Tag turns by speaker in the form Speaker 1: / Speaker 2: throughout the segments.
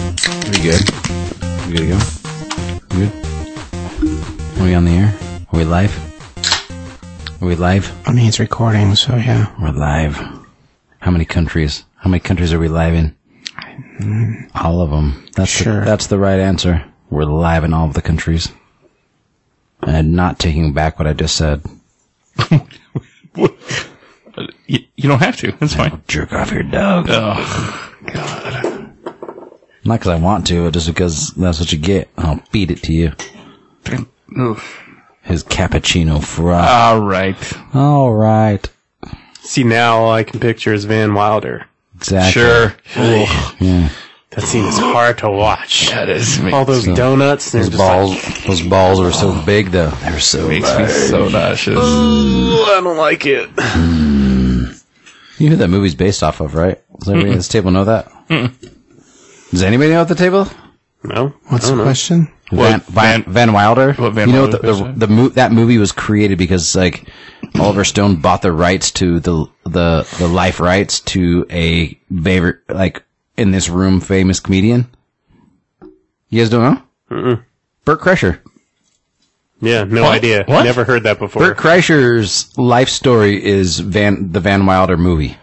Speaker 1: You good? You good to go? You good? Are we on the air? Are we live? Are we live?
Speaker 2: I mean, it's recording, so yeah.
Speaker 1: We're live. How many countries? How many countries are we live in? All of them. That's
Speaker 2: Sure.
Speaker 1: the, that's the right answer. We're live in all of the countries. And I'm not taking back what I just said.
Speaker 3: You, you don't have to. That's fine.
Speaker 1: Jerk off your dog.
Speaker 3: Ugh.
Speaker 1: Not because I want to, but just because that's what you get. I'll beat it to you.
Speaker 3: Ugh.
Speaker 1: His cappuccino fry.
Speaker 3: All right.
Speaker 1: All right.
Speaker 4: See, now all I can picture is Van Wilder.
Speaker 1: Exactly.
Speaker 3: Sure.
Speaker 4: That scene is hard to watch.
Speaker 3: That is makes,
Speaker 4: All those donuts, and
Speaker 1: Those
Speaker 4: they're just like,
Speaker 1: balls, those balls were so big though. They were so big.
Speaker 3: makes me so nauseous.
Speaker 4: "Ooh, I don't like it.
Speaker 1: You know who that movie's based off of, right? Does everybody at this table know that? Does anybody know at the table?
Speaker 4: No,
Speaker 2: What's the question?
Speaker 1: Van,
Speaker 3: What,
Speaker 1: Van,
Speaker 3: Van-
Speaker 1: Van Wilder.
Speaker 3: what Van
Speaker 1: you know
Speaker 3: Wilder
Speaker 1: the, the,
Speaker 3: based on?
Speaker 1: the mo- that movie was created because like Oliver Stone bought the rights to the the the life rights to a favorite like in this room famous comedian. You guys don't know? Mm-mm. Bert Kreischer.
Speaker 4: yeah, no
Speaker 3: What?
Speaker 4: idea.
Speaker 3: What?
Speaker 4: Never heard that before.
Speaker 1: Bert Kreischer's life story is Van the Van Wilder movie.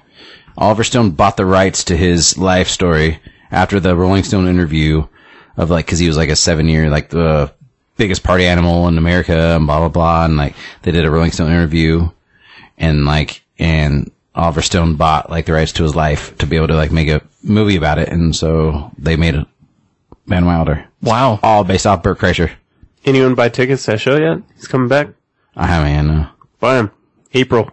Speaker 1: Oliver Stone bought the rights to his life story after the Rolling Stone interview of like because he was like a seven year like the biggest party animal in America and blah blah blah and like they did a Rolling Stone interview and like and Oliver Stone bought like the rights to his life to be able to like make a movie about it and so they made a Van Wilder
Speaker 3: Wow.
Speaker 1: all based off Bert Kreischer.
Speaker 4: Anyone buy tickets to that show yet? He's coming back.
Speaker 1: I haven't. Uh,
Speaker 4: Buy him. April.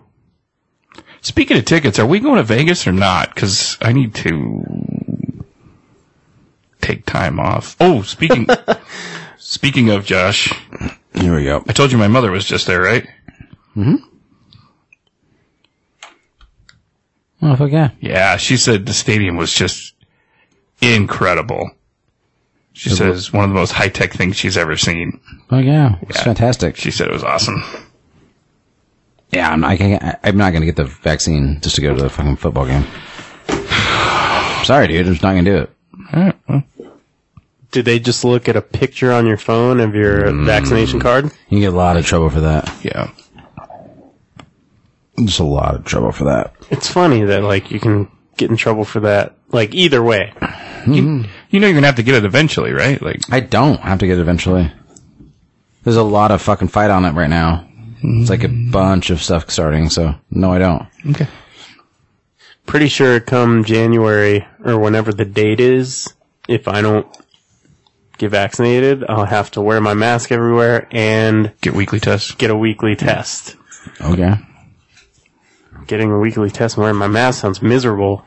Speaker 3: Speaking of tickets, are we going to Vegas or not? Because I need to take time off. Oh, speaking speaking of Josh,
Speaker 1: here we go.
Speaker 3: I told you my mother was just there, right?
Speaker 1: Oh fuck yeah.
Speaker 3: Yeah, she said the stadium was just incredible. She says one of the most high tech things she's ever seen.
Speaker 1: Oh yeah, it's fantastic.
Speaker 3: She said it was awesome.
Speaker 1: Yeah, I'm not, I can't, I- I'm not gonna get the vaccine just to go to the fucking football game. Sorry, dude, I'm just not gonna do it.
Speaker 4: Did they just look at a picture on your phone of your
Speaker 3: Mm.
Speaker 4: vaccination card?
Speaker 1: You get a lot of trouble for that.
Speaker 3: Yeah.
Speaker 1: Just a lot of trouble for that.
Speaker 4: It's funny that like you can get in trouble for that. Like either way,
Speaker 3: You know you're gonna have to get it eventually, right? Like
Speaker 1: I don't have to get it eventually. There's a lot of fucking fight on it right now. It's like a bunch of stuff starting. So no, I don't.
Speaker 3: Okay.
Speaker 4: pretty sure come January or whenever the date is, if I don't get vaccinated, I'll have to wear my mask everywhere and
Speaker 3: Get weekly tests.
Speaker 4: get a weekly test.
Speaker 1: Okay.
Speaker 4: Getting a weekly test and wearing my mask sounds miserable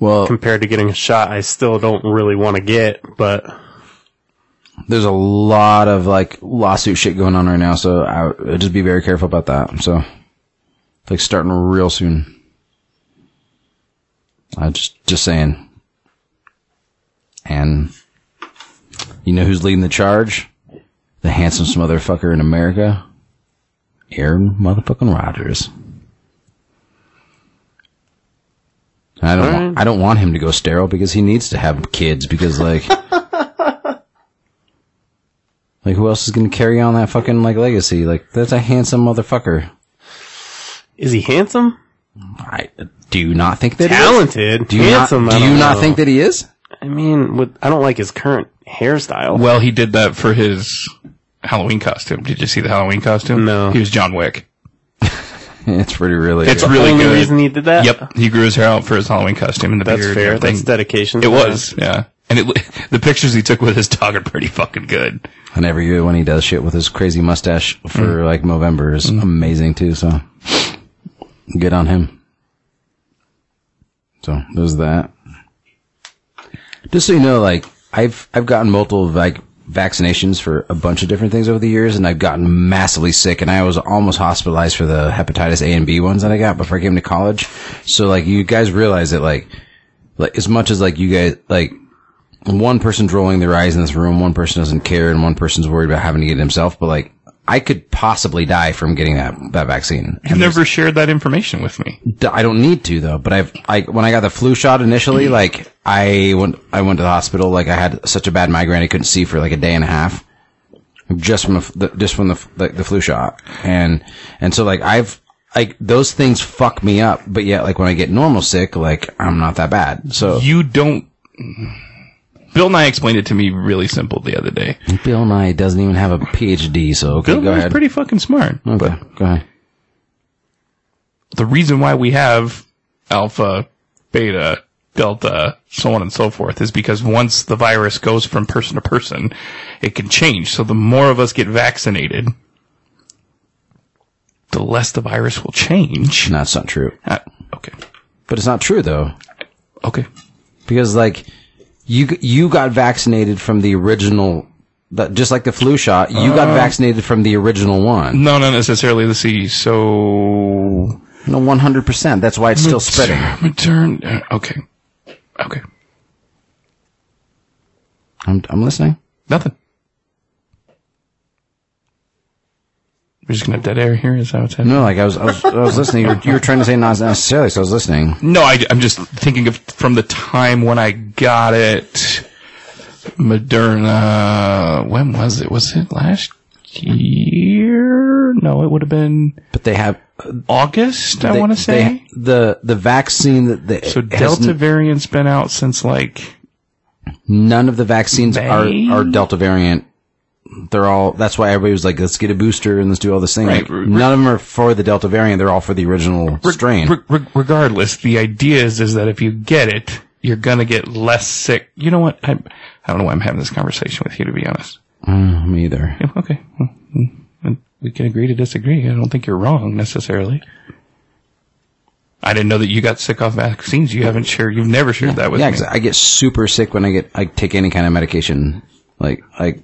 Speaker 1: Well,
Speaker 4: compared to getting a shot I still don't really want to get, but
Speaker 1: there's a lot of like lawsuit shit going on right now. So I I'd just be very careful about that. So like starting real soon. I just just saying. And you know who's leading the charge? The handsomest motherfucker in America, Aaron motherfucking Rodgers. And I don't. Want, I don't want him to go sterile because he needs to have kids. Because like, like who else is going to carry on that fucking like legacy? Like that's a handsome motherfucker.
Speaker 4: is he handsome?
Speaker 1: I do you not think that he is?
Speaker 4: Talented.
Speaker 1: Do you
Speaker 4: handsome.
Speaker 1: not,
Speaker 4: I
Speaker 1: do
Speaker 4: don't
Speaker 1: you not
Speaker 4: know.
Speaker 1: think that he is?
Speaker 4: I mean, with, I don't like his current hairstyle.
Speaker 3: Well, he did that for his Halloween costume. Did you see the Halloween costume?
Speaker 4: No.
Speaker 3: He was John Wick.
Speaker 1: It's pretty really.
Speaker 3: It's
Speaker 1: good.
Speaker 3: really
Speaker 4: Only
Speaker 3: good.
Speaker 4: reason he did that?
Speaker 3: Yep. He grew his hair out for his Halloween costume and the
Speaker 4: That's
Speaker 3: beard.
Speaker 4: fair.
Speaker 3: And everything.
Speaker 4: That's dedication.
Speaker 3: it was. Yeah. And it, li- the pictures he took with his dog are pretty fucking good.
Speaker 1: and every year when he does shit with his crazy mustache for like November is amazing too. So good on him. So there's that. Just so you know, like I've I've gotten multiple like vaccinations for a bunch of different things over the years, and I've gotten massively sick, and I was almost hospitalized for the hepatitis A and B ones that I got before I came to college. So like you guys realize that like like as much as like you guys like one person's rolling their eyes in this room, one person doesn't care, and one person's worried about having to get it himself. But like, I could possibly die from getting that that vaccine.
Speaker 3: He never shared that information with me.
Speaker 1: D- I don't need to though. But I've I when I got the flu shot initially, like I went I went to the hospital. Like I had such a bad migraine, I couldn't see for like a day and a half, just from a f- the, just from the f- like the flu shot, and and so like I've like those things fuck me up. But yet, like when I get normal sick, like I'm not that bad. So
Speaker 3: You don't. Bill Nye explained it to me really simple the other day.
Speaker 1: Bill Nye doesn't even have a PhD. So okay,
Speaker 3: Bill
Speaker 1: go
Speaker 3: Nye's
Speaker 1: ahead.
Speaker 3: pretty fucking smart.
Speaker 1: okay, go ahead.
Speaker 3: the reason why we have alpha, beta, delta, so on and so forth is because once the virus goes from person to person, it can change. So the more of us get vaccinated, the less the virus will change.
Speaker 1: No, it's not true.
Speaker 3: Uh, okay.
Speaker 1: But it's not true though.
Speaker 3: Okay.
Speaker 1: because like you you got vaccinated from the original the, just like the flu shot you got
Speaker 3: Uh-huh.
Speaker 1: vaccinated from the original one
Speaker 3: No, not necessarily the C. So
Speaker 1: no 100% that's why it's still spreading
Speaker 3: Return. uh, Okay. Okay.
Speaker 1: I'm, I'm listening
Speaker 3: Nothing. We're just gonna have dead air here. Is that what's happening?
Speaker 1: no like i was i was, I was listening you were, you were trying to say not necessarily so i was listening
Speaker 3: No, I, am just thinking of from the time when I got it. Moderna. When was it? Was it last year? No, it would have been
Speaker 1: but they have
Speaker 3: August. I
Speaker 1: they-
Speaker 3: want to say.
Speaker 1: they- the the vaccine that they
Speaker 3: so
Speaker 1: has
Speaker 3: Delta
Speaker 1: n-
Speaker 3: variant's been out since like.
Speaker 1: none of the vaccines are
Speaker 3: May?
Speaker 1: are delta variant they're all that's why everybody was like let's get a booster and let's do all this thing
Speaker 3: Right,
Speaker 1: Like,
Speaker 3: re-
Speaker 1: none of them are for the delta variant they're all for the original strain
Speaker 3: Re- re- regardless, the idea is is that if you get it, you're gonna get less sick. You know what? I I don't know why I'm having this conversation with you. To be honest.
Speaker 1: Mm, me either
Speaker 3: Yeah, okay. Well, mm, We can agree to disagree. I don't think you're wrong necessarily. I didn't know that you got sick off vaccines. You haven't shared. You've never shared that with
Speaker 1: yeah,
Speaker 3: me.
Speaker 1: 'cause I get super sick when I get I take any kind of medication, like like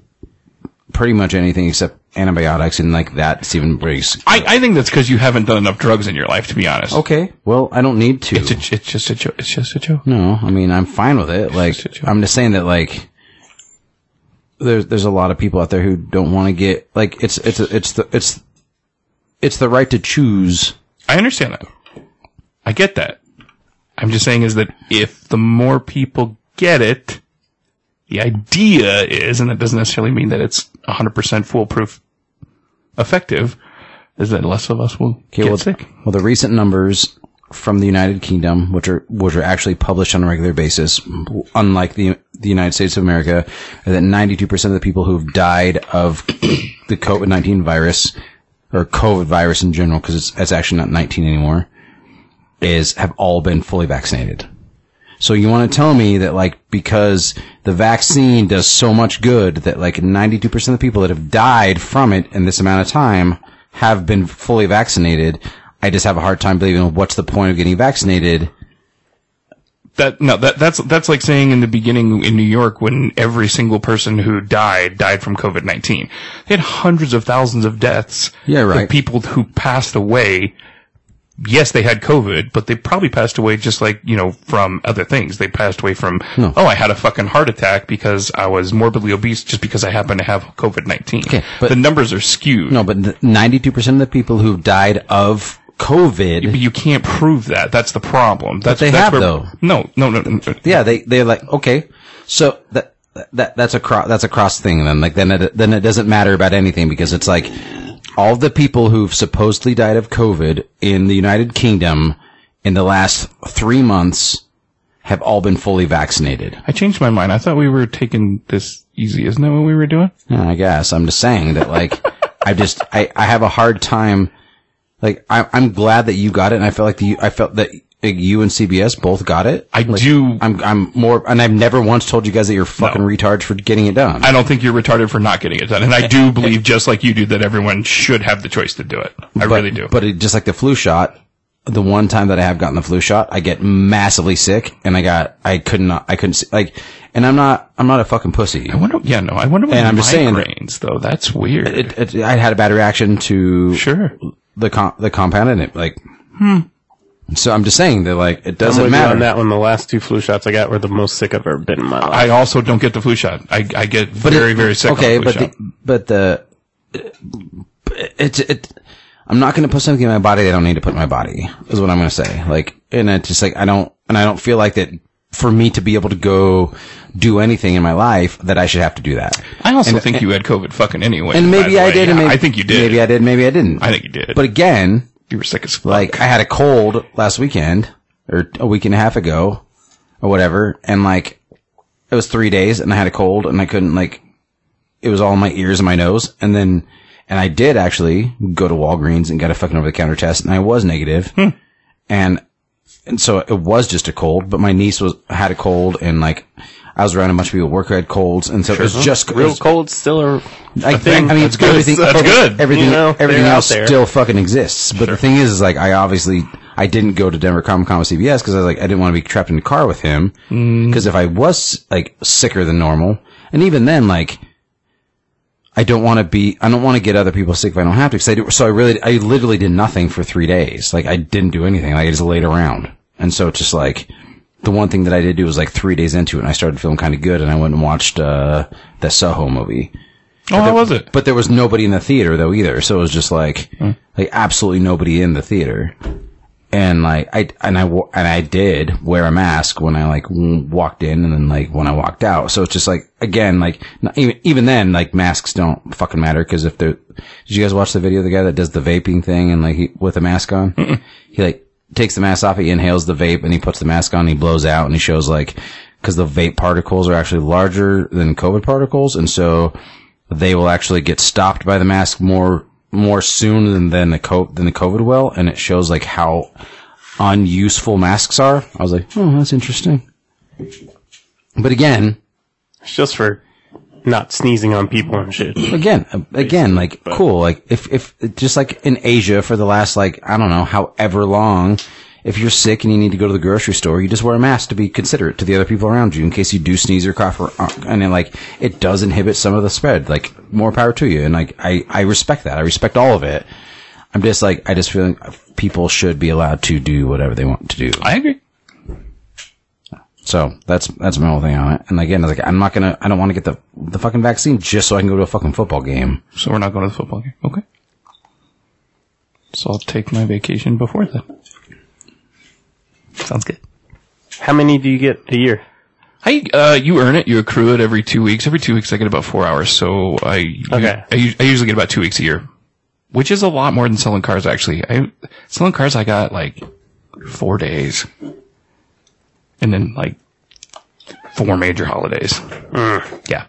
Speaker 1: pretty much anything except antibiotics, and like that's even worse.
Speaker 3: I, I think that's because you haven't done enough drugs in your life. To be honest,
Speaker 1: Okay, well I don't need to.
Speaker 3: it's, a, it's just a joke. It's just a joke.
Speaker 1: no, I mean I'm fine with it. Like
Speaker 3: just a joke.
Speaker 1: I'm just saying that like there's there's a lot of people out there who don't want to get like it's it's it's the it's it's the right to choose.
Speaker 3: I understand that. I get that. I'm just saying is that if the more people get it, the idea is, and that doesn't necessarily mean that it's 100% foolproof effective, is that less of us will
Speaker 1: Okay,
Speaker 3: get
Speaker 1: well,
Speaker 3: sick.
Speaker 1: well, the recent numbers from the United Kingdom, which are which are actually published on a regular basis, unlike the the United States of America, are that 92% of the people who've died of the COVID-19 virus or COVID virus in general, because it's, it's actually not 19 anymore, is have all been fully vaccinated. So you want to tell me that like because the vaccine does so much good that like 92% of the people that have died from it in this amount of time have been fully vaccinated. I just have a hard time believing what's the point of getting vaccinated.
Speaker 3: that no that that's that's like saying in the beginning in New York when every single person who died died from COVID nineteen. They had hundreds of thousands of deaths.
Speaker 1: Yeah,
Speaker 3: of
Speaker 1: right.
Speaker 3: people who passed away. Yes, they had COVID, but they probably passed away just like you know from other things. They passed away from oh, I had a fucking heart attack because I was morbidly obese just because I happened to have COVID nineteen.
Speaker 1: Okay, but-
Speaker 3: the numbers are skewed.
Speaker 1: No, but the 92% of the people who've died of COVID.
Speaker 3: But you can't prove that. That's the problem. That's,
Speaker 1: they
Speaker 3: that's
Speaker 1: have,
Speaker 3: where-
Speaker 1: though.
Speaker 3: No, no, no, no.
Speaker 1: Yeah, they they're like okay, so that that that's a cross that's a cross thing then. Like then it, then it doesn't matter about anything because it's like all the people who've supposedly died of COVID in the United Kingdom in the last three months have all been fully vaccinated.
Speaker 3: I changed my mind. I thought we were taking this easy. Isn't that what we were doing?
Speaker 1: Yeah, I guess I'm just saying that like I just I I have a hard time. Like I, I'm glad that you got it, and I felt like the I felt that. like, You and CBS both got it.
Speaker 3: I do.
Speaker 1: I'm, I'm more, and I've never once told you guys that you're fucking retards for getting it done.
Speaker 3: I don't think you're retarded for not getting it done. And I do believe, just like you do, that everyone should have the choice to do it. I
Speaker 1: but,
Speaker 3: really do.
Speaker 1: But it, just like the flu shot, the one time that I have gotten the flu shot, I get massively sick, and I got I could not I couldn't see, like, and I'm not I'm not a fucking pussy.
Speaker 3: I wonder. Yeah, no. I wonder what
Speaker 1: And I'm
Speaker 3: migraines
Speaker 1: just saying-
Speaker 3: though. That's weird.
Speaker 1: It, it, I had a bad reaction to
Speaker 3: sure.
Speaker 1: the com- the compound, and it like. So I'm just saying that like it
Speaker 4: I'm
Speaker 1: doesn't
Speaker 4: with you
Speaker 1: matter.
Speaker 4: on that one. The last two flu shots I got were the most sick I've ever been in my life.
Speaker 3: I also don't get the flu shot. I, I get very
Speaker 1: it-
Speaker 3: very sick.
Speaker 1: Okay,
Speaker 3: on the flu
Speaker 1: but
Speaker 3: shot.
Speaker 1: the, but the it's it, I'm not going to put something in my body that I don't need to put in my body. Is what I'm going to say. Like, and it's just like I don't, and I don't feel like that for me to be able to go do anything in my life that I should have to do that.
Speaker 3: I also think you had COVID fucking anyway.
Speaker 1: And
Speaker 3: by
Speaker 1: maybe
Speaker 3: the
Speaker 1: I
Speaker 3: way.
Speaker 1: did.
Speaker 3: Yeah,
Speaker 1: and maybe,
Speaker 3: I think you did.
Speaker 1: Maybe I did. Maybe I didn't.
Speaker 3: I think you did.
Speaker 1: But again,
Speaker 3: you were sick as fuck.
Speaker 1: like I had a cold last weekend or a week and a half ago or whatever, and like it was three days and I had a cold and I couldn't like it was all in my ears and my nose and then and I did actually go to Walgreens and got a fucking over the counter test and I was negative. And and so it was just a cold, but my niece was had a cold and like I was around a bunch of people at work who had colds and so it was just it
Speaker 4: Real
Speaker 1: was-
Speaker 4: cold's still a
Speaker 1: I,
Speaker 3: thing.
Speaker 1: I mean,
Speaker 3: That's good.
Speaker 1: everything.
Speaker 3: That's good.
Speaker 1: Everything,
Speaker 4: You know,
Speaker 1: everything
Speaker 4: they're out
Speaker 1: else
Speaker 4: there.
Speaker 1: still fucking exists. But the thing is, is like I obviously I didn't go to Denver Comic Con with CBS because I was like I didn't want to be trapped in the car with him
Speaker 3: Mm.
Speaker 1: because if I was like sicker than normal, and even then, like I don't want to be I don't want to get other people sick if I don't have to. 'cause I do, so I really I literally did nothing for three days. Like I didn't do anything. Like I just laid around, and so it's just like. The one thing that I did do was like three days into it, and I started feeling kind of good, and I went and watched uh, the Soho movie.
Speaker 3: oh, how was it?
Speaker 1: But there was nobody in the theater though either, so it was just like like absolutely nobody in the theater. And like I and I wo- and I did wear a mask when I like w- walked in and then like when I walked out. So it's just like again like not even even then like masks don't fucking matter because if they're did you guys watch the video of the guy that does the vaping thing and like he, with a mask on he like takes the mask off he inhales the vape and he puts the mask on and he blows out and he shows like because the vape particles are actually larger than COVID particles and so they will actually get stopped by the mask more more soon than, than the co- than the COVID will, and it shows like how unuseful masks are. I was like, oh, that's interesting. But again,
Speaker 4: It's just for not sneezing on people and shit.
Speaker 1: again, uh, again, like cool. Like if if just like in Asia for the last like I don't know however long, if you're sick and you need to go to the grocery store, you just wear a mask to be considerate to the other people around you in case you do sneeze or cough or uh, and then, like it does inhibit some of the spread. Like more power to you, and like I I respect that. I respect all of it. I'm just like I just feel like people should be allowed to do whatever they want to do.
Speaker 3: I agree.
Speaker 1: So that's that's my whole thing on it. And again, like I'm not gonna, I don't want to get the the fucking vaccine just so I can go to a fucking football game.
Speaker 3: So we're not going to the football game. Okay. So I'll take my vacation before then. Sounds good.
Speaker 4: How many do you get a year?
Speaker 3: I uh, you earn it. You accrue it every two weeks. Every two weeks, I get about four hours. So I
Speaker 4: Okay.
Speaker 3: I, us- I usually get about two weeks a year, which is a lot more than selling cars. Actually, I selling cars I got like four days, and then like four major holidays. Yeah.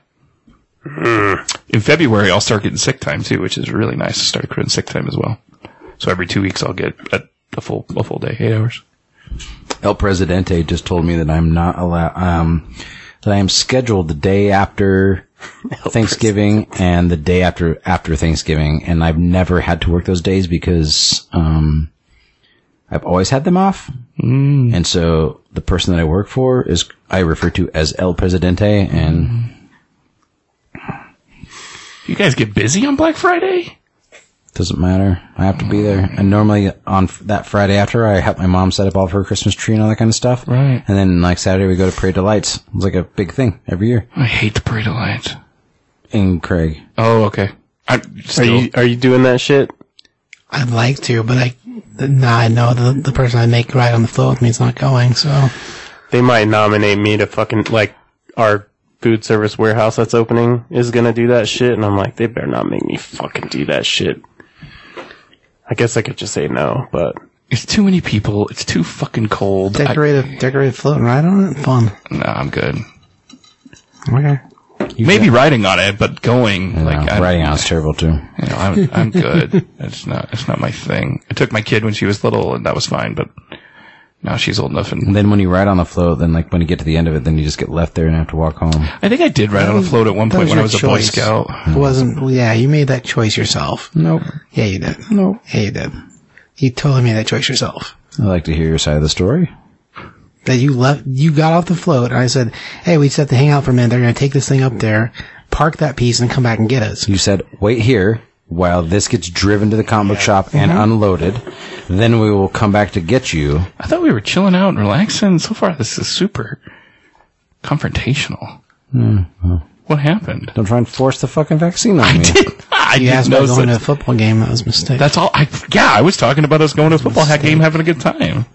Speaker 3: In February, I'll start getting sick time too, which is really nice to start accruing sick time as well. So every two weeks, I'll get a, a full a full day, eight hours.
Speaker 1: El Presidente just told me that I'm not allowed, um, that I am scheduled the day after Thanksgiving and the day after after Thanksgiving, and I've never had to work those days because um, I've always had them off. Mm. And so the person that I work for is I refer to as El Presidente, and
Speaker 3: You guys get busy on Black Friday.
Speaker 1: Doesn't matter. I have to be there. And normally on f- that Friday after, I help my mom set up all of her Christmas tree and all that kind of stuff.
Speaker 3: Right.
Speaker 1: And then like Saturday, we go to Parade of Lights. It's like a big thing every year.
Speaker 3: I hate the parade of lights.
Speaker 1: In Craig.
Speaker 3: Oh, okay. I
Speaker 4: Are
Speaker 3: still,
Speaker 4: you are you doing that shit?
Speaker 2: I'd like to, but I, nah, I know the, the person I make ride on the float with me is not going, so.
Speaker 4: They might nominate me to fucking like our food service warehouse that's opening is gonna do that shit, and I'm like, they better not make me fucking do that shit. I guess I could just say no, but
Speaker 3: it's too many people. It's too fucking cold. I,
Speaker 2: Decorate a, decorate a float and ride on it? Fun.
Speaker 3: no, I'm good.
Speaker 2: Okay.
Speaker 3: Maybe riding on it, but going like
Speaker 1: Like,
Speaker 3: I,
Speaker 1: riding on is terrible too.
Speaker 3: You know, I'm, I'm good. It's not. It's not my thing. I took my kid when she was little, and that was fine. But now she's old enough, and
Speaker 1: And then when you ride on the float, then like when you get to the end of it, then you just get left there and have to walk home.
Speaker 3: I think I did ride on a float at one
Speaker 2: that
Speaker 3: point
Speaker 2: was
Speaker 3: when I
Speaker 2: your
Speaker 3: was a Boy
Speaker 2: choice.
Speaker 3: Scout.
Speaker 2: It wasn't, well, yeah, you made that choice yourself.
Speaker 1: Nope.
Speaker 2: Yeah, you did.
Speaker 1: Nope.
Speaker 2: Yeah, you did. You totally made that choice yourself.
Speaker 1: I'd like to hear your side of the story.
Speaker 2: that you left, you got off the float, and I said, "Hey, we just have to hang out for a minute. They're going to take this thing up there, park that piece, and come back and get us."
Speaker 1: You said, wait here while this gets driven to the comic book shop and unloaded. Then we will come back to get you.
Speaker 3: I thought we were chilling out and relaxing. So far, this is super confrontational.
Speaker 2: Hmm,
Speaker 3: What happened?
Speaker 1: Don't try and force the fucking vaccine on me.
Speaker 3: I
Speaker 2: You
Speaker 3: didn't
Speaker 2: asked about
Speaker 3: know
Speaker 2: going
Speaker 3: such
Speaker 2: to a football game. That was a mistake.
Speaker 3: That's all. I yeah, I was talking about us going to a football ha- game, having a good time.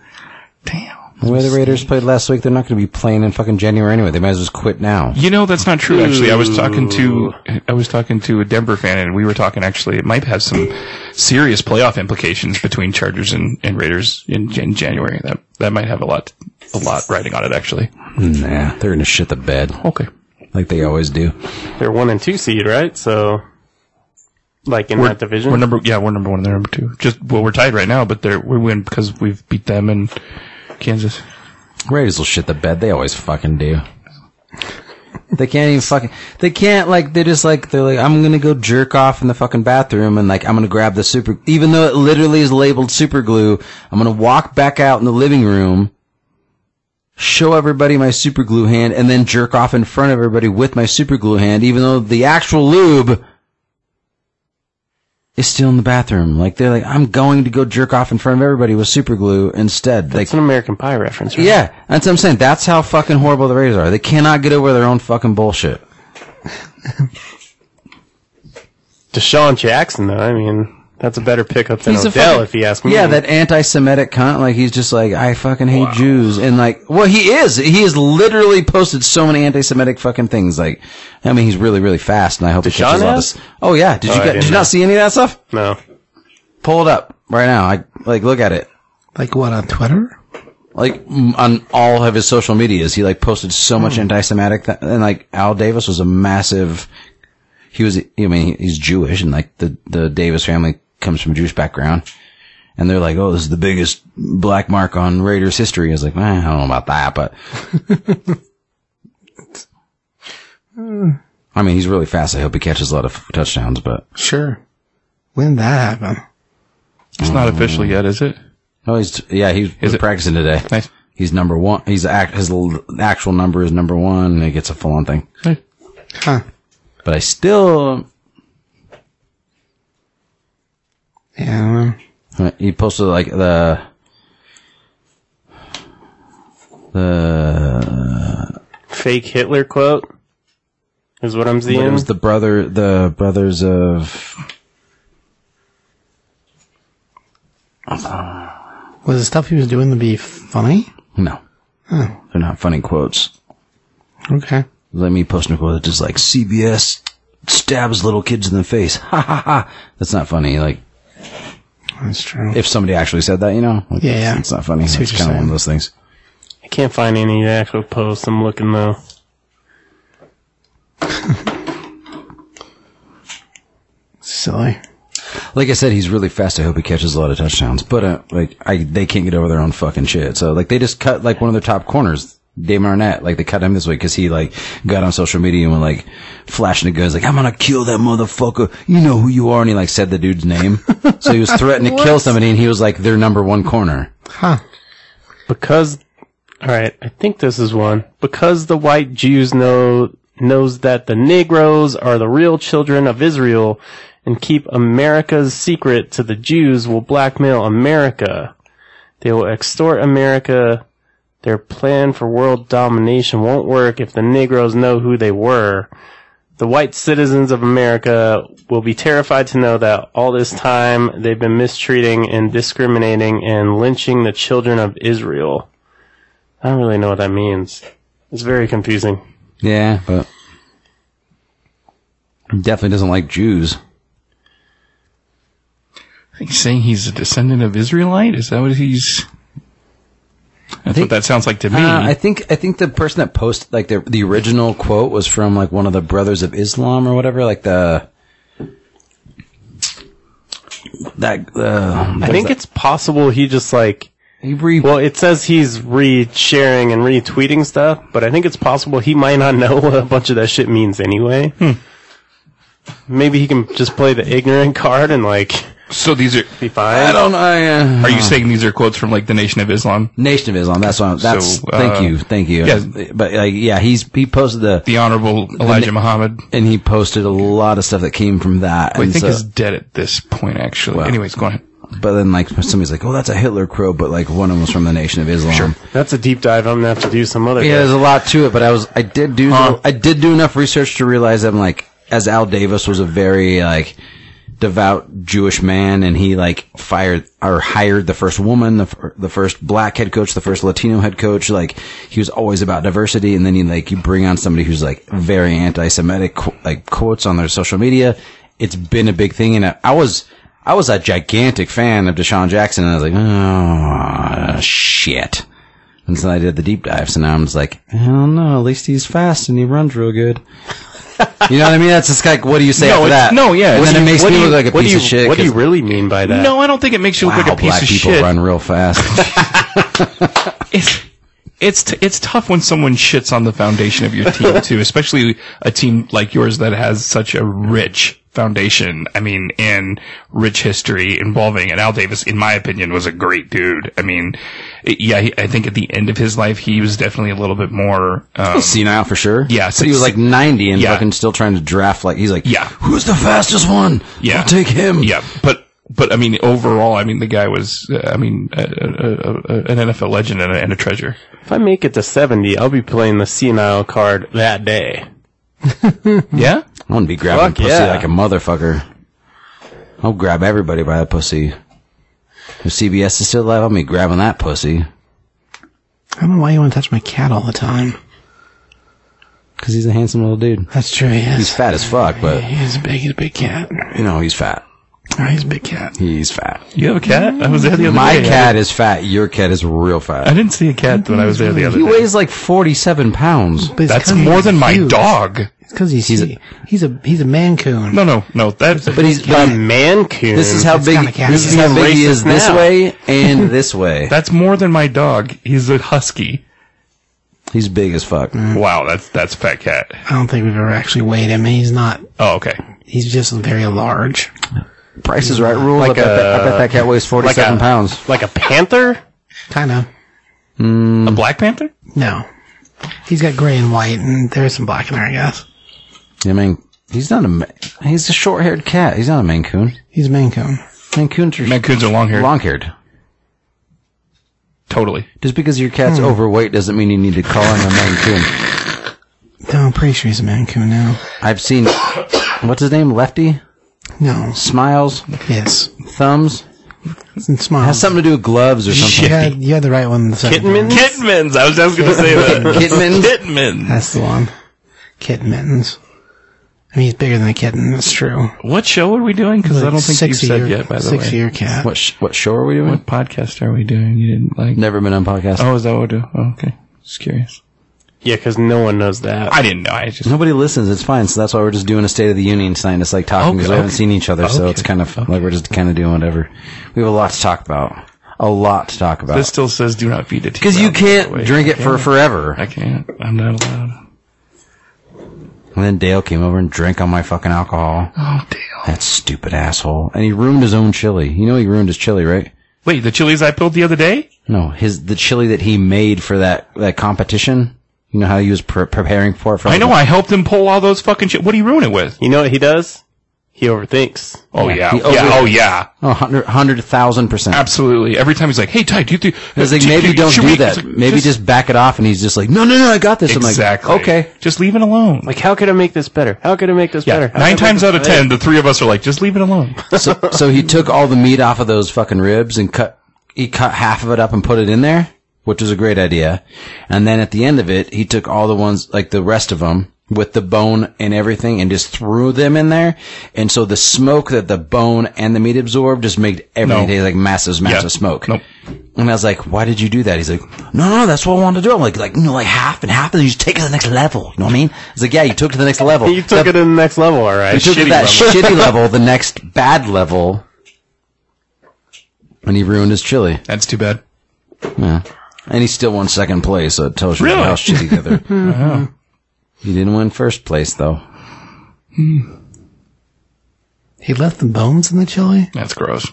Speaker 3: Damn.
Speaker 1: The way the Raiders played last week, they're not going to be playing in fucking January anyway. They might as well just quit now.
Speaker 3: You know that's not true. Actually, I was talking to I was talking to a Denver fan, and we were talking. Actually, it might have some serious playoff implications between Chargers and, and Raiders in, in January. That that might have a lot a lot riding on it. Actually,
Speaker 1: Nah, they're going to shit the bed
Speaker 3: okay,
Speaker 1: like they always do.
Speaker 4: They're one and two seed, right? So, like in that division,
Speaker 3: we're number yeah we're number one and they're number two. Just well, we're tied right now, but they're we win because we've beat them and Kansas.
Speaker 1: Raiders will shit the bed. They always fucking do. They can't even fucking. They can't like. They're just like. They're like. I'm gonna go jerk off in the fucking bathroom and like. I'm gonna grab the super. Even though it literally is labeled super glue, I'm gonna walk back out in the living room, show everybody my super glue hand, and then jerk off in front of everybody with my super glue hand. Even though the actual lube is still in the bathroom. Like they're like. I'm going to go jerk off in front of everybody with super glue instead. like
Speaker 4: it's an American Pie reference, right?
Speaker 1: yeah, that's what I'm saying. That's how fucking horrible the Raiders are. They cannot get over their own fucking bullshit.
Speaker 4: Deshaun Jackson, though. I mean, that's a better pickup than
Speaker 1: He's a
Speaker 4: Odell,
Speaker 1: fucking-
Speaker 4: if you ask me.
Speaker 1: Yeah, that anti-Semitic cunt. Like he's just like, I fucking hate Jews, and like, well, he is. He has literally posted so many anti-Semitic fucking things. Like, I mean, he's really, really fast, and I hope he
Speaker 4: Deshaun
Speaker 1: catches all
Speaker 4: has?
Speaker 1: this. Oh yeah, did you
Speaker 4: Oh, I
Speaker 1: get,
Speaker 4: didn't
Speaker 1: did you
Speaker 4: know.
Speaker 1: not see any of that stuff?
Speaker 4: no.
Speaker 1: Pull it up right now. I like look at it.
Speaker 2: Like what on Twitter?
Speaker 1: Like m- on all of his social medias, he like posted so much anti-Semitic, th- and like Al Davis was a massive he was, I mean, he's Jewish and like the, the Davis family comes from a Jewish background. And they're like, oh, this is the biggest black mark on Raiders history. I was like, eh, I don't know about that, but. I mean, he's really fast. I hope he catches a lot of touchdowns, but.
Speaker 2: Sure. When did that happen?
Speaker 3: It's not official yet, is it?
Speaker 1: Oh, he's, yeah, he's, he's
Speaker 3: it-
Speaker 1: practicing today.
Speaker 3: Nice.
Speaker 1: He's number one. He's act, his l- actual number is number one and he gets a full on thing.
Speaker 3: Hey.
Speaker 2: Huh.
Speaker 1: But I still,
Speaker 2: Yeah. I don't know.
Speaker 1: He posted like the the
Speaker 4: Fake Hitler quote is what I'm
Speaker 1: it
Speaker 4: seeing.
Speaker 1: was the brother the brothers of
Speaker 2: Was the stuff he was doing to be funny?
Speaker 1: no they're not funny quotes.
Speaker 2: Okay.
Speaker 1: Let me post a quote that's just like CBS stabs little kids in the face. Ha ha ha. That's not funny. Like
Speaker 2: That's true.
Speaker 1: if somebody actually said that, you know, Like,
Speaker 2: Yeah, yeah.
Speaker 1: it's not funny.
Speaker 2: I see what
Speaker 1: It's
Speaker 2: you're
Speaker 1: kind of one
Speaker 2: saying.
Speaker 1: of those things.
Speaker 4: I can't find any actual posts. I'm looking though.
Speaker 2: Silly.
Speaker 1: Like I said, he's really fast. I hope he catches a lot of touchdowns. But uh, like, I they can't get over their own fucking shit. So like, they just cut like one of their top corners, Damon Arnett. Like they cut him this way because he like got on social media and was like flashing the guns, like I'm gonna kill that motherfucker. You know who you are, and he like said the dude's name. so he was threatening to kill somebody, and he was like their number one corner.
Speaker 2: Huh.
Speaker 4: because all right i think this is one because the white jews know knows that the negroes are the real children of israel and keep america's secret to the jews will blackmail america they will extort america their plan for world domination won't work if the negroes know who they were the white citizens of America will be terrified to know that all this time they've been mistreating and discriminating and lynching the children of Israel. I don't really know what that means. It's very confusing.
Speaker 1: Yeah, but he definitely doesn't like Jews.
Speaker 3: He's saying he's a descendant of Israelite. Is that what he's? That's what that sounds like to me.
Speaker 1: Uh, I think I think the person that posted like the the original quote was from like one of the Brothers of Islam or whatever, like the that uh,
Speaker 4: I think it's possible he just like
Speaker 1: he re-
Speaker 4: well, it says he's re-sharing and retweeting stuff, but I think it's possible he might not know what a bunch of that shit means anyway.
Speaker 1: Hmm.
Speaker 4: Maybe he can just play the ignorant card and like
Speaker 3: so these are.
Speaker 4: be fine.
Speaker 1: I don't know. I, uh,
Speaker 3: Are you saying these are quotes from like the Nation of Islam,
Speaker 1: Nation of Islam? That's what. I'm, that's
Speaker 3: So, uh,
Speaker 1: thank you, thank you.
Speaker 3: yeah.
Speaker 1: But like, yeah, he's he posted the
Speaker 3: the Honorable Elijah Muhammad?
Speaker 1: and he posted a lot of stuff that came from that.
Speaker 3: who I
Speaker 1: and
Speaker 3: think
Speaker 1: so-
Speaker 3: is dead at this point. Actually, anyways, go on.
Speaker 1: but then like somebody's like, oh, that's a Hitler quote, but like one of them was from the Nation of Islam.
Speaker 4: That's a deep dive I'm gonna have to do some other
Speaker 1: Yeah,
Speaker 4: day.
Speaker 1: there's a lot to it, but I was I did do
Speaker 3: Huh.
Speaker 1: I did do enough research to realize I'm like as Al Davis was a very like devout Jewish man, and he like fired or hired the first woman, the fir- the first black head coach, the first Latino head coach. Like he was always about diversity, and then you like you bring on somebody who's like very anti-Semitic, qu- like quotes on their social media. It's been a big thing, and I, I was. I was a gigantic fan of Deshaun Jackson, and I was like, oh, shit. And so I did the deep dive, so now I'm just like, I don't know, at least he's fast and he runs real good. you know what I mean? That's just like, what do you say
Speaker 3: No,
Speaker 1: after
Speaker 3: it's-
Speaker 1: that?
Speaker 3: no, yeah,
Speaker 1: And
Speaker 3: it's-
Speaker 1: then it makes
Speaker 4: What
Speaker 1: me
Speaker 4: do you-
Speaker 1: look like a
Speaker 4: what do
Speaker 1: piece
Speaker 4: you-
Speaker 1: of shit.
Speaker 4: What do you
Speaker 1: 'cause,
Speaker 4: really mean by that?
Speaker 3: No, I don't think it makes you look
Speaker 1: wow,
Speaker 3: like a piece
Speaker 1: black
Speaker 3: of
Speaker 1: people
Speaker 3: shit.
Speaker 1: run real fast.
Speaker 3: it's it's t- it's tough when someone shits on the foundation of your team too, especially a team like yours that has such a rich foundation. I mean, and rich history involving. And Al Davis, in my opinion, was a great dude. I mean, it- yeah, he, I think at the end of his life, he was definitely a little bit more. Um,
Speaker 1: Senile for sure.
Speaker 3: Yeah,
Speaker 1: But he was like 90 and
Speaker 3: yeah.
Speaker 1: fucking still trying to draft like, he's like,
Speaker 3: Yeah.
Speaker 1: who's the fastest one?
Speaker 3: Yeah.
Speaker 1: I'll take him.
Speaker 3: yeah, but. But I mean, overall, I mean, the guy was, uh, I mean, a, a, a, a- an NFL legend and a, and a treasure.
Speaker 4: If I make it to 70, I'll be playing the senile card that day.
Speaker 1: Hmm.
Speaker 3: Yeah,
Speaker 1: I want to be grabbing
Speaker 4: Fuck
Speaker 1: pussy
Speaker 4: yeah.
Speaker 1: like a motherfucker. I'll grab everybody by the pussy. If CBS is still alive, I'll be grabbing that pussy.
Speaker 2: I don't know why you want to touch my cat all the time.
Speaker 1: Because he's a handsome little dude.
Speaker 2: That's true. He is.
Speaker 1: He's fat as fuck, but,
Speaker 2: He is big. He's a big cat.
Speaker 1: you know, he's fat.
Speaker 2: Oh, he's a big cat.
Speaker 1: He's fat.
Speaker 3: you have a cat. I was there the other
Speaker 1: My
Speaker 3: day.
Speaker 1: cat is fat. Your cat is real
Speaker 3: I
Speaker 1: fat.
Speaker 3: didn't see a cat when I was there the other
Speaker 1: He
Speaker 3: day.
Speaker 1: weighs like 47 pounds.
Speaker 2: But it's
Speaker 3: That's
Speaker 2: 'cause
Speaker 3: more
Speaker 2: he's
Speaker 3: than my
Speaker 2: huge.
Speaker 3: dog.
Speaker 2: It's because he's he's a, he's a he's a man coon.
Speaker 3: No, no, no. That
Speaker 1: But he's,
Speaker 4: The
Speaker 1: but
Speaker 4: man coon.
Speaker 1: this is how
Speaker 2: It's
Speaker 1: big,
Speaker 2: kinda cat.
Speaker 1: this is
Speaker 2: He's
Speaker 1: how big he
Speaker 4: racist
Speaker 1: is this
Speaker 4: now.
Speaker 1: way and this way.
Speaker 3: that's more than my dog. He's a husky.
Speaker 1: He's big as fuck.
Speaker 3: Wow, that's that's fat cat.
Speaker 2: I don't think we've ever actually weighed him. He's not.
Speaker 3: Oh, okay.
Speaker 2: He's just very large.
Speaker 1: Price is right rule. I, bet that, I bet that cat weighs 47
Speaker 4: like a-
Speaker 1: pounds.
Speaker 4: Like a panther?
Speaker 2: Kind of.
Speaker 3: A black panther?
Speaker 2: No. He's got gray and white, and there's some black in there, I guess.
Speaker 1: I mean, he's not a, ma- he's a short haired cat. He's not a Mancoon.
Speaker 2: He's a Maine Coon.
Speaker 1: Mancoons are
Speaker 3: Mancoons are long haired.
Speaker 1: long haired.
Speaker 3: Totally.
Speaker 1: Just because your cat's overweight doesn't mean you need to call him a Mancoon.
Speaker 2: No, I'm pretty sure he's a Maine Coon now.
Speaker 1: I've seen, what's his name? Lefty?
Speaker 2: No.
Speaker 1: Smiles?
Speaker 2: Yes.
Speaker 1: Thumbs?
Speaker 2: And smile.
Speaker 1: Has something to do with gloves or something.
Speaker 2: you, had, you had the right one. The second
Speaker 4: Kitten
Speaker 2: time.
Speaker 4: mittens?
Speaker 3: Kitmans. I was just gonna say that.
Speaker 1: Kitmans?
Speaker 3: Kitmans.
Speaker 2: That's the one. Kitten mittens. I mean, he's bigger than a kitten. That's true.
Speaker 3: What show are we doing? Because I don't think you said
Speaker 2: year,
Speaker 3: yet. By the
Speaker 2: six
Speaker 3: way,
Speaker 2: year cat.
Speaker 1: What, sh- what show are we doing?
Speaker 3: what podcast are we doing? You didn't like.
Speaker 1: Never been on podcast.
Speaker 3: Oh, is that what we're doing? Oh, okay. Just curious.
Speaker 4: Yeah, because no one knows that.
Speaker 3: I didn't know. I just.
Speaker 1: Nobody listens. It's fine. So that's why we're just doing a State of the Union tonight. and It's like talking
Speaker 3: Okay,
Speaker 1: because we haven't
Speaker 3: okay.
Speaker 1: seen each other. So
Speaker 3: Okay,
Speaker 1: it's kind of like we're just kind of doing whatever. We have a lot to talk about. A lot to talk about.
Speaker 3: This still says do not feed it.
Speaker 1: Because you can't drink it for forever.
Speaker 3: I can't. I'm not allowed.
Speaker 1: And then Dale came over and drank on my fucking alcohol.
Speaker 3: Oh, Dale.
Speaker 1: That stupid asshole. And he ruined his own chili. You know he ruined his chili, right?
Speaker 3: Wait, the chilies I pulled the other day?
Speaker 1: No, his the chili that he made for that that competition. You know how he was pre- preparing for it. For
Speaker 3: I know I helped him pull all those fucking shit. What do you ruin it with?
Speaker 4: You know what he does? He overthinks.
Speaker 3: Oh yeah,
Speaker 1: He
Speaker 3: yeah,
Speaker 1: over-
Speaker 3: oh yeah,
Speaker 1: Oh, 100,000 percent.
Speaker 3: absolutely. Every time he's like, "Hey, Ty, do you think?"
Speaker 1: It's like
Speaker 3: do-
Speaker 1: maybe
Speaker 3: do-
Speaker 1: don't
Speaker 3: should
Speaker 1: do
Speaker 3: we-"
Speaker 1: that.
Speaker 3: It's like,
Speaker 1: maybe just, back it off. And he's just like, no, no, no, I got this.
Speaker 3: exactly.
Speaker 1: I'm like, okay.
Speaker 3: just leave it alone.
Speaker 4: Like, how could I make this better? How could I make this
Speaker 3: yeah,
Speaker 4: better? How
Speaker 3: nine
Speaker 4: could I make
Speaker 3: times
Speaker 4: this
Speaker 3: out of
Speaker 4: better?
Speaker 3: ten, the three of us are like, "Just leave it alone."
Speaker 1: So, so he took all the meat off of those fucking ribs and cut. He cut half of it up and put it in there, which was a great idea. And then at the end of it, he took all the ones like the rest of them with the bone and everything and just threw them in there. And so the smoke that the bone and the meat absorbed just made everything
Speaker 3: No.
Speaker 1: taste like massive, massive smoke.
Speaker 3: Nope.
Speaker 1: And I was like, "Why did you do that?" He's like, "No, no, that's what I wanted to do." I'm like, "Like, no, like half and half, and you just take it to the next level." You know what I mean? It's like, "Yeah, you took it to the next level."
Speaker 4: You took it to the next level, all right.
Speaker 1: I took it
Speaker 3: shitty
Speaker 1: that
Speaker 3: level.
Speaker 1: shitty level, the next bad level, and he ruined his chili.
Speaker 3: That's too bad.
Speaker 1: Yeah. And he still won second place, so it tells you
Speaker 3: Really?
Speaker 1: how shitty the other.
Speaker 4: Uh-huh.
Speaker 1: He didn't win first place though.
Speaker 2: He left the bones in the chili?
Speaker 3: That's gross.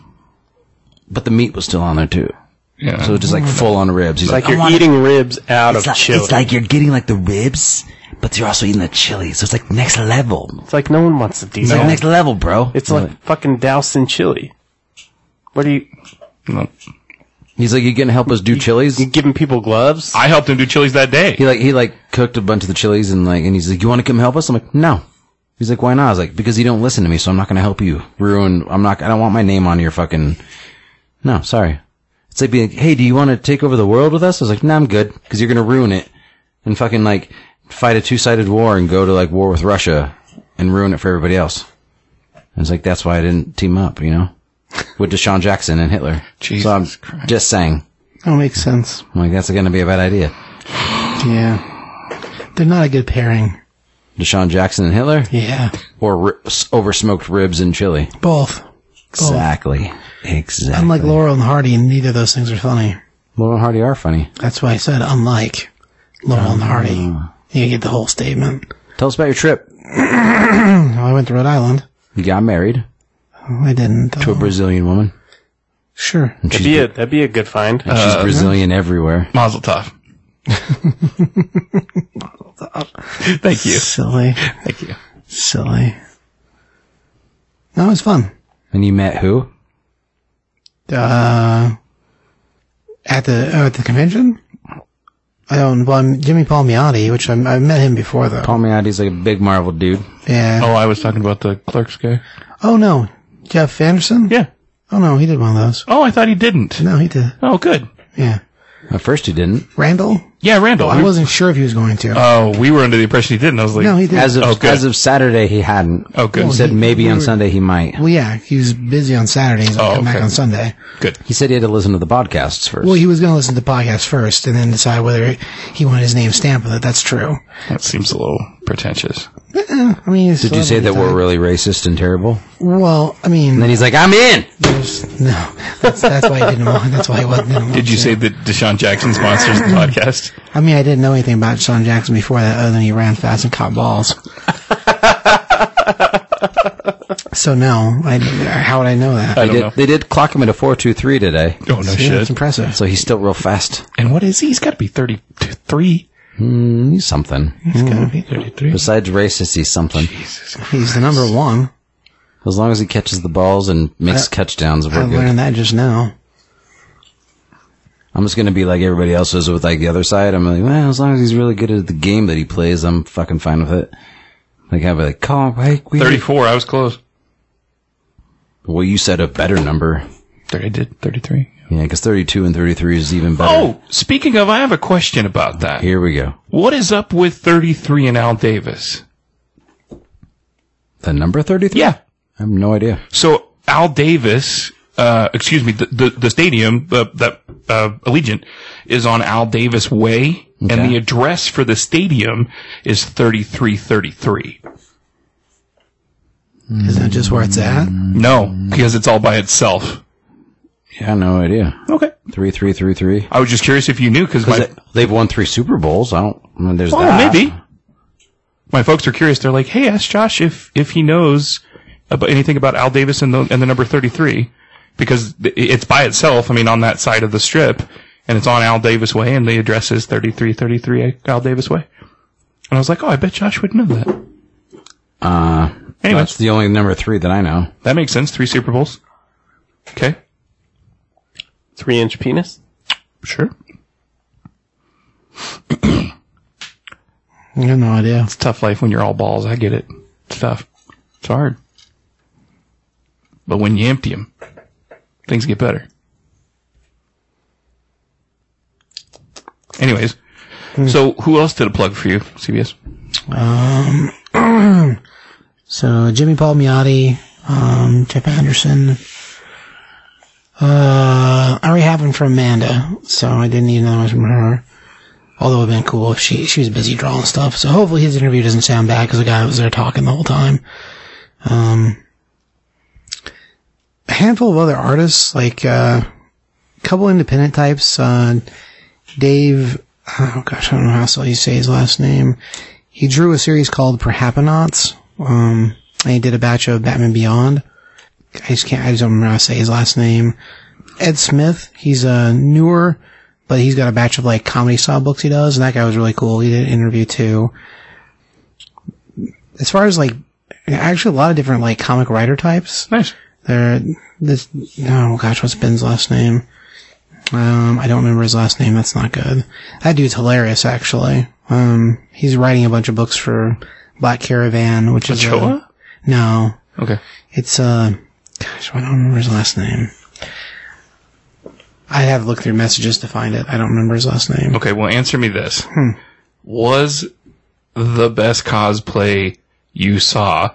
Speaker 1: But the meat was still on there too.
Speaker 3: Yeah.
Speaker 1: So it was just like full on ribs. He's like,
Speaker 4: Like, you're eating ribs out of
Speaker 1: it's, like
Speaker 4: chili.
Speaker 1: it's like you're getting like the ribs, but you're also eating the chili. So it's like next level. It's
Speaker 4: It's like no one wants to do
Speaker 1: like
Speaker 4: that.
Speaker 1: next level, bro.
Speaker 4: It's like fucking dousing chili. What are you,
Speaker 3: No.
Speaker 1: He's like, you gonna help us do chilies?
Speaker 4: you giving people gloves?
Speaker 3: I helped him do chilies that day.
Speaker 1: He like he like cooked a bunch of the chilies and like and he's like, "You want to come help us?" I'm like, "No." He's like, why not? I was like, because you don't listen to me, so I'm not going to help you ruin. I'm not. I don't want my name on your fucking. No, sorry. It's like being, like, hey, do you want to take over the world with us? I was like, nah, I'm good, because you're going to ruin it and fucking like fight a two sided war and go to like war with Russia and ruin it for everybody else. And it's like that's why I didn't team up, you know, with Deshaun Jackson and Hitler.
Speaker 3: Jesus
Speaker 1: so I'm
Speaker 3: Christ.
Speaker 1: just saying,
Speaker 2: That makes sense.
Speaker 1: I'm like that's going to be a bad idea.
Speaker 2: Yeah. They're not a good pairing.
Speaker 1: Deshaun Jackson and Hitler,
Speaker 2: Yeah.
Speaker 1: or ri- s- over smoked ribs and chili.
Speaker 2: Both. Oh.
Speaker 1: Exactly. Exactly.
Speaker 2: Unlike Laurel and Hardy, neither of those things are funny.
Speaker 1: Laurel and Hardy are funny.
Speaker 2: That's why I said unlike Laurel
Speaker 3: Uh-huh.
Speaker 2: and Hardy. You get the whole statement.
Speaker 1: Tell us about your trip.
Speaker 2: Oh, I went to Rhode Island.
Speaker 1: You got married
Speaker 2: Oh, I didn't.
Speaker 1: to a
Speaker 2: Oh,
Speaker 1: Brazilian woman.
Speaker 2: sure.
Speaker 1: And
Speaker 4: That'd
Speaker 1: she's,
Speaker 4: be a that'd be a good Uh, find.
Speaker 2: Uh,
Speaker 1: and
Speaker 2: uh-huh.
Speaker 1: she's Brazilian everywhere.
Speaker 3: Mazel tov. Thank you.
Speaker 2: Silly.
Speaker 3: Thank you.
Speaker 2: Silly. No, it was fun.
Speaker 1: And you met who?
Speaker 2: Uh, at the uh, at the convention. I don't. Well, I'm Jimmy Palmiotti, which I'm, I met him before though.
Speaker 1: Paul Meady's like a big Marvel dude.
Speaker 2: yeah.
Speaker 3: Oh, I was talking about the clerks guy.
Speaker 2: Oh no, Jeff Anderson.
Speaker 3: Yeah.
Speaker 2: Oh no, he did one of those.
Speaker 3: Oh, I thought he didn't.
Speaker 2: No, he did.
Speaker 3: Oh, good.
Speaker 2: Yeah.
Speaker 1: At first he didn't.
Speaker 2: Randall.
Speaker 3: Yeah, Randall.
Speaker 2: I
Speaker 3: we-
Speaker 2: wasn't sure if he was going to.
Speaker 3: Oh, we were under the impression he didn't. I was like,
Speaker 2: no, he did.
Speaker 1: As of
Speaker 3: Oh, good.
Speaker 1: as of Saturday he hadn't.
Speaker 3: Oh, good.
Speaker 1: He said
Speaker 2: he-
Speaker 1: maybe
Speaker 2: we
Speaker 1: on
Speaker 2: were-
Speaker 1: Sunday he might.
Speaker 2: well, yeah, he was busy on Saturday. He's gonna
Speaker 3: Oh,
Speaker 2: come back
Speaker 3: okay.
Speaker 2: on Sunday.
Speaker 3: good.
Speaker 1: He said he had to listen to the podcasts first.
Speaker 2: Well, he was going to listen to the podcast first and then decide whether he wanted his name stamped with it. That's true.
Speaker 3: That seems a little pretentious.
Speaker 2: I mean,
Speaker 1: Did you say that we're really racist and terrible?
Speaker 2: Well, I mean,
Speaker 1: And then he's like, I'm in.
Speaker 2: there's no. That's, that's why I didn't want. That's why I wasn't. Didn't want
Speaker 3: Did you
Speaker 2: to.
Speaker 3: say that Deshaun Jackson sponsors the podcast?
Speaker 2: I mean, I didn't know anything about Sean Jackson before that, other than he ran fast and caught balls. so no, I, how would I know that?
Speaker 3: I
Speaker 1: They
Speaker 3: don't
Speaker 1: did,
Speaker 3: know.
Speaker 1: they did clock him at a four two three today.
Speaker 3: Oh, no
Speaker 2: Yeah, That's
Speaker 3: shit.
Speaker 2: impressive.
Speaker 1: So he's still real fast.
Speaker 3: And what is he? He's got to be 33.
Speaker 1: He's something.
Speaker 2: He's gonna be.
Speaker 3: 33.
Speaker 1: Besides racist, he's something.
Speaker 2: He's the number one.
Speaker 1: As long as he catches the balls and makes touchdowns, we're
Speaker 2: I
Speaker 1: good.
Speaker 2: learned that just now.
Speaker 1: I'm just gonna be like everybody else is with like the other side. I'm like, well, as long as he's really good at the game that he plays, I'm fucking fine with it. Like, have a like, call, hey, we
Speaker 3: 34. I was close.
Speaker 1: Well, you said a better number.
Speaker 3: I did 33.
Speaker 1: Yeah, because 32 and 33 is even better.
Speaker 3: Oh, speaking of, I have a question about that.
Speaker 1: Here we go.
Speaker 3: What is up with 33 and Al Davis?
Speaker 1: The number 33?
Speaker 3: Yeah.
Speaker 1: I have no idea.
Speaker 3: So Al Davis, uh, excuse me, the, the, the stadium, the, the uh, Allegiant, is on Al Davis Way,
Speaker 1: Okay.
Speaker 3: and the address for the stadium is 3333.
Speaker 2: Isn't that just where it's at?
Speaker 3: No, because it's all by itself.
Speaker 1: Yeah, no idea.
Speaker 3: Okay.
Speaker 1: 3333.
Speaker 3: I was just curious if you knew, because my,
Speaker 1: Because they've won three Super Bowls. I don't, I mean, there's
Speaker 3: oh,
Speaker 1: that.
Speaker 3: maybe. My folks are curious. They're like, hey, ask Josh if, if he knows about anything about Al Davis and the, and the number 33, because th- it's by itself, I mean, on that side of the strip, and it's on Al Davis Way, and the address is 3333 Al Davis Way. And I was like, oh, I bet Josh would know that. Uh,
Speaker 1: That's
Speaker 3: anyways,
Speaker 1: the only number three that I know.
Speaker 3: that makes sense. Three Super Bowls. Okay.
Speaker 4: Three inch penis.
Speaker 3: Sure.
Speaker 2: I have no idea.
Speaker 3: It's a tough life when you're all balls. I get it. It's tough. It's hard. But when you empty them, things get better. Anyways, so who else did a plug for you, CBS?
Speaker 2: So Jimmy Palmiotti, um, Jeff Anderson. Uh, I already have one from Amanda, so I didn't need another one from her. Although it would have been cool if she, she was busy drawing stuff. So hopefully his interview doesn't sound bad because the guy was there talking the whole time. Um, a handful of other artists, like, uh, a couple independent types, uh, Dave, oh gosh, I don't know how so you say his last name. He drew a series called Perhaponauts. Um, and he did a batch of Batman Beyond. I just can't, I just don't remember how to say his last name. Ed Smith, he's uh, newer, but he's got a batch of like comedy style books he does, and that guy was really cool. He did an interview too. As far as like, actually a lot of different like comic writer types.
Speaker 3: Nice.
Speaker 2: There, this, oh gosh, what's Ben's last name? Um, I don't remember his last name. That's not good. That dude's hilarious, actually. Um, he's writing a bunch of books for Black Caravan, which is
Speaker 3: Ochoa?
Speaker 2: A, no,
Speaker 3: Okay.
Speaker 2: it's uh, gosh, I don't remember his last name. I'd have to look through messages to find it. I don't remember his last name.
Speaker 3: Okay, well, answer me this. Was the best cosplay you saw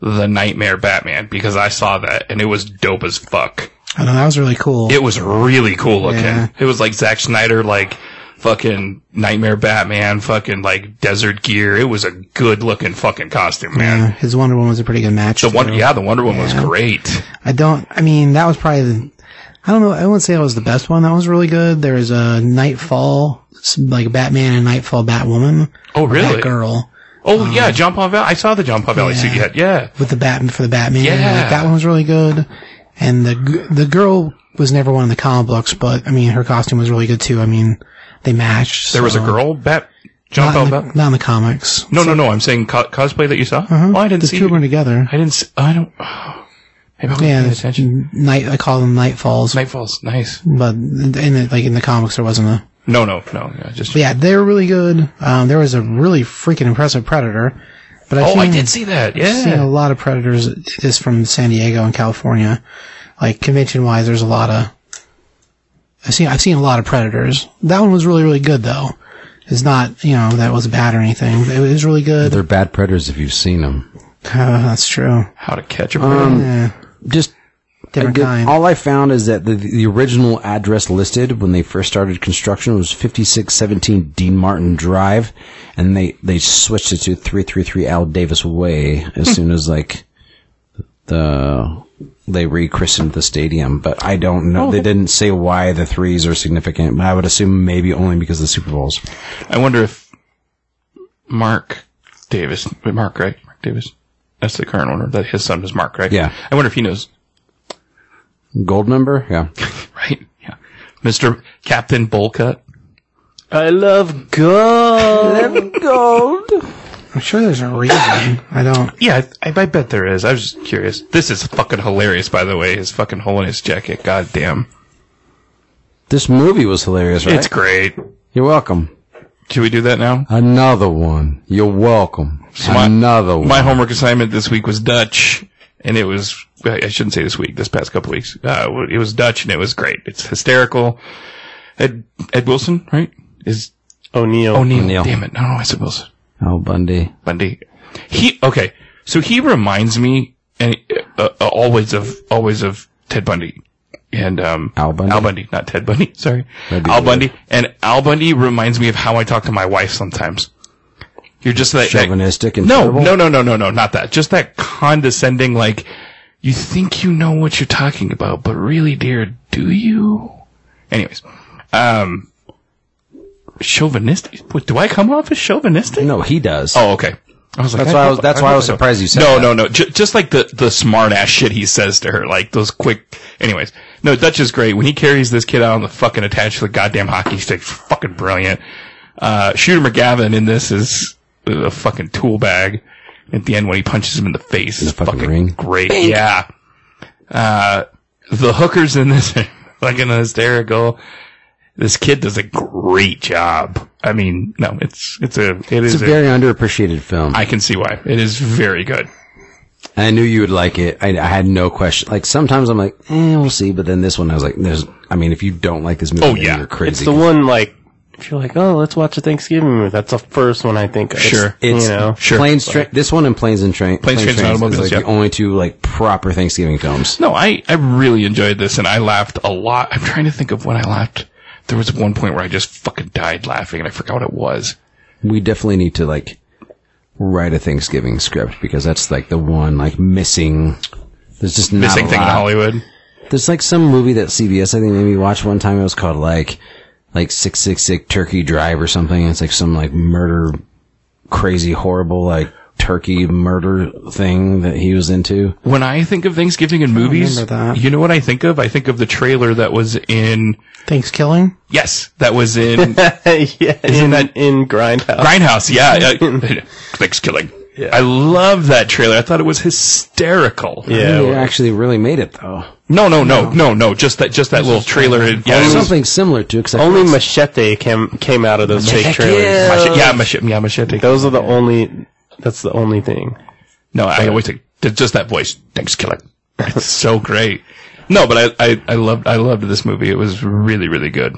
Speaker 3: the Nightmare Batman? Because I saw that and it was dope as fuck.
Speaker 2: I know that was really cool.
Speaker 3: It was really cool looking.
Speaker 2: Yeah.
Speaker 3: It was like Zack Snyder, like fucking Nightmare Batman, fucking like desert gear. It was a good looking fucking costume, man.
Speaker 2: yeah, his Wonder Woman was a pretty good match.
Speaker 3: The one,
Speaker 2: too.
Speaker 3: yeah, the Wonder Woman was great.
Speaker 2: I don't. I mean, that was probably. The, I don't know. I wouldn't say that was the best one. That was really good. There was a Nightfall, s- like Batman and Nightfall Batwoman.
Speaker 3: Oh, really?
Speaker 2: Batgirl
Speaker 3: Oh, yeah, John Pavel. I saw the John Pavelli
Speaker 2: Uh-huh. yeah.
Speaker 3: suit you had. Yeah.
Speaker 2: with the Batman for the Batman.
Speaker 3: Yeah.
Speaker 2: Like, that one was really good. And the g- the girl was never one of the comic books, but I mean, her costume was really good too. I mean, they matched.
Speaker 3: There was a
Speaker 2: so-
Speaker 3: girl, Bat, John
Speaker 2: Not in, the,
Speaker 3: Pavel.
Speaker 2: not in the comics.
Speaker 3: No, no, no. I'm saying co- cosplay that you saw.
Speaker 2: Huh?
Speaker 3: Oh, I didn't
Speaker 2: Uh-huh. the
Speaker 3: see.
Speaker 2: two of
Speaker 3: it.
Speaker 2: them were together.
Speaker 3: I didn't. s I don't. maybe I wasn't
Speaker 2: Yeah,
Speaker 3: paying
Speaker 2: that's-
Speaker 3: attention.
Speaker 2: night. I call them Nightfalls,
Speaker 3: Nightfall's nice.
Speaker 2: but in the, like in the comics, there wasn't a
Speaker 3: No, no, no. Yeah, just.
Speaker 2: But yeah, they were really good. Um, there was a really freaking impressive Predator. But I've
Speaker 3: oh, I
Speaker 2: seen-
Speaker 3: did see that.
Speaker 2: seen a
Speaker 3: Yeah.
Speaker 2: lot of Predators just from San Diego and California. Like convention wise, there's a lot of. I've seen I've seen a lot of Predators. That one was really really good though. It's not you know that was bad or anything. It was really good.
Speaker 1: They're bad predators if you've seen them.
Speaker 2: Uh, that's true.
Speaker 3: How to catch a
Speaker 2: Yeah,
Speaker 1: Just
Speaker 2: different
Speaker 1: I did-
Speaker 2: kind.
Speaker 1: All I found is that the, the original address listed when they first started construction was 5617 Dean Martin Drive, and they, they switched it to 333 Al Davis Way as soon as, like, the they rechristened the stadium. But I don't
Speaker 3: Oh,
Speaker 1: know. They didn't say why the threes are significant, but I would assume maybe only because of the Super Bowls.
Speaker 3: I wonder if Mark Davis, wait, Mark, right? Mark Davis. That's the current owner. That his son is Mark, right?
Speaker 1: Yeah.
Speaker 3: I wonder if he knows,
Speaker 1: Gold number? Yeah.
Speaker 3: right? Yeah. Mister Captain Bolcut.
Speaker 4: I love gold.
Speaker 2: I'm sure there's a reason. I don't.
Speaker 3: Yeah, I, I bet there is. I was just curious. This is fucking hilarious, by the way. His fucking hole in his jacket. God damn.
Speaker 1: This movie was hilarious, right?
Speaker 3: It's great.
Speaker 1: You're welcome.
Speaker 3: Should we do that now?
Speaker 1: Another one. You're welcome.
Speaker 3: my-
Speaker 1: Another one.
Speaker 3: My homework assignment this week was Dutch, and it was, I I shouldn't say this week, this past couple weeks. Uh, it was Dutch, and it was great. It's hysterical. Ed, Ed Wilson, right? Is
Speaker 4: O'Neill.
Speaker 3: O'Neill.
Speaker 1: O'Neill.
Speaker 3: Damn it. No, no, I said Wilson.
Speaker 1: Al Bundy.
Speaker 3: Bundy. He, okay. So he reminds me, and uh, uh, always of, always of Ted Bundy. And, um,
Speaker 1: Al Bundy?
Speaker 3: Al Bundy, not Ted Bundy. Sorry.
Speaker 1: That'd be
Speaker 3: Al
Speaker 1: weird.
Speaker 3: Bundy. And Al Bundy reminds me of how I talk to my wife sometimes. You're just like,
Speaker 1: Chauvinistic and
Speaker 3: no,
Speaker 1: terrible?
Speaker 3: no, no, no, no, no, not that. Just that condescending, like, you think you know what you're talking about, but really, dear, do you? Anyways, um, chauvinistic. Wait, do I come off as chauvinistic?
Speaker 1: No, he does.
Speaker 3: Oh, okay. I was like,
Speaker 1: That's why I was- that's why I was surprised you said
Speaker 3: No,
Speaker 1: that.
Speaker 3: no, no. J- just like the the smart ass shit he says to her, like those quick. Anyways, no, Dutch is great when he carries this kid out on the fucking attached to the goddamn hockey stick. Fucking brilliant. Uh, Shooter McGavin in this is a fucking tool bag. At the end, when he punches him in the face, is
Speaker 1: fucking
Speaker 3: fucking,
Speaker 1: ring.
Speaker 3: great. Yeah. Uh, the hookers in this are fucking hysterical. This kid does a great job. I mean, no, it's it's a it
Speaker 1: It's
Speaker 3: is
Speaker 1: a very underappreciated film. I,
Speaker 3: I can see why. It is very good.
Speaker 1: I knew you would like it. I, I had no question. Like sometimes I'm like, eh, we'll see. But then this one, I was like, there's. I mean, if you don't like this movie,
Speaker 3: Oh,
Speaker 1: then
Speaker 3: yeah.
Speaker 1: you're
Speaker 4: It's
Speaker 1: crazy.
Speaker 4: the one like if you're like, oh, let's watch a Thanksgiving movie. That's the first one I think. of.
Speaker 3: Sure.
Speaker 4: you
Speaker 1: It's-
Speaker 4: know,
Speaker 3: Sure.
Speaker 1: Planes, Tra- this one and planes and train.
Speaker 3: Planes, Trains, and Automobiles,
Speaker 1: Is like
Speaker 3: yeah.
Speaker 1: the only two like proper Thanksgiving films.
Speaker 3: No, I, I really enjoyed this and I laughed a lot. I'm trying to think of when I laughed. There was one point where I just fucking died laughing and I forgot what it was.
Speaker 1: We definitely need to like write a Thanksgiving script because that's like the one like missing. There's just not
Speaker 3: Missing
Speaker 1: a
Speaker 3: thing in
Speaker 1: lot.
Speaker 3: Hollywood.
Speaker 1: There's like some movie that CBS I think made me watch one time. It was called like like six six six Turkey Drive or something. It's like some like murder, crazy horrible like turkey murder thing that he was into.
Speaker 3: When I think of Thanksgiving and movies,
Speaker 2: remember that.
Speaker 3: you know what I think of? I think of the trailer that was in,
Speaker 2: Thanks, killing.
Speaker 3: yes, that was in
Speaker 4: yeah, in,
Speaker 3: that-
Speaker 4: in Grindhouse?
Speaker 3: Grindhouse. Yeah. uh, Thanksgiving. I love that trailer. I thought it was hysterical.
Speaker 4: yeah,
Speaker 1: They
Speaker 4: well,
Speaker 1: actually really made it though.
Speaker 3: No, no, no, no, no. Just that, just that little trailer. Yeah, it was-
Speaker 1: Something similar to except
Speaker 4: only Machete came came out of those fake trailers.
Speaker 3: Mache- yeah, machete, yeah, machete.
Speaker 4: Those are the only That's the only thing.
Speaker 3: No, I always think it's just that voice. Thanks, killer. It's so great. No, but I, I, I loved I loved this movie. It was really really good.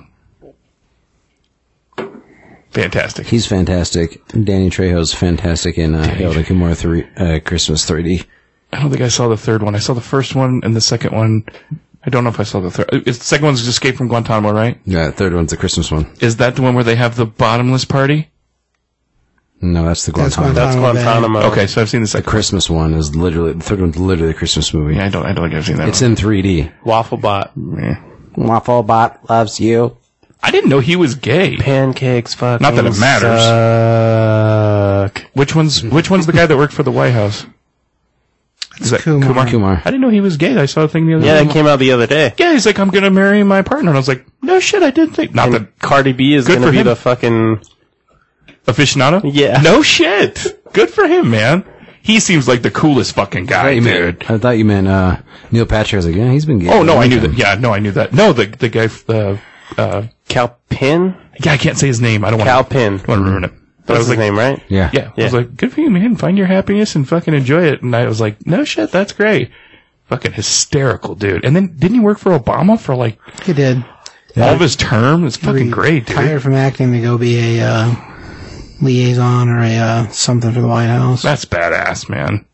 Speaker 3: Fantastic.
Speaker 1: He's fantastic. Danny Trejo's fantastic in uh, Hail to Kumar 3, uh, Christmas 3D.
Speaker 3: I don't think I saw the third one. I saw the first one and the second one. I don't know if I saw the third. It's, the second one's Escape from Guantanamo, right?
Speaker 1: Yeah, the third one's the Christmas one.
Speaker 3: Is that the one where they have the bottomless party?
Speaker 1: No, that's the
Speaker 2: That's
Speaker 1: Guantanamo.
Speaker 4: That's
Speaker 2: Guantanamo Bay.
Speaker 4: Guantanamo.
Speaker 3: Oh,
Speaker 1: Uh,
Speaker 3: Okay, so I've seen the
Speaker 1: the
Speaker 3: second.
Speaker 1: Christmas one is literally, the third one's literally the Christmas movie.
Speaker 3: Yeah, I don't. I don't think I've seen that.
Speaker 1: It's
Speaker 3: one.
Speaker 1: in 3D.
Speaker 4: Wafflebot.
Speaker 3: Yeah.
Speaker 1: Wafflebot loves you.
Speaker 3: I didn't know he was gay.
Speaker 4: Pancakes fucking
Speaker 3: Not that it matters. Mm-hmm.
Speaker 4: Suck.
Speaker 3: Which one's Which one's the guy that worked for the White House? Is that
Speaker 2: Kumar.
Speaker 1: Kumar.
Speaker 3: I didn't know he was gay. I saw a thing the other
Speaker 4: Yeah,
Speaker 3: day.
Speaker 4: that came out the other day.
Speaker 3: yeah, he's like, I'm gonna marry my partner, and I was like, no shit, I didn't think. Not the
Speaker 4: And Cardi B is
Speaker 3: Good
Speaker 4: gonna
Speaker 3: for
Speaker 4: be
Speaker 3: him.
Speaker 4: the fucking
Speaker 3: aficionado.
Speaker 4: Yeah.
Speaker 3: No shit. Good for him, man. He seems like the coolest fucking guy, dude.
Speaker 1: I thought you meant uh, Neil Patrick. I was like, yeah, he's been gay.
Speaker 3: Oh no, I knew that. Yeah, no, I knew that. No, the the guy. Uh, uh,
Speaker 4: Calpin.
Speaker 3: yeah, I can't say his name. I don't want.
Speaker 4: Calpin.
Speaker 3: Want to ruin it? But
Speaker 4: That's
Speaker 3: I was
Speaker 4: his
Speaker 3: like,
Speaker 4: name, right?
Speaker 1: Yeah.
Speaker 3: Yeah. I
Speaker 4: Yeah.
Speaker 3: was like, good for you, man. Find your happiness and fucking enjoy it. And I was like, no shit, that's great. Fucking hysterical, dude. And then didn't he work for Obama for like
Speaker 2: He did.
Speaker 3: all of his term? It's fucking great, dude.
Speaker 2: Retired from acting to go be a uh, liaison or a uh, something for the White House.
Speaker 3: That's badass, man.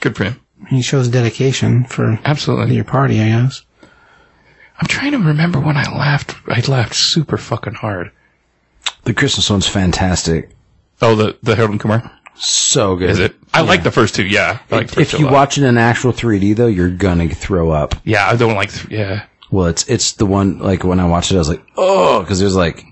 Speaker 3: Good for him.
Speaker 2: He shows dedication for
Speaker 3: Absolutely.
Speaker 2: your party, I guess.
Speaker 3: I'm trying to remember when I laughed. I laughed super fucking hard.
Speaker 1: The Christmas one's fantastic.
Speaker 3: Oh, the the Harold and Kumar
Speaker 1: So good.
Speaker 3: is it? I like the first two. Yeah, I like the first
Speaker 1: If
Speaker 3: two a
Speaker 1: you
Speaker 3: lot.
Speaker 1: watch it in actual 3D though, you're gonna throw up.
Speaker 3: yeah, I don't like. Th- yeah,
Speaker 1: Well, it's it's the one like when I watched it, I was like, oh, because there's like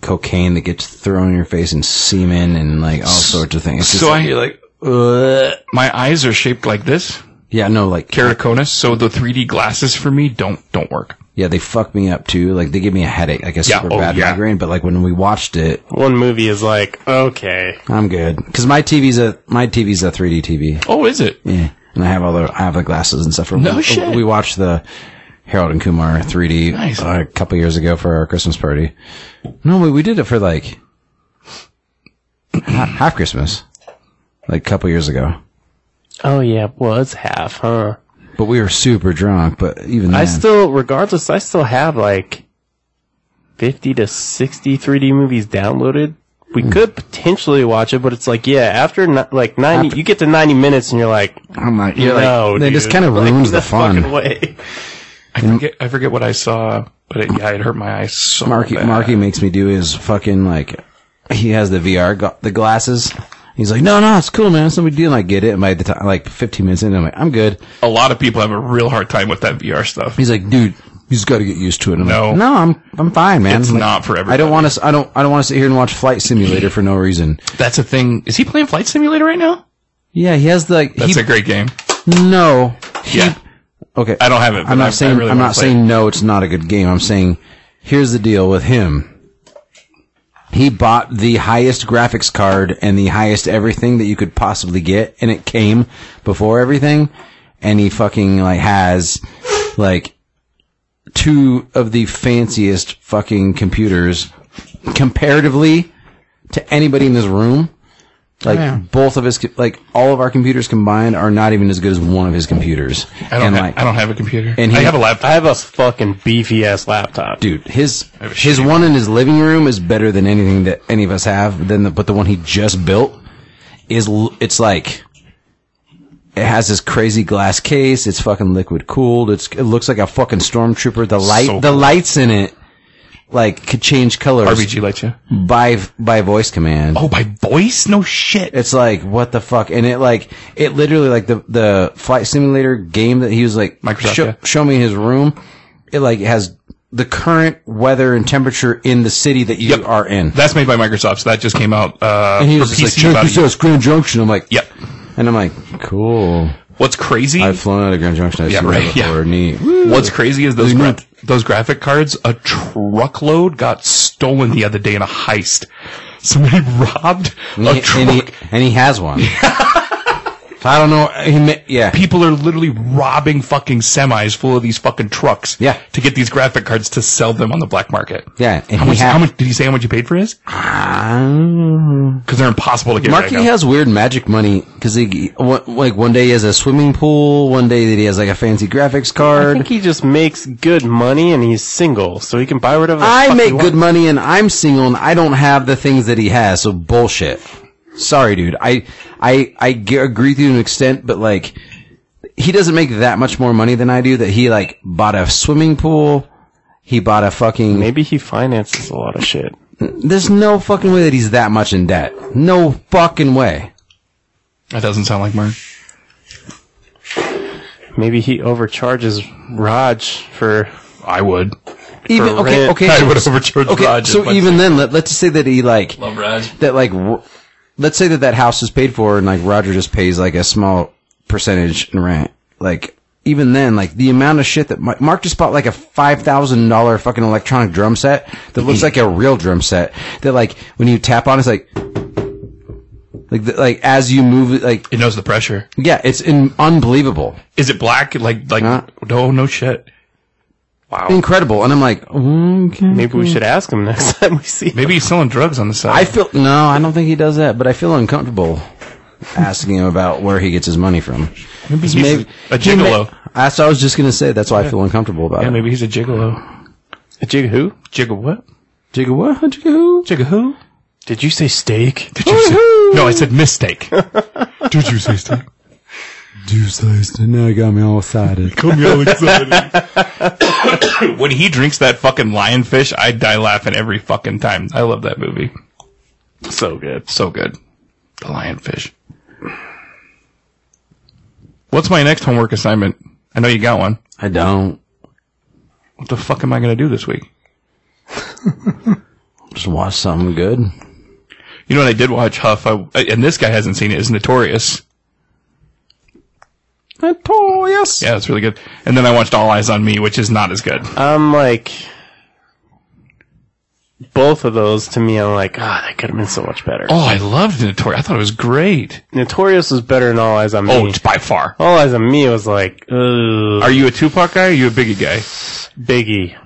Speaker 1: cocaine that gets thrown in your face and semen and like all sorts of things. It's just
Speaker 3: so
Speaker 1: like,
Speaker 3: I like
Speaker 1: Ugh.
Speaker 3: my eyes are shaped like this
Speaker 1: yeah, no, like
Speaker 3: keratoconus, so the 3D glasses for me don't don't work.
Speaker 1: yeah, they fuck me up too. Like they give me a headache, like a
Speaker 3: Yeah,
Speaker 1: super
Speaker 3: oh,
Speaker 1: bad
Speaker 3: yeah.
Speaker 1: migraine. But like when we watched it,
Speaker 4: One movie is like, okay.
Speaker 1: I'm good because my TV's a my TV's a 3D TV.
Speaker 3: Oh, is it?
Speaker 1: Yeah, and I have all the I have the glasses and stuff.
Speaker 3: No
Speaker 1: we,
Speaker 3: shit.
Speaker 1: We watched the Harold and Kumar 3D
Speaker 3: Nice.
Speaker 1: uh, a couple years ago for our Christmas party. No, we we did it for like ha- half Christmas, like a couple years ago.
Speaker 4: Oh yeah, well it's half, huh?
Speaker 1: But we were super drunk. But even then,
Speaker 4: I still, regardless, I still have like 50 to 60 3D movies downloaded. We
Speaker 1: Hmm.
Speaker 4: could potentially watch it, but it's like, yeah, after ni- like 90,
Speaker 1: After-
Speaker 4: you get to 90 minutes and you're like,
Speaker 1: I'm like, you're
Speaker 4: no,
Speaker 1: like, it just kind of ruins the fun.
Speaker 4: Way.
Speaker 3: I forget. I forget what I saw, but it, yeah, it hurt my eyes so
Speaker 1: Marky
Speaker 3: bad.
Speaker 1: Marky makes me do his fucking like he has the VR go- the glasses. He's like, no, no, it's cool, man. It's no big deal. And I get it. And by the time, like, 15 minutes in, I'm like, I'm good.
Speaker 3: A lot of people have a real hard time with that VR stuff.
Speaker 1: He's like, dude, you just got to get used to it. And I'm
Speaker 3: No.
Speaker 1: like, no, I'm, I'm fine, man.
Speaker 3: It's
Speaker 1: Like,
Speaker 3: not for
Speaker 1: I don't want to, I don't, I don't want to sit here and watch Flight Simulator for no reason.
Speaker 3: That's a thing. Is he playing Flight Simulator right now?
Speaker 1: Yeah, he has the, like,
Speaker 3: That's
Speaker 1: he,
Speaker 3: a great game.
Speaker 1: no,
Speaker 3: Yeah,
Speaker 1: okay.
Speaker 3: I don't have it. but
Speaker 1: I'm
Speaker 3: I- I
Speaker 1: not saying,
Speaker 3: really
Speaker 1: I'm
Speaker 3: wanna
Speaker 1: not
Speaker 3: play it.
Speaker 1: saying no, it's not a good game. I'm saying, here's the deal with him. He bought the highest graphics card and the highest everything that you could possibly get, and it came before everything, and he fucking, like, has, like, two of the fanciest fucking computers comparatively to anybody in this room. Like
Speaker 2: yeah.
Speaker 1: both of his, co- like all of our computers combined are not even as good as one of his computers.
Speaker 3: I don't.
Speaker 1: and
Speaker 3: ha-
Speaker 1: like,
Speaker 3: I don't have a computer.
Speaker 1: and
Speaker 3: I
Speaker 1: he-
Speaker 3: have a laptop.
Speaker 4: I have a fucking beefy ass laptop.
Speaker 1: dude, his
Speaker 3: have a
Speaker 1: his
Speaker 3: shitty
Speaker 1: one in his living room is better than anything that any of us have. Than the, but the one he just built is l- it's like it has this crazy glass case. It's fucking liquid cooled. It's it looks like a fucking stormtrooper. The light
Speaker 3: So
Speaker 1: the
Speaker 3: cool.
Speaker 1: lights in it like could change colors
Speaker 3: RBG let you.
Speaker 1: by by voice command.
Speaker 3: Oh, by voice? No shit.
Speaker 1: It's like what the fuck, and it like it literally like the the flight simulator game that he was like
Speaker 3: Microsoft,
Speaker 1: show,
Speaker 3: yeah.
Speaker 1: show me his room. It like has the current weather and temperature in the city that you
Speaker 3: Yep.
Speaker 1: are in.
Speaker 3: That's made by Microsoft. So that just came out uh,
Speaker 1: and he
Speaker 3: for
Speaker 1: was just like,
Speaker 3: PC.
Speaker 1: check
Speaker 3: about a
Speaker 1: this
Speaker 3: year-
Speaker 1: out, it's Grand Junction. I'm like,
Speaker 3: Yep.
Speaker 1: and I'm like, cool.
Speaker 3: What's crazy?
Speaker 1: I've flown out of Grand Junction. I've
Speaker 3: Yeah,
Speaker 1: seen
Speaker 3: right,
Speaker 1: that before.
Speaker 3: yeah.
Speaker 1: Neat. Woo.
Speaker 3: What's crazy is those gra- those graphic cards. A truckload got stolen the other day in a heist. Somebody robbed
Speaker 1: And
Speaker 3: a
Speaker 1: he, and,
Speaker 3: truck.
Speaker 1: he, and he has one. I don't know. He ma- yeah.
Speaker 3: People are literally robbing fucking semis full of these fucking trucks
Speaker 1: Yeah.
Speaker 3: to get these graphic cards to sell them on the black market.
Speaker 1: Yeah, and
Speaker 3: How
Speaker 1: he
Speaker 3: much,
Speaker 1: ha-
Speaker 3: how much did he say how much you paid for his?
Speaker 1: Um,
Speaker 3: Because they're impossible to get right
Speaker 1: Marky
Speaker 3: now.
Speaker 1: has weird magic money because he one- like one day he has a swimming pool, one day that he has like a fancy graphics
Speaker 4: I
Speaker 1: card.
Speaker 4: think he just makes good money and he's single, so he can buy whatever. the
Speaker 1: I
Speaker 4: fuck he
Speaker 1: make
Speaker 4: wants.
Speaker 1: good money and I'm single and I don't have the things that he has, so bullshit. Sorry, dude. I I I g- agree with you to an extent, but like he doesn't make that much more money than I do. That he like bought a swimming pool. He bought a fucking.
Speaker 4: Maybe he finances a lot of shit.
Speaker 1: There's no fucking way that he's that much in debt. No fucking way.
Speaker 3: That doesn't sound like Mark.
Speaker 4: Maybe he overcharges Raj for.
Speaker 3: I would.
Speaker 1: Even
Speaker 4: For
Speaker 1: okay,
Speaker 4: rent,
Speaker 1: okay.
Speaker 3: I
Speaker 1: so-
Speaker 3: would overcharge
Speaker 1: Okay,
Speaker 3: Raj.
Speaker 1: so even then, let, let's just say that he like
Speaker 3: love Raj.
Speaker 1: that like r- let's say that that house is paid for and like Roger just pays like a small percentage in rent. Like even then, like the amount of shit that Mark, Mark just bought like a five thousand dollar fucking electronic drum set that looks like a real drum set. That like when you tap on, it's like like the, like as you move, it, like
Speaker 3: It knows the pressure.
Speaker 1: yeah, it's in, unbelievable,
Speaker 3: Is it black? Like like
Speaker 1: Huh?
Speaker 3: no no shit. Wow.
Speaker 1: incredible. And I'm like, okay.
Speaker 4: Maybe
Speaker 3: Mm-hmm.
Speaker 4: we should ask him next time we see. Him.
Speaker 3: Maybe he's selling drugs on the side.
Speaker 1: I feel no, I don't think he does that, but I feel uncomfortable asking him about where he gets his money from.
Speaker 3: maybe he's
Speaker 1: Maybe-
Speaker 3: a
Speaker 1: he may-
Speaker 3: gigolo.
Speaker 1: That's what I was just gonna say. That's why I feel uncomfortable about
Speaker 3: yeah,
Speaker 1: it.
Speaker 3: maybe he's a gigolo.
Speaker 4: Jig who?
Speaker 3: Jiggle what?
Speaker 1: Jigga what? Jigga
Speaker 3: Jiggle who?
Speaker 4: Did you say steak?
Speaker 3: Did you say? No, I said mistake. Did you say steak?
Speaker 1: Now you got me all excited.
Speaker 3: Come here, excited. when he drinks that fucking lionfish, I die laughing every fucking time. I love that movie.
Speaker 4: So good.
Speaker 3: So good. The lionfish. What's my next homework assignment? I know you got one.
Speaker 1: I don't.
Speaker 3: What the fuck am I gonna do this week?
Speaker 1: Just watch something good.
Speaker 3: You know what I did watch Huff, I, and this guy hasn't seen it. Is Notorious.
Speaker 1: Notorious.
Speaker 3: Yeah, it's really good. And then I watched All Eyes on Me, which is not as good.
Speaker 4: I'm like. Both of those to me, I'm like, ah, that could have been so much better.
Speaker 3: Oh, I loved Notorious. I thought it was great.
Speaker 4: Notorious was better than All Eyes on Me.
Speaker 3: Oh, it's by far.
Speaker 4: All Eyes on Me was like, ugh,
Speaker 3: Are you a Tupac guy? Or are you a Biggie guy?
Speaker 4: Biggie.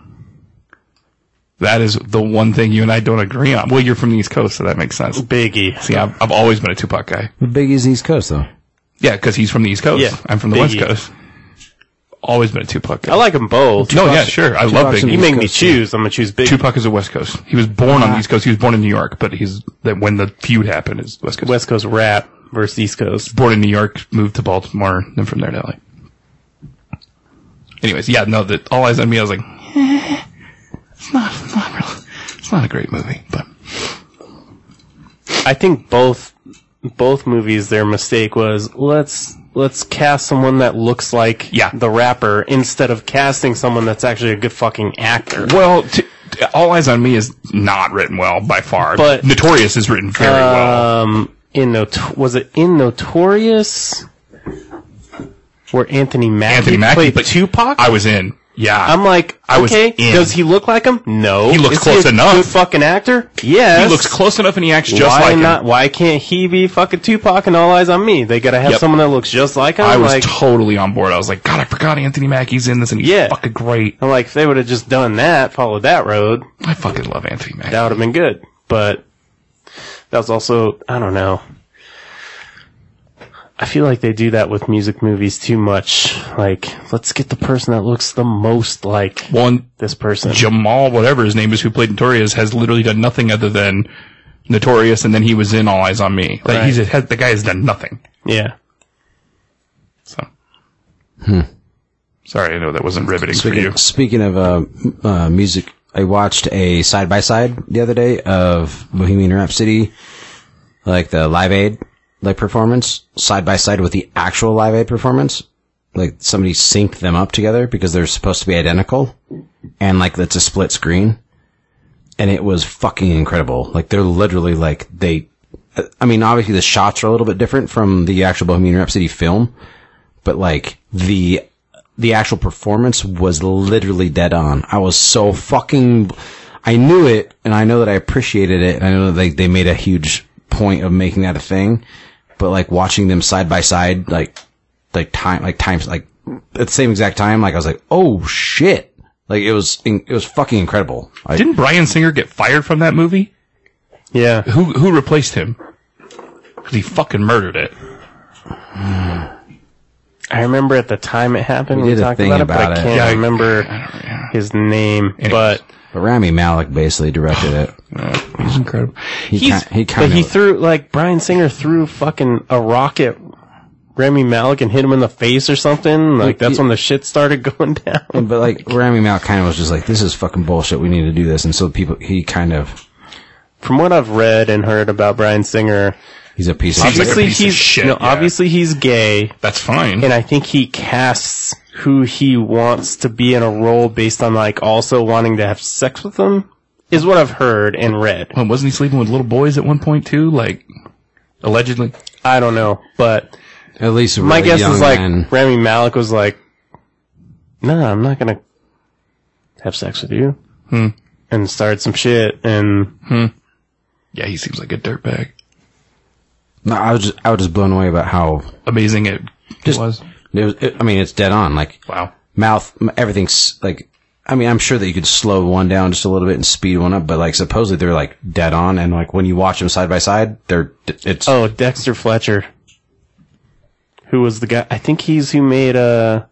Speaker 3: That is the one thing you and I don't agree on. Well, you're from the East Coast, so that makes sense.
Speaker 4: Biggie.
Speaker 3: See, I've, I've always been a Tupac guy.
Speaker 1: The Biggie's East Coast though.
Speaker 3: Yeah, because he's from the East Coast.
Speaker 4: Yeah.
Speaker 3: I'm from the
Speaker 4: Biggie.
Speaker 3: West Coast. Always been a Tupac guy.
Speaker 4: I like them both.
Speaker 3: no, yeah, sure. I love
Speaker 1: Tupac's
Speaker 3: Biggie.
Speaker 1: in-
Speaker 4: You make me
Speaker 1: Coast,
Speaker 4: choose. I'm gonna choose Biggie.
Speaker 3: Tupac is a West Coast. He was born on the East Coast. He was born in New York, but he's that when the feud happened is West Coast.
Speaker 4: West Coast rap versus East Coast.
Speaker 3: born in New York, moved to Baltimore, then from there to LA. Anyways, yeah, no, that all eyes on me. I was like, eh, it's not, it's not really, it's not a great movie, but
Speaker 4: I think both both movies their mistake was let's let's cast someone that looks like
Speaker 3: Yeah.
Speaker 4: the rapper instead of casting someone that's actually a good fucking actor.
Speaker 3: well, t- all eyes on me is not written well by far.
Speaker 4: But-
Speaker 3: Notorious is written very well.
Speaker 4: Um, in Not- was it in Notorious where Anthony Mackie,
Speaker 3: Anthony Mackie,
Speaker 4: played
Speaker 3: but
Speaker 4: Tupac?
Speaker 3: I was in. Yeah,
Speaker 4: I'm like,
Speaker 3: I was
Speaker 4: okay,
Speaker 3: in.
Speaker 4: does he look like him? No.
Speaker 3: He looks
Speaker 4: Is
Speaker 3: close
Speaker 4: he a
Speaker 3: enough.
Speaker 4: Good fucking actor. Yes.
Speaker 3: he looks close enough and he acts just
Speaker 4: why
Speaker 3: like him.
Speaker 4: not? Why can't he be fucking Tupac and all eyes on me? They gotta have
Speaker 3: Yep.
Speaker 4: someone that looks just like him.
Speaker 3: I was
Speaker 4: like,
Speaker 3: totally on board. I was like, God, I forgot Anthony Mackie's in this, and he's
Speaker 4: Yeah.
Speaker 3: fucking great.
Speaker 4: I'm like, if they would have just done that, followed that road,
Speaker 3: I fucking love Anthony Mackie.
Speaker 4: that would have been good. But that was also, I don't know. I feel like they do that with music movies too much. Like, let's get the person that looks the most like
Speaker 3: One
Speaker 4: this person.
Speaker 3: Jamal, whatever his name is, who played Notorious, has literally done nothing other than Notorious, and then he was in All Eyes on Me. Like
Speaker 4: Right.
Speaker 3: he's has, the guy has done nothing.
Speaker 4: yeah.
Speaker 3: So, sorry, I know that wasn't riveting for you.
Speaker 1: Hmm. Speaking, speaking of uh, m- uh, music, I watched a side by side the other day of Bohemian Rhapsody, like the Live Aid like performance, side by side with the actual Live Aid performance. Like somebody synced them up together because they're supposed to be identical, and like it's a split screen, and it was fucking incredible. Like they're literally like they. I mean, obviously the shots are a little bit different from the actual Bohemian Rhapsody film, but like the the actual performance was literally dead on. I was so fucking. I knew it, and I know that I appreciated it, and I know that they, they made a huge point of making that a thing. but like watching them side by side, like like time like times like at the same exact time, like I was like, oh shit. Like it was, in, it was fucking incredible. Like,
Speaker 3: Didn't Brian Singer get fired from that movie?
Speaker 4: Yeah.
Speaker 3: Who who replaced him? Because he fucking murdered it.
Speaker 4: I remember at the time it happened,
Speaker 1: We
Speaker 4: we,
Speaker 1: did a
Speaker 4: talked
Speaker 1: thing
Speaker 4: about it,
Speaker 1: about
Speaker 4: but
Speaker 1: it.
Speaker 4: I can't
Speaker 3: Yeah, I-
Speaker 4: remember his name. But
Speaker 1: but Rami Malik basically directed it.
Speaker 3: Uh, He's incredible.
Speaker 1: He
Speaker 4: he's,
Speaker 1: ki- he
Speaker 4: but
Speaker 1: kind
Speaker 4: he
Speaker 1: of
Speaker 4: threw like Brian Singer threw fucking a rocket. Remy Malik and hit him in the face or something. Like that's
Speaker 1: he-
Speaker 4: when the shit started going down.
Speaker 1: But like Rami Malek kind of was just like, this is fucking bullshit. We need to do this, and so people he kind of
Speaker 4: From what I've read and heard about Brian Singer,
Speaker 1: he's a piece of
Speaker 3: Seems
Speaker 1: shit.
Speaker 4: obviously
Speaker 3: like a piece of
Speaker 4: he's
Speaker 3: shit,
Speaker 4: no,
Speaker 3: yeah.
Speaker 4: obviously he's gay,
Speaker 3: That's fine.
Speaker 4: and I think he casts who he wants to be in a role based on like also wanting to have sex with them. Is what I've heard and read.
Speaker 3: Well, wasn't he sleeping with little boys at one point too? Like allegedly.
Speaker 4: I don't know, but
Speaker 1: At least a
Speaker 4: My
Speaker 1: really
Speaker 4: guess
Speaker 1: young
Speaker 4: is like
Speaker 1: man.
Speaker 4: Rami Malik was like, "No, I'm not gonna have sex with you,"
Speaker 3: Hmm.
Speaker 4: and started some shit. And
Speaker 3: Yeah, he seems like a dirtbag.
Speaker 1: No, I was just I was just blown away about how
Speaker 3: Amazing it,
Speaker 1: Just-
Speaker 3: it was.
Speaker 1: it was. It, I mean, it's dead on. Like
Speaker 3: Wow.
Speaker 1: mouth, m- everything's like. I mean, I'm sure that you could slow one down just a little bit and speed one up, but like supposedly they're like dead on, and like when you watch them side by side, they're it's
Speaker 4: oh, Dexter Fletcher, who was the guy? I think he's who made uh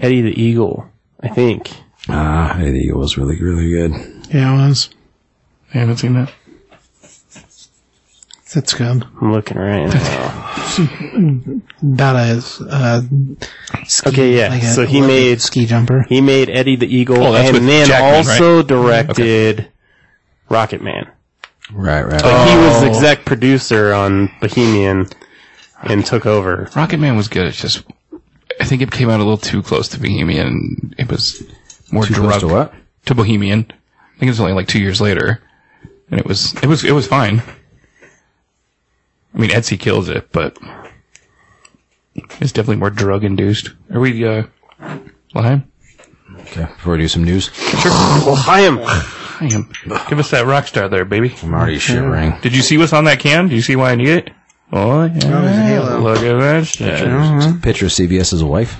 Speaker 4: Eddie the Eagle. I think.
Speaker 1: ah, hey, the eagle was really really good.
Speaker 2: Yeah, it was.
Speaker 3: I haven't seen that.
Speaker 2: That's good.
Speaker 4: I'm looking right now.
Speaker 2: About a uh, ski,
Speaker 4: Okay, yeah,
Speaker 2: like a
Speaker 4: so he
Speaker 2: Olympic
Speaker 4: made-
Speaker 2: ski jumper.
Speaker 4: He made Eddie the Eagle,
Speaker 3: Oh, that's with
Speaker 4: and then
Speaker 3: Jackman,
Speaker 4: also directed Rocket Man.
Speaker 1: Right, right.
Speaker 4: He
Speaker 2: Oh.
Speaker 4: was exec producer on Bohemian and took over.
Speaker 3: Rocket Man was good. It's just I think it came out a little too close to Bohemian. It was more
Speaker 1: Too
Speaker 3: drug
Speaker 1: close to what?
Speaker 3: to Bohemian. I think it was only like two years later, and it was it was it was fine. I mean, Etsy kills it, but it's definitely more drug induced. Are we uh, Lime?
Speaker 1: Okay, before we do some news,
Speaker 4: Chaim.
Speaker 3: I am. Give us that rock star there, baby.
Speaker 1: I'm already shivering.
Speaker 3: Did you see what's on that can? Do you see why I need it? Oh yeah,
Speaker 2: Halo.
Speaker 3: look at that shit.
Speaker 1: Picture of CBS's wife.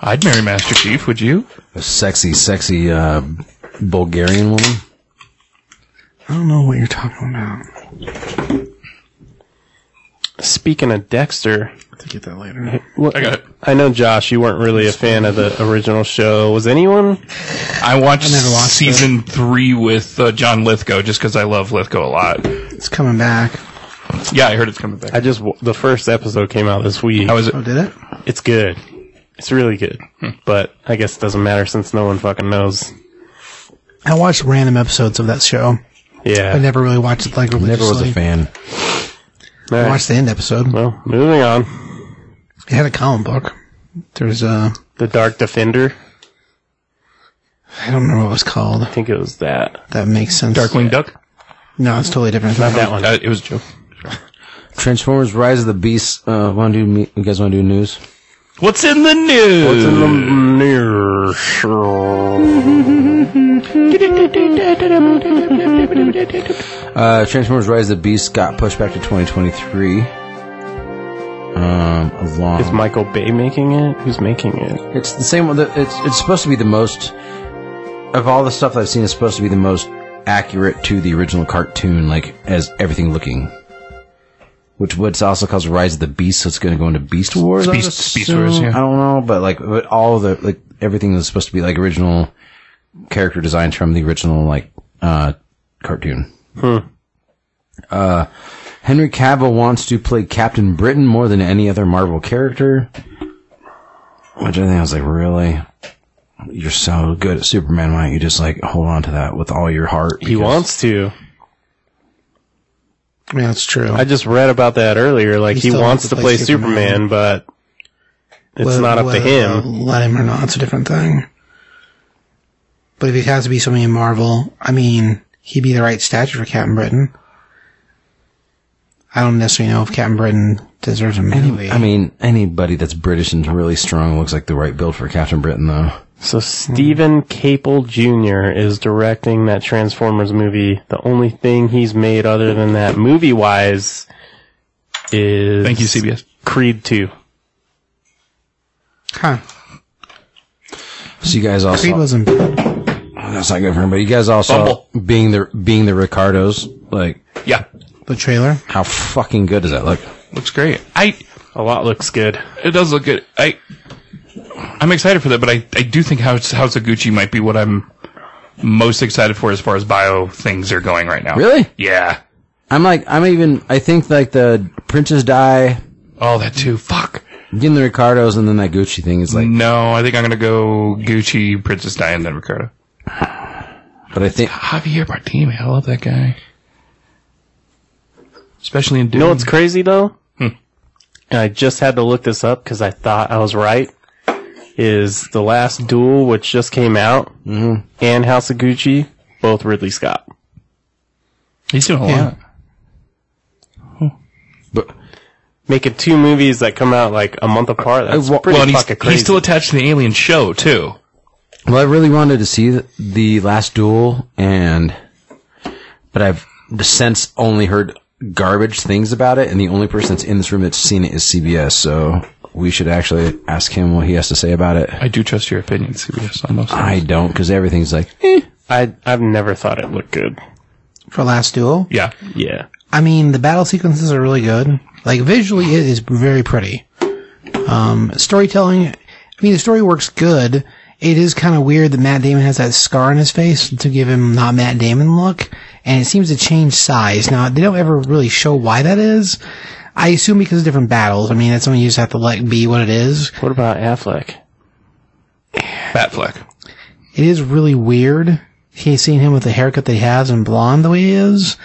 Speaker 3: I'd marry Master Chief. Would you?
Speaker 1: A sexy, sexy uh, Bulgarian woman.
Speaker 2: I don't know what you're talking about.
Speaker 4: Speaking of Dexter,
Speaker 2: I have to get that later.
Speaker 4: what,
Speaker 3: I got it.
Speaker 4: I know Josh, you weren't really a fan of the original show. Was anyone?
Speaker 3: I watched,
Speaker 2: never watched
Speaker 3: season three with uh, John Lithgow just because I love Lithgow a lot.
Speaker 2: It's coming back.
Speaker 3: Yeah, I heard it's coming back.
Speaker 4: I just w- the first episode came out this week.
Speaker 3: How is it?
Speaker 2: Oh, did it?
Speaker 4: It's good. It's really good.
Speaker 2: Hmm.
Speaker 4: But I guess it doesn't matter since no one fucking knows.
Speaker 2: I watched random episodes of that show.
Speaker 4: Yeah.
Speaker 2: I never really watched it like religiously.
Speaker 1: Never was a fan.
Speaker 4: All
Speaker 2: I
Speaker 4: right.
Speaker 2: watched the end episode.
Speaker 4: Well, moving on.
Speaker 2: It had a comic book. There's a
Speaker 4: The Dark Defender.
Speaker 2: I don't remember what it was called.
Speaker 4: I think it was that.
Speaker 2: That makes sense.
Speaker 3: Darkwing Duck?
Speaker 2: No, it's totally different.
Speaker 4: Not that one.
Speaker 3: Uh, it was a joke.
Speaker 1: Transformers: Rise of the Beasts. Uh, want to do? Me- you guys want to do news?
Speaker 3: What's in the news?
Speaker 4: What's in the news?
Speaker 1: Uh, Transformers: Rise of the Beasts got pushed back to 2023. Um, along.
Speaker 4: Is Michael Bay making it? Who's making it?
Speaker 1: It's the same. one that- It's it's supposed to be the most of all the stuff that I've seen. It's supposed to be the most accurate to the original cartoon, like as everything looking. Which what's also called Rise of the Beast, so it's going to go into Beast Wars. I would
Speaker 3: Beast- Beast Wars,
Speaker 1: assume.
Speaker 3: yeah.
Speaker 1: I don't know, but like but all the like everything is supposed to be like original character designs from the original like uh cartoon. Uh, Henry Cavill wants to play Captain Britain more than any other Marvel character. Which I think I was like, really? You're so good at Superman. Why don't you just like hold on to that with all your heart?
Speaker 4: He
Speaker 1: Because-
Speaker 4: wants to.
Speaker 2: Yeah, that's true.
Speaker 4: I just read about that earlier. Like
Speaker 2: He
Speaker 4: he,
Speaker 2: still
Speaker 4: wants to play,
Speaker 2: Superman.
Speaker 4: Superman, but it's not up to
Speaker 2: whether they'll
Speaker 4: him.
Speaker 2: Let him or not, it's a different thing. But if it has to be something in Marvel, I mean, he'd be the right stature for Captain Britain. I don't necessarily know if Captain Britain
Speaker 4: Mm.
Speaker 2: deserves a movie.
Speaker 1: I mean, anybody that's British and really strong looks like the right build for Captain Britain, though.
Speaker 4: So Stephen Caple Jr. is directing that Transformers movie. The only thing he's made other than that movie wise is
Speaker 3: Thank you, CBS.
Speaker 4: Creed 2.
Speaker 2: Huh.
Speaker 1: So you guys also
Speaker 2: Creed wasn't bad.
Speaker 1: that's not good for him, but you guys also
Speaker 3: Bumble.
Speaker 1: being the being the Ricardos, like
Speaker 3: Yeah,
Speaker 2: The trailer.
Speaker 1: how fucking good does that look?
Speaker 3: looks great. I
Speaker 4: A lot looks good.
Speaker 3: it does look good. I I'm excited for that, but I, I do think House House of Gucci might be what I'm most excited for as far as bio things are going right now.
Speaker 1: Really?
Speaker 3: Yeah.
Speaker 1: I'm like I'm even I think like the Princess Die,
Speaker 3: Oh, that too. Fuck.
Speaker 1: getting the Ricardos and then that Gucci thing is like
Speaker 4: Mm.
Speaker 3: No, I think I'm gonna go Gucci, Princess Di, and then Ricardo.
Speaker 1: but I think
Speaker 3: Javier Bardem, I love that guy. Especially in Dune.
Speaker 4: You know what's crazy though?
Speaker 3: Hmm.
Speaker 4: And I just had to look this up because I thought I was right. Is The Last Duel, which just came out,
Speaker 3: Mm-hmm.
Speaker 4: and House of Gucci, both Ridley Scott.
Speaker 3: He's doing a
Speaker 2: Yeah.
Speaker 3: lot.
Speaker 1: but
Speaker 4: Making two movies that come out like a month apart. That's
Speaker 1: Uh, well-
Speaker 4: pretty
Speaker 3: well, and he's,
Speaker 4: fucking crazy.
Speaker 3: he's still attached to the Alien show too.
Speaker 1: well I really wanted to see the, the last duel and but I've since only heard garbage things about it and the only person that's in this room that's seen it is CBS, so we should actually ask him what he has to say about it.
Speaker 3: I do trust your opinion, CBS. On most
Speaker 1: I
Speaker 3: things.
Speaker 1: don't because everything's like eh.
Speaker 4: I I've never thought it looked good.
Speaker 2: For Last Duel.
Speaker 3: yeah,
Speaker 4: Yeah.
Speaker 2: I mean, the battle sequences are really good. Like visually, it is very pretty. Um, storytelling. I mean, the story works good. It is kind of weird that Matt Damon has that scar on his face to give him not Matt Damon look, and it seems to change size. Now they don't ever really show why that is. I assume because of different battles. I mean, that's something you just have to let be what it is.
Speaker 4: What about Affleck?
Speaker 3: Batfleck.
Speaker 2: It is really weird. He seeing him with the haircut that he has and blonde the way he is.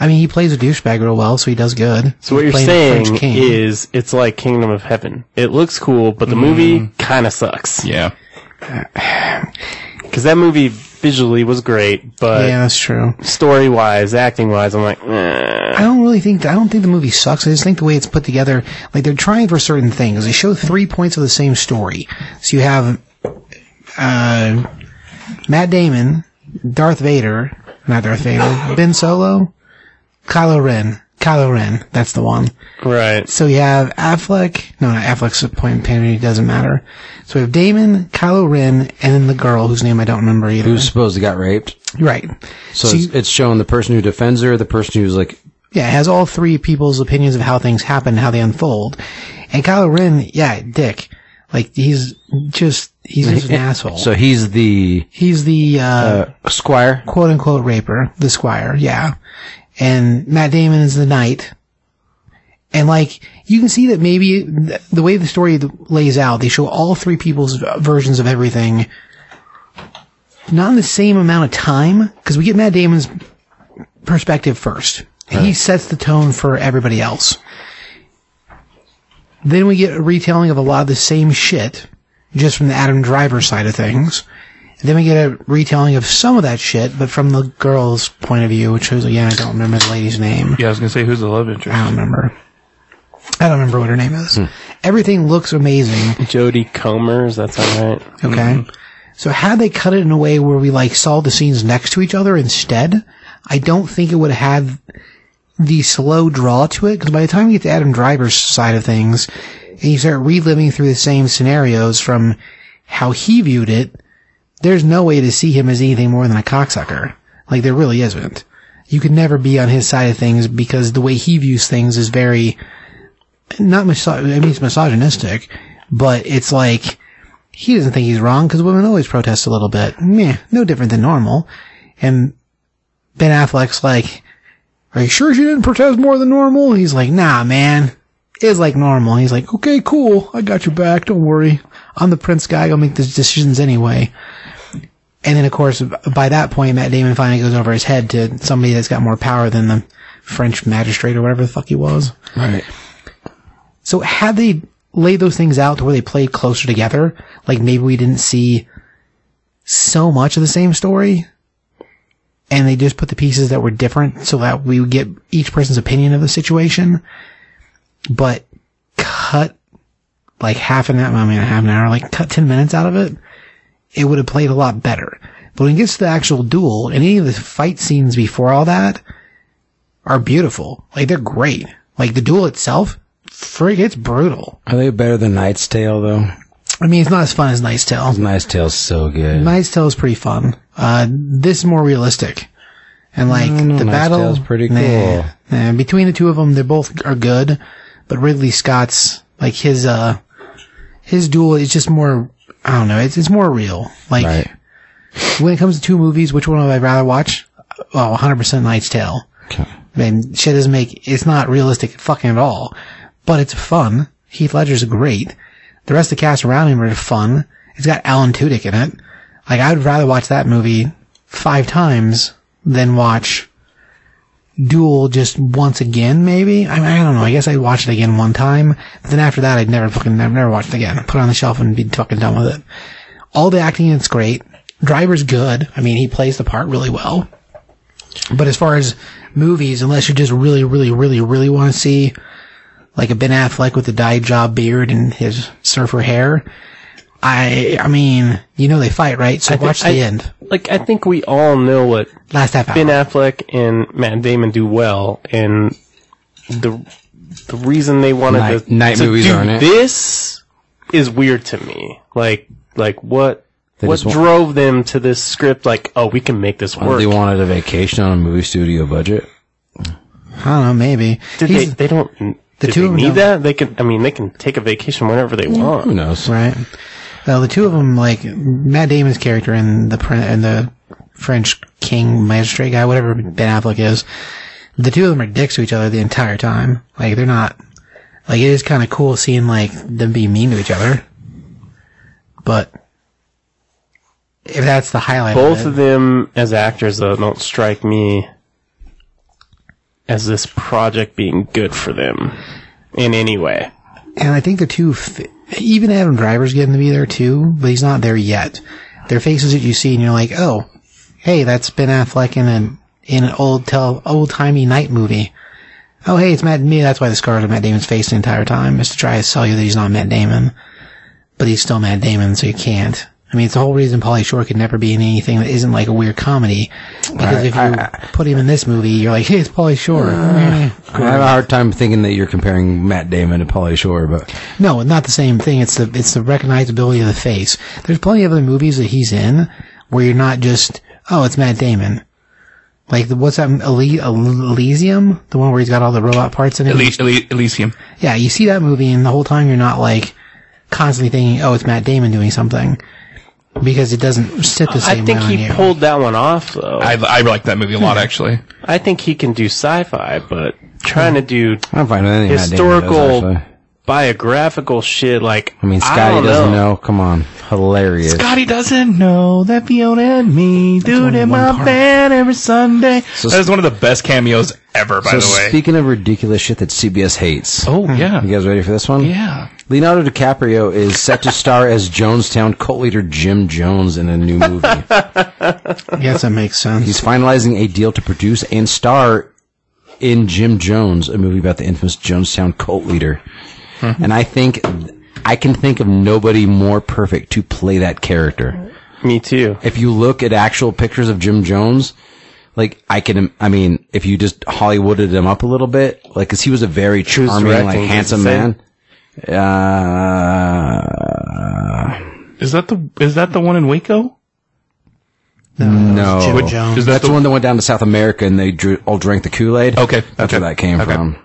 Speaker 2: I mean, he plays a douchebag real well, so he does good.
Speaker 4: So what you're
Speaker 2: Playing a French
Speaker 4: saying
Speaker 2: king.
Speaker 4: is it's like Kingdom of Heaven. It looks cool, but the movie kind of sucks.
Speaker 3: Yeah,
Speaker 4: Because that movie visually was great, but
Speaker 2: yeah, that's true.
Speaker 4: story wise, acting wise, I'm like, eh.
Speaker 2: I don't really think I don't think the movie sucks. I just think the way it's put together, like they're trying for certain things. They show three points of the same story. So you have uh, Matt Damon, Darth Vader, not Darth Vader, Ben Solo, Kylo Ren, Kylo Ren. That's the one.
Speaker 4: right.
Speaker 2: So we have Affleck. No, not Affleck's a point in Panity doesn't matter. So we have Damon, Kylo Ren, and then the girl whose name I don't remember either.
Speaker 1: who's supposed to got raped.
Speaker 2: right?
Speaker 1: So
Speaker 2: So
Speaker 1: it's,
Speaker 2: you-
Speaker 1: it's showing the person who defends her, the person who's like
Speaker 2: yeah, it has all three people's opinions of how things happen, how they unfold. And Kylo Ren, yeah, dick. Like he's just he's just an asshole.
Speaker 1: So he's the
Speaker 2: he's the uh,
Speaker 1: squire.
Speaker 2: quote unquote raper, the squire, yeah. And Matt Damon is the knight. And like, you can see that maybe th- the way the story th- lays out, they show all three people's v- versions of everything, not in the same amount of time, because we get Matt Damon's perspective first. And he sets the tone for everybody else. Then we get a retelling of a lot of the same shit, just from the Adam Driver side of things. Then we get a retelling of some of that shit, but from the girl's point of view, which was, again, I don't remember the lady's name.
Speaker 3: yeah. I was gonna say who's the love interest?
Speaker 2: I don't remember. I don't remember what her name is. Everything looks amazing.
Speaker 4: Jodie Comer's, that's alright.
Speaker 2: Okay. So had they cut it in a way where we like saw the scenes next to each other instead, I don't think it would have had the slow draw to it. Cause by the time you get to Adam Driver's side of things and you start reliving through the same scenarios from how he viewed it, there's no way to see him as anything more than a cocksucker. Like there really isn't. You could never be on his side of things because the way he views things is very, not miso- I mean, it's misogynistic, but it's like, he doesn't think he's wrong because women always protest a little bit. Meh, no different than normal. And Ben Affleck's like, are you sure she didn't protest more than normal? He's like, nah, man. It's like normal. He's like, okay, cool. I got your back. Don't worry. I'm the prince guy. I'll make the decisions anyway. And then, of course, by that point, Matt Damon finally goes over his head to somebody that's got more power than the French magistrate or whatever the fuck he was.
Speaker 1: Right.
Speaker 2: So had they laid those things out to where they played closer together, like maybe we didn't see so much of the same story, and they just put the pieces that were different so that we would get each person's opinion of the situation, but cut like half an hour, I mean, half an hour, like cut 10 minutes out of it, it would have played a lot better. But when it gets to the actual duel, any of the fight scenes before all that are beautiful. Like they're great. Like the duel itself, frig, it's brutal.
Speaker 1: Are they better than Knight's Tale though?
Speaker 2: I mean, it's not as fun as Knight's Tale.
Speaker 1: Knight's Tale's so good.
Speaker 2: Knight's Tale is pretty fun. Uh, this is more realistic. And like
Speaker 1: don't know,
Speaker 2: the
Speaker 1: Knight's
Speaker 2: battle,
Speaker 1: Tale's pretty
Speaker 2: Nah,
Speaker 1: cool.
Speaker 2: nah. between the two of them, they both are good. But Ridley Scott's like his uh his duel is just more. I don't know. It's it's more real. Like
Speaker 1: Right.
Speaker 2: when it comes to two movies, which one would I rather watch? Well, 100% Knight's Tale.
Speaker 1: Okay.
Speaker 2: I mean, shit doesn't make, it's not realistic fucking at all, but it's fun. Heath Ledger's great. The rest of the cast around him are fun. It's got Alan Tudyk in it. Like, I would rather watch that movie five times than watch Duel just once again, maybe? I mean, I don't know. I guess I'd watch it again one time, but then after that, I'd never fucking, never, never watch it again. Put it on the shelf and be fucking done with it. All the acting in it's great. Driver's good. I mean, he plays the part really well. But as far as movies, unless you just really, really, really, really want to see like a Ben Affleck with the dye job beard and his surfer hair, I I mean, you know they fight, right? So
Speaker 4: I thi-
Speaker 2: watch
Speaker 4: I-
Speaker 2: the end.
Speaker 4: Like I think we all know what
Speaker 2: Last half hour.
Speaker 4: Ben Affleck and Matt Damon do well, and the the reason they wanted
Speaker 1: Night-
Speaker 4: to,
Speaker 1: night
Speaker 4: to
Speaker 1: movies
Speaker 4: do
Speaker 1: aren't it?
Speaker 4: this is weird to me. Like like what what
Speaker 1: just want-
Speaker 4: drove them to this script? Like oh, we can make this work.
Speaker 1: They wanted a vacation on a movie studio budget.
Speaker 2: I don't know, maybe.
Speaker 4: Did they,
Speaker 2: He's-
Speaker 4: they don't.
Speaker 2: the
Speaker 4: did
Speaker 2: two
Speaker 4: they
Speaker 2: of them
Speaker 4: need
Speaker 2: don't-
Speaker 4: that? They can. I mean, they can take a vacation whenever they want.
Speaker 1: Who knows?
Speaker 2: right? Well, the two of them, like Matt Damon's character and the prin- and the French king magistrate guy, whatever Ben Affleck is, the two of them are dicks to each other the entire time. Like they're not. Like it is kind of cool seeing like them be mean to each other, but if that's the highlight, of,
Speaker 4: Both
Speaker 2: it,
Speaker 4: of them as actors though don't strike me as this project being good for them in any way.
Speaker 2: and I think the two, f- even Adam Driver's getting to be there too, but he's not there yet. Their faces that you see, and you're like, oh, hey, that's Ben Affleck in an in an old tell old timey night movie. Oh, hey, it's Matt. Me, that's why the scars on Matt Damon's face the entire time is to try to sell you that he's not Matt Damon, but he's still Matt Damon, so you can't. I mean, it's the whole reason Pauly Shore could never be in anything that isn't like a weird comedy, because if you put him in this movie, you're like, hey, it's Pauly Shore. Eh.
Speaker 1: I have a hard time thinking that you're comparing Matt Damon to Polly Shore, but
Speaker 2: No, not the same thing. It's the it's the recognizability of the face. There's plenty of other movies that he's in where you're not just oh, it's Matt Damon. Like the, what's that Ele- Ele- Elysium, the one where he's got all the robot parts in it.
Speaker 3: Elysium. Elysium.
Speaker 2: yeah, you see that movie, and the whole time you're not like constantly thinking, oh, it's Matt Damon doing something, because it doesn't sit the same.
Speaker 4: I think
Speaker 2: way on
Speaker 4: he
Speaker 2: you.
Speaker 4: pulled that one off though.
Speaker 3: I
Speaker 4: I,
Speaker 3: I like that movie a lot actually.
Speaker 4: think he can do sci-fi, but trying to do
Speaker 1: I'm fine with anything Matt Damon does,
Speaker 4: historical
Speaker 1: actually.
Speaker 4: biographical shit like
Speaker 1: I mean, Scotty
Speaker 4: don't
Speaker 1: doesn't know. Come on, hilarious.
Speaker 3: Scotty doesn't know that Fiona and me do it in my bed every Sunday. that is one of the best cameos ever, by
Speaker 1: so
Speaker 3: the way.
Speaker 1: speaking of ridiculous shit that CBS hates,
Speaker 3: oh yeah,
Speaker 1: you guys ready for this one?
Speaker 3: yeah.
Speaker 1: Leonardo DiCaprio is set to star as Jonestown cult leader Jim Jones in a new movie.
Speaker 2: I guess that makes sense.
Speaker 1: He's finalizing a deal to produce and star in Jim Jones, a movie about the infamous Jonestown cult leader.
Speaker 3: Hmm.
Speaker 1: And I think I can think of nobody more perfect to play that character.
Speaker 4: Me too.
Speaker 1: If you look at actual pictures of Jim Jones, like I can, I mean, if you just Hollywooded him up a little bit, like, cause he was a very
Speaker 4: was
Speaker 1: charming, like
Speaker 4: directing, does it
Speaker 1: handsome
Speaker 4: say?
Speaker 1: man. Uh,
Speaker 3: Is that the is that the one in Waco?
Speaker 1: no,
Speaker 2: Jim
Speaker 1: Which-
Speaker 2: Jones.
Speaker 3: Is that
Speaker 1: that's
Speaker 3: the
Speaker 1: the one that went down to South America and they drew, all drank the Kool Aid.
Speaker 3: Okay,
Speaker 1: that's
Speaker 3: okay,
Speaker 1: where that came
Speaker 3: okay.
Speaker 1: from.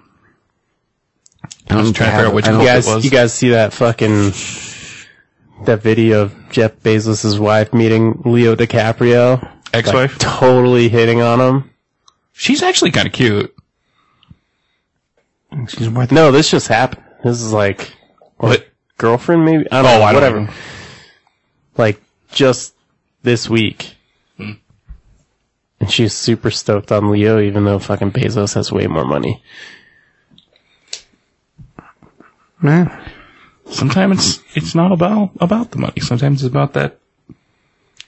Speaker 1: I was
Speaker 3: trying to figure out which
Speaker 4: You
Speaker 3: one.
Speaker 4: guys,
Speaker 3: It was.
Speaker 4: you guys see that fucking that video of Jeff Bezos' wife meeting Leo DiCaprio,
Speaker 3: Ex-wife?
Speaker 4: totally hitting on him.
Speaker 3: She's actually kind of cute.
Speaker 2: She's worth
Speaker 4: No, this just happened. This is like
Speaker 3: What?
Speaker 4: girlfriend, maybe. I don't
Speaker 3: Oh,
Speaker 4: know.
Speaker 3: I don't
Speaker 4: whatever.
Speaker 3: know.
Speaker 4: Like just this week, and she's super stoked on Leo, even though fucking Bezos has way more money.
Speaker 2: Nah.
Speaker 3: Sometimes it's it's not about about the money. Sometimes it's about that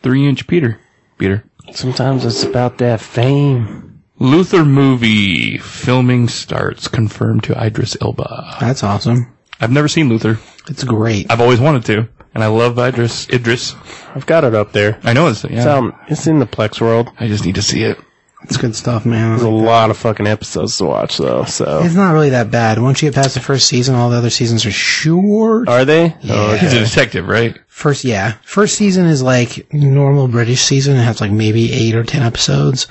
Speaker 3: three inch Peter. Peter.
Speaker 4: Sometimes it's about that fame.
Speaker 3: Luther movie filming starts confirmed to Idris Elba.
Speaker 2: That's awesome.
Speaker 3: I've never seen Luther.
Speaker 2: It's great.
Speaker 4: Uh,
Speaker 3: I've always wanted to. And I love Idris. Idris.
Speaker 4: I've got it up there.
Speaker 3: I know it's yeah.
Speaker 4: It's, um, it's in the Plex world.
Speaker 3: I just need to see it.
Speaker 2: It's good stuff, man.
Speaker 4: There's a lot of fucking episodes to watch though. So
Speaker 2: It's not really that bad. Once you get past the first season, all the other seasons are short.
Speaker 4: are they? Oh,
Speaker 3: He's a detective, right?
Speaker 2: First, yeah. First season is like normal British season. It has like maybe eight or ten episodes.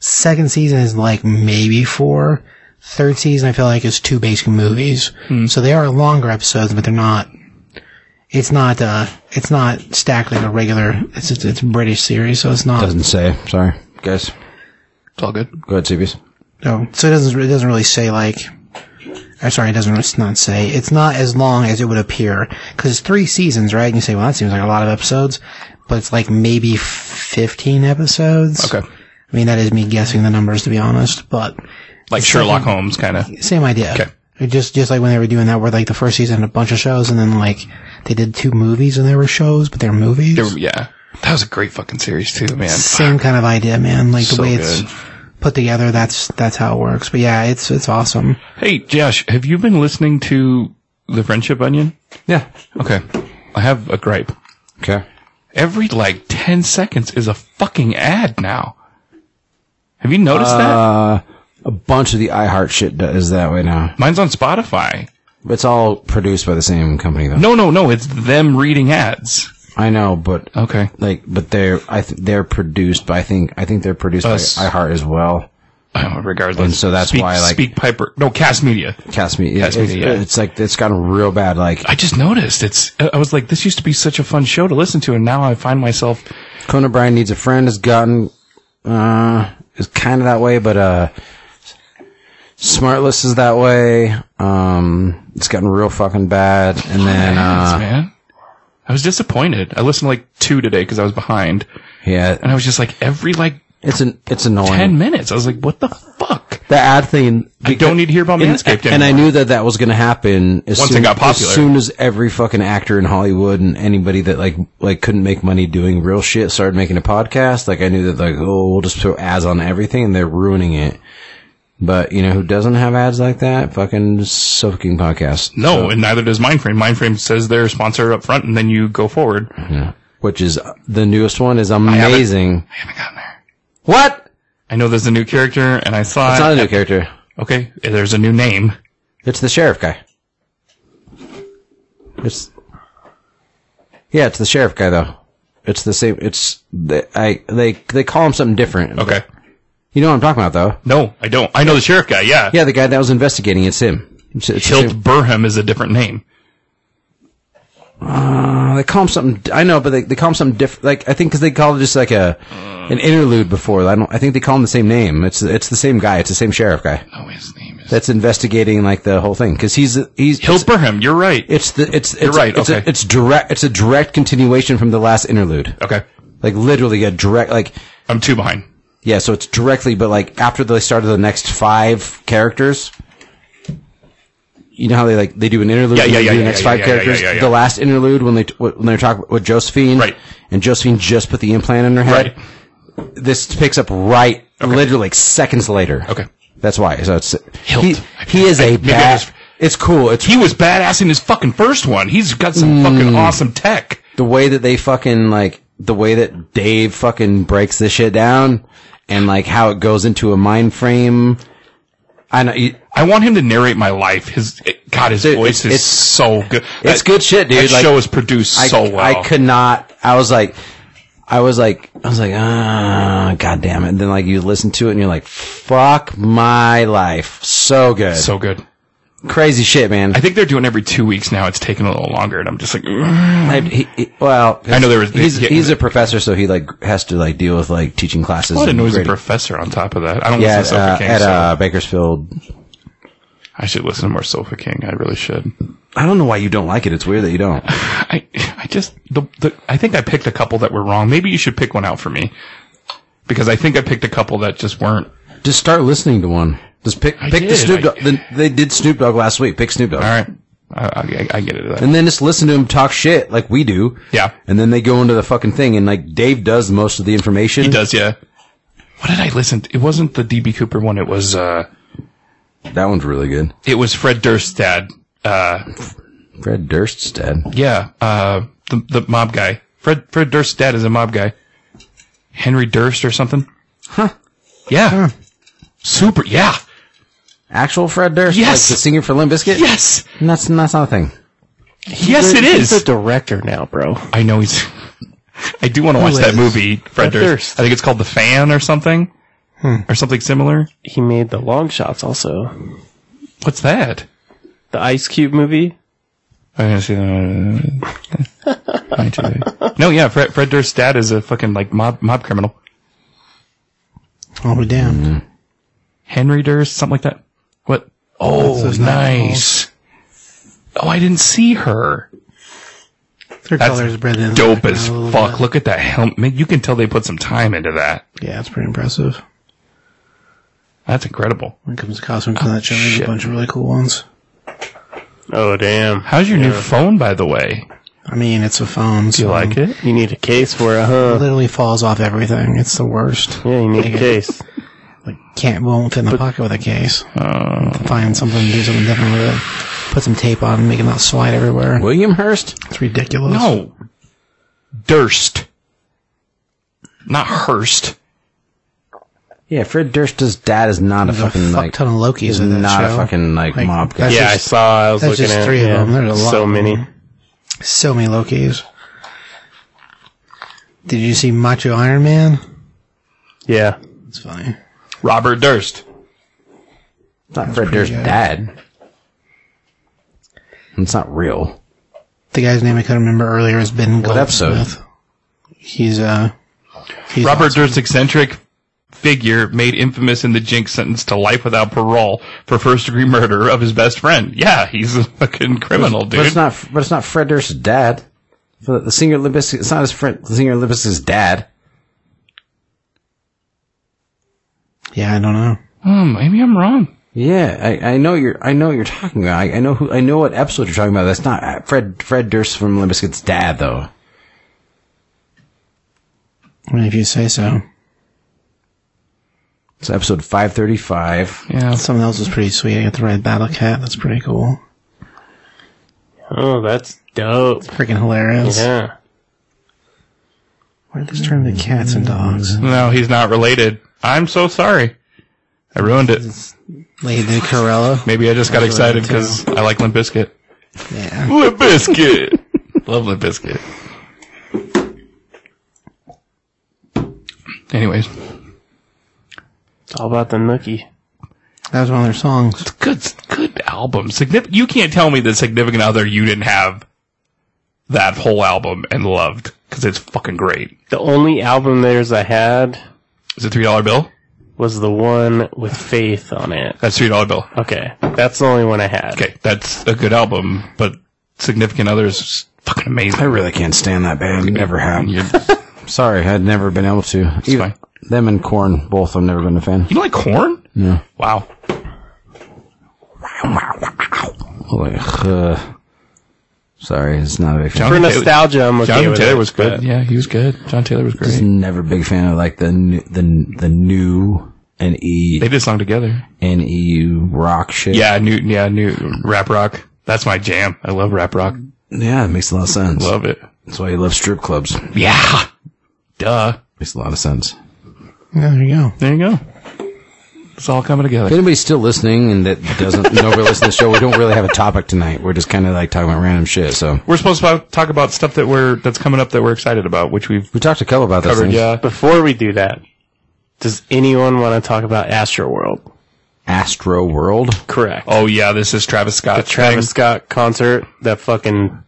Speaker 2: Second season is like maybe four. Third season, I feel like is two basic movies. So they are longer episodes, but they're not. It's not. uh It's not stacked like a regular. It's it's, it's a British series, so it's not.
Speaker 1: Doesn't say. Sorry, guys.
Speaker 3: It's all good.
Speaker 1: Go ahead, CBs.
Speaker 2: No, so it doesn't. It doesn't really say like. I'm sorry, it doesn't. It's not say. It's not as long as it would appear because it's three seasons, right? And you say, well, that seems like a lot of episodes, but it's like maybe 15 episodes.
Speaker 3: Okay.
Speaker 2: I mean, that is me guessing the numbers to be honest, but
Speaker 3: Like Sherlock Holmes, kind of.
Speaker 2: same idea.
Speaker 3: Okay.
Speaker 2: It Just just like when they were doing that, where like the first season had a bunch of shows, and then like they did two movies, and they were shows, but they're movies.
Speaker 3: Yeah. That was a great fucking series too, man.
Speaker 2: same kind of idea, man. Like the
Speaker 3: So
Speaker 2: way
Speaker 3: good.
Speaker 2: it's put together, that's that's how it works. But yeah, it's it's awesome.
Speaker 3: Hey, Josh, have you been listening to The Friendship Onion?
Speaker 1: Yeah.
Speaker 3: Okay. I have a gripe. Uh,
Speaker 1: Okay.
Speaker 3: Every like 10 seconds is a fucking ad now. Have you noticed
Speaker 1: Uh, a bunch of the iHeart shit do- is that way now.
Speaker 3: that? Mine's on Spotify.
Speaker 1: It's all produced by the same company though.
Speaker 3: No, no, no. It's them reading ads.
Speaker 1: I know, but
Speaker 3: Okay.
Speaker 1: like, but they're I th- they're produced by I think I think they're produced
Speaker 3: Us.
Speaker 1: by iHeart as well.
Speaker 3: Uh, Regardless.
Speaker 1: And so that's
Speaker 3: Speak-
Speaker 1: why, like-
Speaker 3: Speak Piper. No, Cast Media.
Speaker 1: Cast me.
Speaker 3: Cast
Speaker 1: Cast it's,
Speaker 3: Media, yeah.
Speaker 1: it's like it's gotten real bad. Like
Speaker 3: I just noticed. It's, I I was like, this used to be such a fun show to listen to, and now I find myself,
Speaker 1: Conan O'Brien needs a friend has gotten uh is kind of that way, but uh Smartless is that way. Um it's gotten real fucking bad. And then
Speaker 3: ads,
Speaker 1: uh
Speaker 3: man. I was disappointed. I listened to like two today because I was behind,
Speaker 1: yeah,
Speaker 3: and I was just like, every like
Speaker 1: it's an it's annoying.
Speaker 3: 10 minutes. I was like, what the fuck?
Speaker 1: the ad thing
Speaker 3: I don't need to hear about
Speaker 1: and,
Speaker 3: Manscaped
Speaker 1: and I
Speaker 3: anymore.
Speaker 1: knew that that was going to happen as
Speaker 3: Once it
Speaker 1: soon,
Speaker 3: got popular.
Speaker 1: As soon as every fucking actor in Hollywood and anybody that like like couldn't make money doing real shit started making a podcast, like I knew that like oh we'll just throw ads on everything and they're ruining it. But you know who doesn't have ads like that? Fucking soaking podcast,
Speaker 3: No, and neither does Mindframe. Mindframe says they're sponsored up front, and then you go forward.
Speaker 1: which is the newest one is
Speaker 3: haven't-
Speaker 1: amazing.
Speaker 3: I haven't gotten there.
Speaker 1: What?
Speaker 3: I know there's a new character, and I saw
Speaker 1: It's not a
Speaker 3: it.
Speaker 1: new character.
Speaker 3: okay, there's a new name.
Speaker 1: It's the sheriff guy. It's yeah, it's the sheriff guy though. It's the same. It's the, I they they call him something different.
Speaker 3: Okay.
Speaker 1: you know what I'm talking about though.
Speaker 3: No, I don't. I know the sheriff guy, yeah.
Speaker 1: Yeah, the guy that was investigating. It's him. It's, it's the
Speaker 3: Hilt
Speaker 1: same-
Speaker 3: Burham is a different name.
Speaker 1: uh, they call him something. I know, but they, they call him something different. Like I think because they called it just like a an interlude before. I don't. I think they call him the same name. It's it's the same guy. It's the same sheriff guy
Speaker 3: No, Oh, his name is...
Speaker 1: that's investigating like the whole thing because he's he's
Speaker 3: Hilt Burham, you're right.
Speaker 1: It's the it's it's
Speaker 3: right,
Speaker 1: It's,
Speaker 3: okay.
Speaker 1: a, it's direct. It's a direct continuation from the last interlude.
Speaker 3: okay,
Speaker 1: Like literally a direct. Like
Speaker 3: I'm two behind.
Speaker 1: yeah. So it's directly, but like after they started the next five characters. You know how they like they do an interlude.
Speaker 3: Yeah,
Speaker 1: and
Speaker 3: yeah,
Speaker 1: they
Speaker 3: yeah,
Speaker 1: do
Speaker 3: yeah,
Speaker 1: the next
Speaker 3: yeah,
Speaker 1: five
Speaker 3: yeah, yeah,
Speaker 1: characters.
Speaker 3: yeah, yeah, yeah.
Speaker 1: The last interlude when they t- when they're talking with Josephine,
Speaker 3: Right.
Speaker 1: And Josephine just put the implant in her head.
Speaker 3: Right.
Speaker 1: This picks up right, literally like seconds later.
Speaker 3: Okay.
Speaker 1: that's why. So it's
Speaker 3: Hilt.
Speaker 1: he, he is
Speaker 3: I-
Speaker 1: a
Speaker 3: maybe I
Speaker 1: bad.
Speaker 3: just-
Speaker 1: It's cool. It's
Speaker 3: He was badass in his fucking first one. He's got
Speaker 1: Mm.
Speaker 3: some fucking awesome tech.
Speaker 1: the way that they fucking like the way that Dave fucking breaks this shit down and like how it goes into a mind frame. I know you-
Speaker 3: I want him to narrate my life. His God, his
Speaker 1: Dude,
Speaker 3: voice
Speaker 1: it's-
Speaker 3: is
Speaker 1: it's-
Speaker 3: so good.
Speaker 1: it's good shit, dude.
Speaker 3: That
Speaker 1: like,
Speaker 3: show is produced
Speaker 1: I,
Speaker 3: so well.
Speaker 1: I could not. I was like, I was like, I was like, ah, god damn it. And then like you listen to it and you're like, fuck my life. So good.
Speaker 3: so good.
Speaker 1: crazy shit, man.
Speaker 3: I think they're doing every two weeks now. It's taking a little longer, and I'm just like,
Speaker 1: I, he, he- well,
Speaker 3: I know there was-
Speaker 1: He's,
Speaker 3: yeah.
Speaker 1: he's a professor, so he like has to like deal with like teaching classes.
Speaker 3: what a
Speaker 1: and
Speaker 3: noisy
Speaker 1: grading.
Speaker 3: professor on top of that. I don't
Speaker 1: Yeah,
Speaker 3: listen to
Speaker 1: at,
Speaker 3: Sofa
Speaker 1: uh,
Speaker 3: King.
Speaker 1: at
Speaker 3: so
Speaker 1: uh, Bakersfield
Speaker 3: I should listen to more Sofa King. I really should.
Speaker 1: I don't know why you don't like it. It's weird that you don't.
Speaker 3: I I just the, the I think I picked a couple that were wrong. Maybe you should pick one out for me because I think I picked a couple that just weren't.
Speaker 1: Just start listening to one. Just pick
Speaker 3: I
Speaker 1: pick the
Speaker 3: did,
Speaker 1: Snoop
Speaker 3: I-
Speaker 1: Dogg. the- they did Snoop Dogg last week. Pick Snoop Dogg.
Speaker 3: All right, I, I, I get it.
Speaker 1: And then just listen to him talk shit like we do.
Speaker 3: Yeah.
Speaker 1: And then they go into the fucking thing and like Dave does most of the information.
Speaker 3: He does, yeah. What did I listen? To? It wasn't the DB Cooper one. It was uh,
Speaker 1: That one's really good.
Speaker 3: it was Fred Durst's dad. Uh,
Speaker 1: Fred Durst's dead.
Speaker 3: yeah. Uh, the, the mob guy. Fred Fred Durst's dad is a mob guy. Henry Durst or something.
Speaker 1: Huh.
Speaker 3: Yeah. Super. Yeah.
Speaker 1: Actual Fred Durst?
Speaker 3: Yes.
Speaker 1: Like the singer for Limp Bizkit?
Speaker 3: Yes.
Speaker 1: That's, that's not a thing.
Speaker 3: yes, it
Speaker 4: He's
Speaker 3: is.
Speaker 4: a director now, bro.
Speaker 3: I know he's. I do want to watch that
Speaker 2: is?
Speaker 3: movie, Fred
Speaker 4: Fred
Speaker 3: Durst.
Speaker 4: Durst.
Speaker 3: I think it's called The Fan or something, or something similar.
Speaker 4: He made the long shots also.
Speaker 3: What's that?
Speaker 4: The Ice Cube movie.
Speaker 3: I'm gonna see that. I do. no, yeah, Fred, Fred Durst's dad is a fucking like mob mob criminal.
Speaker 2: I'll be damned.
Speaker 3: Henry Durst, something like that. What? Oh,
Speaker 2: his
Speaker 3: nice. Oh, I didn't see her.
Speaker 2: Their
Speaker 3: That's
Speaker 2: colors bred in
Speaker 3: Dope
Speaker 2: black
Speaker 3: as
Speaker 2: now a little
Speaker 3: fuck.
Speaker 2: bit.
Speaker 3: Look at that helmet. Man, You can tell they put some time into that.
Speaker 2: Yeah, it's pretty impressive.
Speaker 3: That's incredible.
Speaker 2: When it comes to costumes in that show, there's
Speaker 3: shit.
Speaker 2: a bunch of really cool ones.
Speaker 4: Oh damn!
Speaker 3: How's your new phone, by the way?
Speaker 2: I mean, it's a phone. So
Speaker 3: Do you like it?
Speaker 4: You need a case for it,
Speaker 2: It
Speaker 4: huh?
Speaker 2: literally falls off everything. It's the worst.
Speaker 4: Yeah, you need a case.
Speaker 2: Like, can't won't fit in the pocket with a case.
Speaker 3: Oh.
Speaker 2: Find something, do something different with it. Put some tape on, and make it not slide everywhere.
Speaker 1: William Hurst?
Speaker 2: It's ridiculous.
Speaker 3: No. Durst. Not Hurst.
Speaker 1: Yeah, Fred Durst's dad is not a
Speaker 2: there's
Speaker 1: fucking
Speaker 2: a fuck
Speaker 1: like.
Speaker 2: ton of Lokis
Speaker 1: He's
Speaker 2: in that
Speaker 1: not a
Speaker 2: show.
Speaker 1: fucking like,
Speaker 2: Like,
Speaker 1: mob guy.
Speaker 2: that's
Speaker 4: Yeah, I
Speaker 2: just-
Speaker 4: saw. I was
Speaker 2: that's
Speaker 4: looking
Speaker 2: just
Speaker 4: at
Speaker 2: three of
Speaker 4: yeah,
Speaker 2: them. There's a lot
Speaker 4: So
Speaker 2: of
Speaker 4: many.
Speaker 2: So many Lokis. Did you see Macho Iron Man?
Speaker 4: Yeah,
Speaker 2: It's funny.
Speaker 3: Robert Durst.
Speaker 1: It's not Fred Durst's
Speaker 2: good.
Speaker 1: dad. It's not real.
Speaker 2: The guy's name I couldn't remember earlier is Ben Goldsmith.
Speaker 1: episode?
Speaker 2: He's uh he's
Speaker 3: Robert
Speaker 2: awesome.
Speaker 3: Durst's eccentric figure made infamous in the Jinx sentence to life without parole for first degree murder of his best friend. Yeah, he's a fucking criminal, dude.
Speaker 1: But it's not. But it's not Fred Durst's dad. So the singer Limp Bizkit- It's not his friend. The singer Limp Bizkit's dad.
Speaker 2: Yeah, I don't know.
Speaker 3: oh, maybe I'm wrong.
Speaker 1: Yeah, I, I know you're. I know what you're talking about. I, I know who. I know what episode you're talking about. That's not uh, Fred. Fred Durst from Limp Bizkit's dad, though.
Speaker 2: I mean, if you say so.
Speaker 1: It's episode five thirty five.
Speaker 3: Yeah.
Speaker 2: Something else is pretty sweet. I got the red battle cat. That's pretty cool.
Speaker 4: Oh, that's dope.
Speaker 2: Freaking hilarious.
Speaker 4: Yeah.
Speaker 2: Why did this turn into cats and dogs?
Speaker 3: No, he's not related. I'm so sorry. I ruined it.
Speaker 2: Lady Corella.
Speaker 3: Maybe I just got excited
Speaker 2: related,
Speaker 3: because I like Limp Bizkit.
Speaker 2: Yeah.
Speaker 3: Limp Bizkit! Love Limp Bizkit. Anyways,
Speaker 4: It's all about the nookie.
Speaker 2: That was one of their songs.
Speaker 3: it's good, good album. Signif- you can't tell me that Significant Other you didn't have that whole album and loved because it's fucking great.
Speaker 4: The only album theirs I had
Speaker 3: Is it three dollar bill?
Speaker 4: was the one with Faith on it.
Speaker 3: That's three dollar bill.
Speaker 4: Okay, that's the only one I had.
Speaker 3: Okay, that's a good album, but Significant Other is fucking amazing.
Speaker 1: I really can't stand that band. Never have.
Speaker 3: You're-
Speaker 1: Sorry, I'd never been able to. Even-
Speaker 3: fine.
Speaker 1: them and Corn, both. I've never been a fan.
Speaker 3: You don't like corn?
Speaker 1: No.
Speaker 3: Wow.
Speaker 1: Like, uh, sorry, it's not a big fan.
Speaker 4: For nostalgia, I'm okay
Speaker 3: Jonathan
Speaker 4: with
Speaker 3: Taylor
Speaker 4: it,
Speaker 3: was
Speaker 4: but
Speaker 3: good. Yeah, he was good. John Taylor was
Speaker 1: Just
Speaker 3: great.
Speaker 1: never a big fan of like the new, the the new and E
Speaker 3: They did a song together.
Speaker 1: and EU E rock shit.
Speaker 3: Yeah, new yeah, new rap rock. That's my jam. I love rap rock.
Speaker 1: yeah, it makes a lot of sense.
Speaker 3: Love it.
Speaker 1: That's why you love strip clubs.
Speaker 3: Yeah. Duh.
Speaker 1: Makes a lot of sense.
Speaker 2: Yeah, there you go.
Speaker 3: There you go. It's all coming
Speaker 1: If
Speaker 3: together.
Speaker 1: anybody's still listening and that doesn't know we're listening to the show, we don't really have a topic tonight. We're just kind of like talking about random shit. So
Speaker 3: We're supposed to talk about stuff that we're that's coming up that we're excited about, which we've
Speaker 1: we talked a couple about this.
Speaker 3: covered. Yeah.
Speaker 4: Before we do that, does anyone want to talk about Astroworld?
Speaker 1: Astro World.
Speaker 4: Correct.
Speaker 3: Oh yeah, this is Travis Scott.
Speaker 4: Travis Scott concert. That fucking
Speaker 3: thing.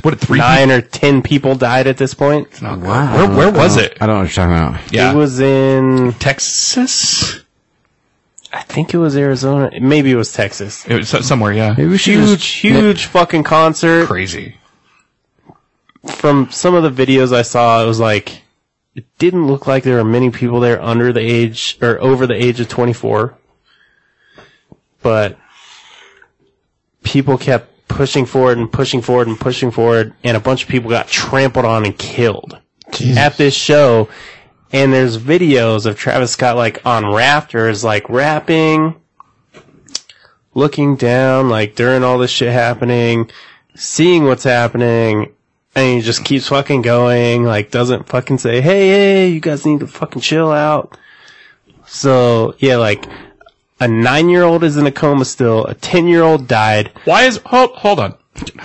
Speaker 3: what three?
Speaker 4: nine or ten people died at this point.
Speaker 1: Wow.
Speaker 3: Where- where was
Speaker 1: I don't-
Speaker 3: Uh, it?
Speaker 1: I don't know what you're talking about.
Speaker 3: Yeah.
Speaker 4: It was in,
Speaker 3: Texas.
Speaker 4: I think it was Arizona. Maybe it was Texas.
Speaker 3: It was so- somewhere. Yeah.
Speaker 1: Maybe we should
Speaker 4: Huge,
Speaker 1: just-
Speaker 4: huge fucking concert.
Speaker 3: Crazy.
Speaker 4: From some of the videos I saw, it was like it didn't look like there were many people there under the age or over the age of 24. But people kept pushing forward and pushing forward and pushing forward, and a bunch of people got trampled on and killed.
Speaker 2: Jesus.
Speaker 4: at this show, and there's videos of Travis Scott like on rafters, like rapping, looking down, like during all this shit happening, seeing what's happening, And he just keeps fucking going, like doesn't fucking say, hey, hey, you guys need to fucking chill out. So, yeah, like, a nine year old is in a coma still, a 10 year old died,
Speaker 3: Why is hold hold on?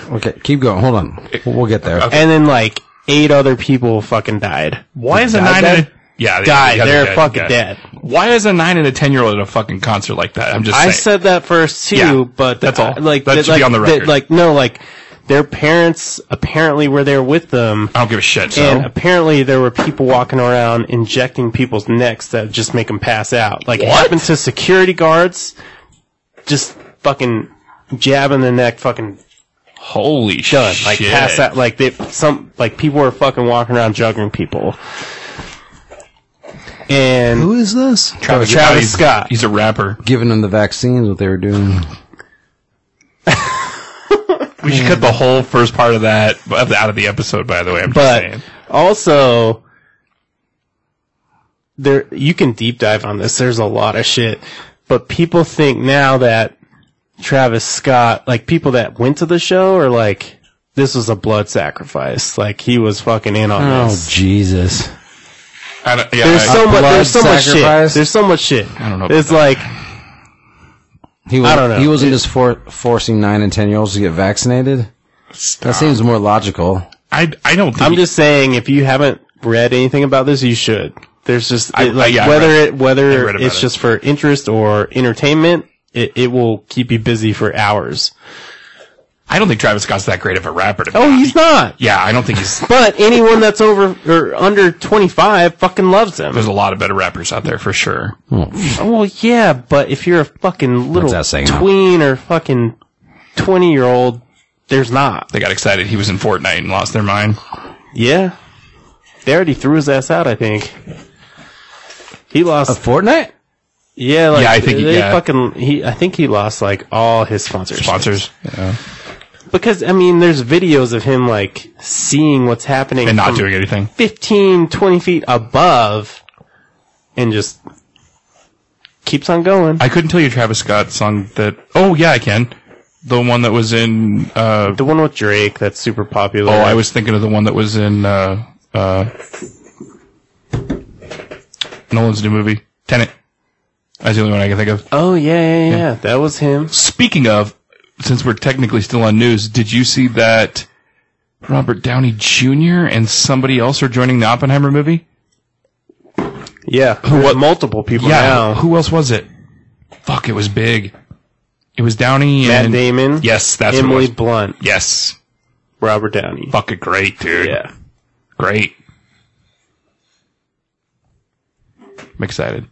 Speaker 1: Okay, keep going. Hold on. We'll we'll get there.
Speaker 4: and then like eight other people fucking died.
Speaker 3: Why is a
Speaker 4: Died
Speaker 3: nine
Speaker 4: then?
Speaker 3: and a yeah, they-
Speaker 4: Died.
Speaker 3: yeah,
Speaker 4: They're fucking dead.
Speaker 3: Why is a nine and a ten year old at a fucking concert like that? I'm just
Speaker 4: I
Speaker 3: saying.
Speaker 4: said that first too,
Speaker 3: Yeah,
Speaker 4: but
Speaker 3: that's all.
Speaker 4: uh, Like
Speaker 3: That
Speaker 4: th-
Speaker 3: should be
Speaker 4: like,
Speaker 3: on the
Speaker 4: th-
Speaker 3: record.
Speaker 4: like no, like their parents apparently were there with them,
Speaker 3: I don't give a shit. So
Speaker 4: and apparently there were people walking around injecting people's necks that just make them pass out. Like it
Speaker 3: What?
Speaker 4: happened to security guards, just fucking jabbing the neck, fucking
Speaker 3: holy
Speaker 4: done.
Speaker 3: shit.
Speaker 4: Like pass out. Like they some like people were fucking walking around juggling people. And
Speaker 2: Who is this?
Speaker 4: Travis,
Speaker 3: Yeah,
Speaker 4: Travis
Speaker 3: he's-
Speaker 4: Scott.
Speaker 3: He's a rapper.
Speaker 1: Giving them the vaccines, what they were doing.
Speaker 3: We should
Speaker 4: Mm.
Speaker 3: cut the whole first part of that of the- out of the episode. By the way, I'm
Speaker 4: but
Speaker 3: just saying.
Speaker 4: also there you can deep dive on this there's a lot of shit but people think now that travis scott like people that went to the show are like this was a blood sacrifice like he was fucking in on
Speaker 1: Oh,
Speaker 4: this
Speaker 1: Jesus.
Speaker 3: I don't, yeah,
Speaker 4: there's
Speaker 3: I-
Speaker 4: so much there's so
Speaker 1: blood
Speaker 4: much shit
Speaker 1: sacrifice?
Speaker 4: there's so much shit i
Speaker 3: don't know
Speaker 4: it's like
Speaker 1: He was,
Speaker 4: I don't know.
Speaker 1: He wasn't just for, forcing nine and ten year olds to get vaccinated. That seems more logical.
Speaker 3: I I don't. Think
Speaker 4: i'm just saying if you haven't read anything about this you should there's just
Speaker 3: I-
Speaker 4: it, like
Speaker 3: yeah, I
Speaker 4: whether
Speaker 3: read-
Speaker 4: it
Speaker 3: I
Speaker 4: whether
Speaker 3: read about
Speaker 4: it's
Speaker 3: it.
Speaker 4: just for interest or entertainment it, it will keep you busy for hours
Speaker 3: I don't think Travis Scott's that great of a rapper. To be
Speaker 4: Oh,
Speaker 3: honest.
Speaker 4: he's not.
Speaker 3: Yeah, I don't think he's.
Speaker 4: But anyone that's over or under 25 fucking loves him.
Speaker 3: There's a lot of better rappers out there for sure.
Speaker 4: Well, yeah, but if you're a fucking little
Speaker 1: that saying, huh?
Speaker 4: tween or fucking 20 year old, there's not.
Speaker 3: They got excited. He was in Fortnite and lost their mind.
Speaker 4: Oh, Yeah. They already threw his ass out, I think. He lost.
Speaker 1: Fortnite?
Speaker 4: yeah, like,
Speaker 3: Yeah, I think he-
Speaker 4: they
Speaker 3: yeah.
Speaker 4: fucking, he, I think he lost, like, all his sponsors.
Speaker 3: Sponsors
Speaker 4: Because, I mean, there's videos of him, like, seeing what's happening
Speaker 3: and not
Speaker 4: from
Speaker 3: doing anything.
Speaker 4: 15, 20 feet above and just keeps on going.
Speaker 3: I couldn't tell you Travis Scott song that. Oh yeah, I can. The one that was in. Uh,
Speaker 4: The one with Drake that's super popular.
Speaker 3: oh, I was thinking of the one that was in uh, uh, Nolan's new movie, Tenet. That's the only one I can think of. Uh,
Speaker 4: Oh, yeah, yeah, yeah, That was him.
Speaker 3: Speaking of, since we're technically still on news, did you see that Robert Downey Jr. and somebody else are joining the Oppenheimer movie?
Speaker 4: Yeah. Multiple people now.
Speaker 3: Who else was it? Fuck, it was big. It was Downey
Speaker 4: Matt
Speaker 3: and
Speaker 4: Damon.
Speaker 3: Yes, that's who it
Speaker 4: Emily
Speaker 3: was.
Speaker 4: Blunt.
Speaker 3: Yes,
Speaker 4: Robert Downey.
Speaker 3: fucking great, dude.
Speaker 4: Yeah.
Speaker 3: great. I'm excited.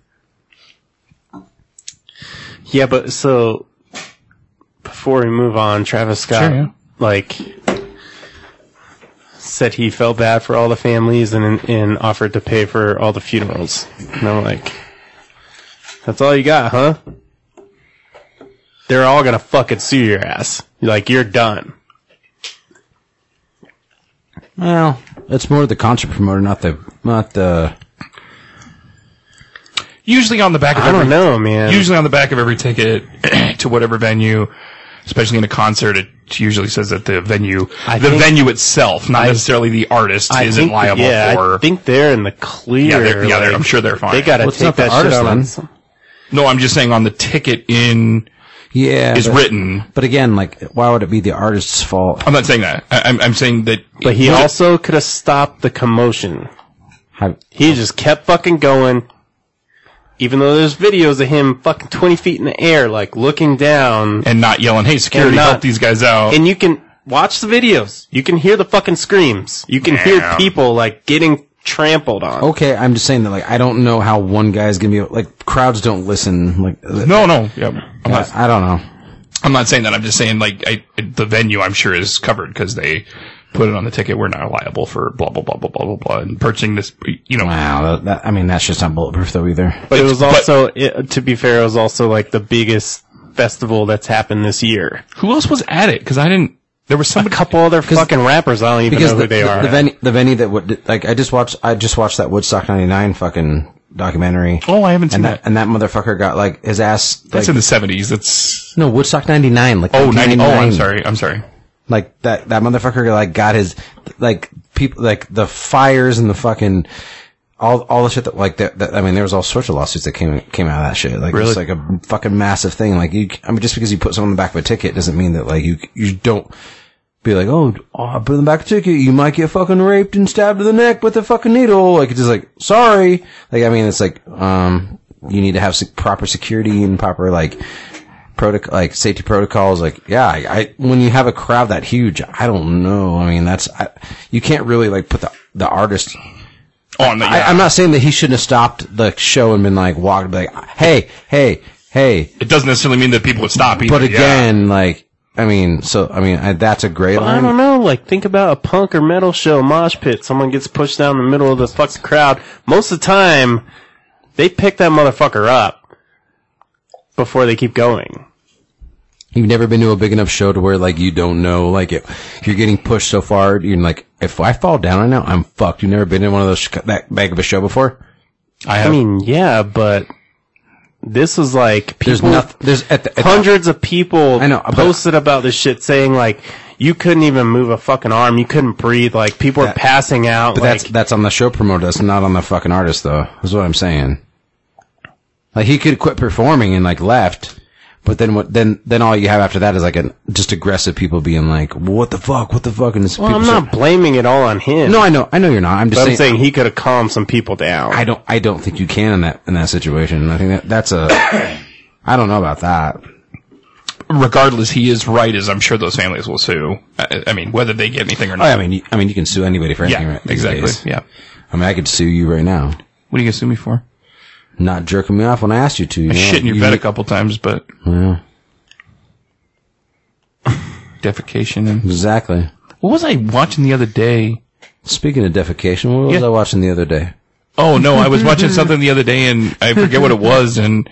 Speaker 4: Yeah, but so before we move on, Travis Scott,
Speaker 3: Sure, yeah.
Speaker 4: like, said he felt bad for all the families and and offered to pay for all the funerals. And I'm like, that's all you got, huh? They're all gonna fucking sue your ass. Like you're done.
Speaker 1: Well, it's more the concert promoter, not the not the.
Speaker 3: Usually on the back of
Speaker 4: I
Speaker 3: every
Speaker 4: don't know, man.
Speaker 3: usually on the back of every ticket to whatever venue, especially in a concert, it usually says that the venue,
Speaker 4: I
Speaker 3: the
Speaker 4: think-
Speaker 3: venue itself, not necessarily the artist,
Speaker 4: I
Speaker 3: isn't
Speaker 4: think-
Speaker 3: liable
Speaker 4: yeah,
Speaker 3: for.
Speaker 4: I think they're in the clear.
Speaker 3: yeah, they're, yeah they're,
Speaker 4: like,
Speaker 3: I'm sure they're fine.
Speaker 4: they gotta
Speaker 1: Well, it's
Speaker 4: take
Speaker 1: not the
Speaker 4: that shit
Speaker 1: artist,
Speaker 4: out on.
Speaker 1: then.
Speaker 4: some-
Speaker 3: no, I'm just saying on the ticket in
Speaker 1: Yeah,
Speaker 3: is
Speaker 1: but,
Speaker 3: written.
Speaker 1: but again, like, why would it be the artist's fault?
Speaker 3: I'm not saying that. I, I'm, I'm saying that.
Speaker 4: But he
Speaker 3: would-
Speaker 4: also could have stopped the commotion.
Speaker 1: Have-
Speaker 4: He just kept fucking going. Even though there's videos of him fucking 20 feet in the air, like looking down.
Speaker 3: and not yelling, "Hey, security,
Speaker 4: And not-
Speaker 3: help these guys out."
Speaker 4: And you can watch the videos. You can hear the fucking screams. You can hear
Speaker 3: Yeah.
Speaker 4: people like getting trampled on.
Speaker 1: okay, I'm just saying that. Like, I don't know how one guy's gonna be like. Crowds don't listen. Like,
Speaker 3: no, no. Yeah, I'm not.
Speaker 1: I, I don't know.
Speaker 3: I'm not saying that. I'm just saying like I, the venue, I'm sure, is covered because they put it on the ticket. We're not liable for blah blah blah blah blah blah blah and purchasing this. You know,
Speaker 1: Wow, that, that, I mean, that's just not bulletproof though either.
Speaker 4: But it was
Speaker 3: but-
Speaker 4: also, it, to be fair, it was also like the biggest festival that's happened this year.
Speaker 3: who else was at it? Because I didn't. There was
Speaker 4: A
Speaker 3: somebody.
Speaker 4: couple other fucking rappers, I don't even know
Speaker 1: Because
Speaker 4: who
Speaker 1: the,
Speaker 4: they
Speaker 1: the,
Speaker 4: are.
Speaker 1: the venue, the venue that would like, I just watched, I just watched that Woodstock '99 fucking documentary.
Speaker 3: Oh, I haven't seen
Speaker 1: and that,
Speaker 3: that.
Speaker 1: and that motherfucker got like his ass. Like,
Speaker 3: That's in the 70s. That's
Speaker 1: no Woodstock '99. Like,
Speaker 3: oh, 90, oh,
Speaker 1: 1999.
Speaker 3: I'm sorry. I'm sorry.
Speaker 1: Like that that motherfucker like got his like people like the fires and the fucking all all the shit that like that, that I mean there was all sorts of lawsuits that came came out of that shit. Like it was
Speaker 3: Really?
Speaker 1: like a fucking massive thing. Like you I mean just because you put someone on the back of a ticket doesn't mean that like you you don't be like, oh, oh, I put in the back of the ticket, you might get fucking raped and stabbed to the neck with a fucking needle. Like, it's just like, sorry. Like, I mean, it's like, um, you need to have se- proper security and proper, like, protocol, like, safety protocols. Like, yeah, I, I, when you have a crowd that huge, I don't know. I mean, that's, I, you can't really, like, put the, the artist
Speaker 3: On Oh, the,
Speaker 1: I, I'm not saying that he shouldn't have stopped the show and been like, walked, like, hey, hey, hey.
Speaker 3: it doesn't necessarily mean that people would stop either.
Speaker 1: But
Speaker 3: yeah.
Speaker 1: again, like, I mean, so, I mean, I, that's a great
Speaker 4: I
Speaker 1: line.
Speaker 4: don't know. Like, think about a punk or metal show, mosh pit. Someone gets pushed down the middle of the fucking crowd. Most of the time, they pick that motherfucker up before they keep going.
Speaker 1: You've never been to a big enough show to where like you don't know like if you're getting pushed so far. You're like, if I fall down right now, I'm fucked. You've never been in one of those sh- that bag of a show before.
Speaker 3: I
Speaker 4: I
Speaker 3: have
Speaker 4: mean, yeah, but this was like people,
Speaker 1: There's nothing. There's at the, at the-
Speaker 4: hundreds of people
Speaker 1: I know, but-
Speaker 4: posted about this shit saying like you couldn't even move a fucking arm, you couldn't breathe, like people were
Speaker 1: That-
Speaker 4: passing out.
Speaker 1: but
Speaker 4: like,
Speaker 1: that's that's on the show promoter. That's not on the fucking artist though. That's what I'm saying. Like he could quit performing and like left, but then what? Then then all you have after that is like an just aggressive people being like, what the fuck? What the fuck? And it's
Speaker 4: well,
Speaker 1: people
Speaker 4: I'm not blaming it all on him.
Speaker 1: no, I know, I know you're not. I'm just
Speaker 4: but
Speaker 1: saying.
Speaker 4: I'm saying he could have calmed some people down.
Speaker 1: I don't. I don't think you can in that in that situation. I think that that's a. I don't know about that.
Speaker 3: regardless, he is right, as I'm sure those families will sue. I, I mean, whether they get anything or
Speaker 1: Oh,
Speaker 3: not.
Speaker 1: yeah, I mean, you, I mean, you can sue anybody for anything.
Speaker 3: yeah,
Speaker 1: right, these
Speaker 3: exactly.
Speaker 1: days.
Speaker 3: Yeah.
Speaker 1: I mean, I could sue you right now.
Speaker 3: What are you gonna sue me for?
Speaker 1: Not jerking me off when I asked you to. You
Speaker 3: I
Speaker 1: know?
Speaker 3: shit in your
Speaker 1: You-
Speaker 3: bed a couple times, but
Speaker 1: Yeah,
Speaker 3: defecation and
Speaker 1: exactly.
Speaker 3: what was I watching the other day?
Speaker 1: Speaking of defecation, what was
Speaker 3: Yeah.
Speaker 1: I watching the other day?
Speaker 3: Oh no, I was watching something the other day and I forget what it was, and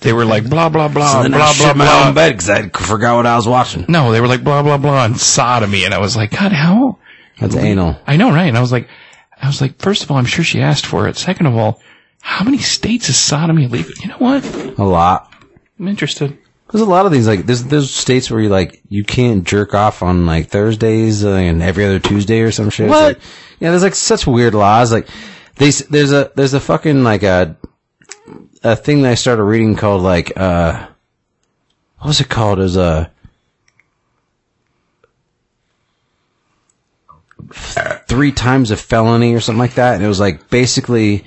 Speaker 3: they were like blah blah blah blah blah blah.
Speaker 1: bed because I forgot what I was watching.
Speaker 3: No, they were like blah blah blah and sodomy, and I was like, God, how?
Speaker 1: That's anal.
Speaker 3: I know, right? And I was like, I was like, first of all, I'm sure she asked for it. Second of all, how many states is sodomy illegal? You know what?
Speaker 1: A lot.
Speaker 3: I'm interested.
Speaker 1: There's a lot of these like there's there's states where you like you can't jerk off on like Thursdays uh, and every other Tuesday or some shit. It's
Speaker 4: What?
Speaker 1: like- yeah, there's like such weird laws. Like they s- there's a there's a fucking like a a thing that I started reading called like uh what was it called? It was uh, a three times a felony or something like that, and it was like basically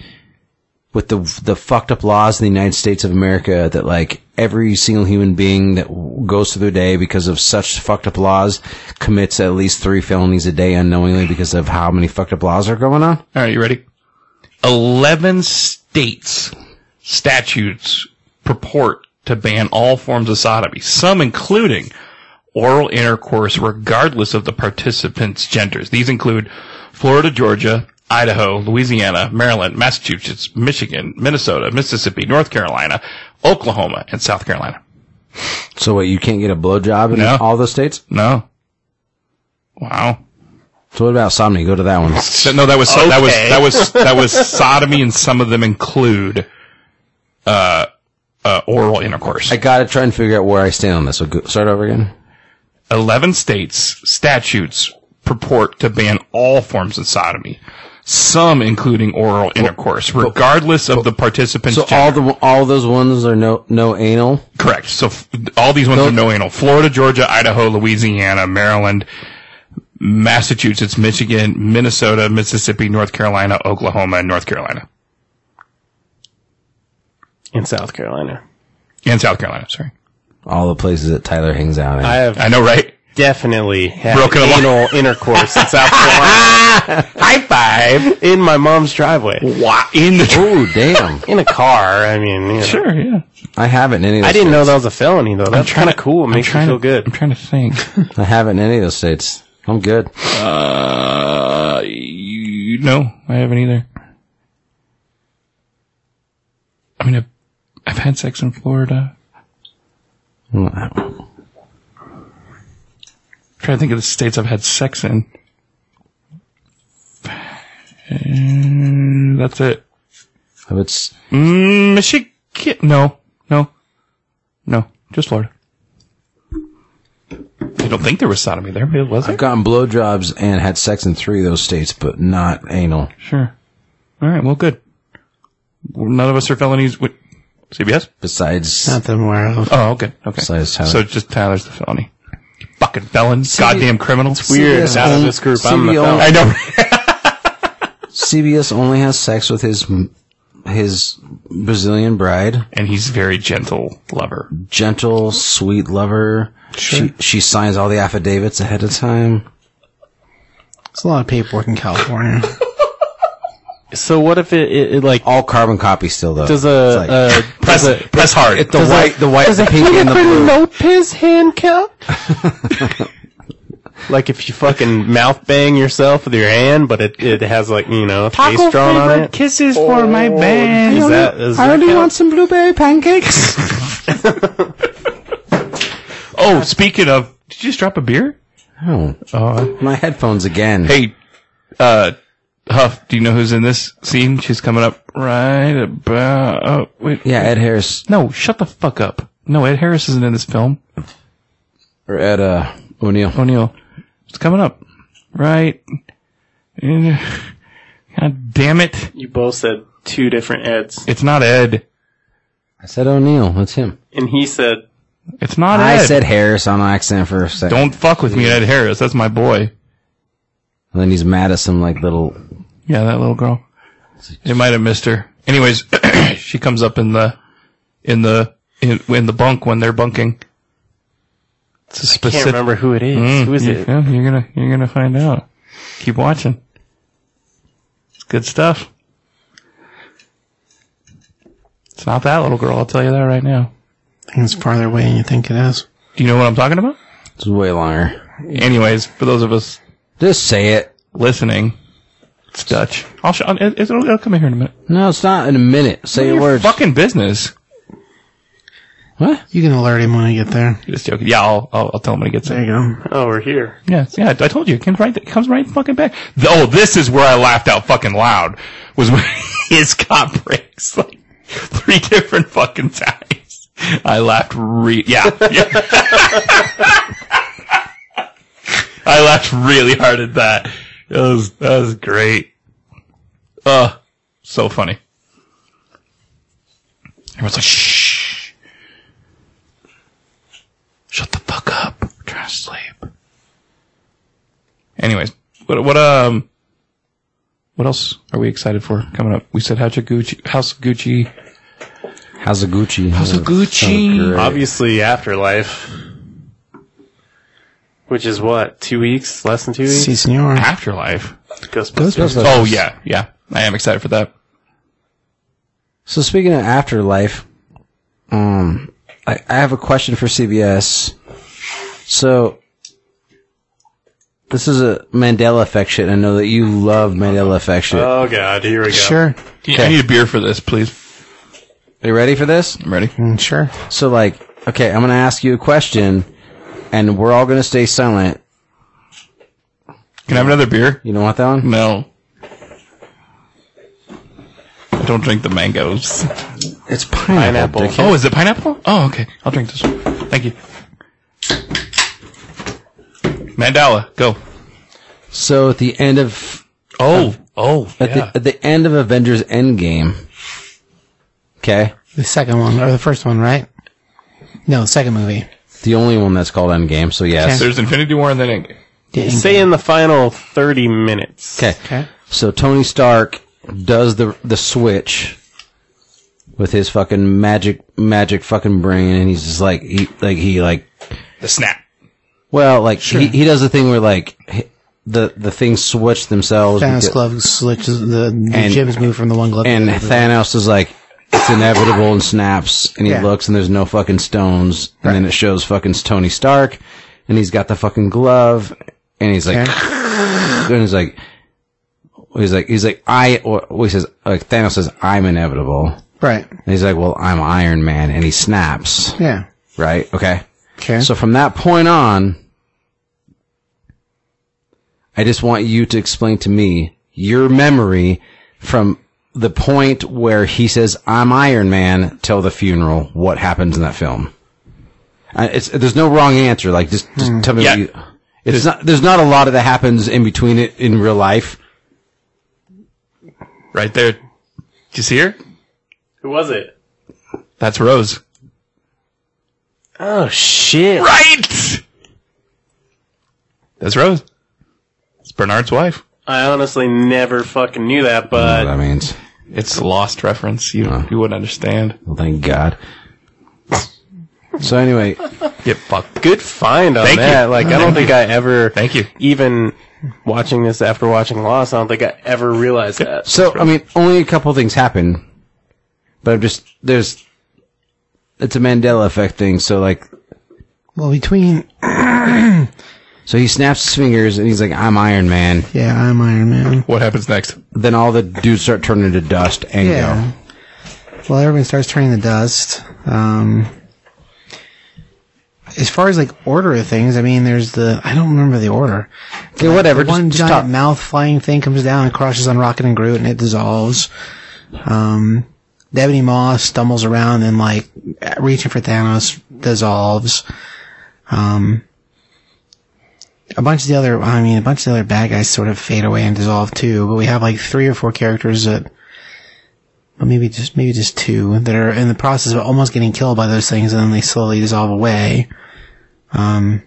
Speaker 1: with the the fucked up laws in the United States of America that like every single human being that w- goes through their day because of such fucked up laws commits at least three felonies a day unknowingly because of how many fucked up laws are going on.
Speaker 3: All right, you ready? 11 states statutes purport to ban all forms of sodomy, some including oral intercourse regardless of the participants' genders. These include Florida, Georgia, Idaho, Louisiana, Maryland, Massachusetts, Michigan, Minnesota, Mississippi, North Carolina, Oklahoma, and South Carolina.
Speaker 1: So what you can't get a blowjob in
Speaker 3: No.
Speaker 1: all those states?
Speaker 3: No. Wow.
Speaker 1: So what about sodomy? Go to that one.
Speaker 3: So- no, that was that was
Speaker 4: Okay.
Speaker 3: that was that was sodomy, and some of them include uh, uh, oral intercourse.
Speaker 1: I gotta try and figure out where I stand on this. So go, start over again.
Speaker 3: Eleven states statutes purport to ban all forms of sodomy, some including oral intercourse, regardless of the participant's
Speaker 1: So all
Speaker 3: gender.
Speaker 1: the all those ones are no no anal.
Speaker 3: correct. So f- all these ones are no anal: Florida, Georgia, Idaho, Louisiana, Maryland. Massachusetts, Michigan, Minnesota, Mississippi, North Carolina, Oklahoma, and North Carolina.
Speaker 4: in South Carolina.
Speaker 3: And South Carolina, sorry.
Speaker 1: All the places that Tyler hangs out in.
Speaker 4: I have
Speaker 3: I know, right?
Speaker 4: definitely had
Speaker 3: Broken a lot.
Speaker 4: anal intercourse in South Carolina
Speaker 3: High five.
Speaker 4: in my mom's driveway.
Speaker 3: Why in the
Speaker 1: Ooh, damn!
Speaker 4: In a car, I mean, you know.
Speaker 3: Sure, yeah.
Speaker 1: I haven't any. Of those
Speaker 4: I didn't know that was a felony though. That's
Speaker 3: trying
Speaker 4: kind
Speaker 3: to-
Speaker 4: of cool. It makes you
Speaker 3: trying
Speaker 4: feel
Speaker 3: to,
Speaker 4: good.
Speaker 3: I'm trying to think.
Speaker 1: states. I haven't any of those states. I'm good.
Speaker 3: uh, you, no, I haven't either. I mean, I've, I've had sex in Florida.
Speaker 1: Wow.
Speaker 3: I'm trying to think of the states I've had sex in. Uh, That's it.
Speaker 1: I would s-
Speaker 3: Mm, Michigan. No, no, no. Just Florida. I don't think there was sodomy there. Maybe it was
Speaker 1: I've
Speaker 3: it?
Speaker 1: gotten blowjobs and had sex in three of those states, but not anal.
Speaker 3: Sure. All right. Well, good. None of us are felonies. With CBS?
Speaker 1: Besides,
Speaker 2: Not that I'm aware of.
Speaker 3: Oh, okay. Okay.
Speaker 1: Besides Tyler.
Speaker 3: So just Tyler's the felony. You fucking felon. goddamn criminals.
Speaker 4: Weird.
Speaker 1: CBS
Speaker 4: Out of E
Speaker 1: only-
Speaker 4: this group, I'm the
Speaker 1: CBO
Speaker 4: felon.
Speaker 3: I know.
Speaker 1: CBS only has sex with his his Brazilian bride,
Speaker 3: and he's very gentle lover.
Speaker 1: gentle, sweet lover. She she signs all the affidavits ahead of time.
Speaker 2: It's a lot of paperwork in California.
Speaker 4: So what if it, it, it like
Speaker 1: All carbon copies still though.
Speaker 4: does a,
Speaker 1: It's like-
Speaker 4: uh,
Speaker 3: Press,
Speaker 4: does a
Speaker 3: press hard.
Speaker 1: the white, the white,
Speaker 4: does
Speaker 1: the
Speaker 4: a
Speaker 1: pink, and the
Speaker 4: Jennifer
Speaker 1: blue.
Speaker 4: Lopez handcuff? like if you fucking mouth bang yourself with your hand, but it, it has like you know a face drawn on it.
Speaker 3: kisses for my band.
Speaker 4: Is that is that count?
Speaker 1: some blueberry pancakes.
Speaker 3: Oh, speaking of, did you just drop a beer?
Speaker 1: oh,
Speaker 3: Oh.
Speaker 1: my headphones again.
Speaker 3: Hey, uh, Huff, do you know who's in this scene? She's coming up right about. Oh, wait.
Speaker 1: Yeah, Ed Harris
Speaker 3: No, shut the fuck up. No, Ed Harris isn't in this film.
Speaker 1: or Ed uh, O'Neill.
Speaker 3: O'Neill. It's coming up. Right. Eh, God damn it.
Speaker 4: You both said two different Eds,
Speaker 3: It's not Ed.
Speaker 1: I said O'Neill. That's him.
Speaker 4: and he said
Speaker 3: It's not
Speaker 1: I
Speaker 3: Ed.
Speaker 1: said Harris on accident for a second.
Speaker 3: Don't fuck with me, Ed Harris. That's my boy.
Speaker 1: And then he's mad at some like little.
Speaker 3: Yeah, that little girl. It might have missed her. Anyways, she comes up in the in the in, in the bunk when they're bunking. It's a
Speaker 4: can't
Speaker 3: specific.
Speaker 4: remember who it is. who is
Speaker 3: you,
Speaker 4: it?
Speaker 3: yeah, you're gonna you're gonna find out. Keep watching. It's good stuff. It's not that little girl. I'll tell you that right now.
Speaker 2: I think it's farther away than you think it is.
Speaker 3: Do you know what I'm talking about?
Speaker 1: It's way longer.
Speaker 3: Anyways, for those of us
Speaker 1: Just say it.
Speaker 3: listening, it's Dutch. I'll show, it, it'll, it'll come in here in a minute.
Speaker 1: No, it's not in a minute. Say your
Speaker 3: Your
Speaker 1: words.
Speaker 3: Fucking business.
Speaker 1: what?
Speaker 2: You can alert him when I get there. Um,
Speaker 3: Just joking. Yeah, I'll, I'll, I'll tell him when he gets
Speaker 2: There
Speaker 3: in.
Speaker 2: you go.
Speaker 4: Oh, we're here.
Speaker 3: Yeah, yeah. I told you, it comes right, it comes right fucking back. Th- Oh, this is where I laughed out fucking loud. Was when his cop breaks like three different fucking times. I laughed re. Yeah. yeah. I laughed really hard at that. That was that was great. Uh, so funny. Everyone's like, shh. Shut the fuck up. We're trying to sleep. Anyways, what what um what else are we excited for coming up? We said Hachaguchi House of Gucci.
Speaker 1: How's a Gucci?
Speaker 3: How's a Gucci?
Speaker 1: So great.
Speaker 4: Obviously, afterlife. Which is what? Two weeks? Less than two weeks?
Speaker 2: See, senor.
Speaker 3: Afterlife.
Speaker 4: Ghostbusters.
Speaker 1: Ghostbusters.
Speaker 3: Oh yeah, yeah. I am excited for that.
Speaker 1: So speaking of afterlife, um, I, I have a question for CBS. So this is a Mandela effect shit. I know that you love Mandela effect shit.
Speaker 4: Oh god, here we go.
Speaker 2: Sure.
Speaker 3: I need a beer for this, please.
Speaker 1: Are you ready for this?
Speaker 3: I'm ready.
Speaker 2: Mm, Sure.
Speaker 1: So like, okay, I'm gonna ask you a question, and we're all gonna stay silent.
Speaker 3: Can I have another beer?
Speaker 1: You don't want that one?
Speaker 3: No. I don't drink the mangoes.
Speaker 1: It's pineapple.
Speaker 4: Pineapple.
Speaker 1: dickhead.
Speaker 3: Oh, is it pineapple? Oh, okay. I'll drink this one. Thank you. Mandala, go.
Speaker 1: So at the end of
Speaker 3: Oh, oh,
Speaker 1: at, the, at the end of Avengers Endgame, okay,
Speaker 2: The second one, or the first one, right? No, the second movie.
Speaker 1: the only one that's called Endgame. So yes.
Speaker 3: There's Infinity War and then Endgame.
Speaker 2: The
Speaker 4: Say in the final 30 minutes.
Speaker 1: Okay.
Speaker 2: Okay.
Speaker 1: So Tony Stark does the the switch with his fucking magic magic fucking brain, and he's just like he like he like
Speaker 3: The snap.
Speaker 1: well like he, he does the thing where like h- the the things switch themselves
Speaker 2: Thanos
Speaker 1: because-
Speaker 2: glove switches the, the
Speaker 1: And-
Speaker 2: gyms move from the one glove.
Speaker 1: and
Speaker 2: to the other.
Speaker 1: Thanos is like it's inevitable and snaps, and he
Speaker 2: Yeah.
Speaker 1: looks and there's no fucking stones, and then it shows fucking Tony Stark, and he's got the fucking glove, and he's like.
Speaker 2: Okay.
Speaker 1: and he's like, he's like, he's like, I, or well, he says, like Thanos says, I'm inevitable. And
Speaker 2: Right.
Speaker 1: he's like, well, I'm Iron Man, and he snaps,
Speaker 2: Yeah.
Speaker 1: right? Okay.
Speaker 2: Okay.
Speaker 1: So from that point on, I just want you to explain to me your memory from the point where he says, I'm Iron Man till the funeral. What happens in that film? I, it's, there's no wrong answer. Like just, just tell me.
Speaker 3: Yeah.
Speaker 1: What you, it's not. There's not a lot of that happens in between it in real life.
Speaker 3: Right there. Did you see her?
Speaker 4: Who was it?
Speaker 3: That's Rose.
Speaker 4: Oh shit!
Speaker 3: Right! That's Rose. It's Bernard's wife.
Speaker 4: I honestly never fucking knew that,
Speaker 1: I don't
Speaker 4: but
Speaker 1: know what that means.
Speaker 3: It's a lost reference. You,
Speaker 1: Oh.
Speaker 3: you wouldn't understand.
Speaker 1: Well, thank God. So anyway,
Speaker 3: Get fucked.
Speaker 4: good find on
Speaker 3: Thank you.
Speaker 4: that. Like I don't think I ever.
Speaker 3: Thank you.
Speaker 4: Even watching this after watching Lost, I don't think I ever realized that.
Speaker 1: so I mean, only a couple things happen, but I'm just there's. It's a Mandela effect thing. So like,
Speaker 2: Well, between
Speaker 1: so he snaps his fingers and he's like, "I'm Iron Man."
Speaker 2: yeah, I'm Iron Man.
Speaker 3: What happens next?
Speaker 1: Then all the dudes start turning to dust and
Speaker 2: Yeah. Well, everyone starts turning to dust. Um, as far as like order of things, I mean, there's the I don't remember the order.
Speaker 1: go. Okay, whatever.
Speaker 2: The one
Speaker 1: just, just
Speaker 2: giant
Speaker 1: talk.
Speaker 2: mouth flying thing comes down and crashes on Rocket and Groot, and it dissolves. Um, Ebony Moss stumbles around and like reaching for Thanos dissolves. Um, a bunch of the other, I mean, a bunch of the other bad guys sort of fade away and dissolve too. But we have like three or four characters that, well, maybe just maybe just two that are in the process of almost getting killed by those things, and then they slowly dissolve away. Um,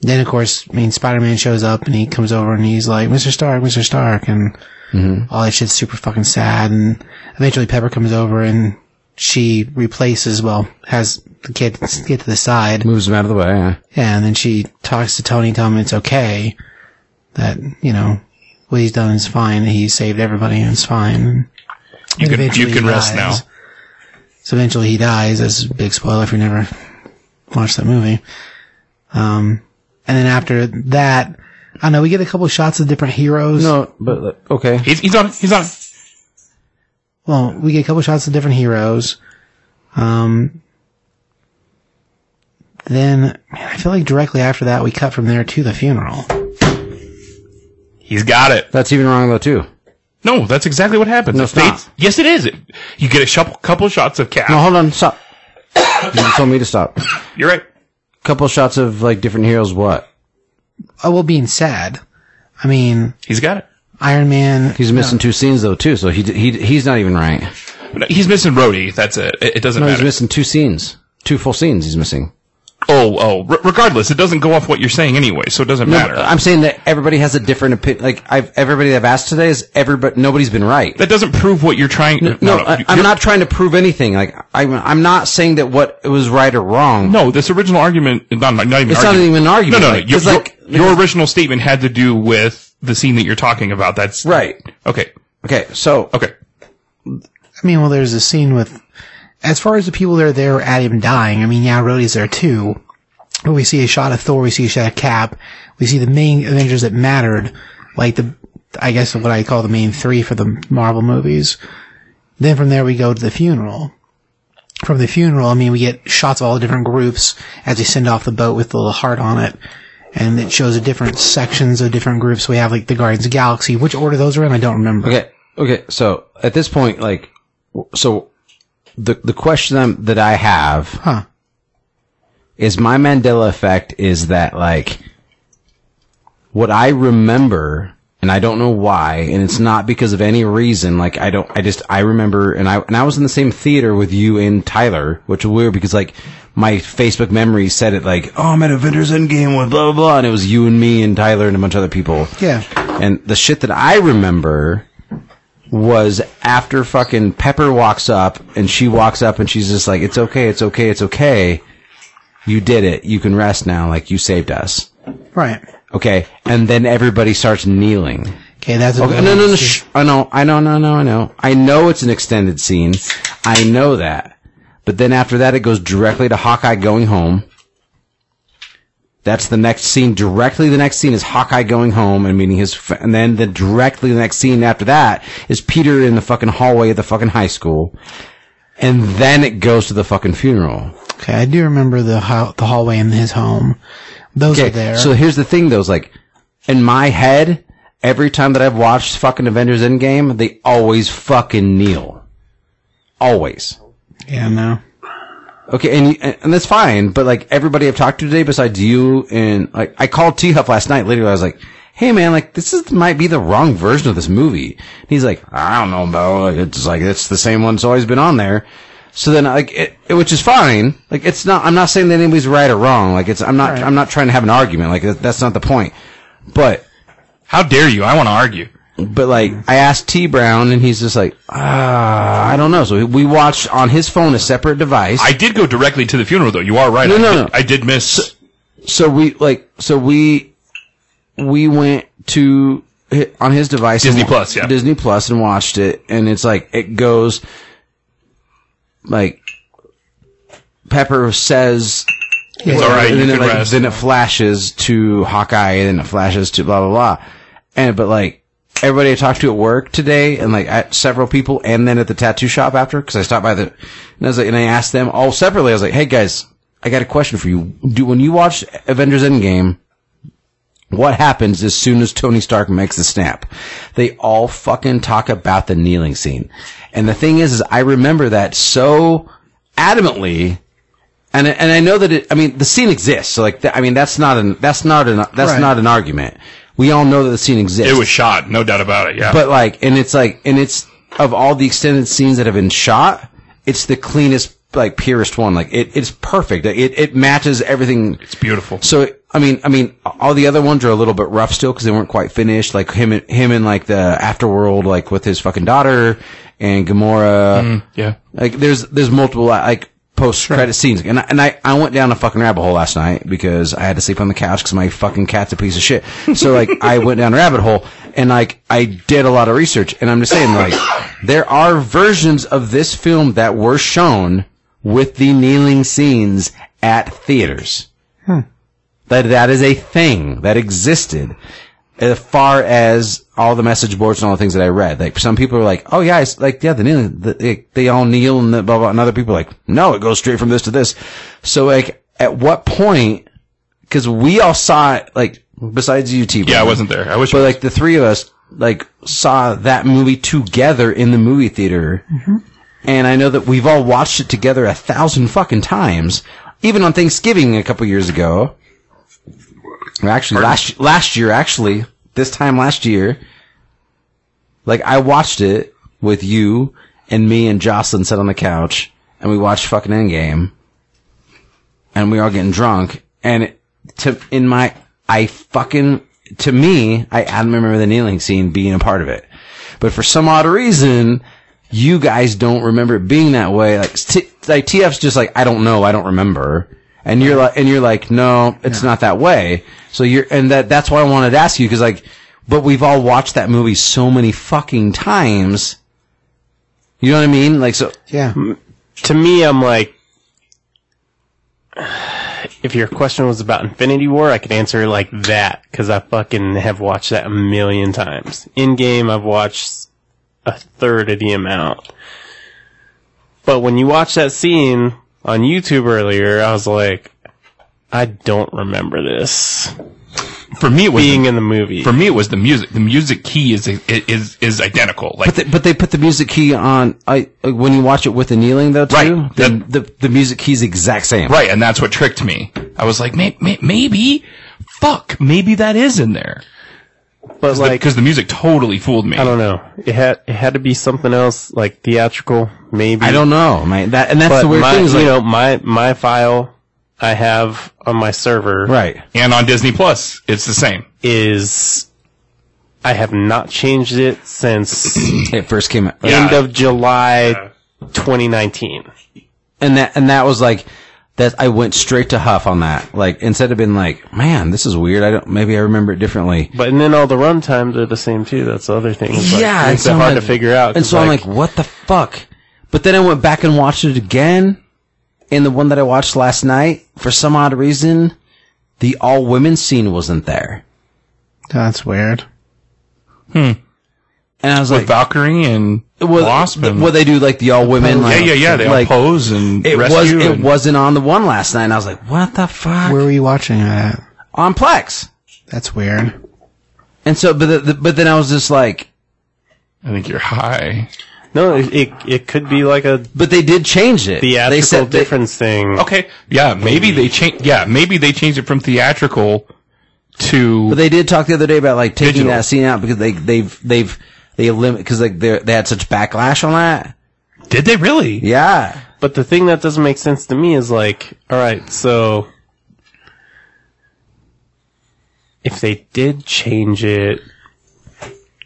Speaker 2: then of course, I mean, Spider-Man shows up and he comes over and he's like, "Mr. Stark, Mr. Stark," and all that shit's super fucking sad. And eventually, Pepper comes over and she replaces, well, has the kid get to the side,
Speaker 1: Moves him out of the way. Yeah.
Speaker 2: yeah, and then she talks to Tony, telling him it's okay that you know what he's done is fine. He saved everybody and it's fine.
Speaker 3: You can, you
Speaker 2: Eventually
Speaker 3: can
Speaker 2: he
Speaker 3: rest now.
Speaker 2: dies. So eventually he dies. That's a big spoiler if you never watched that movie. Um, and then after that, I don't know. We get a couple shots of different heroes.
Speaker 1: No, but like, okay.
Speaker 3: He's, he's on it. He's on it.
Speaker 2: Well, we get a couple shots of different heroes. Um, then man, I feel like directly after that, we cut from there to the funeral.
Speaker 3: He's got it.
Speaker 1: That's even wrong though too.
Speaker 3: No, that's exactly what happens.
Speaker 1: No,
Speaker 3: It
Speaker 1: it's not.
Speaker 3: fades- Yes, it is. It- you get a shup- couple shots of Cap.
Speaker 1: No, hold on, stop. you told me to stop.
Speaker 3: You're right.
Speaker 1: Couple shots of like different heroes. What?
Speaker 2: Oh, well, being sad. I mean,
Speaker 3: He's got it.
Speaker 2: Iron Man.
Speaker 1: He's missing two scenes though too, so he he he's not even right.
Speaker 3: No, He's missing Rhodey. That's it. It, it doesn't
Speaker 1: No, he's
Speaker 3: matter.
Speaker 1: missing two scenes, two full scenes. He's missing.
Speaker 3: oh, oh. Re- regardless, it doesn't go off what you're saying anyway, so it doesn't matter.
Speaker 1: I'm saying that everybody has a different opinion. Like I've everybody that I've asked today is everybody. Nobody's been right.
Speaker 3: that doesn't prove what you're trying. No,
Speaker 1: no,
Speaker 3: no,
Speaker 1: I,
Speaker 3: you're-
Speaker 1: I'm not trying to prove anything. Like I'm I'm not saying that what was right or wrong.
Speaker 3: No, this original argument. Not, not even.
Speaker 1: It's not
Speaker 3: argument.
Speaker 1: even an argument,
Speaker 3: No, no, no.
Speaker 1: like,
Speaker 3: your,
Speaker 1: 'cause, like-
Speaker 3: your, your original statement had to do with the scene that you're talking about. That's
Speaker 1: Right.
Speaker 3: Okay.
Speaker 1: Okay. So
Speaker 3: Okay.
Speaker 2: I mean, well, there's a scene with, as far as the people that are there at him dying, I mean, yeah, Rhodey's there too. But we see a shot of Thor, we see a shot of Cap, we see the main Avengers that mattered, like the, I guess what I call the main three for the Marvel movies. Then from there we go to the funeral. From the funeral, I mean, we get shots of all the different groups as we send off the boat with the little heart on it. And it shows the different sections of different groups. We have like the Guardians of the Galaxy. Which order those are in, I don't remember.
Speaker 1: Okay. Okay. So at this point, like, w- so the the question I'm, that I have
Speaker 2: Huh.
Speaker 1: is my Mandela effect is that like what I remember, and I don't know why, and it's not because of any reason. Like I don't, I just I remember, and I and I was in the same theater with you and Tyler, which was weird because like my Facebook memory said it like, oh, I'm at Avengers Endgame with blah blah blah, and it was you and me and Tyler and a bunch of other people.
Speaker 2: Yeah.
Speaker 1: And the shit that I remember was after fucking Pepper walks up and she walks up and she's just like, it's okay, it's okay, it's okay. You did it. You can rest now. Like, you saved us.
Speaker 2: Right.
Speaker 1: Okay. And then everybody starts kneeling.
Speaker 2: Okay, that's
Speaker 1: Okay. Oh, No, no, no. Shh. I know. I know. No, no, I know. I know it's an extended scene. I know that. But then after that, it goes directly to Hawkeye going home. That's the next scene. Directly, the next scene is Hawkeye going home and meeting his. F- and then the directly the next scene after that is Peter in the fucking hallway of the fucking high school. And then it goes to the fucking funeral.
Speaker 2: Okay, I do remember the ho- the hallway in his home. Those are there.
Speaker 1: So here's the thing though, is like in my head, every time that I've watched fucking Avengers Endgame, they always fucking kneel. Always.
Speaker 2: yeah, no.
Speaker 1: Okay, and you- and and that's fine. But like everybody I've talked to today, besides you and like I called T Huff last night. Later, I was like, "Hey man, like this is might be the wrong version of this movie." And he's like, "I don't know, bro. Like, It's like it's the same one that's always been on there." So then, like, it, it- which is fine. Like, it's not. I'm not saying that anybody's right or wrong. Like, it's. I'm not. I'm not trying to have an argument. Like, that- that's not the point. But
Speaker 3: How dare you? I want to argue.
Speaker 1: but like I asked T Brown, and he's just like, ah, I don't know. So we watched on his phone a separate device.
Speaker 3: I did go directly to the funeral, though. You are right.
Speaker 1: No,
Speaker 3: I,
Speaker 1: no,
Speaker 3: did,
Speaker 1: no.
Speaker 3: I did miss.
Speaker 1: so we like so we we went to hi- on his device and
Speaker 3: Disney
Speaker 1: wa-
Speaker 3: Plus, yeah.
Speaker 1: Disney Plus and watched it, and it's like it goes like Pepper says
Speaker 3: it's all right.
Speaker 1: and
Speaker 3: You
Speaker 1: then,
Speaker 3: can
Speaker 1: it, like,
Speaker 3: rest.
Speaker 1: then it flashes to Hawkeye, and then it flashes to blah blah blah. And but like everybody I talked to at work today, and like at several people, and then at the tattoo shop after, because I stopped by the and I was like, and I asked them all separately. I was like, hey guys, I got a question for you. Do when you watch Avengers Endgame, what happens as soon as Tony Stark makes the snap? They all fucking talk about the kneeling scene. And the thing is, is I remember that so adamantly. And I- and I know that it. I mean, the scene exists. So like, th- I mean, that's not an that's not an that's
Speaker 2: Right.
Speaker 1: not an argument. We all know that the scene exists.
Speaker 3: it was shot, no doubt about it. Yeah,
Speaker 1: but like, and it's like, and it's of all the extended scenes that have been shot, it's the cleanest, like purest one. Like it, it's perfect. It it matches everything.
Speaker 3: it's beautiful.
Speaker 1: So I mean, I mean, all the other ones are a little bit rough still because they weren't quite finished. Like him, and, him and like the afterworld, like with his fucking daughter and Gamora.
Speaker 3: yeah,
Speaker 1: Like there's there's multiple like post credit scenes, and I, and I I went down a fucking rabbit hole last night because I had to sleep on the couch because my fucking cat's a piece of shit. So like I went down a rabbit hole and like I did a lot of research, and I'm just saying like there are versions of this film that were shown with the kneeling scenes at theaters. That that is a thing that existed. As far as all the message boards and all the things that I read, like some people are like, "Oh yeah, it's like yeah, the kneeling, the, it, they all kneel and the blah blah," and other people are like, "No, it goes straight from this to this." So like, at what point? Because we all saw it, like besides you, T.
Speaker 3: yeah. I wasn't there. I wish.
Speaker 1: But like the three of us like saw that movie together in the movie theater, and I know that we've all watched it together a thousand fucking times. Even on Thanksgiving a couple years ago, Or actually last last year, actually this time last year, like I watched it with you and me and Jocelyn sat on the couch and we watched fucking Endgame, and we were all getting drunk. And it, to in my I fucking to me I, I remember the kneeling scene being a part of it, but for some odd reason you guys don't remember it being that way. Like t- like TF's just like I don't know, I don't remember. And you're like, and you're like, no, it's not that way. So you're, and that that's why I wanted to ask you because like, but we've all watched that movie so many fucking times. You know what I mean? Like so,
Speaker 2: Yeah.
Speaker 3: Mm.
Speaker 4: to me, I'm like, if your question was about Infinity War, I could answer it like that because I fucking have watched that a million times. In game, I've watched a third of the amount. But when you watch that scene on YouTube earlier, I was like, I don't remember this
Speaker 3: for me, it was
Speaker 4: being in the movie.
Speaker 3: for me it was the music. The music key is is is identical. Like
Speaker 1: But they, but they put the music key on. I uh, when you watch it with the kneeling though, too.
Speaker 3: Right.
Speaker 1: The, the the music key's exact same.
Speaker 3: Right, and that's what tricked me. I was like, may, may, maybe, fuck, maybe that is in there
Speaker 4: but like,
Speaker 3: because the music totally fooled me.
Speaker 4: I don't know. It had it had to be something else, like theatrical, maybe.
Speaker 1: I don't know, man. That and that's
Speaker 4: But
Speaker 1: the weird
Speaker 4: my,
Speaker 1: thing. Is like,
Speaker 4: you know, my my file I have on my server
Speaker 1: right.
Speaker 3: And on Disney Plus, it's the same.
Speaker 4: is I have not changed it since
Speaker 1: It first came out.
Speaker 3: Yeah.
Speaker 4: end of July 2019.
Speaker 1: And that and that was like that. I went straight to Huff on that. Like instead of being like, man, this is weird. I don't. Maybe I remember it differently.
Speaker 4: But and then all the run times are the same too. That's the other thing. It's like,
Speaker 1: yeah,
Speaker 4: it's
Speaker 1: and so I'm
Speaker 4: hard
Speaker 1: like-
Speaker 4: to figure out.
Speaker 1: And
Speaker 4: 'cause,
Speaker 1: so I'm like, what the fuck? But then I went back and watched it again, and the one that I watched last night, for some odd reason, the all women scene wasn't there.
Speaker 2: That's weird.
Speaker 1: And I was
Speaker 3: With
Speaker 1: like,
Speaker 3: Valkyrie and Wasp and
Speaker 1: what they do like the all women
Speaker 3: yeah,
Speaker 1: like,
Speaker 3: yeah, yeah. They all
Speaker 1: like,
Speaker 3: pose and
Speaker 1: it
Speaker 3: rescue.
Speaker 1: was it
Speaker 3: and-
Speaker 1: wasn't on the one last night and I was like what the fuck
Speaker 2: Where were you watching that?
Speaker 1: on Plex
Speaker 2: That's weird.
Speaker 1: and so but the, the, but then I was just like
Speaker 3: I think you're high.
Speaker 4: No, it, it it could be like a
Speaker 1: But they did change it. they
Speaker 4: theatrical
Speaker 1: said they-
Speaker 4: difference thing.
Speaker 3: Okay, yeah, maybe they change. Yeah, maybe they changed it from theatrical to
Speaker 1: but they did talk the other day about like taking
Speaker 3: Digital.
Speaker 1: that scene out because they they've they've they limit because like they they had such backlash on that.
Speaker 3: Did they really?
Speaker 1: Yeah.
Speaker 4: But the thing that doesn't make sense to me is like, all right, so if they did change it,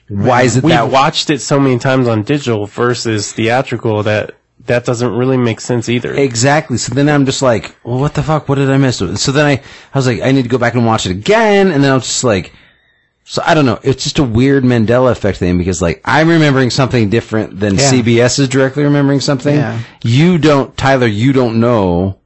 Speaker 1: Why is it
Speaker 4: we
Speaker 1: that?
Speaker 4: watched it so many times on digital versus theatrical that that doesn't really make sense either.
Speaker 1: Exactly. So then I'm just like, well, what the fuck? What did I miss? So then I, I was like, I need to go back and watch it again. And then I was just like, so I don't know. It's just a weird Mandela effect thing because like I'm remembering something different than
Speaker 2: Yeah.
Speaker 1: CBS is directly remembering something.
Speaker 2: Yeah.
Speaker 1: You don't, Tyler. You don't know.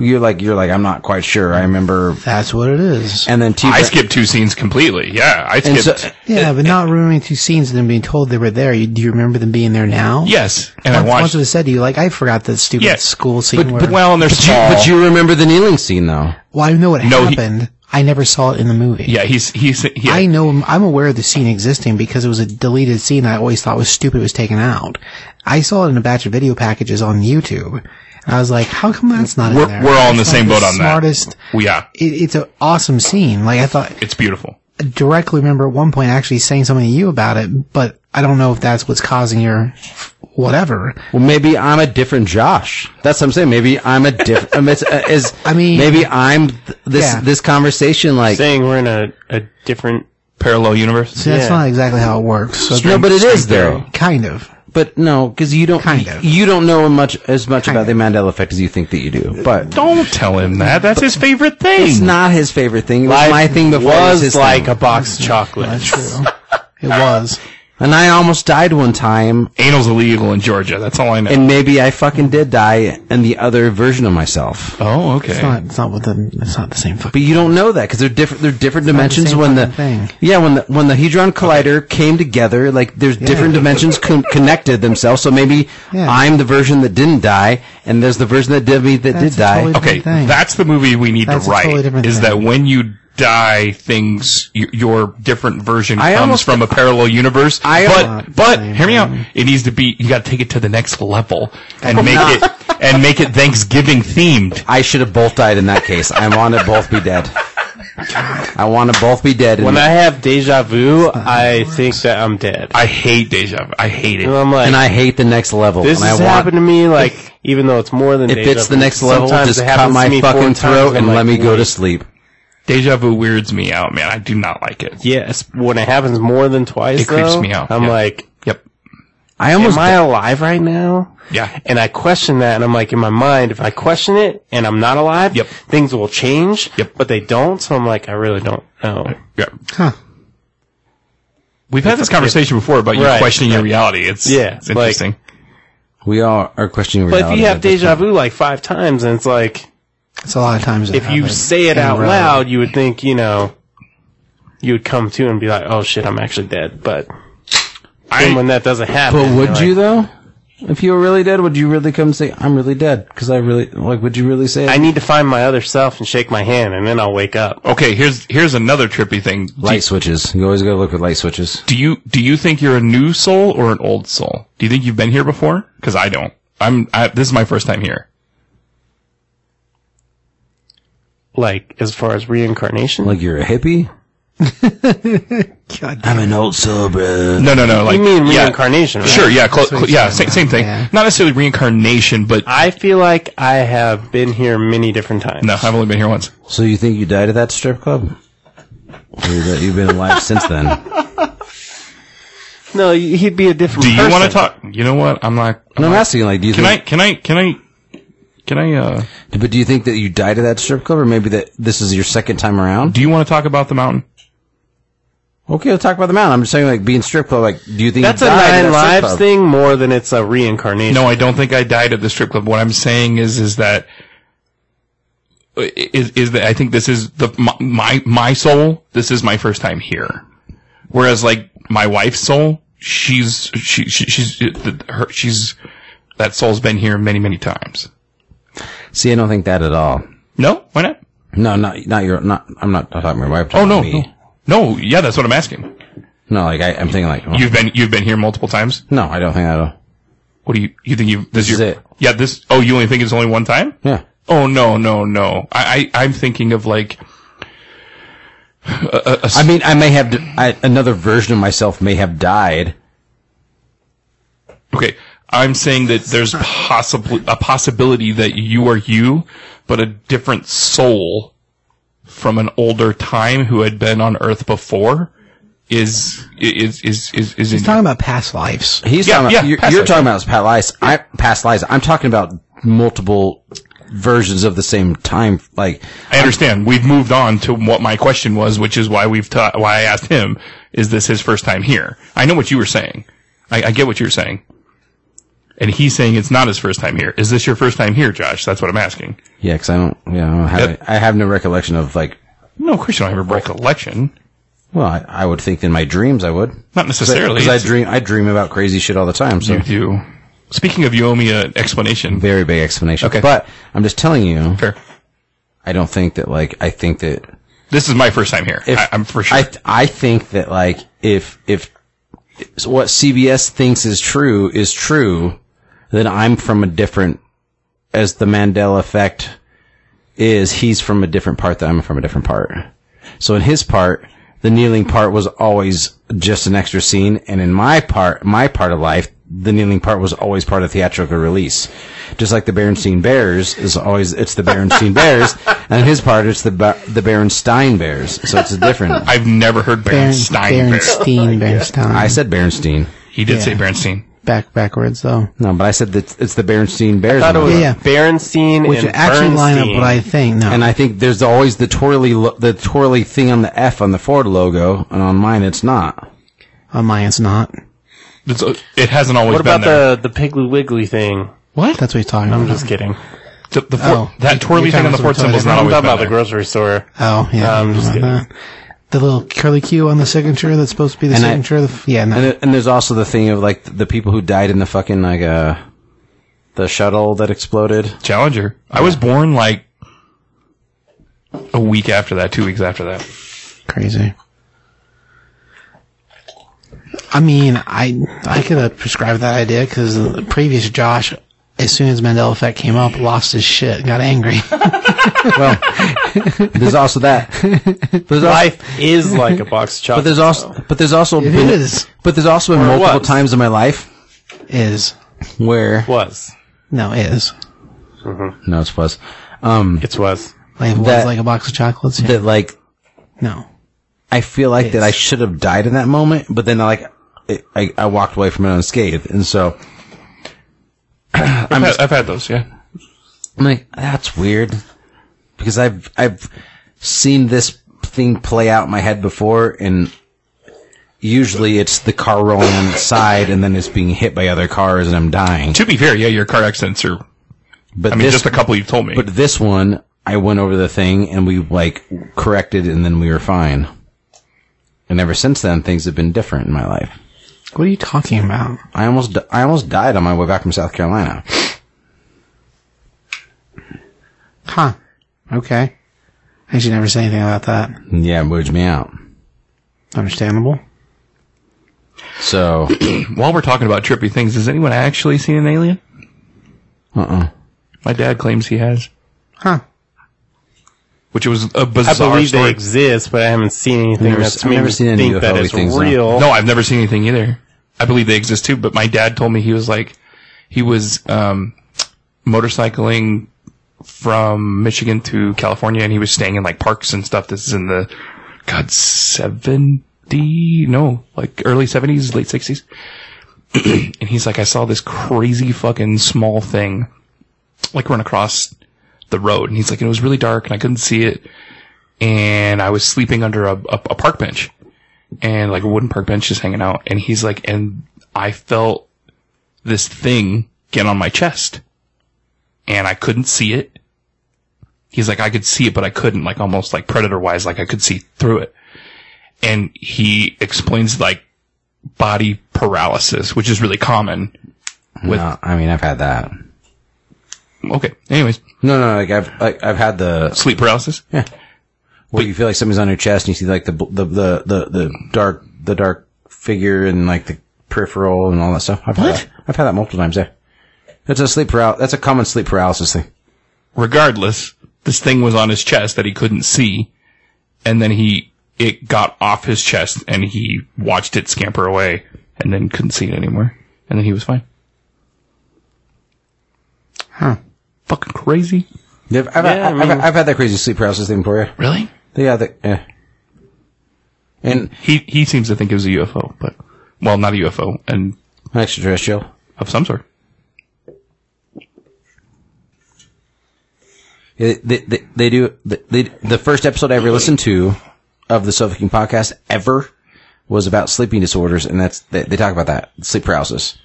Speaker 1: You're like, you're like, I'm not quite sure. I remember.
Speaker 2: That's what it is.
Speaker 1: And then T.
Speaker 3: I skipped two scenes completely. Yeah, I
Speaker 1: And
Speaker 3: skipped.
Speaker 1: so,
Speaker 2: yeah, but not ruining two scenes and then being told they were there. You, do you remember them being there now?
Speaker 3: yes, and
Speaker 2: Once,
Speaker 3: I
Speaker 2: once
Speaker 3: watched.
Speaker 2: it was said to you, like, I forgot the stupid
Speaker 3: Yeah,
Speaker 2: school scene
Speaker 3: but,
Speaker 2: where.
Speaker 3: but well, and there's
Speaker 1: but you, but you remember the kneeling scene though.
Speaker 2: well, I know what
Speaker 3: No, he-
Speaker 2: happened. I never saw it in the movie.
Speaker 3: yeah, he's he's yeah.
Speaker 2: I know I'm aware of the scene existing because it was a deleted scene I always thought was stupid it was taken out. I saw it in a batch of video packages on YouTube. And I was like, how come that's not
Speaker 3: we're,
Speaker 2: in there?
Speaker 3: we're all in the
Speaker 2: That's
Speaker 3: same
Speaker 2: not
Speaker 3: boat on
Speaker 2: smartest,
Speaker 3: that. Well, yeah,
Speaker 2: It, it's an awesome scene. Like I thought,
Speaker 3: it's beautiful.
Speaker 2: I directly remember at one point actually saying something to you about it, but I don't know if that's what's causing your whatever.
Speaker 1: Well, maybe I'm a different Josh. That's what I'm saying. Maybe I'm a different. um, it's, uh, is
Speaker 2: I mean-
Speaker 1: maybe I'm th- this
Speaker 2: Yeah.
Speaker 1: this conversation like
Speaker 4: Saying we're in a, a different
Speaker 3: Parallel universe.
Speaker 2: So that's
Speaker 4: Yeah.
Speaker 2: not exactly how it works. So
Speaker 1: no, but it is
Speaker 2: there,
Speaker 1: though.
Speaker 2: kind of.
Speaker 1: But no, because you don't
Speaker 2: Kind of.
Speaker 1: you don't know much as much about the Mandela effect as you think that you
Speaker 2: Uh,
Speaker 1: do. But
Speaker 3: Don't tell him that. That's his favorite thing.
Speaker 1: it's not his favorite thing. It was my thing before. it
Speaker 4: was
Speaker 1: his
Speaker 4: like
Speaker 1: thing.
Speaker 4: a box of
Speaker 2: That's
Speaker 4: chocolate.
Speaker 2: true. it was.
Speaker 1: and I almost died one time,
Speaker 3: Anal's illegal in Georgia. That's all I know.
Speaker 1: and maybe I fucking did die in the other version of myself.
Speaker 3: oh, okay.
Speaker 2: It's not. It's not what the. It's not the same fucking.
Speaker 1: But you don't know that because they're different. They're different dimensions
Speaker 2: same
Speaker 1: when the
Speaker 2: fucking thing.
Speaker 1: yeah when the when the hedron collider came together. Like there's different dimensions con- connected themselves. So maybe
Speaker 2: Yeah.
Speaker 1: I'm the version that didn't die, and there's the version that did me that
Speaker 2: That's
Speaker 1: did die.
Speaker 2: totally
Speaker 3: okay,
Speaker 2: different thing.
Speaker 3: that's the movie we need
Speaker 2: That's
Speaker 3: to
Speaker 2: a
Speaker 3: write.
Speaker 2: totally different
Speaker 3: is
Speaker 2: thing.
Speaker 3: that when you die, things y- your different version
Speaker 1: I
Speaker 3: comes
Speaker 1: almost-
Speaker 3: from a parallel universe.
Speaker 1: I-
Speaker 3: but but hear me out. It needs to be. You got to take it to the next level and make it and make it Thanksgiving themed.
Speaker 1: I should have both died in that case. I want to both be dead. I want to both be dead.
Speaker 4: When
Speaker 1: and,
Speaker 4: I have deja vu, I think that I'm dead.
Speaker 3: I hate deja. vu. I hate it.
Speaker 4: And I'm like,
Speaker 1: and I hate the next level.
Speaker 4: This
Speaker 1: and I
Speaker 4: has
Speaker 1: want-
Speaker 4: happened to me, like, even though it's more than
Speaker 1: If
Speaker 4: deja
Speaker 1: it's the
Speaker 4: vu,
Speaker 1: next level,
Speaker 4: sometimes
Speaker 1: just
Speaker 4: it
Speaker 1: cut
Speaker 4: happens
Speaker 1: my
Speaker 4: to me four
Speaker 1: fucking
Speaker 4: times,
Speaker 1: throat
Speaker 4: I'm
Speaker 1: and
Speaker 4: like,
Speaker 1: let me go to
Speaker 4: wait.
Speaker 1: sleep.
Speaker 3: Deja vu weirds me out, man. I do not like it.
Speaker 4: Yes, when it happens more than twice,
Speaker 3: It creeps
Speaker 4: though,
Speaker 3: me out,
Speaker 4: I'm
Speaker 3: yeah.
Speaker 4: like,
Speaker 3: Yep.
Speaker 1: I almost
Speaker 4: am I alive right now?
Speaker 3: Yeah.
Speaker 4: And I question that, and I'm like, in my mind, if I question it and I'm not alive,
Speaker 3: Yep.
Speaker 4: things will change.
Speaker 3: Yep.
Speaker 4: But they don't, so I'm like, I really don't know.
Speaker 3: Yeah.
Speaker 2: Huh.
Speaker 3: We've had this conversation before about you
Speaker 4: Right.
Speaker 3: questioning your reality. It's
Speaker 4: Yeah,
Speaker 3: it's
Speaker 4: like-
Speaker 3: interesting.
Speaker 1: we all are questioning
Speaker 4: But
Speaker 1: reality.
Speaker 4: if you have
Speaker 1: at this
Speaker 4: deja vu like five times, and it's like,
Speaker 2: It's a lot of times.
Speaker 4: if you say it out loud, you would think, you know, you would come to and be like, oh shit, I'm actually dead. But then when
Speaker 3: I,
Speaker 4: that doesn't happen,
Speaker 1: But
Speaker 4: you're
Speaker 1: would
Speaker 4: like,
Speaker 1: you though? If you were really dead, would you really come say, "I'm really dead"? Because I really like. Would you really say?
Speaker 4: I
Speaker 1: it?
Speaker 4: need to find my other self and shake my hand, and then I'll wake up.
Speaker 3: okay, here's here's another trippy thing. Do-
Speaker 1: light switches. You always gotta look with light switches.
Speaker 3: do you do you think you're a new soul or an old soul? Do you think you've been here before? Because I don't. I'm. I, this is my first time here.
Speaker 4: Like as far as reincarnation,
Speaker 1: Like you're a hippie.
Speaker 2: God
Speaker 1: I'm an old soul, bro.
Speaker 3: No, no, no. Like
Speaker 4: you mean
Speaker 3: yeah,
Speaker 4: reincarnation? Right?
Speaker 3: Sure. Yeah. Clo-
Speaker 2: what
Speaker 3: clo-
Speaker 2: you're
Speaker 3: yeah.
Speaker 2: saying,
Speaker 3: Same, same thing.
Speaker 2: yeah.
Speaker 3: Not necessarily reincarnation, but
Speaker 4: I feel like I have been here many different times.
Speaker 3: no. I've only been here once.
Speaker 1: So you think you died at that strip club? Or that you've been alive since then?
Speaker 4: no, he'd be a different.
Speaker 3: Do you
Speaker 4: person.
Speaker 3: want to talk? You know what? I'm not. I'm
Speaker 1: No, I'm
Speaker 3: not-
Speaker 1: asking. Like, do you
Speaker 3: Can I?
Speaker 1: think?
Speaker 3: Can I? Can I? Can I? Uh,
Speaker 1: But do you think that you died at that strip club, or maybe that this is your second time around?
Speaker 3: do you want to talk about the mountain?
Speaker 1: Okay, let's talk about the mountain. I'm just saying, like, being strip club. Like, do you think
Speaker 4: That's
Speaker 1: you
Speaker 4: a
Speaker 1: died at
Speaker 4: nine
Speaker 1: that strip
Speaker 4: lives
Speaker 1: club?
Speaker 4: thing more than it's a reincarnation.
Speaker 3: No, I don't think I died at the strip club. What I'm saying is, is that is is that I think this is the my my, my soul. This is my first time here. Whereas, like my wife's soul, she's she, she she's the- her she's that soul's been here many many times.
Speaker 1: See, I don't think that at all.
Speaker 3: No, why not?
Speaker 1: No, not not your. Not I'm not talking about your wife. I'm
Speaker 3: Oh
Speaker 1: talking
Speaker 3: no,
Speaker 1: about me.
Speaker 3: no, No, yeah, that's what I'm asking.
Speaker 1: no. Like I, I'm thinking, like, oh,
Speaker 3: You've been you've been here multiple times.
Speaker 1: no, I don't think that at all.
Speaker 3: What do you you think you this,
Speaker 1: This
Speaker 3: your,
Speaker 1: is it.
Speaker 3: Yeah, this. Oh, you only think it's only one time?
Speaker 1: Yeah.
Speaker 3: Oh no, no, no. I, I I'm thinking of like. A, a- a s-
Speaker 1: I mean, I may have I, another version of myself may have died.
Speaker 3: okay, I'm saying that there's possibly a possibility that you are you, but a different soul from an older time who had been on Earth before is is is is is.
Speaker 2: He's
Speaker 3: in-
Speaker 2: talking about past lives.
Speaker 1: He's
Speaker 3: Yeah,
Speaker 1: talking about,
Speaker 3: yeah,
Speaker 1: you're,
Speaker 3: past
Speaker 1: you're
Speaker 3: life.
Speaker 1: talking about past lives. I, past lives. I'm talking about multiple versions of the same time. Like,
Speaker 3: I understand. We've moved on to what my question was, which is why we've ta- why I asked him, is this his first time here? I know what you were saying. I, I get what you're saying. And he's saying it's not his first time here. Is this your first time here, Josh? That's what I'm asking.
Speaker 1: yeah, because I don't, yeah, I, don't have,
Speaker 3: Yep.
Speaker 1: I have no recollection of like.
Speaker 3: No, of course you don't have a recollection.
Speaker 1: Well, I, I would think in my dreams I would
Speaker 3: Not necessarily.
Speaker 1: because I dream I dream about crazy shit all the time. So
Speaker 3: You do. Speaking of, you owe me an explanation.
Speaker 1: very big explanation.
Speaker 3: Okay.
Speaker 1: but I'm just telling you,
Speaker 3: Fair.
Speaker 1: I don't think that like I think that
Speaker 3: This is my first time here.
Speaker 1: if
Speaker 3: I, I'm for sure.
Speaker 1: I I think that like if if so what CBS thinks is true is true, then I'm from a different as the Mandela effect is he's from a different part that I'm from a different part. So in his part, the kneeling part was always just an extra scene, and in my part, my part of life, the kneeling part was always part of theatrical release. Just like the Berenstain Bears is always it's the Berenstain Bears, and in his part it's the ba- the Berenstein Bears. So it's different.
Speaker 3: I've never heard Bernstein.
Speaker 2: Berenstein, Berenstein.
Speaker 1: I said Berenstein.
Speaker 3: He did say
Speaker 2: Yeah.
Speaker 3: Bernstein.
Speaker 2: Back backwards though,
Speaker 1: No, but I said that it's the Berenstein Bears.
Speaker 4: thought it
Speaker 1: on
Speaker 4: was
Speaker 1: that.
Speaker 2: Yeah.
Speaker 4: Berenstein
Speaker 2: which
Speaker 4: and
Speaker 2: actually line up
Speaker 4: Bernstein.
Speaker 2: what I think. No,
Speaker 1: and I think there's always the twirly lo- the twirly thing on the F on the Ford logo, and on mine it's not.
Speaker 2: on mine it's not.
Speaker 3: It's, uh, it hasn't always
Speaker 4: What
Speaker 3: been
Speaker 4: about
Speaker 3: there.
Speaker 4: the the Piggly Wiggly thing?
Speaker 2: What? That's what he's talking
Speaker 4: I'm
Speaker 2: about.
Speaker 4: just kidding.
Speaker 3: The, the Ford-
Speaker 2: Oh.
Speaker 3: that twirly
Speaker 2: You're
Speaker 3: thing on
Speaker 2: talking
Speaker 3: the
Speaker 2: about
Speaker 3: Ford
Speaker 2: something
Speaker 3: symbol's not
Speaker 4: I'm
Speaker 3: always
Speaker 4: talking
Speaker 3: been
Speaker 4: about
Speaker 3: there.
Speaker 4: the grocery store.
Speaker 2: Oh yeah,
Speaker 4: I'm
Speaker 2: I
Speaker 4: just
Speaker 2: remember that. The little curly Q on the signature that's supposed to be the
Speaker 1: And I-
Speaker 2: signature. of the, f- yeah, no.
Speaker 1: And, it, and there's also the thing of like the people who died in the fucking like uh the shuttle that exploded.
Speaker 3: Challenger. I was born like a week after that, two weeks after that.
Speaker 2: crazy. I mean, I I could have prescribed that idea because the previous Josh, as soon as Mandela Effect came up, lost his shit, got angry.
Speaker 1: There's also that. There's al-
Speaker 4: Life is like a box of
Speaker 1: but
Speaker 4: chocolates.
Speaker 1: there's also but there's also
Speaker 2: It
Speaker 1: been,
Speaker 2: is.
Speaker 1: but there's also been
Speaker 4: Or
Speaker 1: multiple
Speaker 4: was.
Speaker 1: times in my life
Speaker 2: is
Speaker 1: where
Speaker 4: was.
Speaker 2: no is
Speaker 1: no it's was um
Speaker 4: It's was.
Speaker 2: like was
Speaker 1: That-
Speaker 2: like a box of chocolates. Yeah.
Speaker 1: that like
Speaker 2: no,
Speaker 1: I feel like that
Speaker 2: Yes.
Speaker 1: I should have died in that moment, but then like it, I I walked away from it unscathed, and so
Speaker 3: I've, had, I've had those, yeah.
Speaker 1: I'm like, that's weird because I've I've seen this thing play out in my head before, and usually it's the car rolling on its side, and then it's being hit by other cars, and I'm dying.
Speaker 3: To be fair, yeah, your car accidents are,
Speaker 1: But
Speaker 3: I mean,
Speaker 1: this,
Speaker 3: just a couple you've told me.
Speaker 1: but this one, I went over the thing, and we like corrected, and then we were fine. And ever since then, things have been different in my life.
Speaker 2: what are you talking about?
Speaker 1: I almost di- I almost died on my way back from South Carolina.
Speaker 2: Huh? Okay. I should never say anything about that.
Speaker 1: Yeah, it moves me out.
Speaker 2: Understandable.
Speaker 1: So,
Speaker 3: While we're talking about trippy things, has anyone actually seen an alien?
Speaker 1: uh-uh.
Speaker 3: My dad claims he has,
Speaker 2: Huh?
Speaker 3: which was a
Speaker 4: I
Speaker 3: bizarre
Speaker 4: believe
Speaker 3: story.
Speaker 4: they exist, but I haven't seen anything
Speaker 1: never-
Speaker 4: that's
Speaker 1: I've
Speaker 4: made
Speaker 1: never
Speaker 4: me
Speaker 1: seen any
Speaker 4: think
Speaker 1: UFO
Speaker 4: that
Speaker 1: we
Speaker 4: it's
Speaker 1: think so.
Speaker 4: real.
Speaker 3: No, I've never seen anything either. I believe they exist too, but my dad told me he was like, he was um, motorcycling from Michigan to California, and he was staying in like parks and stuff. This is in the God seventy, no, like early seventies, late sixties. and he's like, I saw this crazy fucking small thing, like run across the road, and he's like, and it was really dark, and I couldn't see it, and I was sleeping under a, a, a park bench and like a wooden park bench just hanging out. And he's like, and I felt this thing get on my chest and I couldn't see it. He's like, I could see it, but I couldn't like almost like predator wise, like I could see through it. And he explains like body paralysis, which is really common. with-
Speaker 1: no, I mean, I've had that.
Speaker 3: Okay. Anyways,
Speaker 1: No, no, like I've like, I've had the
Speaker 3: sleep paralysis.
Speaker 1: where you feel like something's on your chest and you see like the bl- the the the, the dark the dark figure and like the peripheral and all that stuff. I've
Speaker 3: What?
Speaker 1: Had that. I've had that multiple times. Yeah, That's a sleep paral- That's a common sleep paralysis thing.
Speaker 3: regardless, this thing was on his chest that he couldn't see, and then he it got off his chest and he watched it scamper away and then couldn't see it anymore. And then he was fine.
Speaker 2: Huh.
Speaker 3: Fucking crazy.
Speaker 1: I've, I've,
Speaker 4: Yeah, I
Speaker 1: I've,
Speaker 4: mean-
Speaker 1: I've, had that crazy sleep paralysis thing before. Yeah.
Speaker 3: Really?
Speaker 1: Yeah. The, yeah. And
Speaker 3: He he seems to think it was a UFO, but well, not a UFO, and
Speaker 1: an extraterrestrial.
Speaker 3: of some sort.
Speaker 1: They, they, they, they do they, they, the first episode I ever listened to of the Soul King podcast ever was about sleeping disorders, and that's they, they talk about that sleep paralysis.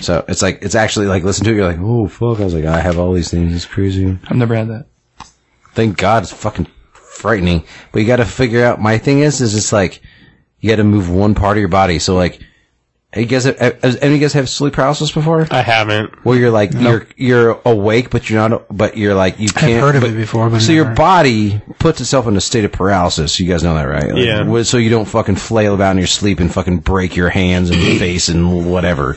Speaker 1: So it's like it's actually like listen to it, you're like, oh fuck! I was like, I have all these things. It's crazy.
Speaker 3: I've never had that.
Speaker 1: Thank God, it's fucking frightening. But you got to figure out. My thing is, is it's like you got to move one part of your body. So like, you guys, have, has any of you guys have sleep paralysis before?
Speaker 4: I haven't.
Speaker 1: Where you're like you're you're awake, but you're not. But you're like you can't.
Speaker 2: I've heard of
Speaker 1: but-
Speaker 2: it before, but
Speaker 1: so your
Speaker 2: never-
Speaker 1: body puts itself in a state of paralysis. You guys know that, right? Like,
Speaker 4: Yeah.
Speaker 1: wh- So you don't fucking flail about in your sleep and fucking break your hands and your face and whatever.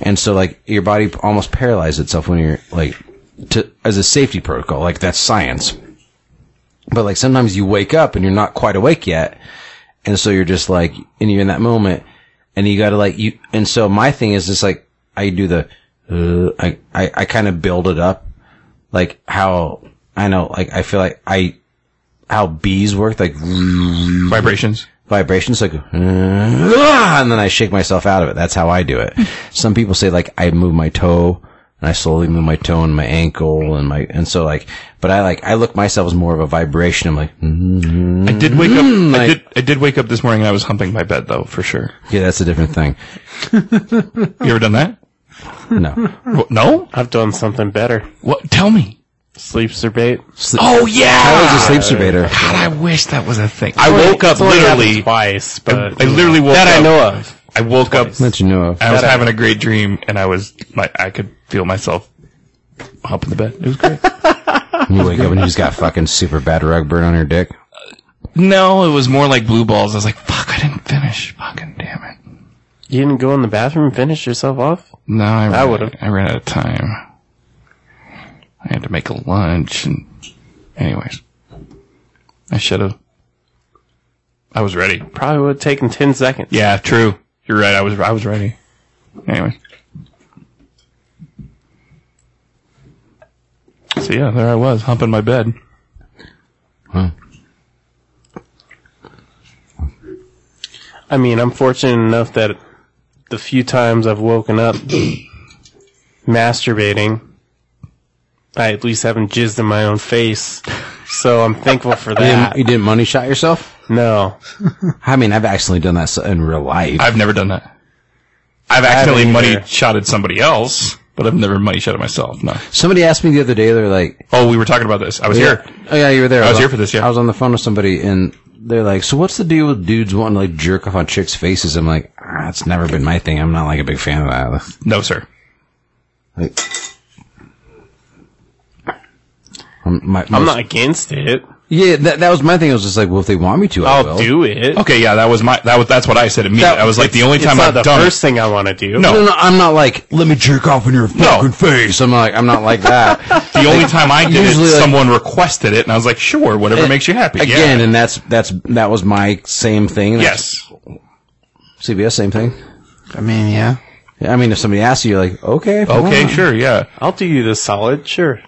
Speaker 1: And so like your body almost paralyzes itself when you're like to as a safety protocol. Like that's science. But like sometimes you wake up and you're not quite awake yet, and so you're just like and you're in that moment, and you gotta like you. And so my thing is just like I do the uh, I I, I kind of build it up like how I know, like I feel like I how bees work, like
Speaker 3: Vibrations.
Speaker 1: vibrations, like "Ah," and then I shake myself out of it. That's how I do it. Some people say like I move my toe and I slowly move my toe and my ankle and my and so like, but I like I look myself as more of a vibration. I'm like, "Hmm,
Speaker 3: I did wake up. I
Speaker 1: like-
Speaker 3: did. I did wake up this morning. and I was humping my bed though, for sure.
Speaker 1: yeah, that's a different thing.
Speaker 3: You ever done that?
Speaker 1: No,
Speaker 3: Wha- No.
Speaker 4: I've done something better.
Speaker 3: What? Tell me.
Speaker 4: Sleep sorbate.
Speaker 3: Oh
Speaker 1: I
Speaker 3: yeah.
Speaker 1: was a sleep surveyor.
Speaker 3: God, I wish that was a thing. I woke up
Speaker 4: It's only happened
Speaker 3: literally.
Speaker 4: twice,
Speaker 3: I,
Speaker 4: but
Speaker 3: I literally woke
Speaker 4: that
Speaker 3: up.
Speaker 4: I know of.
Speaker 3: I woke up.
Speaker 1: That you know of.
Speaker 3: I was
Speaker 4: That I
Speaker 3: having a great dream, and I was like, I could feel myself hop in the bed. It was great.
Speaker 1: You wake up and you just got fucking super bad rug burn on your dick.
Speaker 3: no, it was more like blue balls. I was like, fuck, I didn't finish. Fucking damn it.
Speaker 4: You didn't go in the bathroom and finish yourself off?
Speaker 3: No, I, ran-
Speaker 4: would've.
Speaker 3: I ran out of time. I had to make a lunch, and anyways, I should have. I was ready.
Speaker 4: Probably would have taken 10 seconds.
Speaker 3: Yeah, true. You're right. I was. I was ready. Anyway. So yeah, there I was humping my bed.
Speaker 4: I mean, I'm fortunate enough that the few times I've woken up masturbating, I at least haven't jizzed in my own face. So I'm thankful for
Speaker 1: You
Speaker 4: that.
Speaker 1: didn't, you didn't money shot yourself?
Speaker 4: No.
Speaker 1: I mean, I've actually done that so- in real life.
Speaker 3: I've never done that. I've accidentally
Speaker 4: haven't
Speaker 3: money
Speaker 4: either.
Speaker 3: shotted somebody else, but I've never money shotted myself. No.
Speaker 1: Somebody asked me the other day, they're like,
Speaker 3: Oh, we were talking about this. I was here.
Speaker 1: Oh yeah, you were there.
Speaker 3: I was
Speaker 1: on-
Speaker 3: here for this, yeah.
Speaker 1: I was on the phone with somebody, and they're like, "So what's the deal with dudes wanting to like jerk off on chicks' faces?" I'm like, ah, "It's never been my thing. I'm not like a big fan of that."
Speaker 3: No, sir.
Speaker 1: Like, I'm, um, my,
Speaker 4: I'm
Speaker 1: most-
Speaker 4: not against it.
Speaker 1: Yeah, that, that was my thing. I was just like, "Well, if they want me to,
Speaker 3: Oh,
Speaker 1: I will."
Speaker 4: I'll do it.
Speaker 3: Okay, yeah, that was my that was that's what I said immediately. I was like, the only
Speaker 4: It's
Speaker 3: time
Speaker 4: not
Speaker 3: I've
Speaker 4: the
Speaker 3: done it-
Speaker 4: first thing I want to do.
Speaker 3: No.
Speaker 1: No, no, I'm not like let me jerk off in your fucking face. I'm like I'm not like that.
Speaker 3: the only time I did it,
Speaker 1: Usually, like-
Speaker 3: someone requested it, and I was like, sure, whatever makes you happy.
Speaker 1: Again,
Speaker 3: yeah.
Speaker 1: and that's that's that was my same thing. That's-
Speaker 3: yes,
Speaker 1: CBS same thing.
Speaker 2: I mean, yeah.
Speaker 1: I mean, if somebody asks you, you're like, okay, if you
Speaker 3: okay,
Speaker 1: want."
Speaker 3: sure, yeah,
Speaker 4: I'll do you the solid, sure.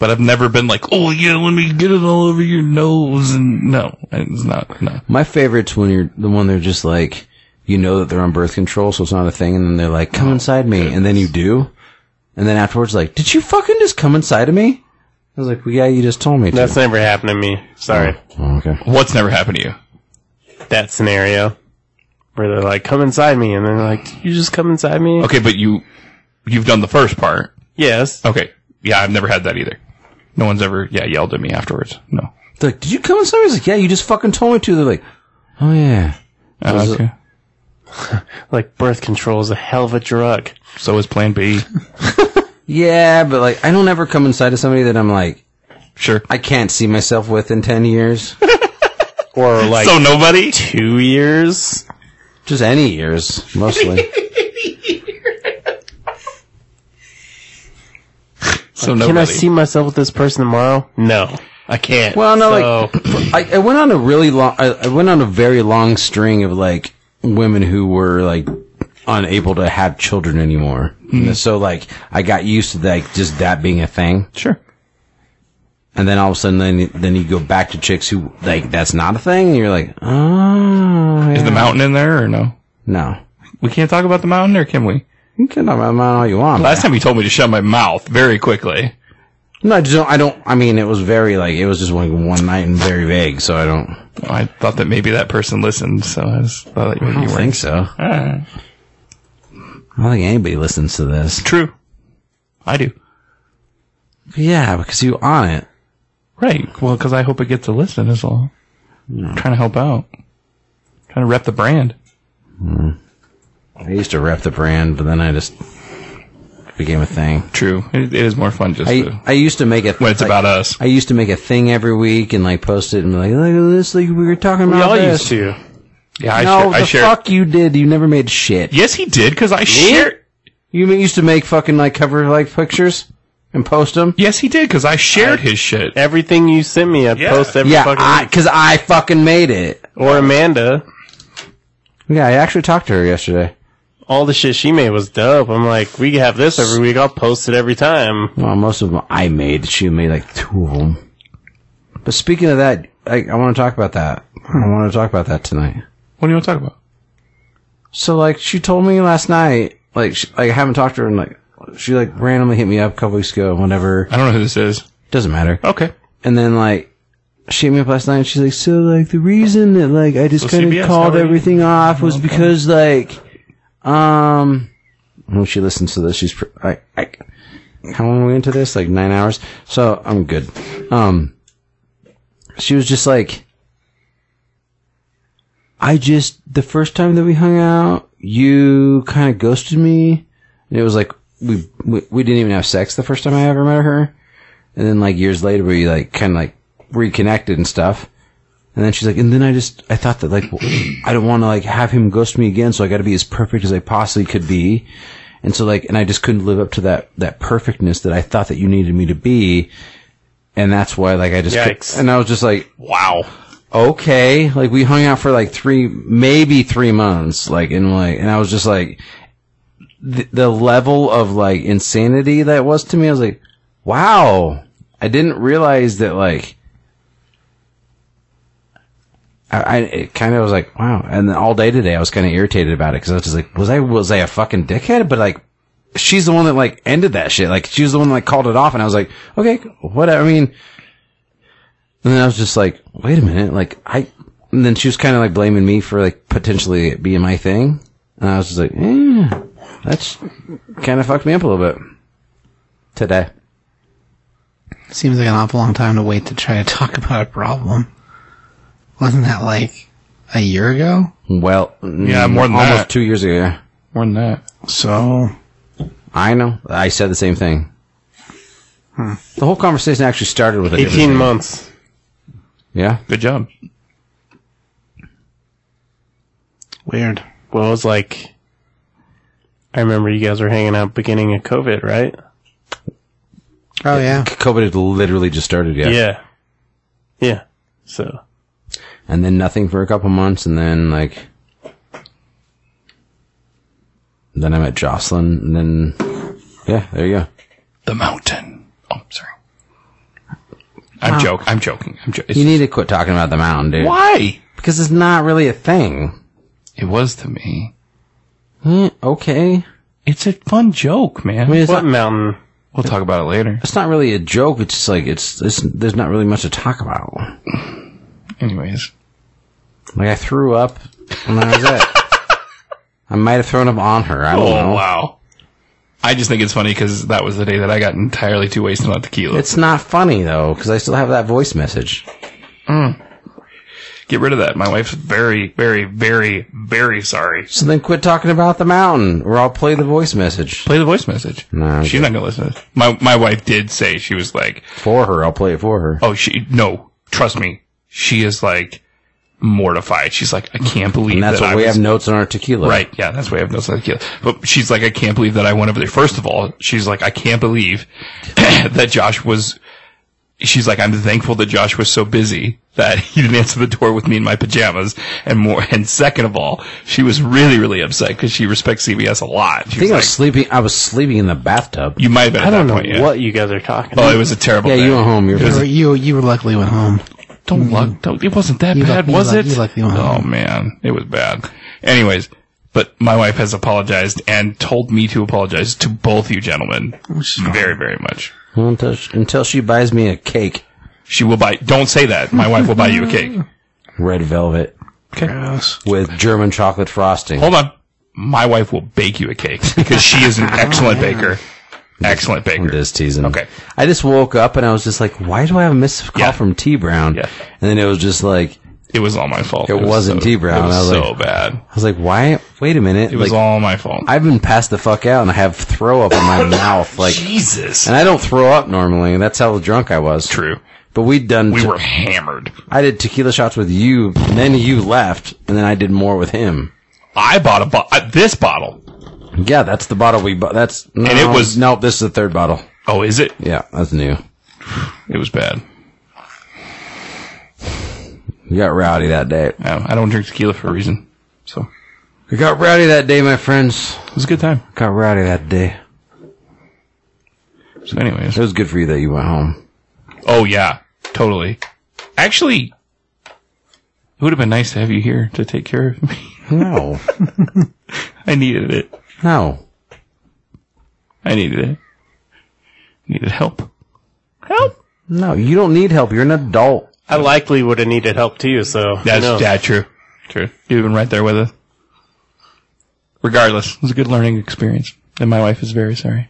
Speaker 3: but I've never been like, oh yeah, let me get it all over your nose, and no, it's not no.
Speaker 1: My favorite's when you're the one they're just like, you know that they're on birth control, so it's not a thing, and then they're like, come inside me, and then you do, and then afterwards, like, did you fucking just come inside of me? I was like, well, yeah, you just told me to.
Speaker 4: That's never happened to me. Sorry.
Speaker 1: Oh, okay.
Speaker 3: What's never happened to you?
Speaker 4: That scenario. Where they're like, come inside me. And then they're like, "Did you just come inside me?
Speaker 3: Okay, but you you've done the first part.
Speaker 4: Yes.
Speaker 3: Okay, yeah, I've never had that either. No one's ever yeah yelled at me afterwards. No.
Speaker 1: They're like, did you come inside me? I was like, yeah, you just fucking told me to. They're like, oh yeah.
Speaker 3: Uh,
Speaker 1: Was it-
Speaker 3: okay.
Speaker 4: Like, birth control is a hell of a drug.
Speaker 3: So is Plan B.
Speaker 1: Yeah, but like, I don't ever come inside of somebody that I'm like,
Speaker 3: Sure.
Speaker 1: I can't see myself with in 10 years.
Speaker 4: Or like,
Speaker 3: so nobody.
Speaker 4: two years.
Speaker 1: Just any years, mostly.
Speaker 3: So
Speaker 4: Can
Speaker 3: nobody.
Speaker 4: I see myself with this person tomorrow? No, I can't.
Speaker 1: Well, no,
Speaker 4: So-
Speaker 1: like I, I went on a really long, I, I went on a very long string of like women who were like unable to have children anymore.
Speaker 3: Mm-hmm.
Speaker 1: And So like I got used to like just that being a thing,
Speaker 3: Sure.
Speaker 1: and then all of a sudden, then then you go back to chicks who like that's not a thing. And you're like, oh,
Speaker 3: Is
Speaker 1: yeah.
Speaker 3: the mountain in there or no?
Speaker 1: no.
Speaker 3: We can't talk about the mountain, or can we?
Speaker 1: You can talk about mine all you want.
Speaker 3: Last time you told me to shut my mouth very quickly.
Speaker 1: No, I just don't. I don't. I mean, it was very like it was just like one night and very vague. So I don't.
Speaker 3: I thought that maybe that person listened, so I was, thought that maybe
Speaker 1: I
Speaker 3: you
Speaker 1: don't
Speaker 3: weren't.
Speaker 1: think so. I don't think anybody listens to this.
Speaker 3: True. I do.
Speaker 1: Yeah, because you on it.
Speaker 3: Right. Well, because I hope it gets a listen is all. Trying to help out. Trying to rep the brand.
Speaker 1: I used to rep the brand, but then I just became a thing.
Speaker 3: True. It, it is more fun just
Speaker 1: I
Speaker 3: to,
Speaker 1: I used to make it
Speaker 3: when it's
Speaker 1: like,
Speaker 3: about us.
Speaker 1: I used to make a thing every week and like post it and be like, look at this, like we were talking about
Speaker 4: we all
Speaker 1: this.
Speaker 4: used to.
Speaker 3: Yeah, I,
Speaker 1: no,
Speaker 3: share, I
Speaker 1: the
Speaker 3: share.
Speaker 1: fuck you did. You never made shit.
Speaker 3: Yes, he did because I shared.
Speaker 1: You used to make fucking like cover like pictures and post them.
Speaker 3: Yes, he did because I shared his shit.
Speaker 4: Everything you sent me, I
Speaker 3: Yeah.
Speaker 4: post every
Speaker 1: Yeah,
Speaker 4: fucking
Speaker 1: I, cause I fucking made it.
Speaker 4: or Amanda.
Speaker 1: Yeah, I actually talked to her yesterday.
Speaker 4: All the shit she made was dope. I'm like, we have this every week. I'll post it every time.
Speaker 1: Well, most of them I made. She made like two of them. But speaking of that, I, I want to talk about that. I want to talk about that tonight.
Speaker 3: What do you want to talk about?
Speaker 1: So like, she told me last night, like, she, like I haven't talked to her in like, she like randomly hit me up a couple weeks ago, whenever.
Speaker 3: I don't know who this is.
Speaker 1: Doesn't matter.
Speaker 3: Okay.
Speaker 1: And then like, she hit me up last night and she's like, so like the reason that like I just
Speaker 3: So
Speaker 1: kind
Speaker 3: CBS,
Speaker 1: of
Speaker 3: how
Speaker 1: called
Speaker 3: are you?
Speaker 1: everything off was because like, um, when she listens to this, she's, pr- I, I, how long are we into this? Like nine hours? So I'm good. Um, she was just like, I just, the first time that we hung out, you kind of ghosted me. And it was like, we, we, we didn't even have sex the first time I ever met her. And then like years later, we like kind of like reconnected and stuff. And then she's like, and then I just, I thought that like, I don't want to like have him ghost me again. So I got to be as perfect as I possibly could be. And so like, and I just couldn't live up to that, that perfectness that I thought that you needed me to be. And that's why like I just,
Speaker 4: Yikes.
Speaker 1: and I was just like,
Speaker 3: Wow.
Speaker 1: okay like we hung out for like three maybe three months like and like and i was just like the, the level of like insanity that was to me i was like wow i didn't realize that like i, I it kind of was like wow and then all day today i was kind of irritated about it because i was just like was i was i a fucking dickhead but like she's the one that like ended that shit like she was the one that like, called it off and i was like okay whatever i mean and then I was just like, wait a minute, like I. And then she was kind of like blaming me for like potentially it being my thing, and I was just like, eh, that's kind of fucked me up a little bit today.
Speaker 2: Seems like an awful long time to wait to try to talk about a problem. Wasn't that like a year ago?
Speaker 1: Well, yeah,
Speaker 3: more than
Speaker 1: almost
Speaker 3: that.
Speaker 1: two years ago. yeah.
Speaker 3: More than that.
Speaker 2: So
Speaker 1: I know. I said the same thing. The whole conversation actually started with a different
Speaker 4: 18
Speaker 1: thing.
Speaker 4: months.
Speaker 1: Yeah,
Speaker 3: Good job.
Speaker 2: weird.
Speaker 4: Well, it was like, I remember you guys were hanging out beginning of COVID, right?
Speaker 2: Oh yeah.
Speaker 1: COVID had literally just started. Yeah.
Speaker 4: Yeah. Yeah. So
Speaker 1: and then nothing for a couple months, and then like, then I met Jocelyn, and then yeah, there you go.
Speaker 3: The mountain. Oh, sorry. I'm joking. I'm joking. I'm joking.
Speaker 1: You need to quit talking about the mountain, dude.
Speaker 3: Why?
Speaker 1: Because it's not really a thing.
Speaker 3: It was to me.
Speaker 1: Eh, okay.
Speaker 3: It's a fun joke, man.
Speaker 1: I mean, it's
Speaker 4: what
Speaker 1: not,
Speaker 4: mountain?
Speaker 3: we'll talk about it later.
Speaker 1: it's not really a joke. It's just like it's, it's there's not really much to talk about.
Speaker 3: Anyways,
Speaker 1: Like I threw up, and that was it. I might have thrown up on her. I don't
Speaker 3: Oh
Speaker 1: know.
Speaker 3: wow! I just think it's funny because that was the day that I got entirely too wasted on tequila.
Speaker 1: It's not funny though, because I still have that voice message.
Speaker 3: Get rid of that. My wife's very, very, very, very sorry.
Speaker 1: So then quit talking about the mountain, or I'll play the voice message
Speaker 3: Play the voice message.
Speaker 1: No,
Speaker 3: she's not gonna listen. to this. My my wife did say she was like,
Speaker 1: for her. I'll play it for her.
Speaker 3: "Oh, she no, trust me." She is like, mortified. She's like, I can't believe
Speaker 1: And that's
Speaker 3: that
Speaker 1: why
Speaker 3: I
Speaker 1: we
Speaker 3: was-
Speaker 1: have notes on our tequila.
Speaker 3: Right. Yeah, that's why I have no sense. Yeah. But she's like, I can't believe that I went over there. First of all, she's like, I can't believe that Josh was. She's like, I'm thankful that Josh was so busy that he didn't answer the door with me in my pajamas. And more. And second of all, she was really, really upset because she respects CBS a lot. She
Speaker 1: I think
Speaker 3: was
Speaker 1: I
Speaker 3: like,
Speaker 1: was sleeping. I was sleeping in the bathtub.
Speaker 3: you might have been.
Speaker 4: I
Speaker 3: at
Speaker 4: don't
Speaker 3: that
Speaker 4: know
Speaker 3: point, yeah.
Speaker 4: what you guys are talking
Speaker 3: Oh,
Speaker 4: about.
Speaker 3: it was a terrible.
Speaker 1: yeah,
Speaker 3: day.
Speaker 1: you were home. You're
Speaker 2: You were- you you were luckily went home.
Speaker 3: Don't look. Don't. It wasn't that
Speaker 2: You luck-
Speaker 3: bad,
Speaker 2: you
Speaker 3: was
Speaker 2: luck-
Speaker 3: it?
Speaker 2: you lucky one.
Speaker 3: oh man, it was bad. Anyways, but my wife has apologized and told me to apologize to both you gentlemen, very, very much.
Speaker 1: until, she, until she buys me a cake,
Speaker 3: She will buy. Don't say that. My wife will buy you a cake.
Speaker 1: red velvet
Speaker 3: Oh.
Speaker 2: Gross.
Speaker 1: with German chocolate frosting.
Speaker 3: Hold on. My wife will bake you a cake because she is an excellent baker. Excellent
Speaker 1: I'm
Speaker 3: baker.
Speaker 1: just teasing.
Speaker 3: Okay.
Speaker 1: I just woke up and I was just like, why do I have a missed call
Speaker 3: Yeah.
Speaker 1: from T Brown?
Speaker 3: Yeah.
Speaker 1: And then it was just like,
Speaker 3: It was all my fault.
Speaker 1: It wasn't
Speaker 3: so-
Speaker 1: T. Brown.
Speaker 3: It was,
Speaker 1: I was
Speaker 3: so
Speaker 1: like-
Speaker 3: bad.
Speaker 1: I was like, why? Wait a minute.
Speaker 3: It was
Speaker 1: like,
Speaker 3: all my fault.
Speaker 1: I've been passed the fuck out and I have throw up in my mouth. Like,
Speaker 3: Jesus.
Speaker 1: and I don't throw up normally. And that's how drunk I was.
Speaker 3: True.
Speaker 1: But we'd done,
Speaker 3: We
Speaker 1: te-
Speaker 3: were hammered.
Speaker 1: I did tequila shots with you and then you left and then I did more with him.
Speaker 3: I bought a bo- I, this bottle.
Speaker 1: Yeah, that's the bottle we bought. That's, no,
Speaker 3: it was-
Speaker 1: nope, this is the third bottle.
Speaker 3: Oh, is it?
Speaker 1: Yeah, that's new.
Speaker 3: It was bad.
Speaker 1: We got rowdy that day.
Speaker 3: No, I don't drink tequila for a reason. So
Speaker 1: We got rowdy that day, my friends.
Speaker 3: it was a good time.
Speaker 1: Got rowdy that day.
Speaker 3: So, anyways,
Speaker 1: It was good for you that you went home.
Speaker 3: oh yeah, totally. Actually, it would have been nice to have you here to take care of me.
Speaker 1: No.
Speaker 3: I needed it.
Speaker 1: no.
Speaker 3: I needed it. Needed help. Help.
Speaker 1: No, you don't need help. You're an adult.
Speaker 4: I likely would have needed help too, so who
Speaker 3: That's
Speaker 4: knows?
Speaker 3: that true. True. You've been right there with us. Regardless, it was a good learning experience, and my wife is very sorry.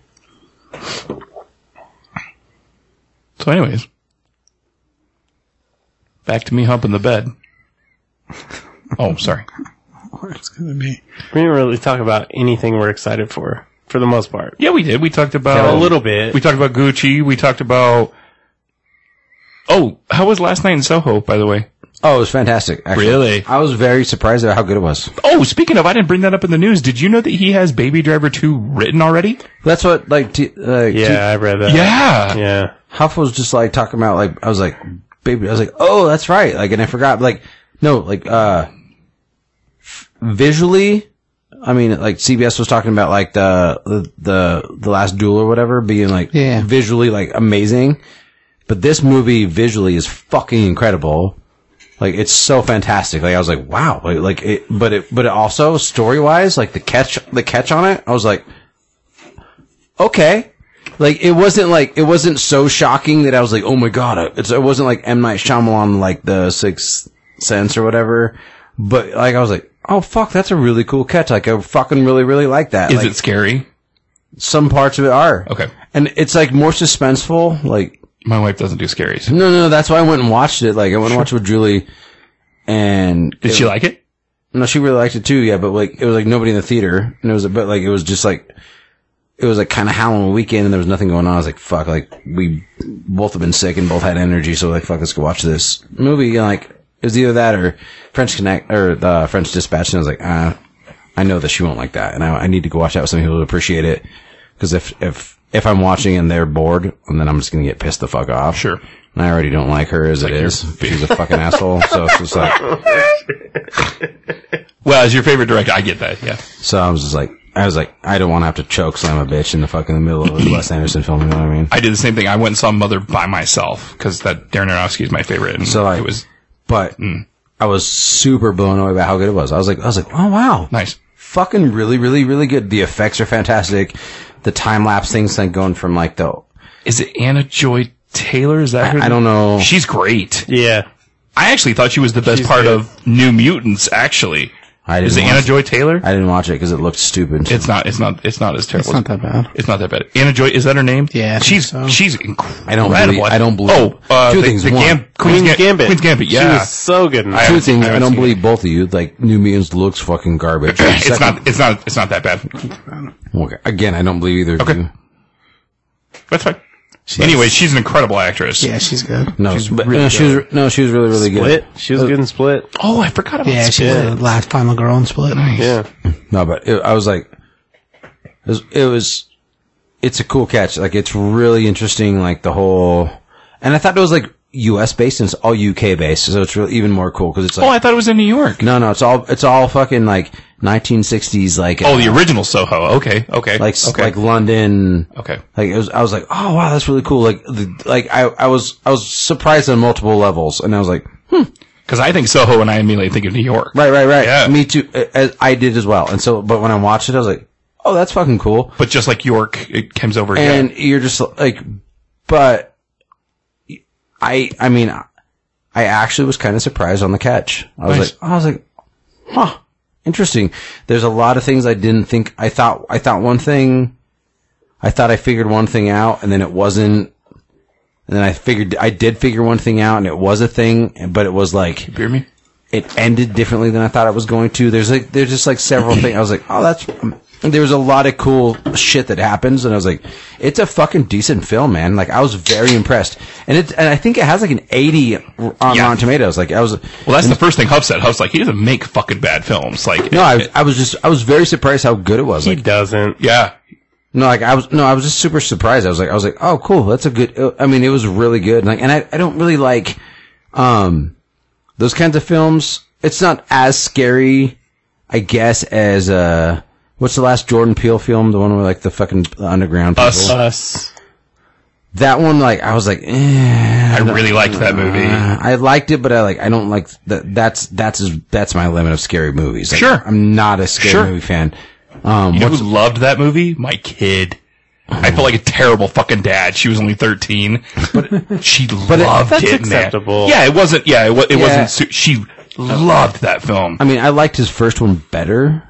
Speaker 3: So, anyways, back to me humping the bed. Oh, sorry.
Speaker 2: Where it's gonna be.
Speaker 4: we didn't really talk about anything we're excited for, for the most part.
Speaker 3: Yeah, we did. We talked about
Speaker 4: a little bit.
Speaker 3: Oh. We talked about Gucci. We talked about. Oh, how was last night in Soho? By the way.
Speaker 1: Oh, it was fantastic. Actually.
Speaker 3: Really?
Speaker 1: I was very surprised at how good it was.
Speaker 3: Oh, speaking of, I didn't bring that up in the news. Did you know that he has Baby Driver two written already?
Speaker 1: That's what, like, t- uh,
Speaker 4: Yeah, I read that.
Speaker 3: Yeah.
Speaker 4: Yeah.
Speaker 1: Huff was just like talking about like I was like baby I was like oh that's right like and I forgot like no like uh f- visually I mean like CBS was talking about like the the the, the last duel or whatever being like
Speaker 2: Yeah.
Speaker 1: visually like amazing but this movie visually is fucking incredible like it's so fantastic like I was like wow like, like it but it but it also story wise like the catch the catch on it I was like okay. Like it wasn't like it wasn't so shocking that I was like, oh my god, I- it's, it wasn't like M Night Shyamalan like the Sixth Sense or whatever. But like I was like, oh fuck, that's a really cool catch. Like I fucking really really like that.
Speaker 3: Is
Speaker 1: like,
Speaker 3: it scary?
Speaker 1: some parts of it are
Speaker 3: Okay.
Speaker 1: and it's like more suspenseful. Like
Speaker 3: My wife doesn't do scaries.
Speaker 1: no no, that's why I went and watched it. Like I went and watched it with Julie, and
Speaker 3: Did she like it?
Speaker 1: no, she really liked it too. Yeah, but like it was like nobody in the theater, and it was but like it was just like it was like kind of Halloween weekend, and there was nothing going on. I was like, fuck, like we both have been sick and both had energy, so like fuck, let's go watch this movie. And, like it was either that or French Connect or the French Dispatch, and I was like, ah, I know that she won't like that, and I, I need to go watch that with some people who appreciate it because if if if I'm watching and they're bored, and then I'm just gonna get pissed the fuck off.
Speaker 3: Sure.
Speaker 1: And I already don't like her as it is. She's a fucking asshole. So it's just like.
Speaker 3: Well, as your favorite director, I get that. Yeah.
Speaker 1: So I was just like, I was like, I don't want to have to choke slam a bitch in the fucking the middle of a Wes Anderson film. You know what I mean?
Speaker 3: I did the same thing. I went and saw Mother by myself because that Darren Aronofsky is my favorite, and
Speaker 1: So like,
Speaker 3: it was Hmm.
Speaker 1: but I was super blown away by how good it was. I was like, I was like, oh wow,
Speaker 3: nice.
Speaker 1: fucking really, really, really good. The effects are fantastic. The time lapse things like going from like the
Speaker 3: Is it Anna Joy Taylor? Is that her?
Speaker 1: I don't know.
Speaker 3: She's great.
Speaker 4: Yeah.
Speaker 3: I actually thought she was the best
Speaker 4: She's
Speaker 3: part
Speaker 4: good.
Speaker 3: of New Mutants. Actually,
Speaker 1: I didn't
Speaker 3: is it
Speaker 1: watch
Speaker 3: Anna Joy Taylor?
Speaker 1: I didn't watch it because it looked stupid.
Speaker 3: It's not. It's not. It's not as terrible.
Speaker 2: It's not that bad.
Speaker 3: It's not that bad. Anna Joy is that her name?
Speaker 2: Yeah, I think
Speaker 3: she's
Speaker 2: so.
Speaker 3: she's incredible.
Speaker 1: I don't believe- I don't believe-
Speaker 3: Oh, uh,
Speaker 1: two
Speaker 3: the,
Speaker 1: things.
Speaker 3: the
Speaker 1: One,
Speaker 3: Gam- Queen's,
Speaker 4: Queen's
Speaker 3: Gam-
Speaker 4: Gambit.
Speaker 3: Queen's Gambit.
Speaker 4: She
Speaker 3: Yeah.
Speaker 4: was so good. In
Speaker 3: I-
Speaker 4: that.
Speaker 1: Two things.
Speaker 3: haven't
Speaker 1: I don't
Speaker 3: seen
Speaker 1: believe both of you. Like New Mutants looks fucking garbage.
Speaker 3: it's
Speaker 1: Second-
Speaker 3: not. It's not. It's not that bad.
Speaker 1: okay, Again, I don't believe either of
Speaker 3: Okay.
Speaker 1: you.
Speaker 3: That's fine.
Speaker 2: She-
Speaker 3: Anyway, she's an incredible actress.
Speaker 2: yeah, she's good.
Speaker 1: No,
Speaker 3: She's
Speaker 1: but-
Speaker 3: really
Speaker 1: no, she was no, she was really really
Speaker 4: Split.
Speaker 1: good.
Speaker 4: She was good in Split.
Speaker 3: Oh, I forgot about
Speaker 2: Yeah,
Speaker 3: that.
Speaker 2: she was the last final girl in Split.
Speaker 4: Yeah.
Speaker 1: No, but it, I was like, it was, it was, it's a cool catch. Like it's really interesting. Like the whole, and I thought it was like U.S. based and it's all U.K. based, so it's really even more cool because it's
Speaker 3: Oh,
Speaker 1: like
Speaker 3: I thought it was in New York.
Speaker 1: no, no, it's all it's all fucking like 1960s like
Speaker 3: Oh, the original Soho. Okay, okay,
Speaker 1: like
Speaker 3: okay,
Speaker 1: like London.
Speaker 3: okay.
Speaker 1: Like it was, I was like, oh wow, that's really cool. Like, the, like I, I was, I was surprised on multiple levels, and I was like,
Speaker 3: Because I think Soho, and I immediately think of New York.
Speaker 1: right, right, right.
Speaker 3: Yeah.
Speaker 1: Me too. uh, As I did as well. And so, but when I watched it, I was like, oh, that's fucking cool.
Speaker 3: But just like York, it comes over
Speaker 1: and
Speaker 3: again.
Speaker 1: you're just like but i i mean i actually was kind of surprised on the catch i was
Speaker 3: Nice.
Speaker 1: like i was like huh interesting there's a lot of things i didn't think i thought i thought one thing i thought i figured one thing out and then it wasn't and then i figured i did figure one thing out and it was a thing but it was like
Speaker 3: You hear me?
Speaker 1: it ended differently than I thought it was going to. There's like there's just like several things. I was like, oh, that's. and There was a lot of cool shit that happens, and I was like, it's a fucking decent film, man. Like I was very impressed, and it and I think it has like an eighty on
Speaker 3: Yeah.
Speaker 1: Rotten Tomatoes. Like I was.
Speaker 3: Well, that's the first thing Huff said. Huff's like, he doesn't make fucking bad films. Like,
Speaker 1: no, I, I was just I was very surprised how good it was.
Speaker 4: He
Speaker 1: Like
Speaker 4: doesn't.
Speaker 3: yeah,
Speaker 1: no, like I was no, I was just super surprised. I was like I was like, oh, cool, that's a good. I mean, it was really good. Like, and I I don't really like, um, those kinds of films. It's not as scary, I guess, as uh, what's the last Jordan Peele film? The one where like the fucking underground people.
Speaker 3: Us.
Speaker 4: Us.
Speaker 1: That one, like I was like, eh,
Speaker 3: I really liked that movie.
Speaker 1: I liked it, but I like I don't like that. That's that's that's my limit of scary movies. Like,
Speaker 3: Sure.
Speaker 1: I'm not a scary
Speaker 3: Sure.
Speaker 1: movie fan. Um,
Speaker 3: You know who loved that movie? My kid. I felt like a terrible fucking dad. She was only thirteen, but she
Speaker 1: it-
Speaker 3: loved
Speaker 1: that's
Speaker 3: it, man.
Speaker 4: acceptable.
Speaker 3: Yeah, it wasn't. Yeah, it, wa- it
Speaker 1: Yeah.
Speaker 3: wasn't. Su- she loved that film.
Speaker 1: I mean, I liked his first one better.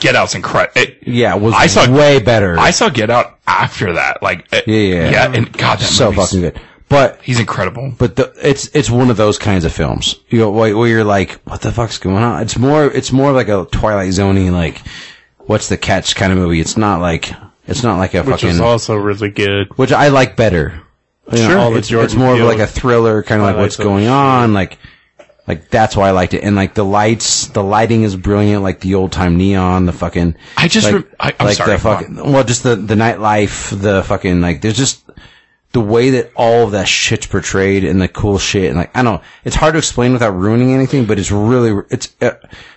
Speaker 3: Get Out's incredible.
Speaker 1: Yeah, it was
Speaker 3: I saw-
Speaker 1: way better.
Speaker 3: I saw Get Out after that. Like, it-
Speaker 1: Yeah, yeah.
Speaker 3: yeah. And God, that
Speaker 1: so
Speaker 3: movie's-
Speaker 1: fucking good. But
Speaker 3: He's incredible.
Speaker 1: but the, it's it's one of those kinds of films. You know, where, where you're like, what the fuck's going on? It's more it's more like a Twilight Zoney like, what's the catch kind of movie. It's not like it's not like a
Speaker 4: Which
Speaker 1: fucking
Speaker 4: is also really good.
Speaker 1: which I like better. You know,
Speaker 4: Sure.
Speaker 1: all
Speaker 4: The
Speaker 1: it's,
Speaker 4: Jordan
Speaker 1: it's more of
Speaker 4: Peele
Speaker 1: like a thriller, kind of like
Speaker 4: Twilight
Speaker 1: what's
Speaker 4: Zone
Speaker 1: going
Speaker 4: shit.
Speaker 1: on, like like that's why I liked it. And like the lights, the lighting is brilliant, like the old time neon, the fucking.
Speaker 3: I just
Speaker 1: like,
Speaker 3: rem- I- I'm
Speaker 1: like
Speaker 3: sorry,
Speaker 1: the
Speaker 3: go on.
Speaker 1: fucking well, just the the nightlife, the fucking like there's just the way that all of that shit's portrayed and the cool shit and like I don't know, it's hard to explain without ruining anything, but it's really it's uh,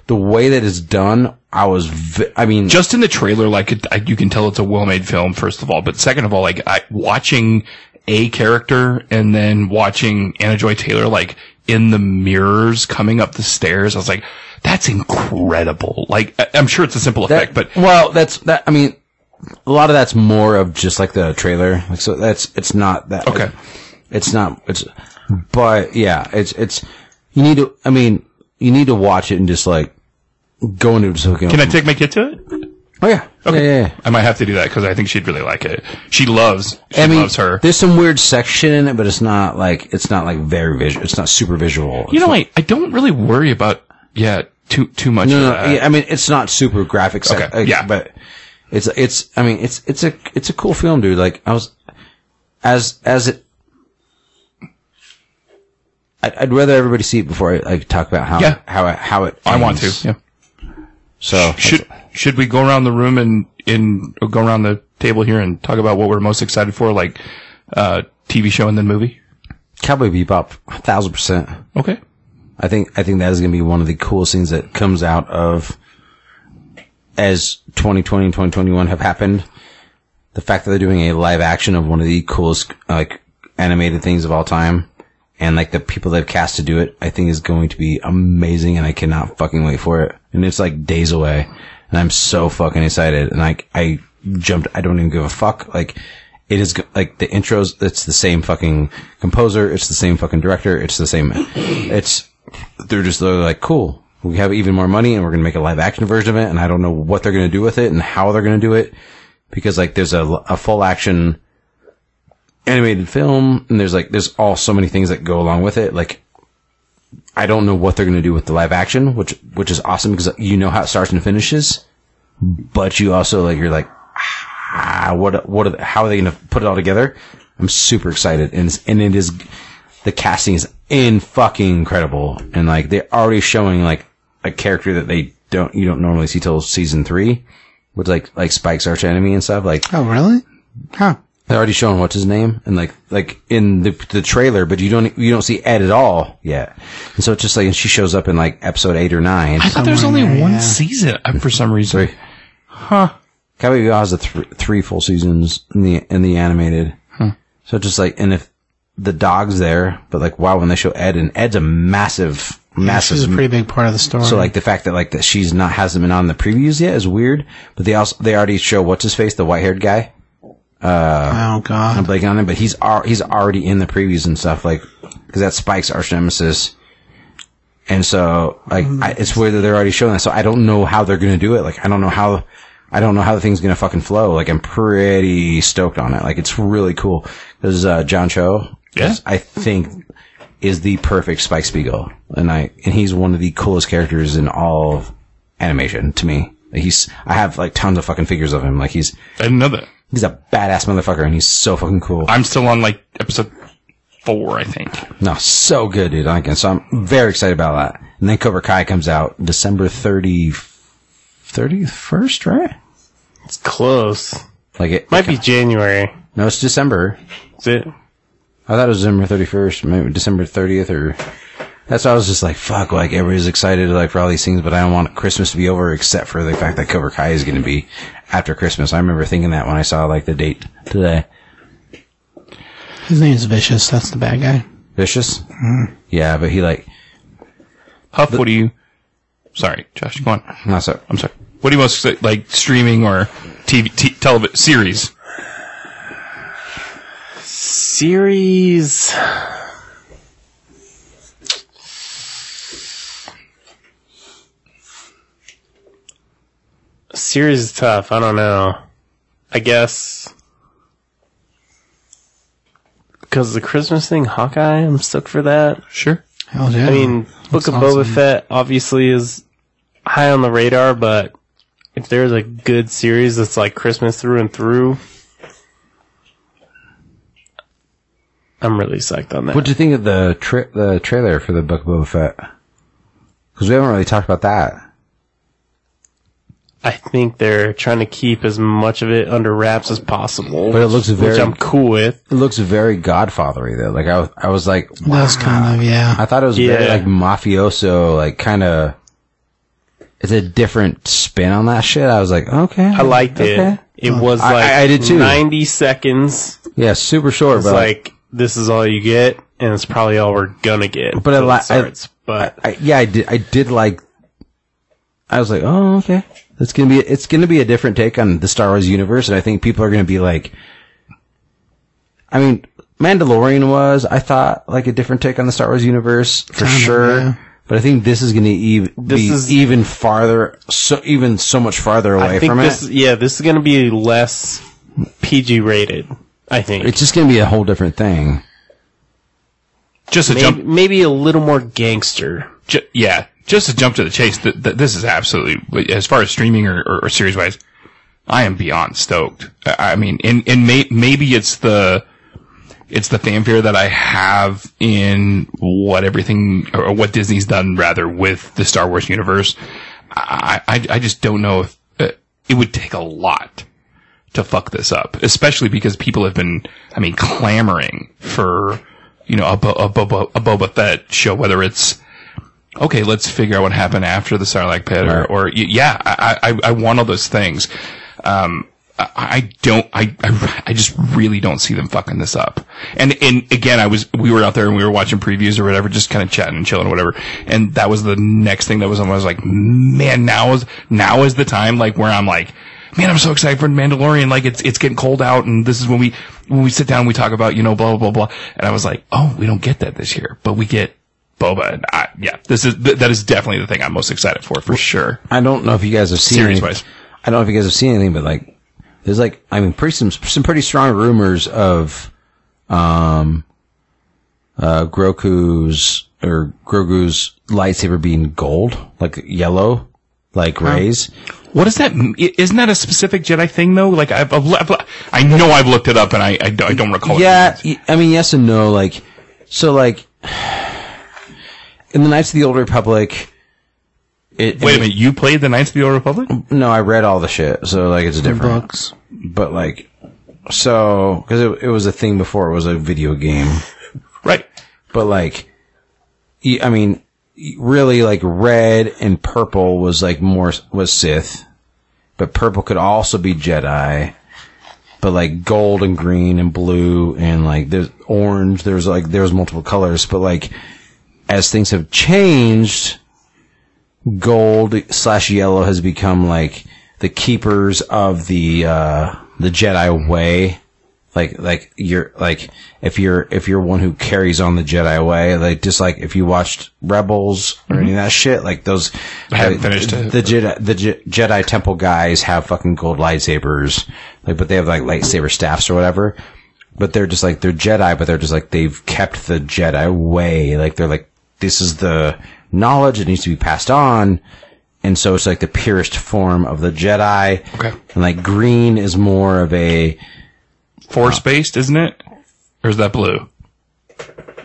Speaker 1: the way that it's done. I was, v- I mean,
Speaker 3: Just in the trailer, like it, I, you can tell it's a well-made film, first of all, but second of all, like I, watching a character and then watching Anna Joy Taylor, like in the mirrors coming up the stairs, I was like, that's incredible. Like I, I'm sure it's a simple effect, but
Speaker 1: well, that's that. I mean, a lot of that's more of just like the trailer. Like so, that's it's not that.
Speaker 3: Okay.
Speaker 1: it's not. It's but yeah, it's it's you need to. I mean, you need to watch it and just like go into just hooking
Speaker 3: can I
Speaker 1: up.
Speaker 3: take my kid to it?
Speaker 1: oh yeah. Okay. Yeah. yeah, yeah.
Speaker 3: I might have to do that because I think she'd really like it. She loves, she
Speaker 1: I mean,
Speaker 3: loves her.
Speaker 1: there's some weird section in it, but it's not like it's not like very visual. It's not super visual.
Speaker 3: you know, I, I don't really worry about, yeah, too, too much.
Speaker 1: No,
Speaker 3: of
Speaker 1: no,
Speaker 3: that.
Speaker 1: yeah, I mean it's not super graphic. Sec-
Speaker 3: Uh, Okay,
Speaker 1: like,
Speaker 3: yeah.
Speaker 1: but it's it's. I mean it's it's a it's a cool film, dude. Like I was as as it. I'd, I'd rather everybody see it before I like talk about how
Speaker 3: Yeah.
Speaker 1: how it- how it.
Speaker 3: I want to.
Speaker 1: ends.
Speaker 3: Yeah.
Speaker 1: So
Speaker 3: Should should we go around the room and in go around the table here and talk about what we're most excited for, like uh, TV show and then movie?
Speaker 1: Cowboy Bebop, a thousand percent.
Speaker 3: Okay.
Speaker 1: I think I think that is going to be one of the coolest things that comes out of as 2020 and 2021 have happened. The fact that they're doing a live action of one of the coolest like animated things of all time, and like the people they've cast to do it, I think is going to be amazing, and I cannot fucking wait for it. And it's like days away, and I'm so fucking excited. And like I jumped, I don't even give a fuck. Like it is go- like the intros. It's the same fucking composer. It's the same fucking director. It's the same. It's they're just they're like, cool. We have even more money, and we're gonna make a live action version of it. And I don't know what they're gonna do with it and how they're gonna do it because like there's a, a full action animated film, and there's like there's all so many things that go along with it. Like I don't know what they're gonna do with the live action, which which is awesome because you know how it starts and finishes, but you also like you're like, ah, what what are, how are they gonna put it all together? I'm super excited, and it's, and it is the casting is in fucking incredible, and like they're already showing like a character that they don't you don't normally see till season three, with like like Spike's arch enemy and stuff. Like
Speaker 2: Oh, really? Huh.
Speaker 1: they're already showing what's his name and like like in the the trailer, but you don't you don't see Ed at all yet, and so it's just like and she shows up in like episode eight or nine.
Speaker 3: I thought there was only
Speaker 2: Somewhere,
Speaker 3: one
Speaker 2: yeah.
Speaker 3: season uh, for some reason.
Speaker 1: Three. Huh. Cowboy Bebop has a th- three full seasons in the in the animated. So just like, and if the dog's there, but like, wow, when they show Ed, and Ed's a massive, massive.
Speaker 2: She's a pretty big part of the story.
Speaker 1: so like the fact that like that she's not hasn't been on the previews yet is weird. But they also they already show what's his face, the white haired guy.
Speaker 2: oh
Speaker 1: I'm
Speaker 2: god,
Speaker 1: blanking on him, but he's al- he's already in the previews and stuff like because that's Spike's arch nemesis. And so like I, it's weird that they're already showing that. So I don't know how they're gonna do it. Like I don't know how I don't know how the thing's gonna fucking flow. Like I'm pretty stoked on it. Like it's really cool because uh, John Cho.
Speaker 3: Yeah.
Speaker 1: is- I think is the perfect Spike Spiegel, and I and he's one of the coolest characters in all of animation to me. Like, he's I have like tons of fucking figures of him. Like he's
Speaker 3: I didn't know that.
Speaker 1: he's a badass motherfucker, and he's so fucking cool.
Speaker 3: I'm still on like episode four, I think.
Speaker 1: No, so good, dude. I can. So I'm very excited about that. And then Cobra Kai comes out December 30, 31st, right?
Speaker 4: It's close.
Speaker 1: Like it
Speaker 4: Might be January.
Speaker 1: No, it's December.
Speaker 4: Is it?
Speaker 1: I thought it was December 31st, maybe December 30th, or that's why I was just like, fuck. Like everybody's excited like for all these things, but I don't want Christmas to be over except for the fact that Cobra Kai is going to be after Christmas. I remember thinking that when I saw like the date today.
Speaker 2: his name's Vicious. That's the bad guy.
Speaker 1: Vicious. Yeah, but he like
Speaker 3: Huff, what do you? Sorry, Josh, go on.
Speaker 1: not so.
Speaker 3: I'm sorry. What do you most say, like streaming or TV t- telev- series?
Speaker 4: Series. Series is tough. I don't know. I guess. Because the Christmas thing, Hawkeye, I'm stoked for that.
Speaker 3: Sure.
Speaker 2: Hell yeah.
Speaker 4: I
Speaker 1: Mm.
Speaker 4: mean, Book of Boba
Speaker 2: awesome.
Speaker 4: Fett obviously is high on the radar, but if there's a good series that's like Christmas through and through, I'm really psyched on that.
Speaker 1: What'd you think of the tra- the trailer for the Book of Boba Fett? Because we haven't really talked about that.
Speaker 4: I think they're trying to keep as much of it under wraps as possible,
Speaker 1: But it looks very-
Speaker 4: which I'm cool with.
Speaker 1: It looks very Godfathery though. Like I, was- I was like, wow.
Speaker 2: that's kind of yeah.
Speaker 1: I thought it was very
Speaker 4: Yeah.
Speaker 1: like mafioso, like kind of. It's a different spin on that shit. I was like, okay,
Speaker 4: I liked it. It was
Speaker 1: I-
Speaker 4: like
Speaker 1: I- I did too.
Speaker 4: 90 seconds.
Speaker 1: Yeah, super short,
Speaker 4: It's
Speaker 1: but like,
Speaker 4: like this is all you get, and it's probably all we're gonna get.
Speaker 1: But I
Speaker 4: till
Speaker 1: li-
Speaker 4: it starts, but
Speaker 1: I, yeah, I did. I did like. I was like, oh, okay. It's gonna be. It's gonna be a different take on the Star Wars universe, and I think people are gonna be like. I mean, Mandalorian was. I thought like a different take on the Star Wars universe for
Speaker 2: Kinda,
Speaker 1: sure.
Speaker 2: yeah.
Speaker 1: But I think this is going to ev- be
Speaker 4: is-
Speaker 1: even farther, so even so much farther away
Speaker 4: I think
Speaker 1: from
Speaker 4: this,
Speaker 1: it.
Speaker 4: yeah, this is going to be less PG rated. I think
Speaker 1: It's just going to be a whole different thing.
Speaker 3: Just a
Speaker 4: maybe,
Speaker 3: jump.
Speaker 4: maybe a little more gangster.
Speaker 3: Ju- yeah, just to jump to the chase. Th- th- this is absolutely as far as streaming or, or, or series wise. I am beyond stoked. I, I mean, and and may- maybe it's the it's the fanfare that I have in what everything or what Disney's done rather with the Star Wars universe. I I, I just don't know if uh, it would take a lot to fuck this up, especially because people have been, I mean, clamoring for you know a, Bo- a, Boba, a Boba Fett show, whether it's okay, let's figure out what happened after the Sarlacc pit, or, or y- yeah, I, I, I want all those things. Um, I, I don't, I, I, I just really don't see them fucking this up. And, and again, I was, we were out there and we were watching previews or whatever, just kind of chatting and chilling or whatever. And that was the next thing that was on. I was like, man, now is, now is the time, like, where I'm like, man, I'm so excited for Mandalorian. Like it's it's getting cold out, and this is when we when we sit down and we talk about you know blah blah blah blah. And I was like, oh, we don't get that this year, but we get Boba. And I, yeah, this is th- that is definitely the thing I'm most excited for for sure.
Speaker 1: I don't know if you guys have seen.
Speaker 3: Series
Speaker 1: any-
Speaker 3: wise.
Speaker 1: I don't know if you guys have seen anything, but like, there's like, I mean, pretty some some pretty strong rumors of, um, uh, Grogu's or Grogu's lightsaber being gold, like yellow. like rays.
Speaker 3: What is that? m- i- Isn't that a specific Jedi thing though? Like I've, I've, I've- i know I've looked it up and I, I, don't, I don't recall.
Speaker 1: Yeah,
Speaker 3: Oh, It.
Speaker 1: y- I mean, yes and no. Like, so like in the Knights of the Old Republic. It,
Speaker 3: Wait a minute. You played the Knights of the Old Republic?
Speaker 1: No, I read all the shit, so like it's different.
Speaker 2: books.
Speaker 1: But like, so because it, it was a thing before it was a video game.
Speaker 3: Right.
Speaker 1: but like y- i mean y- really like red and purple was like more was sith but purple could also be jedi but like gold and green and blue and like there's orange there's like there's multiple colors but like as things have changed gold slash yellow has become like the keepers of the uh the jedi way like like you're like if you're if you're one who carries on the Jedi way, like just like if you watched Rebels or any of that shit, like those
Speaker 3: Mm-hmm. I haven't
Speaker 1: the,
Speaker 3: finished it,
Speaker 1: the Jedi the Je- Jedi Temple guys have fucking gold lightsabers, like but they have like lightsaber staffs or whatever. But they're just like they're Jedi, but they're just like they've kept the Jedi way. Like they're like this is the knowledge that needs to be passed on. And so it's like the purest form of the Jedi.
Speaker 3: Okay.
Speaker 1: And like green is more of a
Speaker 3: Force based, isn't it? Or is that blue?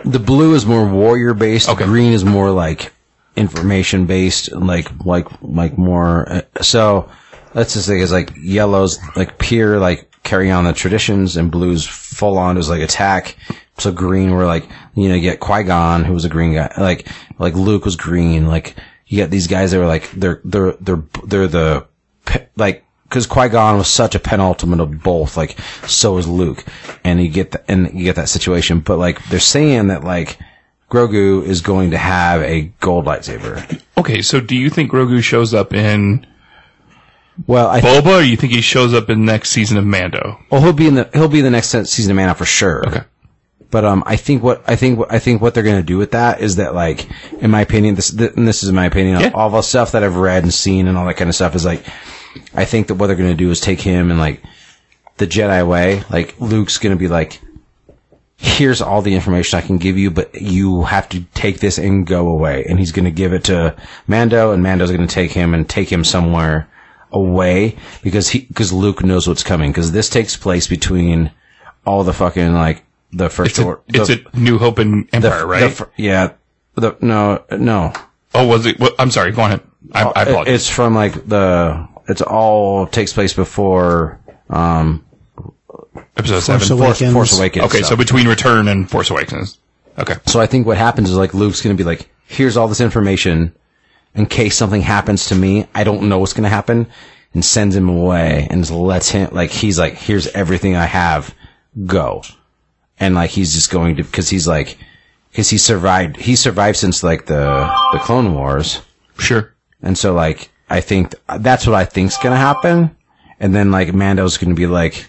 Speaker 1: The blue is more warrior based.
Speaker 3: Okay.
Speaker 1: The green is more like information based, like like like more. Uh, so let's just say it's like yellows like pure like carry on the traditions, and blues full on is like attack. So green, we're like you know you get Qui Gon who was a green guy, like like Luke was green, like you get these guys that were like they're they're they're they're the pe- like because Qui Gon was such a penultimate of both, like so is Luke, and you get the, and you get that situation. But like they're saying that like Grogu is going to have a gold lightsaber.
Speaker 3: Okay. So do you think Grogu shows up in
Speaker 1: Well, I
Speaker 3: Boba or you think he shows up in next season of Mando?
Speaker 1: well he'll be in the he'll be in the next se- season of Mana for sure.
Speaker 3: Okay.
Speaker 1: But um, I think what I think what I think what they're gonna do with that is that like, in my opinion, this th- and this is my opinion.
Speaker 3: Yeah.
Speaker 1: All the stuff that I've read and seen and all that kind of stuff is like, I think that what they're gonna do is take him and like, the Jedi way. Like Luke's gonna be like, here's all the information I can give you, but you have to take this and go away. And he's gonna give it to Mando, and Mando's gonna take him and take him somewhere away because he because Luke knows what's coming because this takes place between all the fucking like. The first
Speaker 3: It's, a,
Speaker 1: or-
Speaker 3: it's
Speaker 1: the-
Speaker 3: a New Hope and
Speaker 1: the-
Speaker 3: Empire,
Speaker 1: the
Speaker 3: right?
Speaker 1: fr- yeah. The, no, no.
Speaker 3: oh, was it? Well, I'm sorry. Go on. I, I
Speaker 1: Oh, It-
Speaker 3: apologize.
Speaker 1: It's from like the. It's all takes place before um,
Speaker 3: Episode
Speaker 2: Force
Speaker 3: seven.
Speaker 1: Force,
Speaker 2: Awakens.
Speaker 1: Force Awakens.
Speaker 3: Okay. So
Speaker 1: stuff.
Speaker 3: between Return and Force Awakens. Okay.
Speaker 1: So I think what happens is like Luke's going to be like, here's all this information in case something happens to me. I don't know what's going to happen and sends him away and just lets him, like, he's like, here's everything I have. Go. And like, he's just going to, cause he's like, cause he survived, he survived since like the, the Clone Wars.
Speaker 3: Sure.
Speaker 1: And so like, I think that's what I think's going to happen. And then like Mando's going to be like,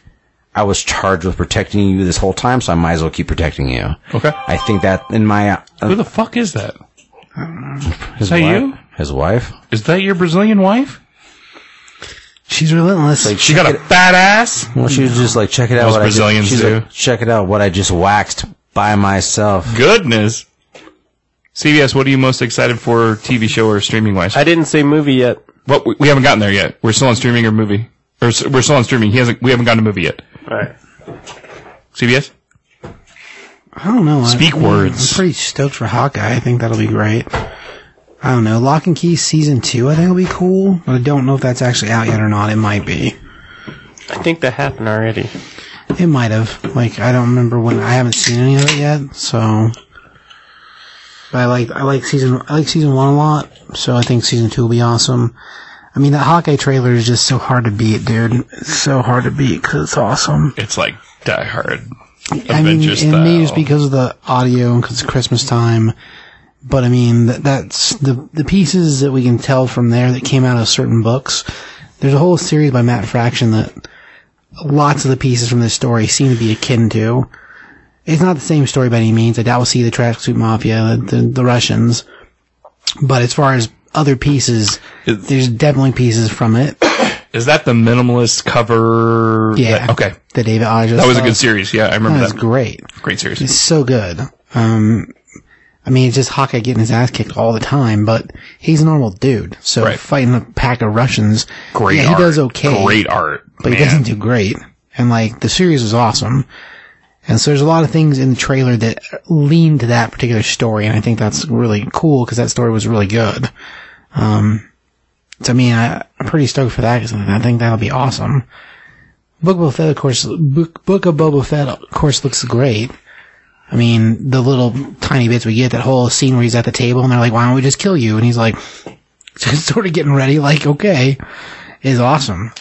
Speaker 1: I was charged with protecting you this whole time, so I might as well keep protecting you.
Speaker 3: Okay.
Speaker 1: I think that in my uh,
Speaker 3: Who the fuck is that?
Speaker 1: his
Speaker 3: that
Speaker 1: wife,
Speaker 3: you?
Speaker 1: his wife.
Speaker 3: Is that your Brazilian wife?
Speaker 2: She's relentless. Like
Speaker 3: She got a fat ass.
Speaker 1: Well, she was just like, check it out.
Speaker 3: Most
Speaker 1: what
Speaker 3: Brazilians
Speaker 1: I just, she's
Speaker 3: do.
Speaker 1: like, check it out. What I just waxed by myself.
Speaker 3: Goodness. CBS, what are you most excited for TV show or streaming wise?
Speaker 4: I didn't say movie yet.
Speaker 3: Well, we- we haven't gotten there yet. We're still on streaming or movie. Or s- we're still on streaming. He hasn't, we haven't gotten to movie yet.
Speaker 4: Alright.
Speaker 3: CBS?
Speaker 2: I don't know.
Speaker 3: Speak
Speaker 2: I, I'm-
Speaker 3: words.
Speaker 2: I'm pretty stoked for Hawkeye. I think that'll be great. I don't know. Lock and Key season two. I think will be cool, but I don't know if that's actually out yet or not. It might be.
Speaker 4: I think that happened already.
Speaker 2: It might have. Like I don't remember when. I haven't seen any of it yet. So, but I like I like season I like season one a lot. So I think season two will be awesome. I mean that Hawkeye trailer is just so hard to beat, dude. It's so hard to beat because it's awesome.
Speaker 3: It's like Die Hard.
Speaker 2: I mean,
Speaker 3: Adventure
Speaker 2: and maybe it's
Speaker 3: style.
Speaker 2: because of the audio and because it's Christmas time. But I mean, that, that's the the pieces that we can tell from there that came out of certain books. There's a whole series by Matt Fraction that lots of the pieces from this story seem to be akin to. It's not the same story by any means. I doubt we'll see the tracksuit mafia, the, the, the Russians. But as far as other pieces,
Speaker 3: Is-
Speaker 2: there's definitely pieces from it.
Speaker 3: Is that the minimalist cover?
Speaker 2: Yeah.
Speaker 3: that- okay.
Speaker 2: The David Aja.
Speaker 3: That was a good series. Yeah, I remember
Speaker 2: That was
Speaker 3: that.
Speaker 2: great.
Speaker 3: Great series.
Speaker 2: It's so good. Um, I mean, it's just Hawkeye getting his ass kicked all the time, but he's a normal dude. So
Speaker 3: Right.
Speaker 2: fighting a pack of Russians,
Speaker 3: Great
Speaker 2: yeah, he
Speaker 3: art.
Speaker 2: does okay,
Speaker 3: Great art.
Speaker 2: but he
Speaker 3: man.
Speaker 2: doesn't do great. And like the series was awesome, and so there's a lot of things in the trailer that lean to that particular story, and I think that's really cool because that story was really good. Um, so I mean, I, I'm pretty stoked for that because I think that'll be awesome. Book of Boba Fett, of course, Book, Book of Boba Fett, of course, looks great. I mean, the little tiny bits we get, that whole scene where he's at the table and they're like, why don't we just kill you? And he's like, just sort of getting ready, like, okay, is awesome.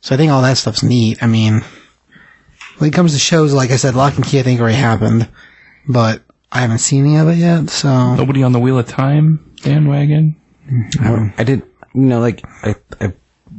Speaker 2: So I think all that stuff's neat. I mean, when it comes to shows, like I said, Lock and Key, I think already happened, but I haven't seen any of it yet, so.
Speaker 3: Nobody on the Wheel of Time bandwagon.
Speaker 1: I did, you know, like I, I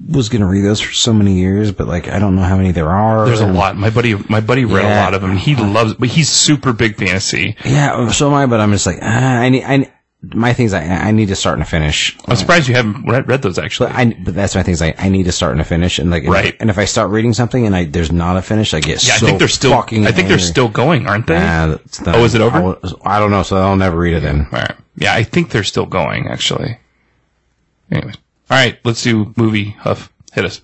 Speaker 1: was gonna read those for so many years, but like I don't know how many there are.
Speaker 3: There's a
Speaker 1: And-
Speaker 3: lot. My buddy, my buddy read
Speaker 1: Yeah.
Speaker 3: a lot of them. and He loves, but he's super big fantasy.
Speaker 1: Yeah, so am I. But I'm just like, ah, I need, I need- my things. I, I need to start and finish.
Speaker 3: I'm surprised you haven't read, read those actually.
Speaker 1: But I, but that's my things. I, I need to start and finish, and like, if-
Speaker 3: Right.
Speaker 1: And if I start reading something and I there's not a finish, I get
Speaker 3: yeah, I
Speaker 1: so
Speaker 3: think they're still. I
Speaker 1: fucking.
Speaker 3: think they're
Speaker 1: angry.
Speaker 3: still going, aren't they?
Speaker 1: Nah, that's not-
Speaker 3: Oh, is it over?
Speaker 1: I, will- I don't know, so I'll never read it then.
Speaker 3: All right. Yeah, I think they're still going actually. Anyways, all right. Let's do movie. Huff, hit us.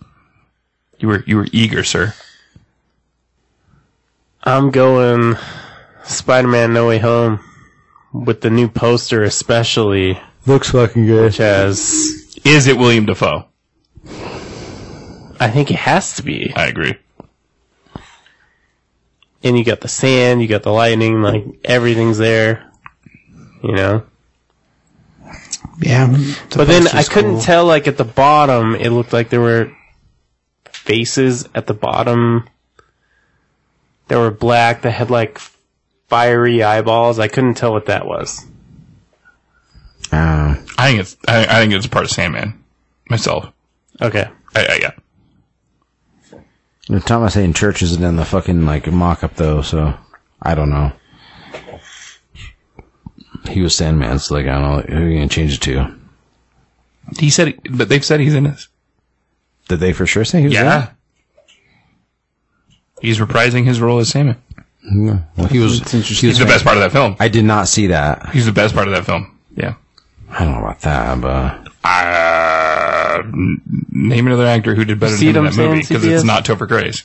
Speaker 3: You were you were eager, sir.
Speaker 4: I'm going Spider Man No Way Home with the new poster, especially.
Speaker 1: Looks fucking good.
Speaker 4: Which has.
Speaker 3: Is it William Defoe?
Speaker 4: I think it has to be.
Speaker 3: I agree.
Speaker 4: And you got the sand, you got the lightning, like everything's there. You know?
Speaker 2: Yeah.
Speaker 4: but then I couldn't tell, like, at the bottom, it looked like there were faces at the bottom that were black that had, like, fiery eyeballs. I couldn't tell what that was.
Speaker 1: Uh,
Speaker 3: I think it's. I, I think it's a part of Sandman. Myself.
Speaker 4: Okay.
Speaker 3: I, I, yeah.
Speaker 1: the time I say in church isn't in the fucking like mock up though, so I don't know. He was Sandman, so like I don't know who are you gonna change it to.
Speaker 3: He said, but they've said he's in this.
Speaker 1: Did they for sure say he was
Speaker 3: Yeah. He's reprising his role as Sandman.
Speaker 1: in? Yeah. Well, he was. He was
Speaker 3: He's the best part of that film.
Speaker 1: I did not see that.
Speaker 3: He's the best part of that film. Yeah.
Speaker 1: I don't know about that, but
Speaker 3: Uh, n- name another actor who did better
Speaker 4: See
Speaker 3: than him
Speaker 4: what
Speaker 3: in that
Speaker 4: I'm
Speaker 3: movie
Speaker 4: saying,
Speaker 3: because it's
Speaker 4: CBS?
Speaker 3: not Topher Grace.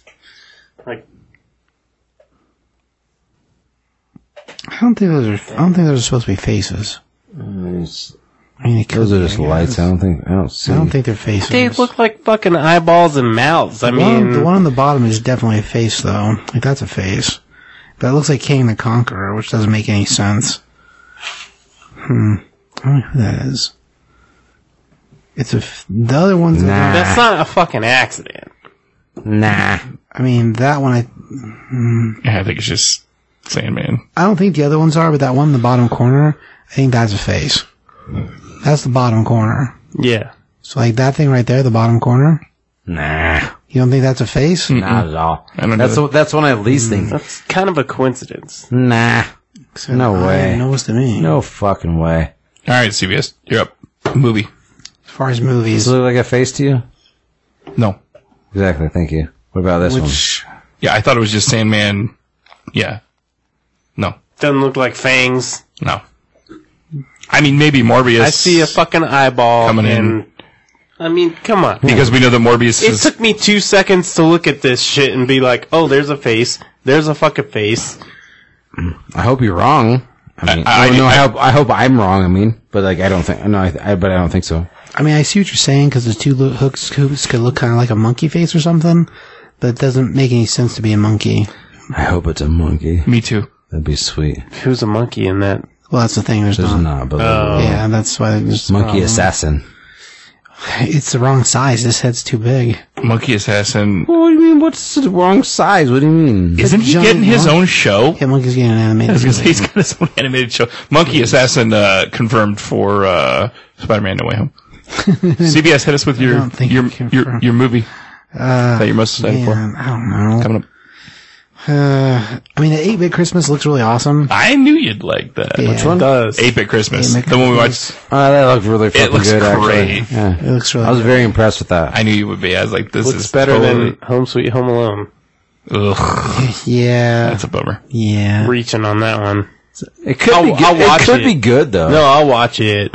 Speaker 4: Like,
Speaker 2: I don't think those are. I don't think those are supposed to be faces. I mean, it could
Speaker 1: Mm, those
Speaker 2: be,
Speaker 1: are just
Speaker 2: I
Speaker 1: lights.
Speaker 2: guess.
Speaker 1: I don't think. I don't see.
Speaker 2: I don't think they're faces.
Speaker 4: they look like fucking eyeballs and mouths. I
Speaker 2: The one-
Speaker 4: mean,
Speaker 2: the one on the bottom is definitely a face, though. Like that's a face, but it looks like King the Conqueror, which doesn't make any sense. Hmm. I don't know who that is. It's a. F- the other one's.
Speaker 1: Nah.
Speaker 4: that's not a fucking accident.
Speaker 1: Nah.
Speaker 2: I mean, that one. I.
Speaker 3: Yeah, I think it's just Sandman.
Speaker 2: I don't think the other ones are, but that one in the bottom corner, I think that's a face. That's the bottom corner.
Speaker 4: Yeah.
Speaker 2: So like that thing right there, the bottom corner.
Speaker 1: Nah.
Speaker 2: You don't think that's a face?
Speaker 1: Not at all.
Speaker 3: I don't
Speaker 1: that's
Speaker 3: know.
Speaker 1: the, that's one I least think.
Speaker 4: That's kind of a coincidence.
Speaker 1: Nah. No
Speaker 2: I
Speaker 1: way.
Speaker 2: No, to me.
Speaker 1: No fucking way.
Speaker 3: All right, CBS, you're up. Movie.
Speaker 2: As far as
Speaker 1: Does
Speaker 2: movies,
Speaker 1: it look like a face to you?
Speaker 3: No.
Speaker 1: Exactly. Thank you. What about this
Speaker 2: which
Speaker 3: Yeah, I thought it was just Sandman. Yeah. No.
Speaker 4: Doesn't look like fangs.
Speaker 3: No. I mean, maybe Morbius.
Speaker 4: I see a fucking eyeball
Speaker 3: Coming in.
Speaker 4: and I mean, come on.
Speaker 3: because we know that Morbius
Speaker 4: It
Speaker 3: is.
Speaker 4: took me two seconds to look at this shit and be like, "Oh, there's a face. There's a fucking face."
Speaker 1: one? I hope you're wrong. I mean,
Speaker 3: I-
Speaker 1: I,
Speaker 3: I-
Speaker 1: don't know.
Speaker 3: I-
Speaker 1: I, hope, I hope I'm wrong. I mean, but like, I don't think. No, I, I but I don't think so.
Speaker 2: I mean, I see what you're saying because the two little hook scoops could look kind of like a monkey face or something, but it doesn't make any sense to be a monkey.
Speaker 1: I hope it's a monkey.
Speaker 3: me too.
Speaker 1: That'd be sweet.
Speaker 4: Who's a monkey in that?
Speaker 2: Well, that's the thing. There's,
Speaker 1: There's
Speaker 2: not.
Speaker 1: not, but like,
Speaker 2: Yeah, that's why there's a
Speaker 1: monkey
Speaker 2: problem.
Speaker 1: assassin.
Speaker 2: It's the wrong size. This head's too big.
Speaker 3: Monkey Assassin.
Speaker 1: What do you mean? What's the wrong size? What do you mean?
Speaker 3: Isn't he
Speaker 2: giant
Speaker 3: getting his
Speaker 2: monkey.
Speaker 3: own show?
Speaker 2: Yeah, monkey's getting an
Speaker 3: I was
Speaker 2: animated.
Speaker 3: gonna say he's got his own animated show. Monkey Assassin uh, confirmed for uh, Spider-Man: No Way Home. CBS hit us with your
Speaker 2: don't think
Speaker 3: your
Speaker 2: it confirmed. Uh,
Speaker 3: your, your movie that you're most excited for
Speaker 2: Man, I don't know.
Speaker 3: coming up.
Speaker 2: Uh, I mean, the 8-Bit Christmas looks really awesome.
Speaker 3: I knew you'd like that.
Speaker 2: Which one?
Speaker 4: Does
Speaker 3: Eight Bit Christmas,
Speaker 2: 8-Bit
Speaker 3: the one we
Speaker 2: Christmas.
Speaker 3: watched.
Speaker 1: Oh, that looked really fucking
Speaker 3: looks
Speaker 1: good.
Speaker 3: great.
Speaker 1: Actually, yeah.
Speaker 2: It looks really
Speaker 1: I was very impressed with that.
Speaker 3: I knew you would be. I was like, this
Speaker 4: looks
Speaker 3: is
Speaker 4: better
Speaker 3: totally-
Speaker 4: than Home Sweet Home Alone?
Speaker 3: Ugh,
Speaker 2: Yeah.
Speaker 3: that's a bummer.
Speaker 2: yeah.
Speaker 4: Reaching on that one.
Speaker 1: It could
Speaker 4: I'll-
Speaker 1: be good.
Speaker 4: I'll watch
Speaker 1: it could
Speaker 4: it.
Speaker 1: be good though.
Speaker 4: No, I'll watch it.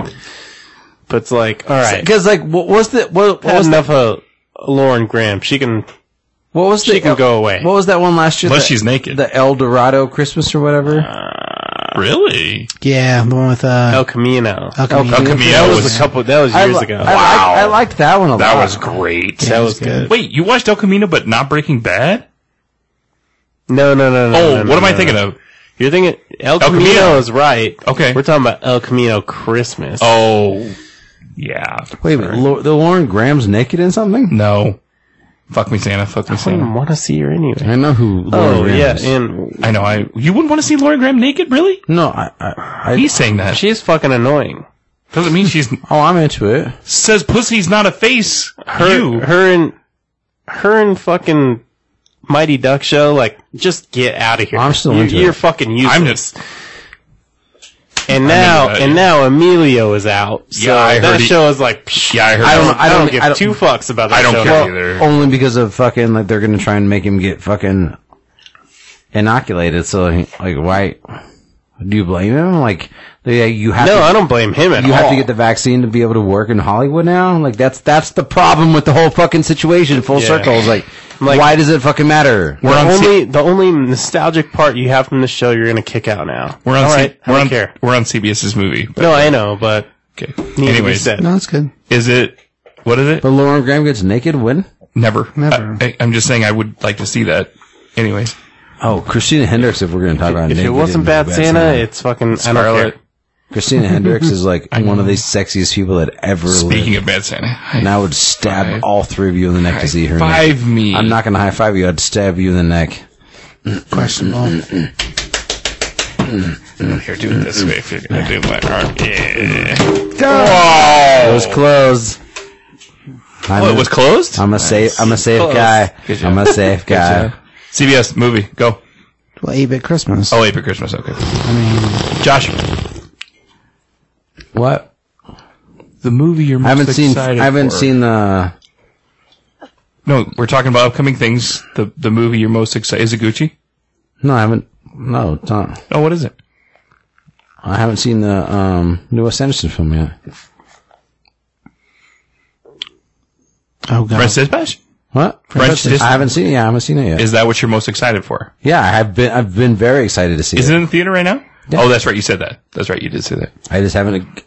Speaker 4: But it's like, all right.
Speaker 1: Because like, what was the what, what
Speaker 4: Had
Speaker 1: was the,
Speaker 4: enough of Lauren Graham. She can.
Speaker 1: what was the
Speaker 4: She can go away.
Speaker 1: What was that one last year?
Speaker 3: Unless
Speaker 1: The-
Speaker 3: she's naked.
Speaker 1: The El Dorado Christmas or whatever.
Speaker 3: really?
Speaker 2: Yeah, the one with uh,
Speaker 4: El Camino.
Speaker 2: El Camino.
Speaker 3: El Camino
Speaker 4: That
Speaker 3: was,
Speaker 4: was a couple. That was
Speaker 1: I
Speaker 4: years
Speaker 1: li-
Speaker 4: ago.
Speaker 1: I, wow, I, liked that one a
Speaker 3: that
Speaker 1: lot.
Speaker 3: was great.
Speaker 2: Yeah,
Speaker 4: That
Speaker 2: it
Speaker 4: was good.
Speaker 3: Wait, you watched El Camino but not Breaking Bad?
Speaker 4: No, no, no, no.
Speaker 3: Oh,
Speaker 4: no, no,
Speaker 3: what am
Speaker 4: no,
Speaker 3: I
Speaker 4: no.
Speaker 3: thinking of?
Speaker 4: You're thinking El,
Speaker 3: El
Speaker 4: Camino,
Speaker 3: Camino.
Speaker 4: is right.
Speaker 3: Okay.
Speaker 4: We're talking about El Camino Christmas.
Speaker 3: Oh, yeah.
Speaker 1: Wait, but Lo- the Lauren Graham's naked in something.
Speaker 3: No. Fuck me, Santa. Fuck me,
Speaker 4: I didn't
Speaker 3: Santa.
Speaker 4: want to see her anyway.
Speaker 1: I know who. Lauren
Speaker 4: Oh
Speaker 1: Graham
Speaker 4: yeah,
Speaker 1: is.
Speaker 4: and
Speaker 3: I know. I you wouldn't want to see Lauren Graham naked, really?
Speaker 1: no, I. I, I
Speaker 3: He's saying that
Speaker 4: she's fucking annoying.
Speaker 3: doesn't mean she's
Speaker 1: oh, I'm into it.
Speaker 3: says pussy's not a face.
Speaker 4: Her,
Speaker 3: you
Speaker 4: her and her and fucking Mighty Duck Show. Like, just get out of here.
Speaker 1: I'm still
Speaker 4: you,
Speaker 1: into it.
Speaker 4: You're fucking useless.
Speaker 3: I'm just
Speaker 4: and now,
Speaker 3: into that,
Speaker 4: and
Speaker 3: yeah.
Speaker 4: now Emilio is out. So
Speaker 3: Yeah, I
Speaker 4: that
Speaker 3: heard he-
Speaker 4: show is like. psh,
Speaker 3: yeah. I heard.
Speaker 4: I don't. I don't,
Speaker 1: don't-
Speaker 4: give
Speaker 1: I don't-
Speaker 4: two fucks about that.
Speaker 3: I don't
Speaker 4: show.
Speaker 3: care
Speaker 4: Well,
Speaker 3: either.
Speaker 1: Only because of fucking like they're gonna try and make him get fucking inoculated. So like, like, why do you blame him? Like, yeah, you have
Speaker 4: No,
Speaker 1: to,
Speaker 4: I don't blame him at
Speaker 1: you
Speaker 4: all.
Speaker 1: have to get the vaccine to be able to work in Hollywood now. Like that's that's the problem with the whole fucking situation. Full
Speaker 4: Yeah.
Speaker 1: circle. It's like,
Speaker 4: Like-
Speaker 1: why does it fucking matter?
Speaker 4: the
Speaker 3: We're on
Speaker 4: only the only nostalgic part you have from the show you're gonna kick out now.
Speaker 3: We're on.
Speaker 4: All
Speaker 3: C-
Speaker 4: right, I
Speaker 3: we're
Speaker 4: don't
Speaker 3: on.
Speaker 4: care.
Speaker 3: We're on CBS's movie. but-
Speaker 4: No, I know, but
Speaker 3: okay.
Speaker 4: needs to be
Speaker 3: Anyways,
Speaker 4: said.
Speaker 2: No, that's good.
Speaker 3: is it? What is it?
Speaker 1: But Lauren Graham gets naked when?
Speaker 3: Never.
Speaker 2: Never.
Speaker 3: I, I, am just saying. I would like to see that. Anyways,
Speaker 1: Oh, Christina Hendricks. If we're gonna talk about
Speaker 4: If
Speaker 1: naked
Speaker 4: it wasn't
Speaker 1: in
Speaker 4: Bad Santa, it's fucking I don't
Speaker 3: Scarlet.
Speaker 4: care.
Speaker 1: Christina Hendricks is like one of the sexiest people that ever lived.
Speaker 3: Speaking of Bad Santa, I,
Speaker 1: And I would stab
Speaker 3: Five.
Speaker 1: all three of you in the neck to see her.
Speaker 3: High
Speaker 1: naked.
Speaker 3: five me.
Speaker 1: I'm not gonna high five you. I'd stab you in the neck.
Speaker 2: Questionable.
Speaker 3: here. Do it this way if you're gonna do my arm. Yeah.
Speaker 1: It was closed. I'm,
Speaker 3: Oh,
Speaker 1: a,
Speaker 3: it was closed.
Speaker 1: I'm a safe. I'm a safe
Speaker 4: Closed.
Speaker 1: guy.
Speaker 3: Good job.
Speaker 1: I'm a safe guy.
Speaker 3: CBS movie. Go.
Speaker 2: Well, 8 bit Christmas.
Speaker 3: Oh, April Christmas. Okay. Josh,
Speaker 1: What?
Speaker 3: the movie you're most
Speaker 1: I haven't seen.
Speaker 3: excited
Speaker 1: I haven't
Speaker 3: for.
Speaker 1: seen the.
Speaker 3: No, we're talking about upcoming things. The the movie you're most excited is it Gucci?
Speaker 1: No, I haven't. No, it's not.
Speaker 3: Oh, what is it?
Speaker 1: I haven't seen the um, new Ascension film yet.
Speaker 2: Oh, God.
Speaker 3: French Dispatch.
Speaker 1: What?
Speaker 3: French Dispatch?
Speaker 1: I haven't seen it. Yeah, I haven't seen it yet.
Speaker 3: Is that what you're most excited for?
Speaker 1: yeah, I've been. I've been very excited to see
Speaker 3: Is
Speaker 1: it.
Speaker 3: it in the theater right now? Oh, that's right. You said that. That's right. You did say that.
Speaker 1: I just haven't.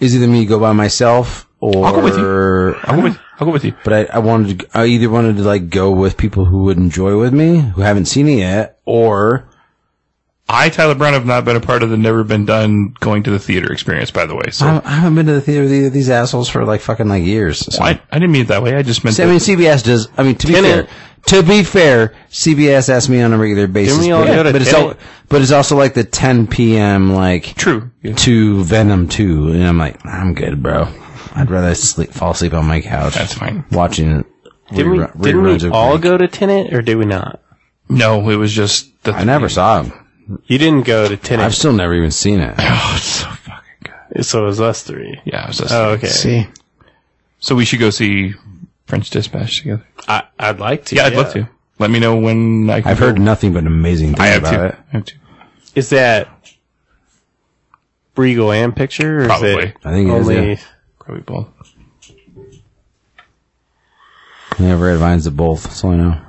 Speaker 1: Is either me go by myself or
Speaker 3: I'll go with you. I'll go with. I'll go with you.
Speaker 1: but I, I wanted to, I either wanted to like go with people who would enjoy with me who haven't seen it yet or
Speaker 3: I, Tyler Brown, have not been a part of the never been done going to the theater experience. By the way, so
Speaker 1: I, I haven't been to the theater with either of these assholes for like fucking like years. So.
Speaker 3: I, I didn't mean it that way. I just meant.
Speaker 1: See, I mean, CBS does. I mean, to be fair,
Speaker 4: Tenet.
Speaker 1: to be fair, CBS asks me on a regular basis,
Speaker 4: we all
Speaker 1: but,
Speaker 4: go to
Speaker 1: but it's
Speaker 4: Tenet?
Speaker 1: all, but it's also like the 10 p.m. like
Speaker 3: True. Yeah.
Speaker 1: to Venom 2, and I'm like, I'm good, bro. I'd rather sleep, fall asleep on my couch.
Speaker 3: That's fine.
Speaker 1: Watching
Speaker 4: Didn't we,
Speaker 1: rerun-
Speaker 4: didn't
Speaker 1: reruns
Speaker 4: we
Speaker 1: of
Speaker 4: all
Speaker 1: Greek.
Speaker 4: go to Tenet, or did we not?
Speaker 3: No, it was just. The
Speaker 1: I never saw him.
Speaker 4: You didn't go to
Speaker 1: I've
Speaker 4: Tenet,
Speaker 1: still never even seen it.
Speaker 3: Oh, it's so fucking good.
Speaker 4: so it was us three.
Speaker 3: Yeah, it was just.
Speaker 4: Oh, okay.
Speaker 2: see.
Speaker 3: So we should go see French Dispatch together.
Speaker 4: I, I'd like to.
Speaker 3: Yeah, I'd love to. Let me know when I. Can
Speaker 1: I've
Speaker 3: go.
Speaker 1: heard nothing but amazing things
Speaker 3: I have
Speaker 1: about
Speaker 3: to.
Speaker 1: it.
Speaker 3: I have to.
Speaker 4: Is that Brie Golan picture, or is
Speaker 3: Probably.
Speaker 4: it
Speaker 1: I think it is.
Speaker 4: only?
Speaker 1: Yeah.
Speaker 3: Probably both.
Speaker 1: Yeah, Red Vines of both. That's all I know.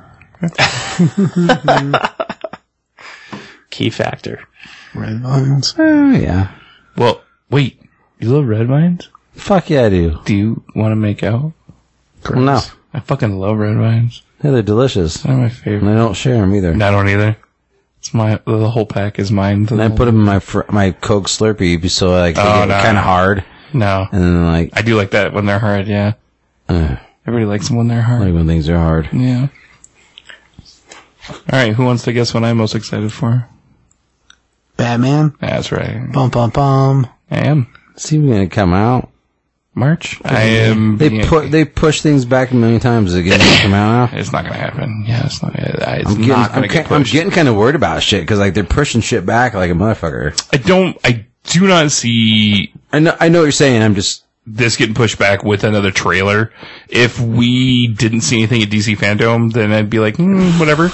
Speaker 4: Key factor.
Speaker 2: Red Lions.
Speaker 1: Oh yeah.
Speaker 3: Well, wait. You love Red Vines?
Speaker 1: Fuck yeah, I do.
Speaker 3: Do you want to make out?
Speaker 1: No,
Speaker 3: I fucking love Red Vines.
Speaker 1: yeah, they're delicious,
Speaker 3: They're my
Speaker 1: and
Speaker 3: favorite.
Speaker 1: I don't share them either.
Speaker 3: No, I don't either. It's my the whole pack is mine.
Speaker 1: And I put them in my fr- my Coke Slurpee, so like they
Speaker 3: Oh,
Speaker 1: get
Speaker 3: no.
Speaker 1: kind of hard,
Speaker 3: no.
Speaker 1: and then like
Speaker 3: I do like that when they're hard. Yeah.
Speaker 1: uh,
Speaker 3: Everybody likes them when they're hard.
Speaker 1: like when things are hard.
Speaker 3: Yeah. All right. Who wants to guess what I'm most excited for?
Speaker 2: Batman.
Speaker 3: That's right.
Speaker 2: Bum, bum, bum.
Speaker 3: I am
Speaker 1: See, we're gonna come out.
Speaker 3: March. I am.
Speaker 1: They
Speaker 3: being-
Speaker 1: put they push things back a million times to get them to come out. Now.
Speaker 3: It's not gonna happen. Yeah, it's not. It's
Speaker 1: I'm getting,
Speaker 3: not
Speaker 1: I'm,
Speaker 3: gonna get
Speaker 1: ki- I'm
Speaker 3: pushed.
Speaker 1: getting kind of worried about shit because like they're pushing shit back like a motherfucker.
Speaker 3: I don't. I do not see
Speaker 1: I know I know what you're saying. I'm just
Speaker 3: this getting pushed back with another trailer. If we didn't see anything at DC Fandom, then I'd be like, mm, "Hmm, whatever.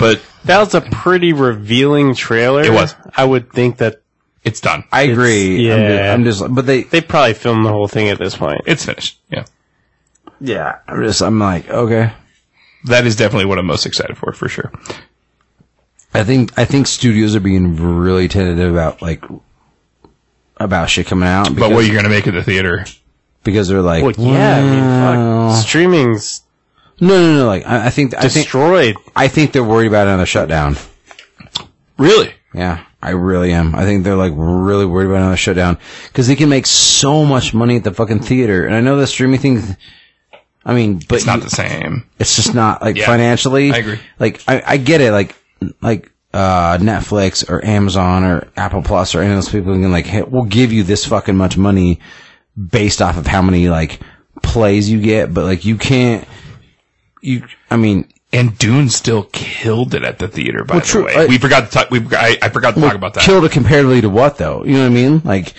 Speaker 3: But
Speaker 4: That was a pretty revealing trailer.
Speaker 3: It was.
Speaker 4: I would think that
Speaker 3: It's done.
Speaker 1: I
Speaker 4: It's-
Speaker 1: agree. I'm ju-
Speaker 4: yeah.
Speaker 1: I'm just, but they,
Speaker 4: they probably filmed the whole thing at this point.
Speaker 3: It's finished. Yeah.
Speaker 1: yeah, I'm just, I'm like, okay.
Speaker 3: That is definitely what I'm most excited for, for sure.
Speaker 1: I think I think studios are being really tentative about like about shit coming out because,
Speaker 3: But what you're going to make of the theater.
Speaker 1: because they're like
Speaker 4: Well, yeah, I mean,
Speaker 1: Wow.
Speaker 4: fuck. Streaming's
Speaker 1: no no no like I, I think I think
Speaker 4: destroyed.
Speaker 1: I think they're worried about another shutdown.
Speaker 3: Really?
Speaker 1: Yeah, I really am. I think they're like really worried about another shutdown because they can make so much money at the fucking theater, and I know the streaming thing. I mean, but
Speaker 3: It's not
Speaker 1: you-
Speaker 3: the same.
Speaker 1: it's just not like
Speaker 3: Yeah,
Speaker 1: financially.
Speaker 3: I agree.
Speaker 1: Like I, I get it. Like like uh Netflix or Amazon or Apple Plus or any of those people can like hey, we'll give you this fucking much money based off of how many like plays you get, but like you can't. You, I mean,
Speaker 3: And Dune still killed it at the theater, by
Speaker 1: Well,
Speaker 3: the
Speaker 1: true,
Speaker 3: way.
Speaker 1: I-
Speaker 3: we forgot to talk, we, I, I forgot to talk about that.
Speaker 1: Killed it comparatively to what though? You know what I mean? Like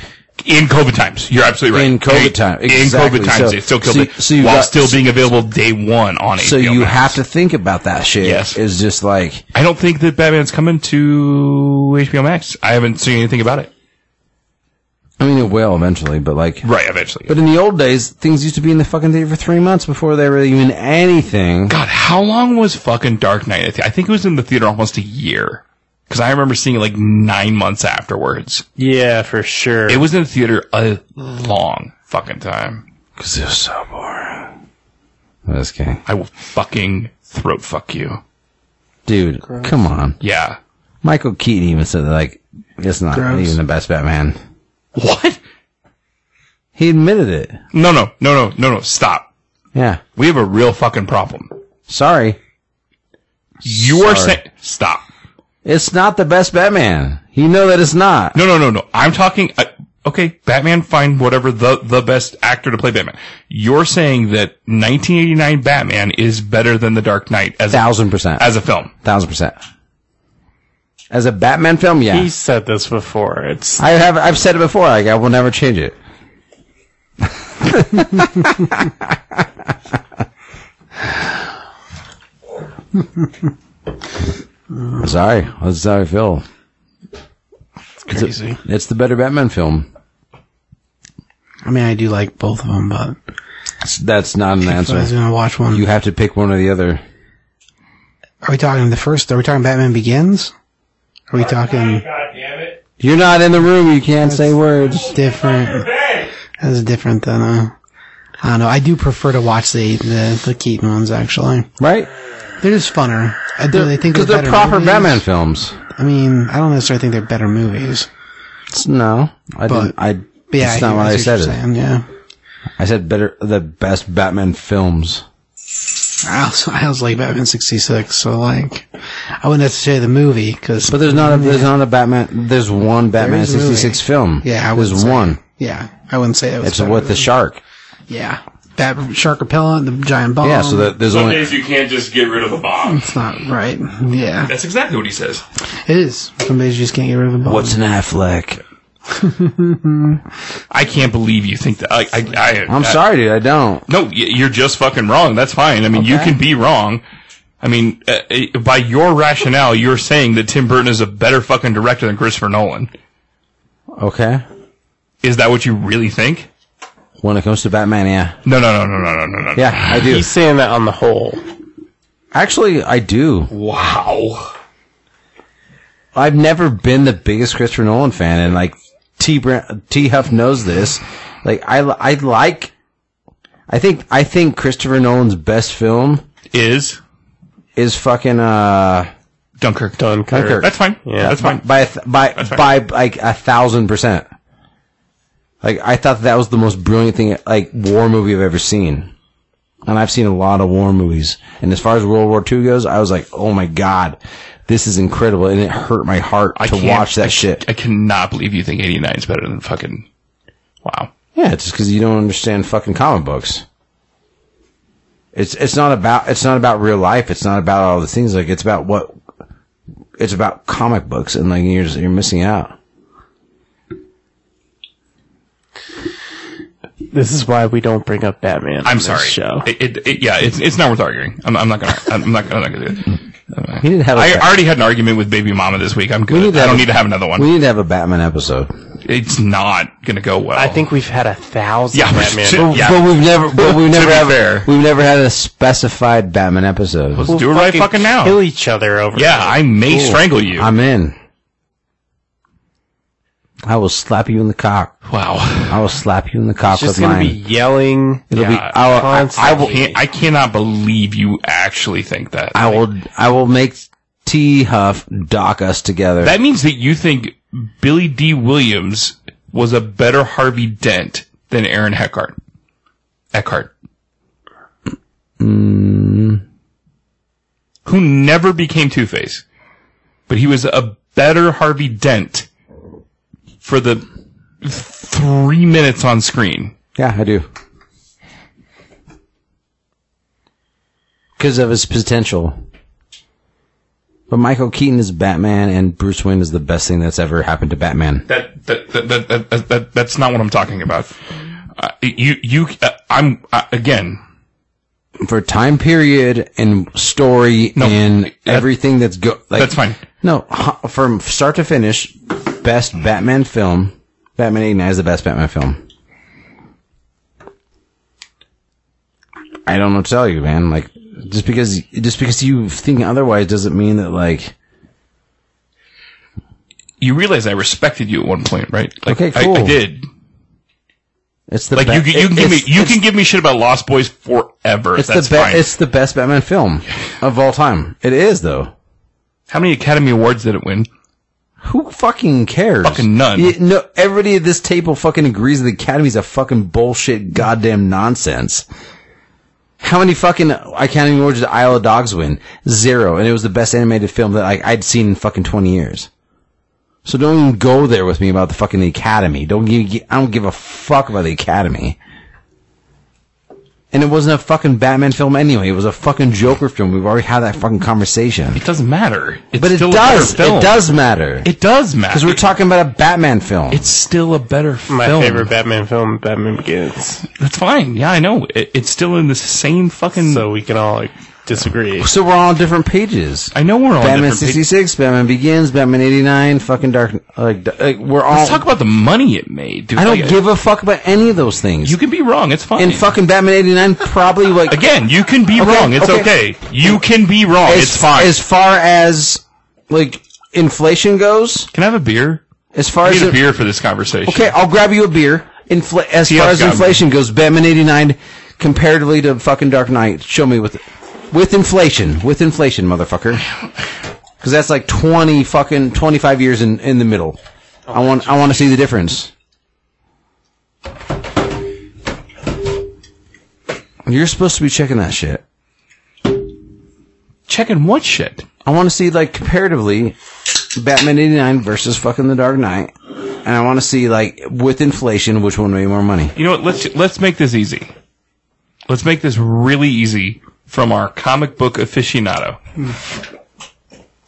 Speaker 3: in COVID times, you're absolutely right.
Speaker 1: In COVID time, exactly.
Speaker 3: In COVID times,
Speaker 1: So-
Speaker 3: it still killed
Speaker 1: so-
Speaker 3: it,
Speaker 1: so you
Speaker 3: while
Speaker 1: got-
Speaker 3: still being available day one on
Speaker 1: So
Speaker 3: HBO
Speaker 1: you
Speaker 3: Max.
Speaker 1: have to think about that shit.
Speaker 3: Yes.
Speaker 1: It's just like,
Speaker 3: I don't think that Batman's coming to HBO Max. I haven't seen anything about it.
Speaker 1: I mean, it will eventually, but like,
Speaker 3: Right, eventually.
Speaker 1: but in the old days, things used to be in the fucking theater for three months before they were even anything.
Speaker 3: God, how long was fucking Dark Knight? at the- I think it was in the theater almost a year. Because I remember seeing it like nine months afterwards.
Speaker 4: Yeah, for sure.
Speaker 3: It was in the theater a long fucking time.
Speaker 1: Cause it was so boring. That's okay.
Speaker 3: I will fucking throat fuck you.
Speaker 1: Dude, come on.
Speaker 3: Yeah.
Speaker 1: Michael Keaton even said that, like, it's not
Speaker 2: Gross.
Speaker 1: even the best Batman.
Speaker 3: What?
Speaker 1: He admitted it.
Speaker 3: No, no, no, no, no, no. Stop.
Speaker 1: Yeah.
Speaker 3: We have a real fucking problem.
Speaker 1: Sorry.
Speaker 3: You are
Speaker 1: Sorry.
Speaker 3: saying stop.
Speaker 1: It's not the best Batman. You know that it's not.
Speaker 3: No, no, no, no. I'm talking. Uh, okay, Batman. Find whatever the the best actor to play Batman. You're saying that 1989 Batman is better than The Dark Knight as a,
Speaker 1: Thousand percent.
Speaker 3: as a film.
Speaker 1: Thousand percent. As a Batman film, yeah.
Speaker 4: he said this before. It's
Speaker 1: I have I've said it before. Like I will never change it. sorry, that's how I feel.
Speaker 4: crazy.
Speaker 1: It's the better Batman film.
Speaker 2: I mean, I do like both of them, but
Speaker 1: That's- That's not an
Speaker 2: if I was
Speaker 1: answer.
Speaker 2: gonna watch one,
Speaker 1: You have to pick one or the other.
Speaker 2: are we talking the first? Are we talking Batman Begins? Are we talking
Speaker 1: You're not in the room. You can't say words.
Speaker 2: different? That's different than uh, I don't know. I do prefer to watch the the, the Keaton ones actually.
Speaker 1: Right?
Speaker 2: They're just funner. I do they think
Speaker 1: Because they're
Speaker 2: better
Speaker 1: proper
Speaker 2: movies.
Speaker 1: Batman films.
Speaker 2: I mean, I don't necessarily think they're better movies.
Speaker 1: It's- No, I
Speaker 2: But-
Speaker 1: didn't. I.
Speaker 2: But yeah,
Speaker 1: that's not what I
Speaker 2: hear-
Speaker 1: said.
Speaker 2: see what you're saying, Yeah.
Speaker 1: I said better. The best Batman films.
Speaker 2: I also I was like Batman '66, so like I wouldn't necessarily the movie because
Speaker 1: But there's not a there's not a Batman. There's one Batman
Speaker 2: is a movie.
Speaker 1: sixty six film.
Speaker 2: Yeah, I would
Speaker 1: there's
Speaker 2: say.
Speaker 1: one.
Speaker 2: yeah, I wouldn't say that was.
Speaker 1: It's
Speaker 2: better
Speaker 1: with the
Speaker 2: than-
Speaker 1: shark.
Speaker 2: yeah that shark repellent, the giant bomb.
Speaker 1: Yeah, so that there's only
Speaker 3: you can't just get rid of a bomb.
Speaker 2: it's not right. Yeah,
Speaker 3: That's exactly what he says.
Speaker 2: it is. Somebody just can't get rid of the bomb.
Speaker 1: what's an Affleck.
Speaker 3: I can't believe you think that. I, I, I
Speaker 1: I'm
Speaker 3: I-
Speaker 1: sorry, dude. I don't.
Speaker 3: No, y- you're just fucking wrong. That's fine. I mean, you
Speaker 1: Okay.
Speaker 3: can be wrong. I mean, uh, uh, by your rationale, you're saying that Tim Burton is a better fucking director than Christopher Nolan.
Speaker 1: Okay.
Speaker 3: Is that what you really think?
Speaker 1: When it comes to Batman, yeah,
Speaker 3: No, no, no, no, no, no, no, no.
Speaker 1: yeah, I do.
Speaker 4: He's saying that on the whole.
Speaker 1: Actually, I do.
Speaker 3: Wow.
Speaker 1: I've never been the biggest Christopher Nolan fan, and like T. Bra- T. Huff knows this. Like I, li- I like. I think I think Christopher Nolan's best film
Speaker 3: Is
Speaker 1: is fucking uh
Speaker 3: Dunkirk.
Speaker 4: Dunkirk.
Speaker 1: Dunkirk.
Speaker 3: That's fine.
Speaker 4: Yeah.
Speaker 3: Yeah, that's fine.
Speaker 1: by a th- by
Speaker 3: That's
Speaker 1: by
Speaker 3: fine.
Speaker 1: like a thousand percent. Like I thought that was the most brilliant thing, like war movie I've ever seen, and I've seen a lot of war movies. And as far as World War II goes, I was like, oh my god, this is incredible, and it hurt my heart
Speaker 3: I
Speaker 1: to
Speaker 3: can't-
Speaker 1: watch that
Speaker 3: I-
Speaker 1: shit.
Speaker 3: I cannot believe you think 89 is better than fucking. Wow.
Speaker 1: yeah, it's just because you don't understand fucking comic books. It's it's not about it's not about real life. It's not about all the things. Like it's about what it's about comic books, and like you're just- you're missing out.
Speaker 4: This is why we don't bring up Batman. on
Speaker 3: I'm
Speaker 4: this
Speaker 3: sorry.
Speaker 4: Show.
Speaker 3: It, it, it, yeah, it's it's not worth arguing. I'm, I'm not gonna. I'm not gonna. I'm not gonna do it.
Speaker 1: We need to have. a
Speaker 3: I
Speaker 1: Bat-
Speaker 3: already had an argument with Baby Mama this week. I'm
Speaker 1: need
Speaker 3: good.
Speaker 1: to
Speaker 3: I don't
Speaker 1: have a-
Speaker 3: need to have another one.
Speaker 1: we need to have a Batman episode.
Speaker 3: it's not going to go well.
Speaker 4: I think we've had a thousand
Speaker 3: Yeah,
Speaker 4: Batman.
Speaker 3: shit. Yeah.
Speaker 1: But we've never. But we've never
Speaker 3: be
Speaker 1: have.
Speaker 3: fair.
Speaker 1: We've never had a specified Batman episode.
Speaker 3: Let's do it right fucking now.
Speaker 4: Kill each other over.
Speaker 3: Yeah, I may strangle you.
Speaker 1: I'm in. I will slap you in the cock.
Speaker 3: wow.
Speaker 1: I will slap you in the cock
Speaker 4: It's just
Speaker 1: with
Speaker 4: gonna
Speaker 1: mine.
Speaker 4: be yelling.
Speaker 1: It'll be.
Speaker 3: Yeah,
Speaker 1: I will. I, I will.
Speaker 4: constantly.
Speaker 3: Can't, I cannot believe you actually think that.
Speaker 1: I will. I will make T Huff dock us together.
Speaker 3: That means that you think Billy D. Williams was a better Harvey Dent than Aaron Eckhart. Eckhart. Who never became Two Face. But he was a better Harvey Dent for the three minutes on screen.
Speaker 1: yeah, I do. Because of his potential. But Michael Keaton is Batman, and Bruce Wayne is the best thing that's ever happened to Batman.
Speaker 3: that that that, that, that, that, that that's not what I'm talking about. Uh, you you uh, I'm uh, again.
Speaker 1: For time period and story
Speaker 3: No,
Speaker 1: and
Speaker 3: that-
Speaker 1: everything that's go. Like,
Speaker 3: That's fine.
Speaker 1: No, hu- from start to finish, best
Speaker 3: Hmm.
Speaker 1: Batman film. Batman 89 is the best Batman film. I don't know what to tell you, man. Like, just because, just because you think otherwise doesn't mean that, like,
Speaker 3: You realize I respected you at one point, right? Like,
Speaker 1: Okay,
Speaker 3: I- I,
Speaker 1: cool.
Speaker 3: did.
Speaker 1: it's the
Speaker 3: Like
Speaker 1: be-
Speaker 3: you you, you can give me
Speaker 1: it's-
Speaker 3: you
Speaker 1: it's-
Speaker 3: can give me shit about Lost Boys forever.
Speaker 1: It's
Speaker 3: that's
Speaker 1: the best.
Speaker 3: fine.
Speaker 1: It's the best Batman film of all time. It is though.
Speaker 3: How many Academy Awards did it win?
Speaker 1: Who fucking cares?
Speaker 3: Fucking none.
Speaker 1: You- no, everybody at this table fucking agrees the Academy's a fucking bullshit, goddamn nonsense. How many fucking Academy Awards did Isle of Dogs win? Zero, and it was the best animated film that like, I'd seen in fucking twenty years. So don't even go there with me about the fucking Academy. Don't give, I don't give a fuck about the Academy. And it wasn't a fucking Batman film anyway. It was a fucking Joker film. We've already had that fucking conversation.
Speaker 3: It doesn't matter. It's
Speaker 1: But it
Speaker 3: still a better
Speaker 1: does.
Speaker 3: film.
Speaker 1: It does matter.
Speaker 3: It does matter.
Speaker 1: Because we're talking about a Batman film.
Speaker 3: It's still a better film.
Speaker 4: My favorite Batman film, Batman Begins.
Speaker 3: That's fine. Yeah, I know. It, it's still in the same fucking.
Speaker 4: So we can all like, disagree.
Speaker 1: so we're on different pages.
Speaker 3: I know we're on
Speaker 1: Batman
Speaker 3: different
Speaker 1: sixty six, Batman Begins, Batman eighty nine, fucking Dark. Like, d- like we're all.
Speaker 3: Let's talk about the money it made. Dude.
Speaker 1: I don't
Speaker 3: Like,
Speaker 1: give a fuck about any of those things.
Speaker 3: You can be wrong. It's fine.
Speaker 1: and fucking Batman eighty nine probably like
Speaker 3: Again, you can be
Speaker 1: Okay,
Speaker 3: wrong. It's
Speaker 1: okay.
Speaker 3: okay. You can be wrong.
Speaker 1: as,
Speaker 3: it's fine.
Speaker 1: As far as like inflation goes,
Speaker 3: can I have a beer?
Speaker 1: as far
Speaker 3: I
Speaker 1: as
Speaker 3: need a
Speaker 1: it-
Speaker 3: beer for this conversation.
Speaker 1: Okay, I'll grab you a beer. Infl- as
Speaker 3: See,
Speaker 1: far
Speaker 3: I've
Speaker 1: as
Speaker 3: got
Speaker 1: inflation goes, Batman eighty nine comparatively to fucking Dark Knight. Show me with with inflation, with inflation, motherfucker. Because that's like twenty fucking twenty five years in, in the middle. I want I want to see the difference. You're supposed to be checking that shit.
Speaker 3: Checking what shit?
Speaker 1: I want to see like comparatively Batman 89 versus fucking The Dark Knight. And I want to see like with inflation which one made more money.
Speaker 3: You know what? Let's let's make this easy. Let's make this really easy from our comic book aficionado.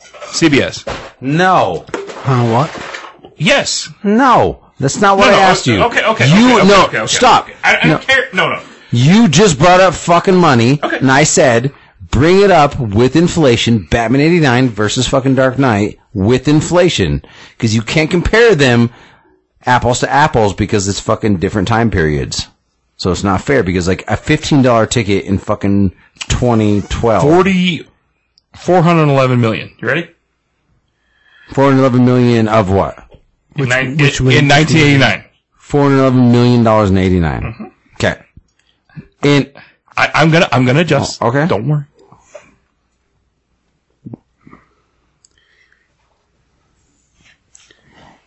Speaker 3: CBS.
Speaker 1: No.
Speaker 2: Huh, what?
Speaker 3: Yes.
Speaker 1: No. That's not what
Speaker 3: no,
Speaker 1: I
Speaker 3: no,
Speaker 1: asked you.
Speaker 3: Okay. Okay.
Speaker 1: You
Speaker 3: okay, okay,
Speaker 1: no.
Speaker 3: okay, okay,
Speaker 1: stop.
Speaker 3: okay. I, I
Speaker 1: No.
Speaker 3: don't care. No. No.
Speaker 1: You just brought up fucking money,
Speaker 3: Okay.
Speaker 1: and I said bring it up with inflation. Batman eighty nine versus fucking Dark Knight with inflation because you can't compare them apples to apples because it's fucking different time periods. So it's not fair because like a fifteen dollar ticket in fucking twenty twelve.
Speaker 3: Forty. Four hundred eleven million. You ready?
Speaker 1: Four hundred eleven million of what?
Speaker 3: Which, in,
Speaker 2: which
Speaker 3: in,
Speaker 2: would-
Speaker 3: 1989.
Speaker 1: Four hundred eleven million dollars and eighty
Speaker 3: Mm-hmm.
Speaker 1: nine. Okay. And
Speaker 3: I, I'm gonna I'm gonna adjust.
Speaker 1: Oh, okay.
Speaker 3: Don't worry.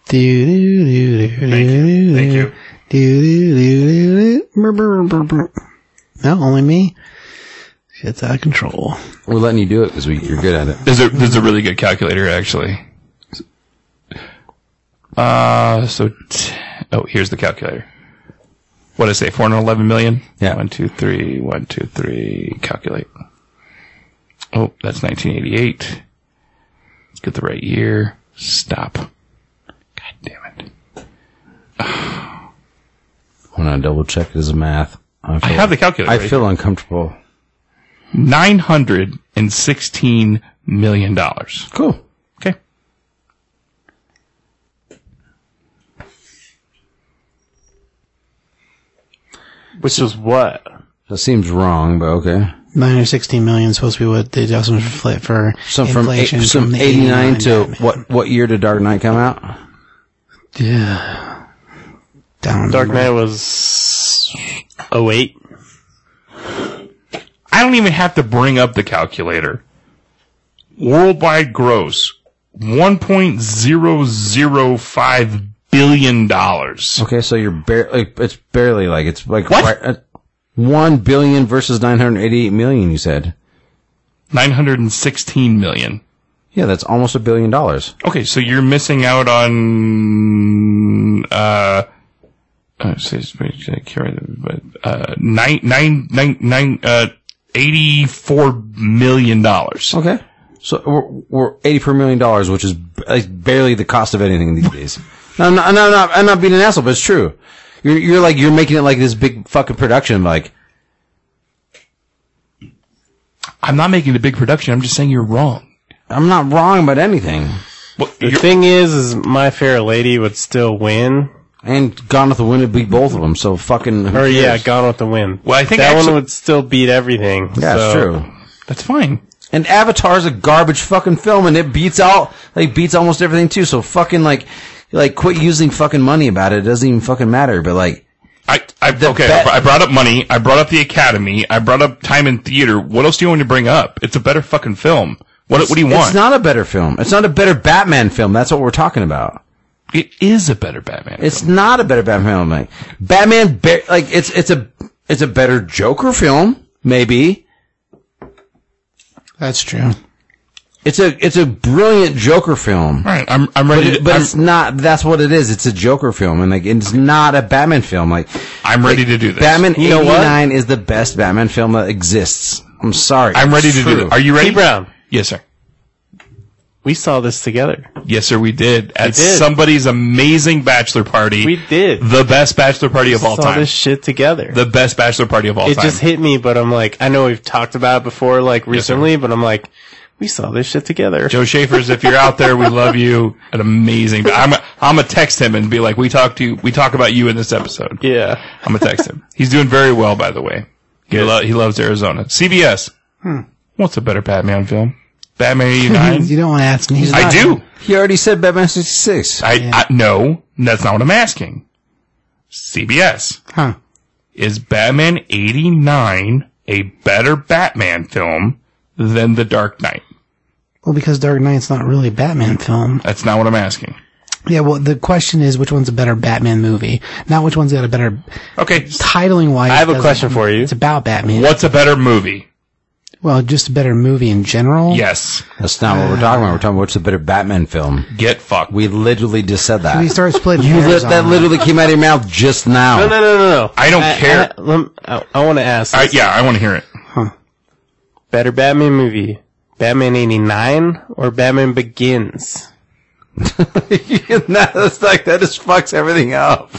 Speaker 2: Do, do, do, do, do, do,
Speaker 3: Thank
Speaker 2: do.
Speaker 3: you.
Speaker 2: Do, do, do, do, do. Brr, brr, brr, brr. No, only me. It's out of control.
Speaker 1: we're letting you do it because you're good at it.
Speaker 3: There's a there's a really good calculator actually. Uh so t- oh here's the calculator. What did I say? Four hundred eleven million.
Speaker 1: Yeah.
Speaker 3: One two three one two three. Calculate. Oh, that's nineteen eighty eight. Let's get the right year. Stop. God damn it!
Speaker 1: When I double check his math, I
Speaker 3: I
Speaker 1: feel,
Speaker 3: have the calculator.
Speaker 1: I
Speaker 3: right
Speaker 1: feel uncomfortable.
Speaker 3: nine hundred and sixteen million dollars.
Speaker 1: Cool.
Speaker 3: Okay.
Speaker 4: Which is what?
Speaker 1: That seems wrong, but okay.
Speaker 2: 916 million is supposed to be what the adjustment for, infl- for
Speaker 1: So from, eight,
Speaker 2: inflation
Speaker 1: so
Speaker 2: from
Speaker 1: from
Speaker 2: the
Speaker 1: 89 to
Speaker 2: Batman.
Speaker 1: what, what year did Dark Knight come out?
Speaker 2: Yeah. Down
Speaker 4: Dark Knight was 08.
Speaker 3: I don't even have to bring up the calculator. Worldwide gross one point zero zero five billion dollars.
Speaker 1: Okay, so you're barely, like, it's barely like, it's like,
Speaker 3: What?
Speaker 1: uh, 1 billion versus 988 million, you said.
Speaker 3: Nine hundred and sixteen million.
Speaker 1: Yeah, that's almost a billion dollars.
Speaker 3: Okay, so you're missing out on uh, uh, say- say- carry the- but, uh nine nine nine nine uh eighty four million dollars.
Speaker 1: Okay. So we're, we're 80 per million dollars, which is b- like barely the cost of anything these days. No, I'm not, no, no, I'm not being an asshole, but it's true. You're, you're like, you're making it like this big fucking production, like,
Speaker 3: I'm not making the big production. I'm just saying you're wrong.
Speaker 1: I'm not wrong about anything.
Speaker 3: What,
Speaker 4: The
Speaker 3: you're-
Speaker 4: thing is, is My Fair Lady would still win.
Speaker 1: And Gone with the Wind would beat both of them, so fucking. who
Speaker 4: Or yeah,
Speaker 1: cares?
Speaker 4: Gone with the Wind.
Speaker 3: Well, I think
Speaker 4: that
Speaker 3: actually-
Speaker 4: one would still beat everything.
Speaker 1: Yeah,
Speaker 4: so-
Speaker 1: it's true.
Speaker 3: that's fine.
Speaker 1: And Avatar's a garbage fucking film, and it beats out like beats almost everything too. So fucking like, like quit using fucking money about it. It doesn't even fucking matter. But like,
Speaker 3: I, I okay.
Speaker 1: bet-
Speaker 3: I brought up money. I brought up the Academy. I brought up time in theater. What else do you want me to bring up? It's a better fucking film. What What do you want?
Speaker 1: it's not a better film. It's not a better Batman film. That's what we're talking about.
Speaker 3: it is a better Batman.
Speaker 1: It's
Speaker 3: film.
Speaker 1: not a better Batman film. Like Batman, ba- like it's it's a it's a better Joker film. Maybe
Speaker 2: That's true.
Speaker 1: it's a it's a brilliant Joker film.
Speaker 3: all right. I'm I'm ready.
Speaker 1: But,
Speaker 3: to,
Speaker 1: it, but
Speaker 3: I'm,
Speaker 1: it's not. That's what it is. It's a Joker film, and like it's not a Batman film. Like
Speaker 3: I'm ready to do this.
Speaker 1: Batman
Speaker 4: know what?
Speaker 1: 89 is the best Batman film that exists. I'm sorry.
Speaker 3: I'm ready
Speaker 1: It's
Speaker 3: to do
Speaker 1: true.
Speaker 3: this. Are you ready,
Speaker 4: T Brown,
Speaker 3: Yes, sir.
Speaker 4: we saw this together.
Speaker 3: Yes, sir. We did
Speaker 4: did.
Speaker 3: at somebody's amazing bachelor party.
Speaker 4: We did.
Speaker 3: the best bachelor party of all
Speaker 4: saw
Speaker 3: time.
Speaker 4: this shit together.
Speaker 3: the best bachelor party of all
Speaker 4: it
Speaker 3: time.
Speaker 4: just hit me, but I'm like, I know we've talked about it before, like recently, but I'm like, we saw this shit together.
Speaker 3: Joe Schaefer's, if you're out there, we love you. An amazing. I'm i I'm gonna text him and be like, we talk to you. We talk about you in this episode.
Speaker 4: yeah.
Speaker 3: I'm gonna text him. He's doing very well, by the way. He, lo- he loves Arizona. CBS.
Speaker 2: Hmm.
Speaker 3: What's a better Batman film? Batman
Speaker 2: You
Speaker 3: 89.
Speaker 2: don't want to ask me.
Speaker 3: I do.
Speaker 1: He already said Batman 66.
Speaker 3: I, I no. That's not what I'm asking. CBS
Speaker 2: Huh.
Speaker 3: is Batman 89 a better Batman film than The Dark Knight?
Speaker 2: Well, because Dark Knight's not really a Batman film.
Speaker 3: That's not what I'm asking.
Speaker 2: Yeah, well, the question is which one's a better Batman movie, not which one's got a better
Speaker 3: Okay.
Speaker 2: titling wise.
Speaker 4: I have a question for you.
Speaker 2: It's about Batman.
Speaker 3: What's a better movie?
Speaker 2: Well, just a better movie in general.
Speaker 3: Yes.
Speaker 1: That's not what we're talking about. We're talking about what's the better Batman film.
Speaker 3: Get fucked.
Speaker 1: We literally just said that.
Speaker 2: We start splitting
Speaker 1: You
Speaker 2: hairs
Speaker 1: lit- that
Speaker 2: on
Speaker 1: literally came out of your mouth just now.
Speaker 4: No, no, no, no, no.
Speaker 3: I don't care.
Speaker 4: I, lem- I, want to ask.
Speaker 3: I,
Speaker 4: this.
Speaker 3: yeah, I want to hear it.
Speaker 4: Better Batman movie, Batman 89 or Batman Begins?
Speaker 1: No, that's like, that just fucks everything up.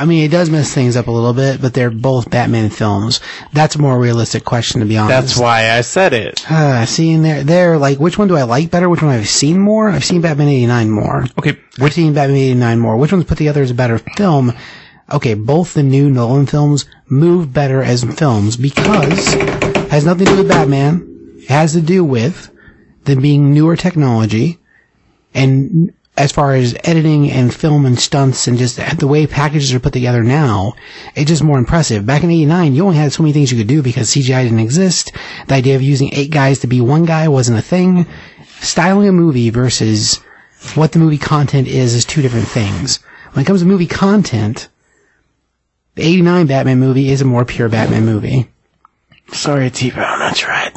Speaker 2: I mean, it does mess things up a little bit, but they're both Batman films. That's a more realistic question, to be honest.
Speaker 4: That's why I said it.
Speaker 2: Uh, seeing there, there, like, which one do I like better? Which one have I seen more? I've seen Batman 89 more.
Speaker 3: Okay.
Speaker 2: I've seen Batman 89 more. Which one's put together as a better film? Okay, both the new Nolan films move better as films because it has nothing to do with Batman. It has to do with them being newer technology and as far as editing and film and stunts and just the way packages are put together now, it's just more impressive. Back in 89, you only had so many things you could do because CGI didn't exist. The idea of using eight guys to be one guy wasn't a thing. Styling a movie versus what the movie content is is two different things. When it comes to movie content, the 89 Batman movie is a more pure Batman movie.
Speaker 4: Sorry, T Brown, I tried.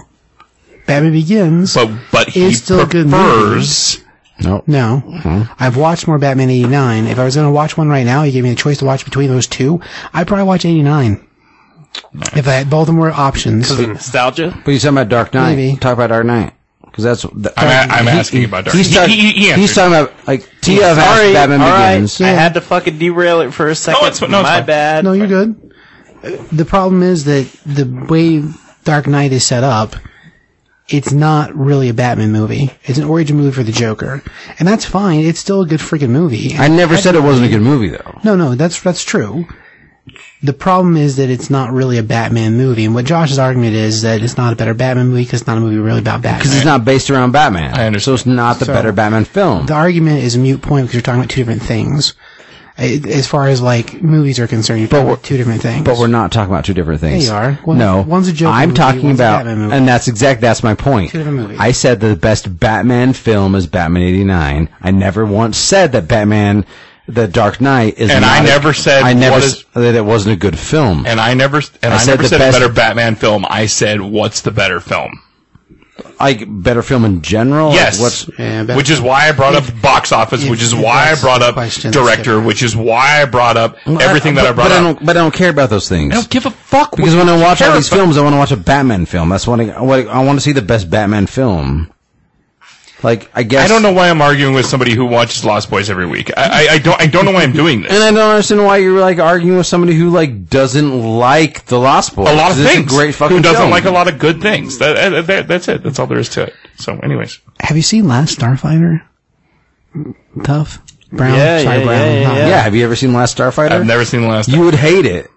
Speaker 2: Batman Begins.
Speaker 3: But but he
Speaker 2: It's still a good movie.
Speaker 3: prefers.
Speaker 2: No.
Speaker 1: Mm-hmm.
Speaker 2: I've watched more Batman 89. If I was going to watch one right now, you gave me the choice to watch between those two, I'd probably watch 89. If I had both of them were options.
Speaker 4: Nostalgia?
Speaker 1: But you're talking about Dark Knight.
Speaker 2: Maybe.
Speaker 1: Talk about Dark Knight. Because that's. That,
Speaker 3: I'm, a- I'm asking about Dark.
Speaker 1: he's,
Speaker 3: He-
Speaker 1: talk-
Speaker 3: he- he
Speaker 1: he's
Speaker 3: answered.
Speaker 1: talking about, like, Tia of
Speaker 4: Sorry,
Speaker 1: Batman
Speaker 4: all right.
Speaker 1: Begins.
Speaker 4: I had to fucking derail it for a second.
Speaker 3: it's fi- no, it's
Speaker 4: My
Speaker 3: fine.
Speaker 4: bad.
Speaker 2: No, you're good. Uh, The problem is that the way Dark Knight is set up, it's not really a Batman movie. It's an origin movie for the Joker, and that's fine. It's still a good freaking movie.
Speaker 1: I never said it wasn't a good movie though.
Speaker 2: No, no, that's that's true. The problem is that it's not really a Batman movie, and what Josh's argument is that it's not a better Batman movie because it's not a movie really about
Speaker 1: Because
Speaker 2: Batman.
Speaker 1: it's not based around Batman.
Speaker 3: I understand.
Speaker 1: So it's not the
Speaker 2: So-
Speaker 1: better Batman film.
Speaker 2: The argument is a mute point because you're talking about two different things. I- As far as like movies are concerned, you're talking
Speaker 1: we're-
Speaker 2: about two different things.
Speaker 1: But we're not talking about two different things.
Speaker 2: you are. One-
Speaker 1: no,
Speaker 2: one's a Joker
Speaker 1: I'm
Speaker 2: movie,
Speaker 1: talking
Speaker 2: one's a
Speaker 1: about,
Speaker 2: Batman movie.
Speaker 1: and that's exact. That's my point.
Speaker 2: Two different movies.
Speaker 1: I said the best Batman film is Batman '89. I never once said that Batman, The Dark Knight, is.
Speaker 3: And
Speaker 1: not
Speaker 3: I
Speaker 1: a-
Speaker 3: never said
Speaker 1: I never
Speaker 3: what
Speaker 1: s-
Speaker 3: is-
Speaker 1: that it wasn't a good film.
Speaker 3: And I never and
Speaker 1: I
Speaker 3: I,
Speaker 1: said
Speaker 3: never
Speaker 1: the
Speaker 3: said
Speaker 1: best-
Speaker 3: a better Batman film. I said what's the better film?
Speaker 1: like better film in general. Like,
Speaker 3: Yes.
Speaker 1: what's
Speaker 2: Yeah, better-
Speaker 3: which is why I brought up box office,
Speaker 2: if-
Speaker 3: which is
Speaker 2: if
Speaker 3: why I
Speaker 2: that's
Speaker 3: brought
Speaker 2: the
Speaker 3: up
Speaker 2: question,
Speaker 3: director,
Speaker 2: skip it.
Speaker 3: which is why I brought up everything that I
Speaker 1: but-
Speaker 3: brought
Speaker 1: but I
Speaker 3: up.
Speaker 1: don't, but I don't care about those things.
Speaker 3: I don't give a fuck
Speaker 1: because when I watch all these
Speaker 3: films.
Speaker 1: films, I want to watch a Batman film. That's what I, what I, I want to see the best Batman film. Like I guess
Speaker 3: I don't know why I'm arguing with somebody who watches Lost Boys every week. I, I, I don't. I don't know why I'm doing this.
Speaker 1: And I don't understand why you're like arguing with somebody who like doesn't like The Lost Boys.
Speaker 3: A lot of
Speaker 1: It's
Speaker 3: things.
Speaker 1: A great fucking
Speaker 3: who doesn't
Speaker 1: film.
Speaker 3: like a lot of good things? That, that- that- that's it. That's all there is to it. So, anyways,
Speaker 2: Have you seen Last Starfighter? Tough. Brown.
Speaker 4: Yeah,
Speaker 2: Sorry,
Speaker 4: yeah,
Speaker 2: Brown.
Speaker 4: yeah,
Speaker 2: Not-
Speaker 4: yeah.
Speaker 1: Yeah. Have you ever seen Last Starfighter?
Speaker 3: I've never seen the last.
Speaker 1: You would hate it.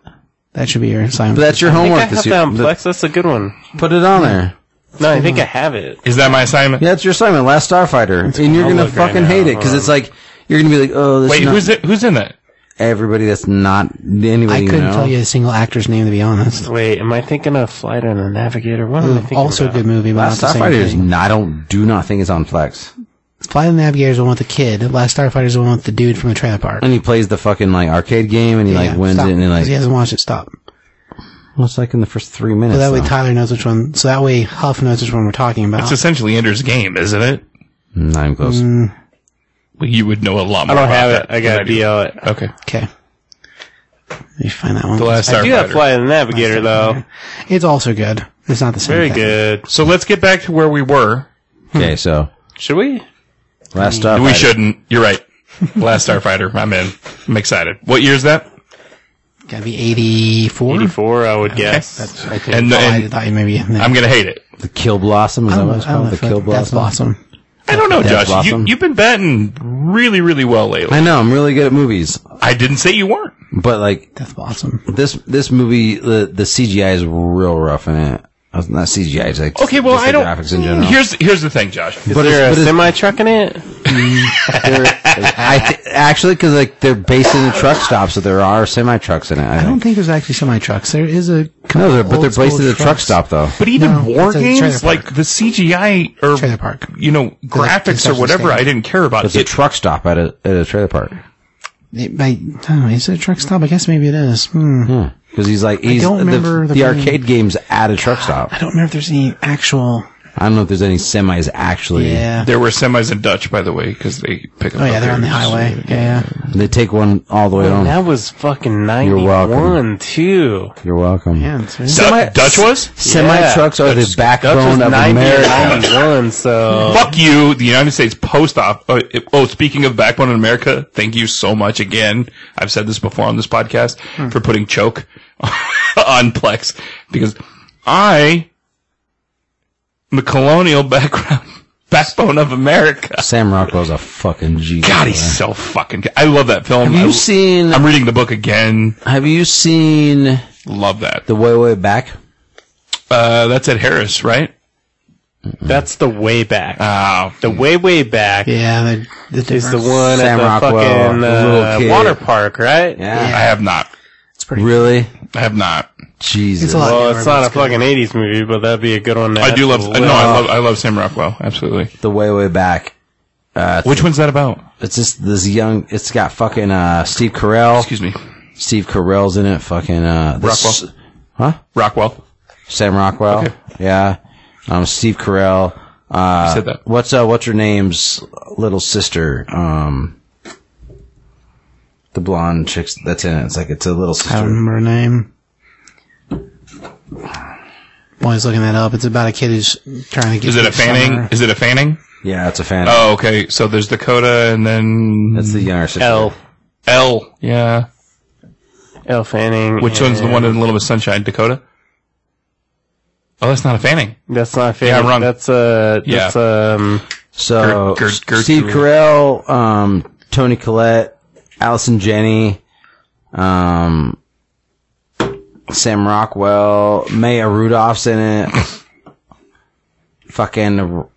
Speaker 2: That should be your assignment.
Speaker 1: But that's your
Speaker 4: I think
Speaker 1: homework
Speaker 4: I have
Speaker 1: this
Speaker 4: that
Speaker 1: year.
Speaker 4: on Plex. That's a good one.
Speaker 1: Put it on there.
Speaker 4: No, I think I have it.
Speaker 3: is that my assignment?
Speaker 1: Yeah, it's your assignment. Last Starfighter, and you're
Speaker 4: I'll
Speaker 1: gonna
Speaker 4: look right
Speaker 1: fucking
Speaker 4: now.
Speaker 1: hate it because it's like you're gonna be like, oh, this
Speaker 3: Wait,
Speaker 1: is not
Speaker 3: who's it? Who's in that?
Speaker 1: everybody that's not anybody.
Speaker 2: I couldn't
Speaker 1: you know?
Speaker 2: tell you a single actor's name to be honest.
Speaker 4: Wait, am I thinking of Flight on the Navigator? What am I thinking
Speaker 2: Also a
Speaker 4: about?
Speaker 2: good movie, but
Speaker 1: Last
Speaker 2: not the
Speaker 1: Uh, Starfighter
Speaker 2: same
Speaker 1: is.
Speaker 2: thing.
Speaker 1: n- I don't do not think it's on Flex.
Speaker 2: Flight of the Navigator is the one with the kid. Last Starfighter is the one with the dude from the trailer park.
Speaker 1: And he plays the fucking like arcade game, and he like
Speaker 2: Yeah,
Speaker 1: wins
Speaker 2: stop,
Speaker 1: it, and he
Speaker 2: 'cause he
Speaker 1: like
Speaker 2: hasn't watched it. Stop.
Speaker 1: what's like in the first three minutes.
Speaker 2: So that way
Speaker 1: though?
Speaker 2: Tyler knows which one. So that way Huff knows which one we're talking about.
Speaker 3: It's essentially Ender's Game, isn't it?
Speaker 1: Hmm, not even close.
Speaker 2: Mm.
Speaker 3: Well, You would know a lot.
Speaker 4: I
Speaker 3: More
Speaker 4: don't
Speaker 3: about
Speaker 4: have it.
Speaker 3: that
Speaker 4: I
Speaker 3: than
Speaker 4: got
Speaker 3: do.
Speaker 4: DL it.
Speaker 3: Okay,
Speaker 2: okay. Let me find that one.
Speaker 3: the last
Speaker 4: I do have
Speaker 3: Starfighter.
Speaker 4: Flight of the Navigator though.
Speaker 2: It's also good. It's not the same.
Speaker 4: Very
Speaker 2: thing.
Speaker 4: good.
Speaker 3: so let's get back to where we were.
Speaker 1: Okay, so
Speaker 4: Should we?
Speaker 1: Last Starfighter.
Speaker 3: We shouldn't. You're right. Last Starfighter. I'm in. I'm excited. What year is that?
Speaker 2: Gotta be 84.
Speaker 4: Eighty four, I would guess.
Speaker 2: That's, I think.
Speaker 3: And-
Speaker 2: oh, I
Speaker 3: and-
Speaker 2: thought you maybe.
Speaker 3: I'm gonna hate it.
Speaker 1: The Kill Blossom. Is
Speaker 2: I
Speaker 1: that
Speaker 2: don't
Speaker 1: what
Speaker 2: know.
Speaker 1: it's
Speaker 2: I don't
Speaker 1: called?
Speaker 2: know
Speaker 1: The
Speaker 2: if I-
Speaker 1: Kill
Speaker 2: That's
Speaker 1: Blossom.
Speaker 2: awesome.
Speaker 3: I don't know,
Speaker 1: Death
Speaker 3: Josh. You,
Speaker 1: Blossom.
Speaker 3: you've been batting really, really well lately.
Speaker 1: I know. I'm really good at movies,
Speaker 3: I didn't say you weren't.
Speaker 1: but like
Speaker 2: Death Blossom.
Speaker 1: this this movie, the the CGI is real rough in it. Uh, Not CGI, it's like
Speaker 3: Okay, well,
Speaker 1: just
Speaker 3: I
Speaker 1: the
Speaker 3: don't.
Speaker 1: graphics in general.
Speaker 3: Here's here's the thing, Josh.
Speaker 4: Is
Speaker 1: But it's-
Speaker 4: there a
Speaker 1: but it's-
Speaker 4: semi truck in it?
Speaker 1: I th- actually because like they're based in the truck stop, so there are semi trucks in it. I,
Speaker 2: I don't
Speaker 1: think.
Speaker 2: think there's actually semi trucks. There is a.
Speaker 1: No, they're, but
Speaker 2: old
Speaker 1: they're based
Speaker 2: school
Speaker 1: in the truck
Speaker 2: trucks.
Speaker 1: stop though.
Speaker 3: But even
Speaker 2: No,
Speaker 3: war
Speaker 2: it's a trailer
Speaker 3: games,
Speaker 2: park.
Speaker 3: like the CGI or
Speaker 2: Trailer park.
Speaker 3: you know, graphics or
Speaker 2: concession
Speaker 3: whatever,
Speaker 2: stand.
Speaker 3: I didn't care about.
Speaker 1: It's a
Speaker 3: It,
Speaker 1: truck stop at a at a trailer park
Speaker 2: It, I, I don't know. Is it a truck stop? I guess maybe it is. Hmm.
Speaker 1: because he's like he's
Speaker 2: don't remember
Speaker 1: the,
Speaker 2: the
Speaker 1: the
Speaker 2: being-
Speaker 1: arcade games at a truck stop.
Speaker 2: I don't remember if there's any actual.
Speaker 1: I don't know if there's any semis actually.
Speaker 2: Yeah.
Speaker 3: there were semis in Dutch, by the way, because they pick up.
Speaker 2: Oh yeah, they're on the
Speaker 3: others.
Speaker 2: highway. Yeah. yeah.
Speaker 1: They take one all the way home.
Speaker 4: That was fucking ninety
Speaker 1: welcome.
Speaker 4: one too.
Speaker 1: You're welcome.
Speaker 2: Yeah, it's very-
Speaker 3: Du-
Speaker 1: Semi-
Speaker 3: Dutch was.
Speaker 1: Semi trucks are the
Speaker 4: Dutch was
Speaker 1: backbone of
Speaker 4: 90 or
Speaker 1: America.
Speaker 4: 91, so
Speaker 3: Fuck you, the United States Post Office. Oh, it- oh, speaking of backbone in America, thank you so much again. I've said this before on this podcast
Speaker 1: Hmm.
Speaker 3: for putting choke on Plex because I am a colonial background backbone of America.
Speaker 1: Sam Rockwell's a fucking genius.
Speaker 3: God, he's so fucking. Good. I love that film.
Speaker 1: Have you
Speaker 3: I-
Speaker 1: seen?
Speaker 3: I'm reading the book again.
Speaker 1: Have you seen
Speaker 3: Love that.
Speaker 1: the way way back?
Speaker 3: Uh, that's at Harris, right?
Speaker 4: that's the way back.
Speaker 1: Uh,
Speaker 3: Wow.
Speaker 4: the way way back
Speaker 2: Yeah. The, the
Speaker 4: is the
Speaker 2: difference.
Speaker 4: one
Speaker 1: Sam
Speaker 4: at the
Speaker 1: Rockwell,
Speaker 4: fucking
Speaker 1: the little
Speaker 4: uh,
Speaker 1: kid.
Speaker 4: water park, right?
Speaker 1: Yeah.
Speaker 3: I have not.
Speaker 2: It's pretty.
Speaker 1: Really?
Speaker 3: I have not.
Speaker 1: Jesus.
Speaker 2: It's a lot.
Speaker 4: Well,
Speaker 2: Yeah,
Speaker 4: it's not a
Speaker 2: everybody's
Speaker 4: fucking '80s movie, but that'd be a good one. To
Speaker 3: I
Speaker 4: add
Speaker 3: do
Speaker 4: to
Speaker 3: love.
Speaker 4: the
Speaker 3: No,
Speaker 4: list.
Speaker 3: I love. I love Sam Rockwell. Absolutely.
Speaker 1: The way way back.
Speaker 3: Which one's that about?
Speaker 1: It's just this young. It's got fucking uh, Steve Carell.
Speaker 3: Excuse me.
Speaker 1: Steve Carell's in it. Fucking uh, this-
Speaker 3: Rockwell. Rockwell.
Speaker 1: Sam Rockwell. Yeah. Um, Steve Carell. Uh,
Speaker 3: said that.
Speaker 1: What's uh, what's her name's little sister? Um, the blonde chick that's in it. It's like it's a little
Speaker 2: I don't
Speaker 1: sister.
Speaker 2: remember her name. Boy's looking that up. It's about a kid who's trying to get.
Speaker 3: Is it
Speaker 2: to
Speaker 3: a Fanning?
Speaker 2: summer.
Speaker 3: Is it a Fanning?
Speaker 1: Yeah, it's a fan.
Speaker 3: Oh, okay. So there's Dakota and then
Speaker 1: That's the younger sister.
Speaker 4: L.
Speaker 3: L. Yeah.
Speaker 4: L. Fanning.
Speaker 3: Which one's the one in Little Miss Sunshine? Dakota. Oh, that's not a Fanning.
Speaker 4: That's not fair.
Speaker 3: I'm wrong.
Speaker 4: That's uh, that's um,
Speaker 1: So
Speaker 3: Gert- Gert- Gert-
Speaker 1: Steve
Speaker 3: Gert-
Speaker 1: Carell, um, Tony Collette, Allison Jenny, um, Sam Rockwell, Maya Rudolph's in it. Fucking uh,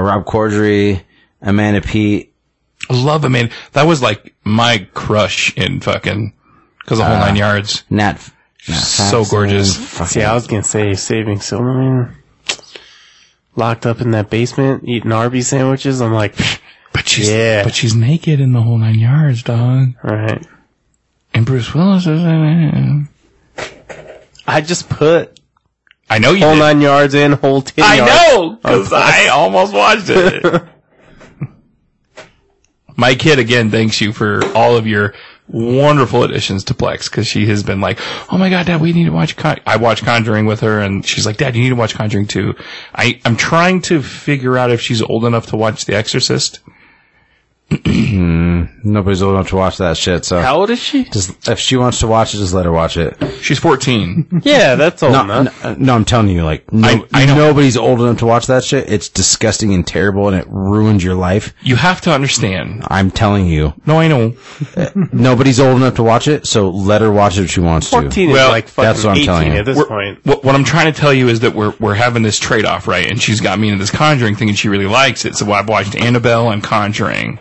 Speaker 1: Rob Corddry, Amanda Pete.
Speaker 3: I love him, man. That was like my crush in fucking because the whole nine yards.
Speaker 1: Nat. Nat
Speaker 3: So
Speaker 1: Faxon,
Speaker 3: gorgeous.
Speaker 1: Fucking,
Speaker 4: See, I was gonna say Saving Silverman, locked up in that basement eating Arby's sandwiches. I'm like,
Speaker 3: But she's
Speaker 4: Yeah.
Speaker 3: but she's naked in the whole nine yards, dog.
Speaker 4: all right.
Speaker 3: And Bruce Willis is in it.
Speaker 4: I just put
Speaker 3: I know you.
Speaker 4: whole
Speaker 3: did.
Speaker 4: nine yards in, whole ten.
Speaker 3: I
Speaker 4: yards.
Speaker 3: know because I almost watched it. My kid again thanks you for all of your wonderful additions to Plex because she has been like, "Oh my god, Dad, we need to watch." Con-. I watched Conjuring with her, and she's like, "Dad, you need to watch Conjuring too." I I'm trying to figure out if she's old enough to watch The Exorcist.
Speaker 1: Nobody's old enough to watch that shit. So
Speaker 4: How old is she?
Speaker 1: just if she wants to watch it, just let her watch it.
Speaker 3: She's 14.
Speaker 4: Yeah, that's old
Speaker 1: No,
Speaker 4: enough.
Speaker 1: no, no, I'm telling you, like, no,
Speaker 3: I- I know.
Speaker 1: nobody's old enough to watch that shit. It's disgusting and terrible, and it ruins your life.
Speaker 3: you have to understand.
Speaker 1: I'm telling you,
Speaker 3: No, I know.
Speaker 1: nobody's old enough to watch it, so let her watch it if she wants to.
Speaker 4: Fourteen
Speaker 3: Well,
Speaker 4: is like fucking
Speaker 1: that's what I'm
Speaker 4: eighteen
Speaker 1: telling you.
Speaker 4: at this
Speaker 3: We're-
Speaker 4: point.
Speaker 3: What, what I'm trying to tell you is that we're we're having this trade off, right? And she's got me into this Conjuring thing, and she really likes it. So I've watched Annabelle and Conjuring,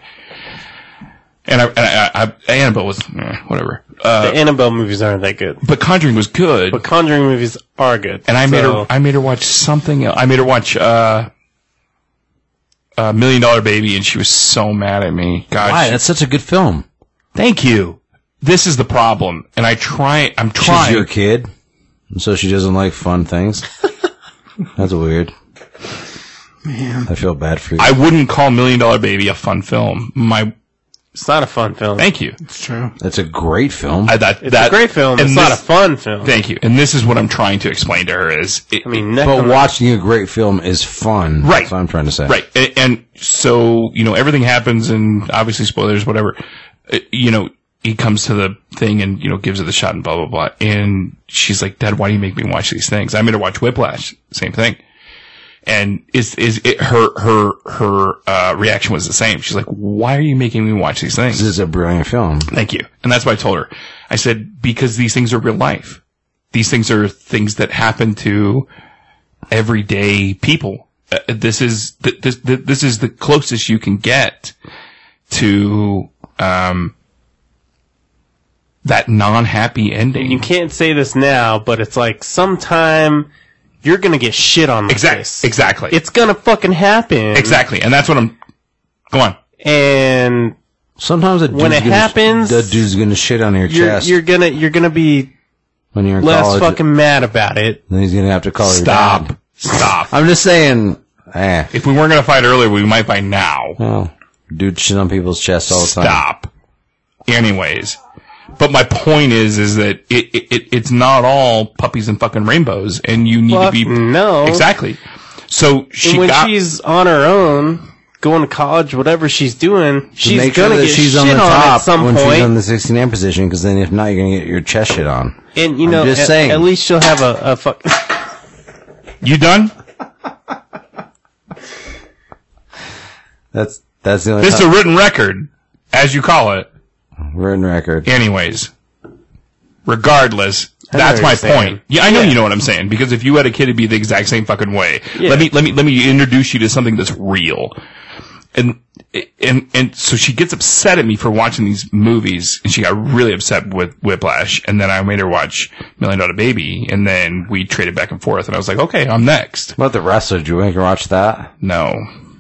Speaker 3: and I, and I, I Annabelle was eh, whatever, uh,
Speaker 4: The Annabelle movies aren't that good,
Speaker 3: but Conjuring was good.
Speaker 4: but Conjuring movies are good.
Speaker 3: and I made
Speaker 4: so-
Speaker 3: her I made her watch something else. I made her watch uh, uh, Million Dollar Baby, and she was so mad at me. God,
Speaker 1: Why?
Speaker 3: she-
Speaker 1: That's such a good film.
Speaker 3: thank you. This is the problem, and I try. I'm
Speaker 1: She's
Speaker 3: trying.
Speaker 1: your kid, and so she doesn't like fun things. That's weird. Man, I feel bad for you.
Speaker 3: I wouldn't call Million Dollar Baby a fun film. My
Speaker 4: It's not a fun film.
Speaker 3: thank you.
Speaker 2: It's true.
Speaker 1: That's a great film.
Speaker 3: I, that,
Speaker 4: It's
Speaker 3: that,
Speaker 4: a great film.
Speaker 3: and
Speaker 4: It's not a
Speaker 3: this-
Speaker 4: fun film.
Speaker 3: Thank you. And this is what I'm trying to explain to her is, it,
Speaker 4: I mean, neck
Speaker 1: but watching a great film is fun.
Speaker 3: Right.
Speaker 1: That's what I'm trying to say.
Speaker 3: right. And, and so, you know, everything happens and obviously spoilers, whatever. Uh, You know, he comes to the thing and, you know, gives it the shot and blah, blah, blah. And she's like, dad, why do you make me watch these things? I made her watch Whiplash. Same thing. And is, is it her, her, her, uh, reaction was the same. She's like, why are you making me watch these things?
Speaker 1: This is a brilliant film.
Speaker 3: Thank you. And that's what I told her. I said, because these things are real life. These things are things that happen to everyday people. Uh, this is, th- this, th- this is the closest you can get to, um, that non-happy ending.
Speaker 4: you can't say this now, but it's like sometime you're gonna get shit on. Like this.
Speaker 3: exactly. Exactly.
Speaker 4: It's gonna fucking happen.
Speaker 3: exactly. And that's what I'm, go on.
Speaker 4: And
Speaker 1: Sometimes a dude's
Speaker 4: When it
Speaker 1: gonna,
Speaker 4: happens,
Speaker 1: the dude's gonna shit on your
Speaker 4: you're
Speaker 1: chest
Speaker 4: you're gonna you're gonna be
Speaker 1: when you're in
Speaker 4: less
Speaker 1: college.
Speaker 4: fucking mad about it.
Speaker 1: then he's gonna have to call your
Speaker 3: Stop.
Speaker 1: dad.
Speaker 3: Stop.
Speaker 1: I'm just saying. Eh.
Speaker 3: if we weren't going to fight earlier, we might by now.
Speaker 1: Well, dude shit on people's chests all the time.
Speaker 3: Stop. Anyways, but my point is, is that it, it, it it's not all puppies and fucking rainbows, and you need
Speaker 4: Fuck
Speaker 3: to be
Speaker 4: no.
Speaker 3: exactly. So she
Speaker 4: And when
Speaker 3: got
Speaker 4: she's on her own, going to college, whatever she's doing, she's
Speaker 1: Make sure
Speaker 4: gonna
Speaker 1: that
Speaker 4: get
Speaker 1: she's
Speaker 4: shit
Speaker 1: on the
Speaker 4: at
Speaker 1: top
Speaker 4: some
Speaker 1: when
Speaker 4: point.
Speaker 1: she's on the 69 position, because then if not, you're gonna get your chest shit on.
Speaker 4: and you know,
Speaker 1: just
Speaker 4: at,
Speaker 1: saying.
Speaker 4: at least she'll have a, a fuck.
Speaker 3: you done.
Speaker 1: That's that's the only
Speaker 3: This is
Speaker 1: time.
Speaker 3: a written record, as you call it.
Speaker 1: written record.
Speaker 3: Anyways, regardless, that's
Speaker 4: what
Speaker 3: my
Speaker 4: you're saying.
Speaker 3: point. Yeah, I know you know what I'm saying because if you had a kid, it'd be the exact same fucking way. Let me let me let me introduce you to something that's real, and and and so she gets upset at me for watching these movies, and she got really upset with Whiplash, and then I made her watch Million Dollar Baby, and then we traded back and forth, and I was like, okay, I'm next.
Speaker 1: What about the wrestler? Do you want to watch that?
Speaker 3: No.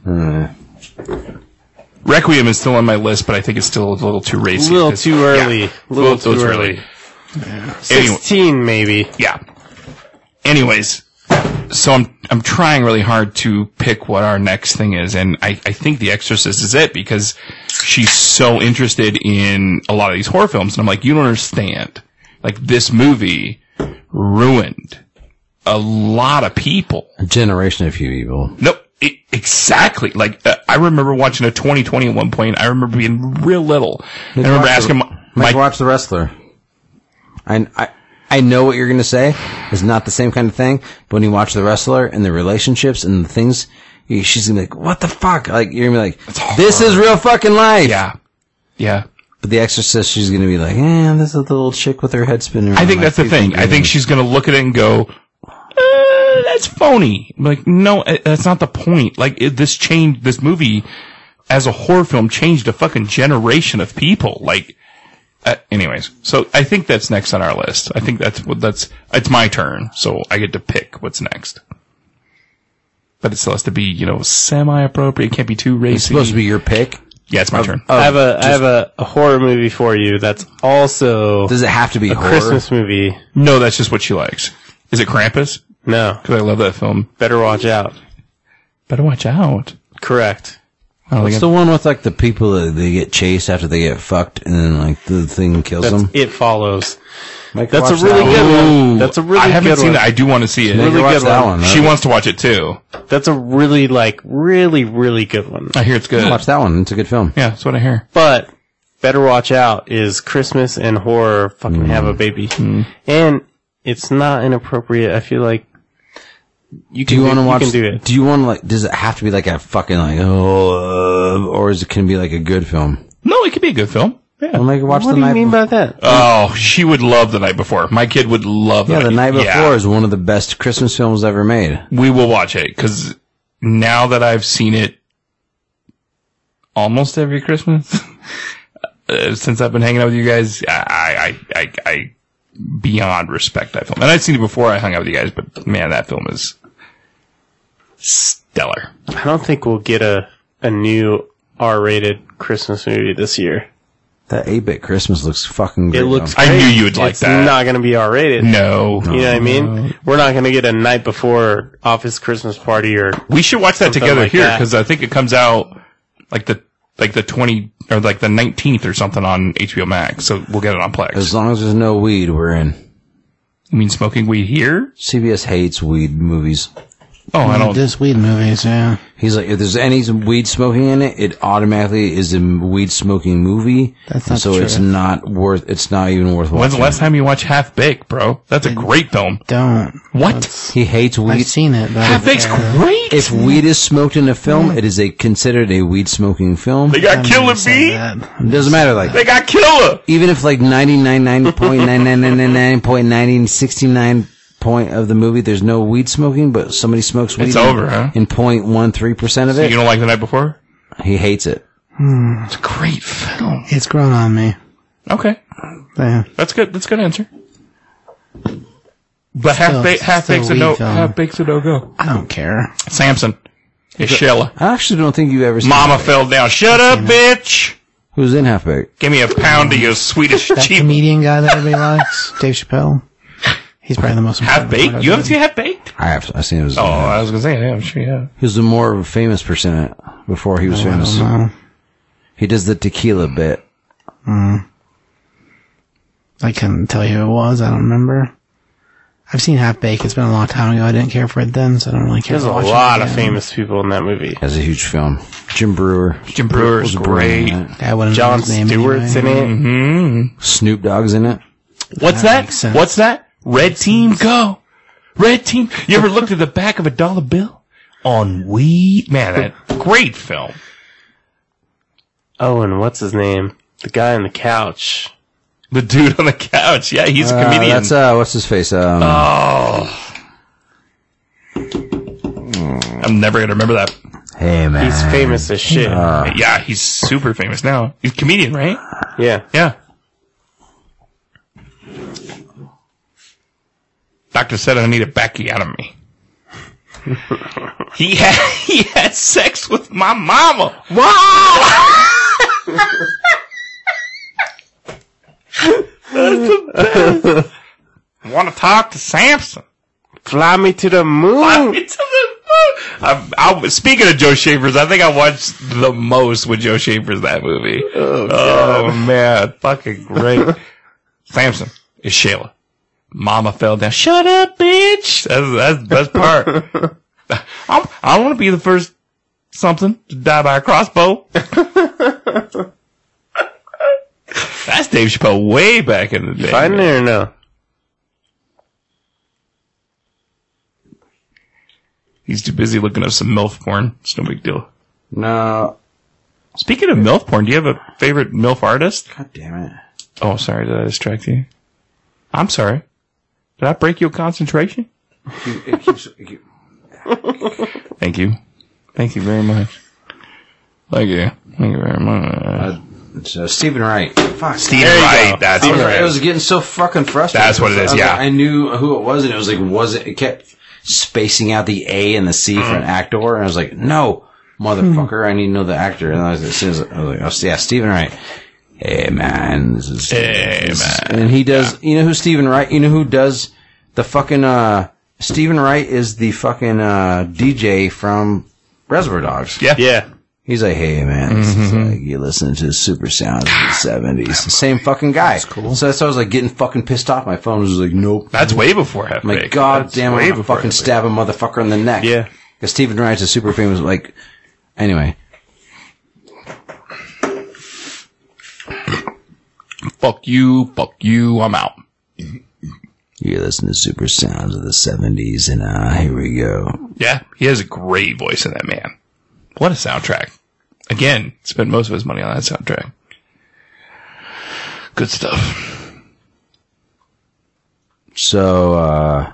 Speaker 4: Hmm.
Speaker 3: Requiem is still on my list, but I think it's still a little too racy.
Speaker 4: A little
Speaker 3: It's-
Speaker 4: too early.
Speaker 3: Yeah,
Speaker 4: A little too early.
Speaker 3: Anyway,
Speaker 4: Sixteen, maybe.
Speaker 3: yeah. Anyways, so I'm I'm trying really hard to pick what our next thing is, and I, I think The Exorcist is it because she's so interested in a lot of these horror films, and I'm like, you don't understand. Like this movie ruined a lot of people.
Speaker 1: A generation of you evil.
Speaker 3: No, e- exactly. Like uh, I remember watching a 2020 at one point. I remember being real little. I remember
Speaker 1: watch
Speaker 3: asking
Speaker 1: the,
Speaker 3: my,
Speaker 1: Mike,
Speaker 3: my
Speaker 1: watch the wrestler. I, I I know what you're going to say is not the same kind of thing, but when you watch The Wrestler and the relationships and the things, you- she's going to be like, what the fuck? Like, you're going to be like, this is real fucking life.
Speaker 3: Yeah. Yeah.
Speaker 1: But The Exorcist, she's going to be like, eh, this is the little chick with her head spinning around.
Speaker 3: I think
Speaker 1: like,
Speaker 3: that's the
Speaker 1: she's
Speaker 3: thing.
Speaker 1: gonna
Speaker 3: I
Speaker 1: be
Speaker 3: think
Speaker 1: like-
Speaker 3: she's going to look at it and go, uh, that's phony. I'm like, no, uh, that's not the point. Like, it, this changed, this movie as a horror film changed a fucking generation of people. Like, uh, anyways, so I think that's next on our list. I think that's what that's, it's my turn. So I get to pick what's next. But it still has to be, you know, semi appropriate. It can't be too racy.
Speaker 1: It's supposed to be your pick.
Speaker 3: yeah, it's my turn.
Speaker 1: Oh,
Speaker 4: I have a I have a, a horror movie for you that's also
Speaker 1: Does it have to be horror?
Speaker 4: Christmas movie.
Speaker 3: no, that's just what she likes. Is it Krampus?
Speaker 4: No,
Speaker 3: Because I love that film.
Speaker 4: better watch out.
Speaker 3: Better watch out.
Speaker 4: Correct.
Speaker 3: I don't think
Speaker 1: It's the one with like the people that they get chased after they get fucked, and then like the thing kills
Speaker 4: That's
Speaker 1: them.
Speaker 4: it follows.
Speaker 1: Like,
Speaker 4: that's a
Speaker 1: watch
Speaker 4: really
Speaker 1: that
Speaker 4: good-
Speaker 1: one.
Speaker 4: one.
Speaker 3: Ooh.
Speaker 4: That's a really
Speaker 3: I haven't
Speaker 4: good
Speaker 3: seen
Speaker 4: one.
Speaker 3: that. I do want to see it.
Speaker 1: You
Speaker 4: Really
Speaker 1: watch
Speaker 4: good
Speaker 1: that
Speaker 4: one.
Speaker 1: one.
Speaker 3: she wants to watch it too.
Speaker 4: That's a really like really really good one.
Speaker 3: I hear it's good.
Speaker 1: to watch that one. It's a good film.
Speaker 3: Yeah, that's what I hear.
Speaker 4: But better watch out is Christmas and horror fucking have a baby. And it's not inappropriate. I feel like you
Speaker 1: Do
Speaker 4: can
Speaker 1: you
Speaker 4: want to
Speaker 1: watch?
Speaker 4: You can do it.
Speaker 1: you want to like? Does it have to be like a fucking like oh, uh, or is it can it be like a good film?
Speaker 3: No, it could be a good film. Yeah.
Speaker 1: I'm like watch
Speaker 4: What
Speaker 1: the
Speaker 4: do
Speaker 1: night.
Speaker 4: you mean by that?
Speaker 3: Oh, she would love the night before. My kid would love.
Speaker 1: yeah, the night before
Speaker 3: Yeah.
Speaker 1: is one of the best Christmas films ever made.
Speaker 3: we will watch it because now that I've seen it almost every Christmas uh, since I've been hanging out with you guys, I, I, I, I, I beyond respect that film. And I've seen it before I hung out with you guys, but man, that film is stellar.
Speaker 4: I don't think we'll get a a new R-rated Christmas movie this year.
Speaker 1: That eight bit Christmas looks fucking.
Speaker 4: It
Speaker 1: Great
Speaker 4: looks.
Speaker 1: though.
Speaker 3: I
Speaker 4: great.
Speaker 3: knew you would like
Speaker 4: it's
Speaker 3: that.
Speaker 4: Not going to be R-rated.
Speaker 3: No,
Speaker 4: You know what I mean? We're not going to get a night before office Christmas party or
Speaker 3: We should watch that
Speaker 4: Something
Speaker 3: together
Speaker 4: like
Speaker 3: here
Speaker 4: that.
Speaker 3: because I think it comes out like the like the twenty or like the nineteenth or something on HBO Max. So we'll get it on Plex.
Speaker 1: as long as there's no weed, we're in.
Speaker 3: you mean smoking weed here?
Speaker 1: CBS hates weed movies.
Speaker 3: Oh, I don't.
Speaker 2: This weed movies, yeah.
Speaker 1: He's like, if there's any weed smoking in it, it automatically is a weed smoking movie.
Speaker 2: That's
Speaker 1: And
Speaker 2: not
Speaker 1: so
Speaker 2: true.
Speaker 1: it's not worth. It's not even worth
Speaker 3: When's
Speaker 1: watching.
Speaker 3: the last time you watched Half Baked, bro? That's a great film.
Speaker 2: Don't.
Speaker 3: What?
Speaker 1: He hates
Speaker 2: I've
Speaker 1: weed.
Speaker 2: seen it, but
Speaker 3: Half Baked's great.
Speaker 1: If weed is smoked in a film, it is a considered a weed smoking film.
Speaker 3: they got Killer
Speaker 2: said
Speaker 3: B.
Speaker 2: that.
Speaker 1: It doesn't matter. Like
Speaker 3: They got Killer.
Speaker 1: even if like ninety nine nine point nine nine nine nine nine point nineteen sixty nine point of the movie, there's no weed smoking, but somebody smokes weed.
Speaker 3: It's
Speaker 1: in-
Speaker 3: over, huh?
Speaker 1: In point one three percent of
Speaker 3: You
Speaker 1: it,
Speaker 3: don't like the night before?
Speaker 1: he hates it.
Speaker 3: It's a great film.
Speaker 2: It's grown on me.
Speaker 3: Okay,
Speaker 2: Yeah.
Speaker 3: that's good. That's a good answer. But half
Speaker 2: Still-
Speaker 3: baked, half baked's a
Speaker 2: still a
Speaker 3: no.
Speaker 2: weed film.
Speaker 3: Half baked's a no go.
Speaker 2: I don't care.
Speaker 3: Samson, it's Sheila.
Speaker 1: I actually don't think you've ever seen
Speaker 3: Mama
Speaker 1: Half-Baked.
Speaker 3: fell down. Shut up, bitch.
Speaker 1: Who's in half baked?
Speaker 3: Give me a pound of your Swedish
Speaker 2: That
Speaker 3: cheap
Speaker 2: comedian guy that everybody likes, Dave Chappelle. He's probably the most
Speaker 3: half
Speaker 2: important
Speaker 3: baked.
Speaker 2: part
Speaker 3: You
Speaker 2: of
Speaker 3: haven't seen half baked?
Speaker 1: I have. I seen it was.
Speaker 3: Oh, I was gonna say, yeah, I'm sure, yeah.
Speaker 1: He was the more famous person before he was
Speaker 2: it. I
Speaker 1: famous.
Speaker 2: don't know.
Speaker 1: He does the tequila bit.
Speaker 2: I couldn't tell you who it was. I don't remember. I've seen Half Baked. It's been a long time ago. I didn't care for it then, so I don't really care.
Speaker 4: There's a
Speaker 2: to watch it
Speaker 4: lot of
Speaker 2: again.
Speaker 4: famous people in that movie.
Speaker 1: That's a huge film. Jim Brewer.
Speaker 3: Jim Brewer's great.
Speaker 2: I wouldn't
Speaker 4: John
Speaker 2: know his name
Speaker 4: Stewart's
Speaker 2: anyway.
Speaker 4: in it.
Speaker 1: Snoop Dogg's in it.
Speaker 2: That
Speaker 3: What's that?
Speaker 2: makes sense.
Speaker 3: What's that? Red team go. Red team. You ever looked at the back of a dollar bill on weed? Man, that great film.
Speaker 4: Oh, and what's his name? The guy on the couch.
Speaker 3: The dude on the couch. Yeah, he's a
Speaker 1: Uh,
Speaker 3: comedian.
Speaker 1: that's uh, what's his face? Um,
Speaker 3: oh. I'm never gonna remember that.
Speaker 1: hey man,
Speaker 4: He's famous as shit.
Speaker 3: yeah, he's super famous now. He's a comedian, right?
Speaker 4: yeah.
Speaker 3: Yeah. Doctor said I need a backy out of me. he had he had sex with my mama. Wow. Want to talk to Samson?
Speaker 4: Fly me to the moon.
Speaker 3: It's a little- I, I, speaking of Joe Shavers, I think I watched the most with Joe Shavers that movie. Oh, man, fucking great. Samson is Shayla. Mama fell down. Shut up, bitch. That's, that's the best part. I'm, I want to be the first something to die by a crossbow. that's Dave Chappelle way back in the day.
Speaker 4: Find
Speaker 3: man.
Speaker 4: it or no?
Speaker 3: He's too busy looking up some MILF porn. It's no big deal.
Speaker 1: No.
Speaker 3: Speaking of MILF porn, do you have a favorite MILF artist?
Speaker 1: God damn it.
Speaker 3: Oh, sorry. Did I distract you? I'm sorry. Did I break your concentration?
Speaker 1: It keeps- it keep-
Speaker 3: Thank you. Thank you very much. Thank you. Thank you very much.
Speaker 1: uh, it's, uh, Stephen Wright. Fuck.
Speaker 3: Stephen
Speaker 4: Wright,
Speaker 3: That's
Speaker 1: I was, I was getting so fucking frustrated.
Speaker 3: That's what it is,
Speaker 1: I was like,
Speaker 3: yeah.
Speaker 1: I knew who it was, and it was like, was it? It kept spacing out the A and the C for
Speaker 3: Mm.
Speaker 1: an actor, and I was like, no, motherfucker, I need to know the actor. And I was, as soon as I was like, oh, yeah, Stephen Wright. Hey man, this is,
Speaker 3: Hey,
Speaker 1: this is- and he does. You know who Stephen Wright? You know who does the fucking uh Stephen Wright is the fucking uh DJ from Reservoir Dogs.
Speaker 3: Yeah.
Speaker 4: Yeah.
Speaker 1: He's like, hey man, this is like you listen to super sounds of the seventies. Same fucking guy. That's cool. So that's why I was like getting fucking pissed off. My phone was just like, nope.
Speaker 3: That's way before half
Speaker 1: I'm like, God damn it, I'm gonna fucking stab a motherfucker in the neck.
Speaker 4: Yeah.
Speaker 1: Because Stephen Wright's a super famous like anyway.
Speaker 3: Fuck you. Fuck you. I'm out.
Speaker 1: You listen to super sounds of the seventies and uh here we go.
Speaker 3: Yeah, he has a great voice in that man. What a soundtrack. Again, spent most of his money on that soundtrack. Good stuff.
Speaker 1: So uh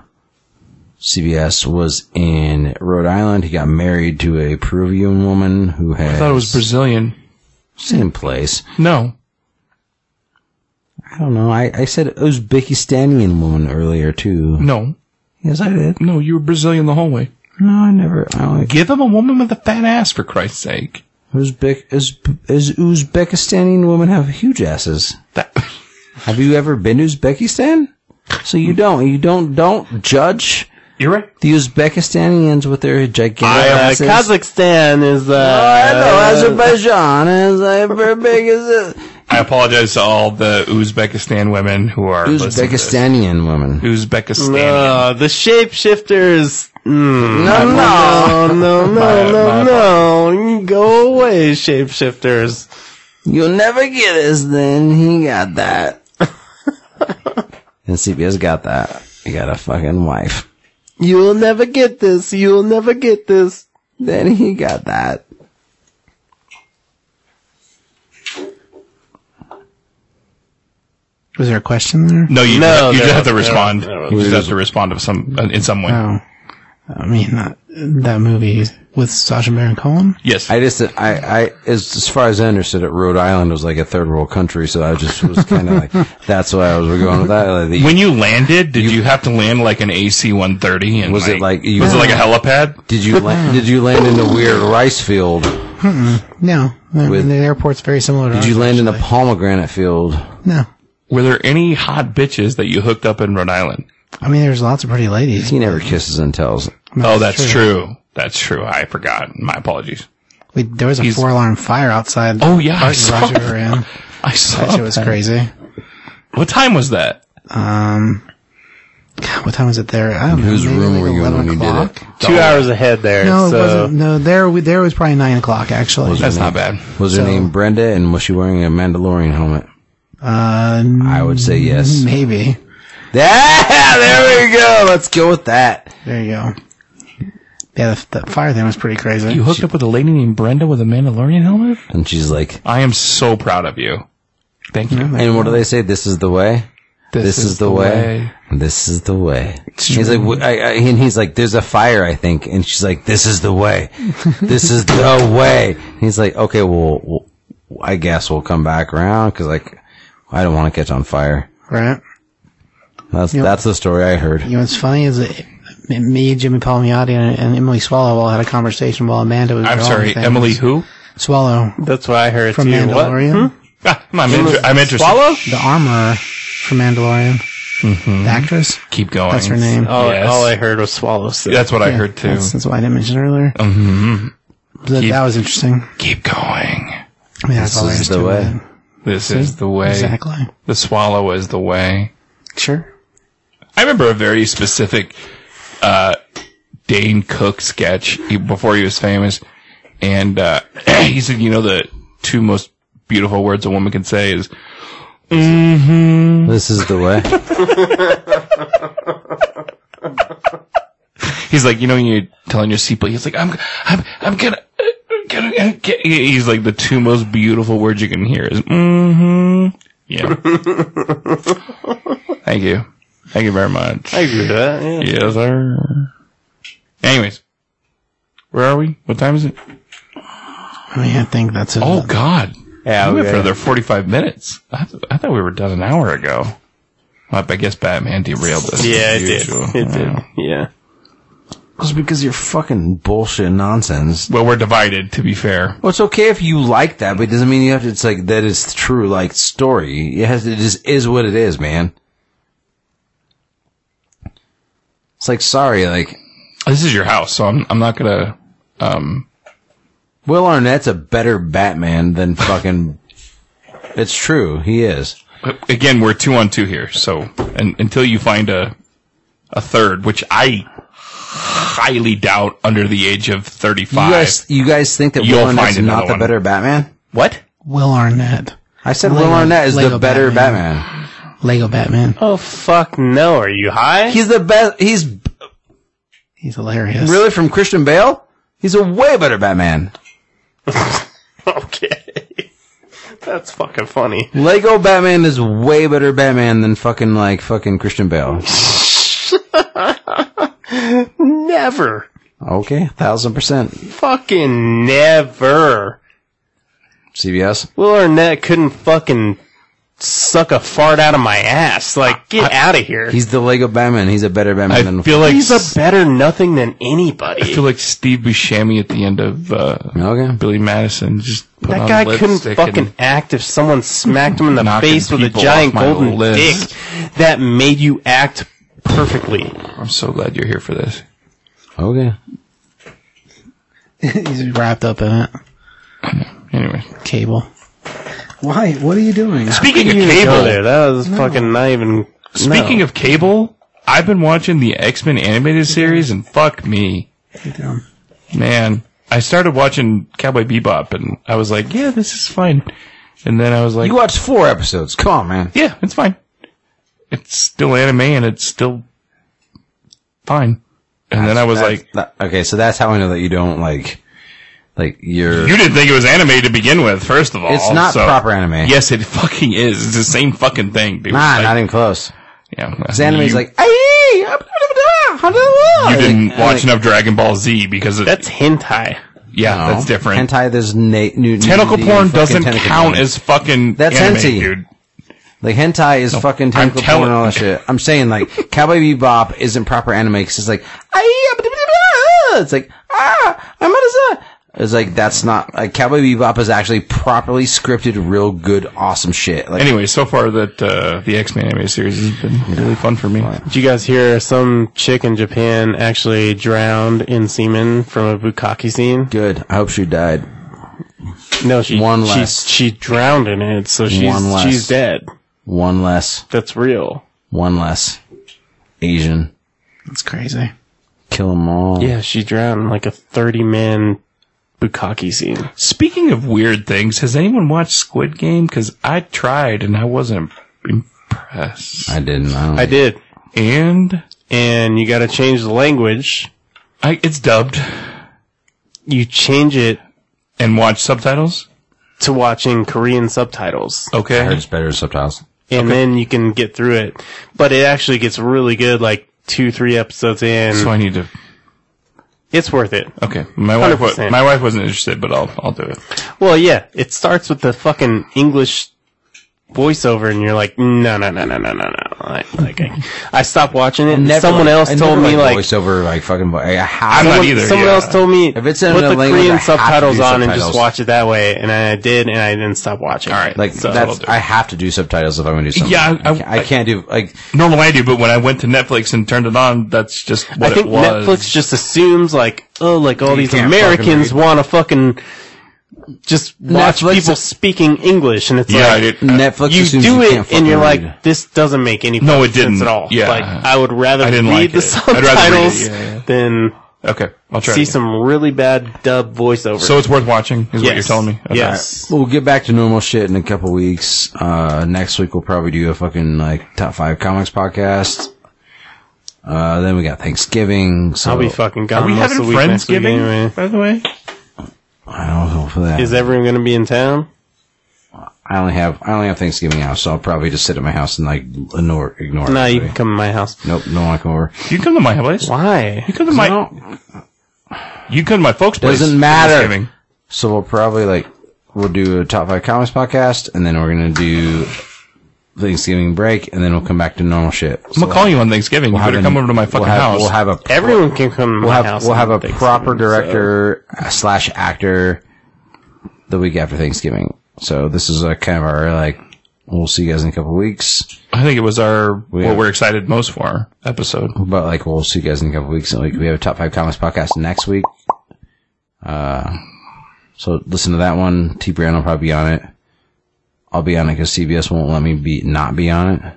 Speaker 1: CBS was in Rhode Island. He got married to a Peruvian woman who had
Speaker 3: I thought it was Brazilian.
Speaker 1: same place.
Speaker 3: No.
Speaker 1: I don't know. I, I said Uzbekistanian woman earlier too.
Speaker 3: No.
Speaker 1: Yes, I did.
Speaker 3: No, you were Brazilian the whole way.
Speaker 1: No, I never. I only
Speaker 3: Give him a woman with a fat ass for Christ's sake.
Speaker 1: Uzbek Uz, Uz, Uzbekistanian women have huge asses.
Speaker 3: That
Speaker 1: Have you ever been to Uzbekistan? So you don't. You don't. Don't judge
Speaker 3: You're right.
Speaker 1: the Uzbekistanians with their gigantic
Speaker 4: Uh,
Speaker 1: asses.
Speaker 4: Kazakhstan is uh,
Speaker 1: Oh, I know Azerbaijan is like for big as a
Speaker 3: I apologize to all the Uzbekistan women who are listening to this.
Speaker 1: Uzbekistanian woman.
Speaker 3: Uzbekistan.
Speaker 4: uh, the shapeshifters. Mm.
Speaker 1: No, no.
Speaker 4: No, no,
Speaker 3: My-
Speaker 4: no, no,
Speaker 3: my
Speaker 4: no. Go away, shapeshifters.
Speaker 1: You'll never get us then. He got that. and CBS got that. He got a fucking wife.
Speaker 4: You'll never get this. You'll never get this.
Speaker 1: Then he got that.
Speaker 2: Was there a question there?
Speaker 3: No, you,
Speaker 4: No,
Speaker 3: you
Speaker 4: no,
Speaker 3: just have to
Speaker 4: no,
Speaker 3: respond.
Speaker 4: no.
Speaker 3: you just have to respond to some uh, in some way.
Speaker 2: Oh, I mean that that movie with Sasha Baron Cohen.
Speaker 3: yes.
Speaker 1: I just, I, I, as, as far as I understood it, Rhode Island was like a third world country, so I just was kind of like, that's why I was going with that. Like, the-
Speaker 3: when you landed, did you, have to land like an AC-130? And
Speaker 1: Was it like you-
Speaker 3: was it like a helipad?
Speaker 1: did you land, did you land in a weird rice field?
Speaker 2: No, I
Speaker 1: With-
Speaker 2: mean, the airport's very similar. to
Speaker 1: Did you land in a pomegranate field?
Speaker 2: No,
Speaker 3: Were there any hot bitches that you hooked up in Rhode Island?
Speaker 2: I mean there's lots of pretty ladies.
Speaker 1: He never kisses and tells.
Speaker 3: oh, that's true. That's true. I forgot. My apologies.
Speaker 2: We, there was a
Speaker 3: He's-
Speaker 2: four alarm fire outside.
Speaker 3: Oh, yeah, I
Speaker 2: Roger,
Speaker 3: saw
Speaker 2: Roger
Speaker 3: that.
Speaker 2: ran.
Speaker 3: I saw
Speaker 2: That shit was crazy.
Speaker 3: What time was that?
Speaker 2: Um, God, what time was it there? I don't know.
Speaker 1: Whose
Speaker 2: maybe
Speaker 1: room
Speaker 2: like
Speaker 1: were you in
Speaker 2: 11
Speaker 1: when you did
Speaker 2: o'clock?
Speaker 1: it?
Speaker 4: Two hours ahead there.
Speaker 2: No, it
Speaker 4: so.
Speaker 2: wasn't. No, there we, there was probably nine o'clock actually.
Speaker 3: That's not bad.
Speaker 1: Was her
Speaker 2: So-
Speaker 1: name Brenda and was she wearing a Mandalorian helmet?
Speaker 2: Uh,
Speaker 1: I would say yes.
Speaker 2: maybe.
Speaker 1: Yeah, there we go. Let's go with that.
Speaker 2: There you go. Yeah, the, the fire thing was pretty crazy.
Speaker 3: You hooked up with a lady named Brenda with a Mandalorian helmet?
Speaker 1: And she's like,
Speaker 3: I am so proud of you. Thank you.
Speaker 1: and what do they say? This is the way. Uh-huh. This, is, the, way. This is the way. He's like, "W- I, I, and he's like, there's a fire, I think. And she's like, this is the way. This is the way. And he's like, okay, well, well, I guess we'll come back around because like, I don't want to catch on fire.
Speaker 2: right?
Speaker 1: That's that's the story I heard.
Speaker 2: You know what's funny is that me, Jimmy Palmiotti, and, and Emily Swallow all had a conversation while Amanda was.
Speaker 3: I'm
Speaker 2: drawing
Speaker 3: sorry,
Speaker 2: things.
Speaker 3: Emily who?
Speaker 2: Swallow
Speaker 4: That's why I heard
Speaker 2: from
Speaker 4: too. What?
Speaker 2: Mandalorian,
Speaker 3: Ah, I'm, inter- I'm interested.
Speaker 4: Swallow?
Speaker 2: the armorer from Mandalorian,
Speaker 3: Mm-hmm.
Speaker 2: the actress.
Speaker 3: Keep going.
Speaker 2: That's her name.
Speaker 4: All,
Speaker 3: Yes.
Speaker 4: all I heard was swallow. So.
Speaker 3: That's what I heard too. Mm-hmm.
Speaker 2: That's, that's why I didn't mention it earlier. Mm-hmm. That,
Speaker 3: Keep-
Speaker 2: that was interesting.
Speaker 3: Keep going.
Speaker 2: I mean, that's all
Speaker 1: is
Speaker 2: there is
Speaker 1: the
Speaker 2: to
Speaker 1: way.
Speaker 2: it.
Speaker 3: This is the way.
Speaker 2: Exactly.
Speaker 3: The swallow is the way.
Speaker 2: Sure.
Speaker 3: I remember a very specific uh, Dane Cook sketch he- before he was famous, and uh, he said, "You know, the two most beautiful words a woman can say is
Speaker 1: This is the way.
Speaker 3: he's like, you know, when you telling your seatbelt. He's like, I'm, I'm, I'm gonna, I'm gonna, I'm gonna get-" He's like the two most beautiful words you can hear is, mm-hmm. Yeah. Thank you. Thank you very much.
Speaker 4: I agree with that. Yeah.
Speaker 3: Yes, sir. Anyways, where are we? What time is it?
Speaker 2: I mean, I think that's it.
Speaker 3: Oh God!
Speaker 4: Yeah,
Speaker 3: we went
Speaker 4: okay.
Speaker 3: for another forty-five minutes. I, th- I thought we were done an hour ago. Well, I guess Batman derailed us.
Speaker 4: Yeah,
Speaker 3: as
Speaker 4: it did.
Speaker 3: usual.
Speaker 4: It did. Yeah.
Speaker 1: It's because you're fucking bullshit nonsense.
Speaker 3: Well, we're divided. To be fair,
Speaker 1: Well, it's okay if you like that, but it doesn't mean you have to. It's like that is the true like story. It has. It just is what it is, man. It's like sorry, like
Speaker 3: this is your house, so I'm I'm not gonna. Um,
Speaker 1: Will Arnett's a better Batman than fucking. it's true, he is.
Speaker 3: but again, we're two on two here. So and, until you find a a third, which I highly doubt, under the age of
Speaker 1: You
Speaker 3: thirty-five.
Speaker 1: guys, you guys think that
Speaker 3: You'll
Speaker 1: Will Arnett's
Speaker 3: find another
Speaker 1: not the
Speaker 3: one.
Speaker 1: better Batman?
Speaker 3: what?
Speaker 2: Will Arnett,
Speaker 1: I said Will
Speaker 2: Lego-
Speaker 1: Arnett is the
Speaker 2: Lego
Speaker 1: better
Speaker 2: Batman.
Speaker 1: Batman.
Speaker 2: Lego Batman.
Speaker 4: Oh fuck no! Are you high?
Speaker 1: He's the best. He's
Speaker 2: He's hilarious.
Speaker 1: really from Christian Bale. He's a way better Batman.
Speaker 4: okay. That's fucking funny.
Speaker 1: Lego Batman is way better Batman than fucking like fucking Christian Bale.
Speaker 4: Never.
Speaker 1: Okay, thousand percent.
Speaker 4: Fucking never.
Speaker 1: CBS.
Speaker 4: Will Arnett couldn't fucking suck a fart out of my ass. Like, get out of here.
Speaker 1: He's the Lego Batman. He's a better Batman
Speaker 3: I
Speaker 1: than
Speaker 3: feel like
Speaker 4: He's a better nothing than anybody.
Speaker 3: I feel like Steve Buscemi at the end of uh,
Speaker 1: okay.
Speaker 3: Billy Madison. Just put
Speaker 4: that
Speaker 3: on
Speaker 4: guy couldn't
Speaker 3: lipstick
Speaker 4: fucking
Speaker 3: and-
Speaker 4: act if someone smacked him in the
Speaker 3: Knocking
Speaker 4: face with a
Speaker 3: people
Speaker 4: giant
Speaker 3: off my
Speaker 4: golden
Speaker 3: list.
Speaker 4: dick that made you act perfectly.
Speaker 3: I'm so glad you're here for this.
Speaker 1: Okay.
Speaker 2: He's wrapped up in it.
Speaker 3: Anyway,
Speaker 2: Cable. Why? What are you doing?
Speaker 3: speaking of
Speaker 4: You didn't go
Speaker 3: cable,
Speaker 4: there. That was fucking not even.
Speaker 3: speaking of cable, I've been watching the X Men animated series, and fuck me,
Speaker 2: Dumb.
Speaker 3: man. I started watching Cowboy Bebop, and I was like, yeah, this is fine. And then I was like,
Speaker 1: You watched four episodes. Come on, man.
Speaker 3: yeah, it's fine. It's still anime, and it's still fine. And then I was like,
Speaker 1: That- okay, so that's how I know that you don't like, like you're.
Speaker 3: You didn't think it was anime to begin with, first of all.
Speaker 1: It's not
Speaker 3: so-
Speaker 1: proper anime.
Speaker 3: Yes, it fucking is. It's the same fucking thing, dude.
Speaker 1: nah,
Speaker 3: Like,
Speaker 1: not even close.
Speaker 3: yeah,
Speaker 1: Because anime's
Speaker 3: you-
Speaker 1: like, "Aye, up, up, up, up, up, up."
Speaker 3: you didn't
Speaker 1: Like-
Speaker 3: watch
Speaker 1: like,
Speaker 3: enough Dragon Ball Z because it,
Speaker 4: That's hentai.
Speaker 3: yeah,
Speaker 1: no.
Speaker 3: that's different.
Speaker 1: Hentai, there's na- new
Speaker 3: tentacle
Speaker 1: nudity
Speaker 3: porn
Speaker 1: and fucking
Speaker 3: doesn't
Speaker 1: tentacle
Speaker 3: count
Speaker 1: porn.
Speaker 3: as fucking
Speaker 1: That's
Speaker 3: anime,
Speaker 1: hentai.
Speaker 3: dude.
Speaker 1: like hentai is fucking tentacle
Speaker 3: telling-
Speaker 1: porn and all that shit. I'm saying like Cowboy Bebop isn't proper anime because it's like, "Aye, up, up, up, up, up." it's like ah, I'm out of It's like that's not like Cowboy Bebop is actually properly scripted, real good, awesome shit. Like
Speaker 3: Anyway, so far that uh, the X Men anime series has been really fun for me.
Speaker 4: Did you guys hear some chick in Japan actually drowned in semen from a bukkake scene?
Speaker 1: good. I hope she died.
Speaker 4: No, she
Speaker 1: One
Speaker 4: she,
Speaker 1: less.
Speaker 4: she drowned in it, so she's
Speaker 1: One less.
Speaker 4: she's dead.
Speaker 1: One less,
Speaker 4: That's real.
Speaker 1: one less. Asian,
Speaker 2: That's crazy.
Speaker 1: kill them all.
Speaker 4: Yeah, she drowned in like a thirty man bukkake scene.
Speaker 3: Speaking of weird things, has anyone watched Squid Game? Because I tried and I wasn't impressed.
Speaker 1: I didn't. I don't
Speaker 4: I did.
Speaker 3: And
Speaker 4: And you gotta change the language.
Speaker 3: I, it's dubbed
Speaker 4: You change it
Speaker 3: and watch subtitles.
Speaker 4: to watching Korean subtitles.
Speaker 3: Okay.
Speaker 1: I heard it's better with subtitles.
Speaker 4: And then you can get through it. But it actually gets really good like two, three episodes in.
Speaker 3: So I need to.
Speaker 4: it's worth it.
Speaker 3: Okay, my wife. wa-
Speaker 4: 100%.
Speaker 3: My wife wasn't interested, but I'll I'll do it.
Speaker 4: Well, yeah, it starts with the fucking English voiceover, and you're like, no, no, no, no, no, no, no. Like, like I, I stopped watching it. And
Speaker 1: Never-
Speaker 4: someone else
Speaker 1: I
Speaker 4: told
Speaker 1: never
Speaker 4: me like,
Speaker 1: voiceover like fucking. vo- I- I have-
Speaker 3: I'm not
Speaker 4: someone,
Speaker 3: either,
Speaker 4: someone
Speaker 3: yeah.
Speaker 4: else told me
Speaker 1: If it's in
Speaker 4: put
Speaker 1: another
Speaker 4: the
Speaker 1: language, I
Speaker 4: Korean
Speaker 1: have to do
Speaker 4: subtitles on and just
Speaker 1: subtitles.
Speaker 4: watch it that way, and I did, and I didn't stop watching.
Speaker 3: All right.
Speaker 1: like
Speaker 3: So I'll
Speaker 1: that's.
Speaker 3: do it.
Speaker 1: I have to do subtitles if I'm going to do something.
Speaker 3: Yeah, I-
Speaker 1: I, ca- I can't do like.
Speaker 3: Normally I do, but when I went to Netflix and turned it on, that's just what
Speaker 4: I think
Speaker 3: it was.
Speaker 4: Netflix just assumes like, oh, like all these
Speaker 1: can't
Speaker 4: Americans
Speaker 1: fucking
Speaker 4: want to fucking just watch
Speaker 1: Netflix-
Speaker 4: people speaking English, and it's
Speaker 3: yeah, I
Speaker 4: like,
Speaker 3: did. I-
Speaker 1: Netflix
Speaker 4: you
Speaker 1: assumes
Speaker 4: do
Speaker 1: can't
Speaker 4: it
Speaker 1: fucking
Speaker 4: and you're
Speaker 1: read.
Speaker 4: like this doesn't make any
Speaker 3: No, it
Speaker 4: fucking sense
Speaker 3: didn't.
Speaker 4: at all
Speaker 3: Yeah.
Speaker 4: like i would rather
Speaker 3: I
Speaker 4: read
Speaker 3: didn't like
Speaker 4: the
Speaker 3: it. I'd rather read it,
Speaker 4: subtitles
Speaker 3: yeah, yeah.
Speaker 4: than
Speaker 3: okay, I'll try.
Speaker 4: see
Speaker 3: it.
Speaker 4: some really bad dub voiceover
Speaker 3: so it's worth watching, is what
Speaker 4: Yes.
Speaker 3: you're telling me. Okay.
Speaker 4: yes
Speaker 1: We'll get back to normal shit in a couple weeks. Uh, next week we'll probably do a fucking like top five comics podcast. Uh, then we got Thanksgiving. So
Speaker 4: I'll be fucking gone.
Speaker 3: Are we
Speaker 4: most
Speaker 3: having
Speaker 4: of the week next week
Speaker 3: Friendsgiving,
Speaker 4: anyway.
Speaker 3: by the way?
Speaker 1: I don't know for that.
Speaker 4: Is everyone going to be in town?
Speaker 1: I only have I only have Thanksgiving out, so I'll probably just sit at my house and like ignore ignore.
Speaker 4: No, you
Speaker 1: everybody.
Speaker 4: can come to my house.
Speaker 1: Nope, no one come over.
Speaker 3: You come to my place.
Speaker 4: Why?
Speaker 3: You come to my.
Speaker 1: No.
Speaker 3: You come to my folks' place.
Speaker 1: Doesn't matter.
Speaker 3: Thanksgiving.
Speaker 1: So we'll probably like we'll do a top five comics podcast, and then we're gonna do Thanksgiving break, and then we'll come back to normal shit.
Speaker 3: I'm gonna call you on Thanksgiving. you better come over to my fucking
Speaker 1: we'll have,
Speaker 3: house.
Speaker 1: We'll have a
Speaker 4: Everyone can come to
Speaker 1: we'll
Speaker 4: my
Speaker 1: have
Speaker 4: house.
Speaker 1: we'll
Speaker 4: on
Speaker 1: have a
Speaker 4: Thanksgiving,
Speaker 1: proper
Speaker 4: so-
Speaker 1: director slash actor the week after Thanksgiving. So this is like kind of our like we'll see you guys in a couple weeks,
Speaker 3: I think it was our
Speaker 1: have-
Speaker 3: what we're excited most for episode.
Speaker 1: but like we'll see you guys in a couple weeks. And like we have a top five comics podcast next week. Uh, so listen to that one. T Brand will probably be on it. I'll be on it because CBS won't let me be not be on it.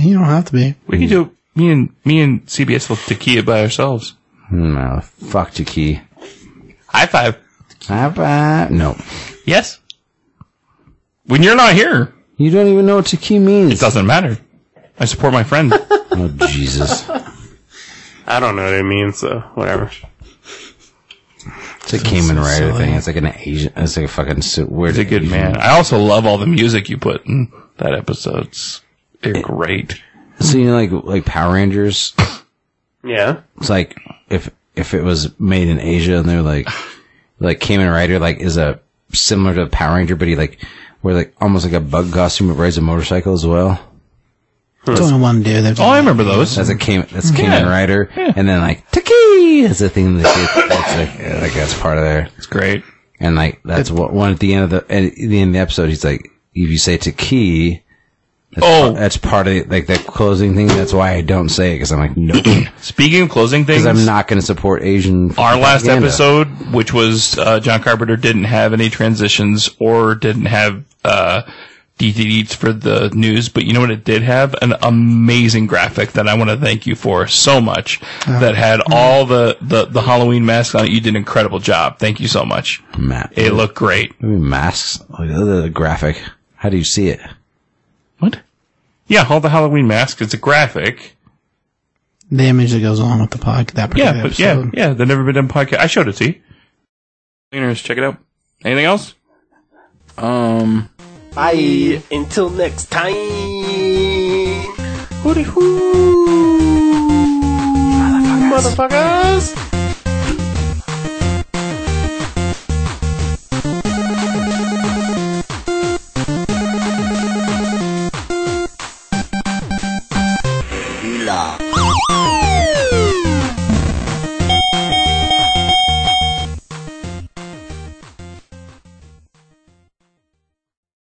Speaker 2: You don't have to be.
Speaker 3: We
Speaker 1: Mm.
Speaker 3: can do me and me and CBS will tequila by ourselves.
Speaker 1: No, Hmm, fuck to key.
Speaker 3: High five.
Speaker 1: No,
Speaker 3: Yes. When you're not here,
Speaker 1: you don't even know what to key means.
Speaker 3: it doesn't matter. I support my friend.
Speaker 1: Oh Jesus.
Speaker 4: I don't know what it means, so whatever.
Speaker 1: It's a Cayman
Speaker 2: so
Speaker 1: Rider
Speaker 2: silly.
Speaker 1: thing. It's like an Asian. It's like a fucking su- weird.
Speaker 3: He's a good
Speaker 1: Asian-
Speaker 3: man. I also love all the music you put in that episode. It's- They're great.
Speaker 1: So you know, like like Power Rangers.
Speaker 4: Yeah.
Speaker 1: It's like if if it was made in Asia and they're like like Cayman Rider like is a similar to Power Ranger, but he like wear like almost like a bug costume but rides a motorcycle as well.
Speaker 2: It's only one dude. There's
Speaker 3: Oh, I remember those.
Speaker 1: That's a Cayman. That's Cayman
Speaker 3: Yeah.
Speaker 1: Rider, and then like Tiki is the thing that gets, that's like, yeah, like that's part of there.
Speaker 3: It's great.
Speaker 1: And like that's what one at the end of the at the end of the episode, he's like, if you say Tiki,
Speaker 3: Oh,
Speaker 1: that's part of like the closing thing. That's why I don't say it because I'm like, nope, because
Speaker 3: speaking of closing things,
Speaker 1: I'm not going to support Asian.
Speaker 3: our last
Speaker 1: propaganda.
Speaker 3: episode, which was uh, John Carpenter, didn't have any transitions or didn't have uh, DVDs for the news, but you know what? It did have an amazing graphic that I want to thank you for so much.
Speaker 1: Oh.
Speaker 3: that had all the, the the Halloween masks on it. You did an incredible job. Thank you so much.
Speaker 1: Matt,
Speaker 3: It looked great.
Speaker 1: I mean, masks, like, the, the graphic. How do you see it?
Speaker 3: What? Yeah, all the Halloween masks. It's a graphic.
Speaker 2: the image that goes along with the pod. That particular
Speaker 3: Yeah, but yeah,
Speaker 2: episode.
Speaker 3: yeah. The Never Been Done podcast. I showed it to you. Cleaners, check it out. Anything else?
Speaker 1: Um,
Speaker 4: Bye. Until next time. Hooty hoo. Motherfuckers.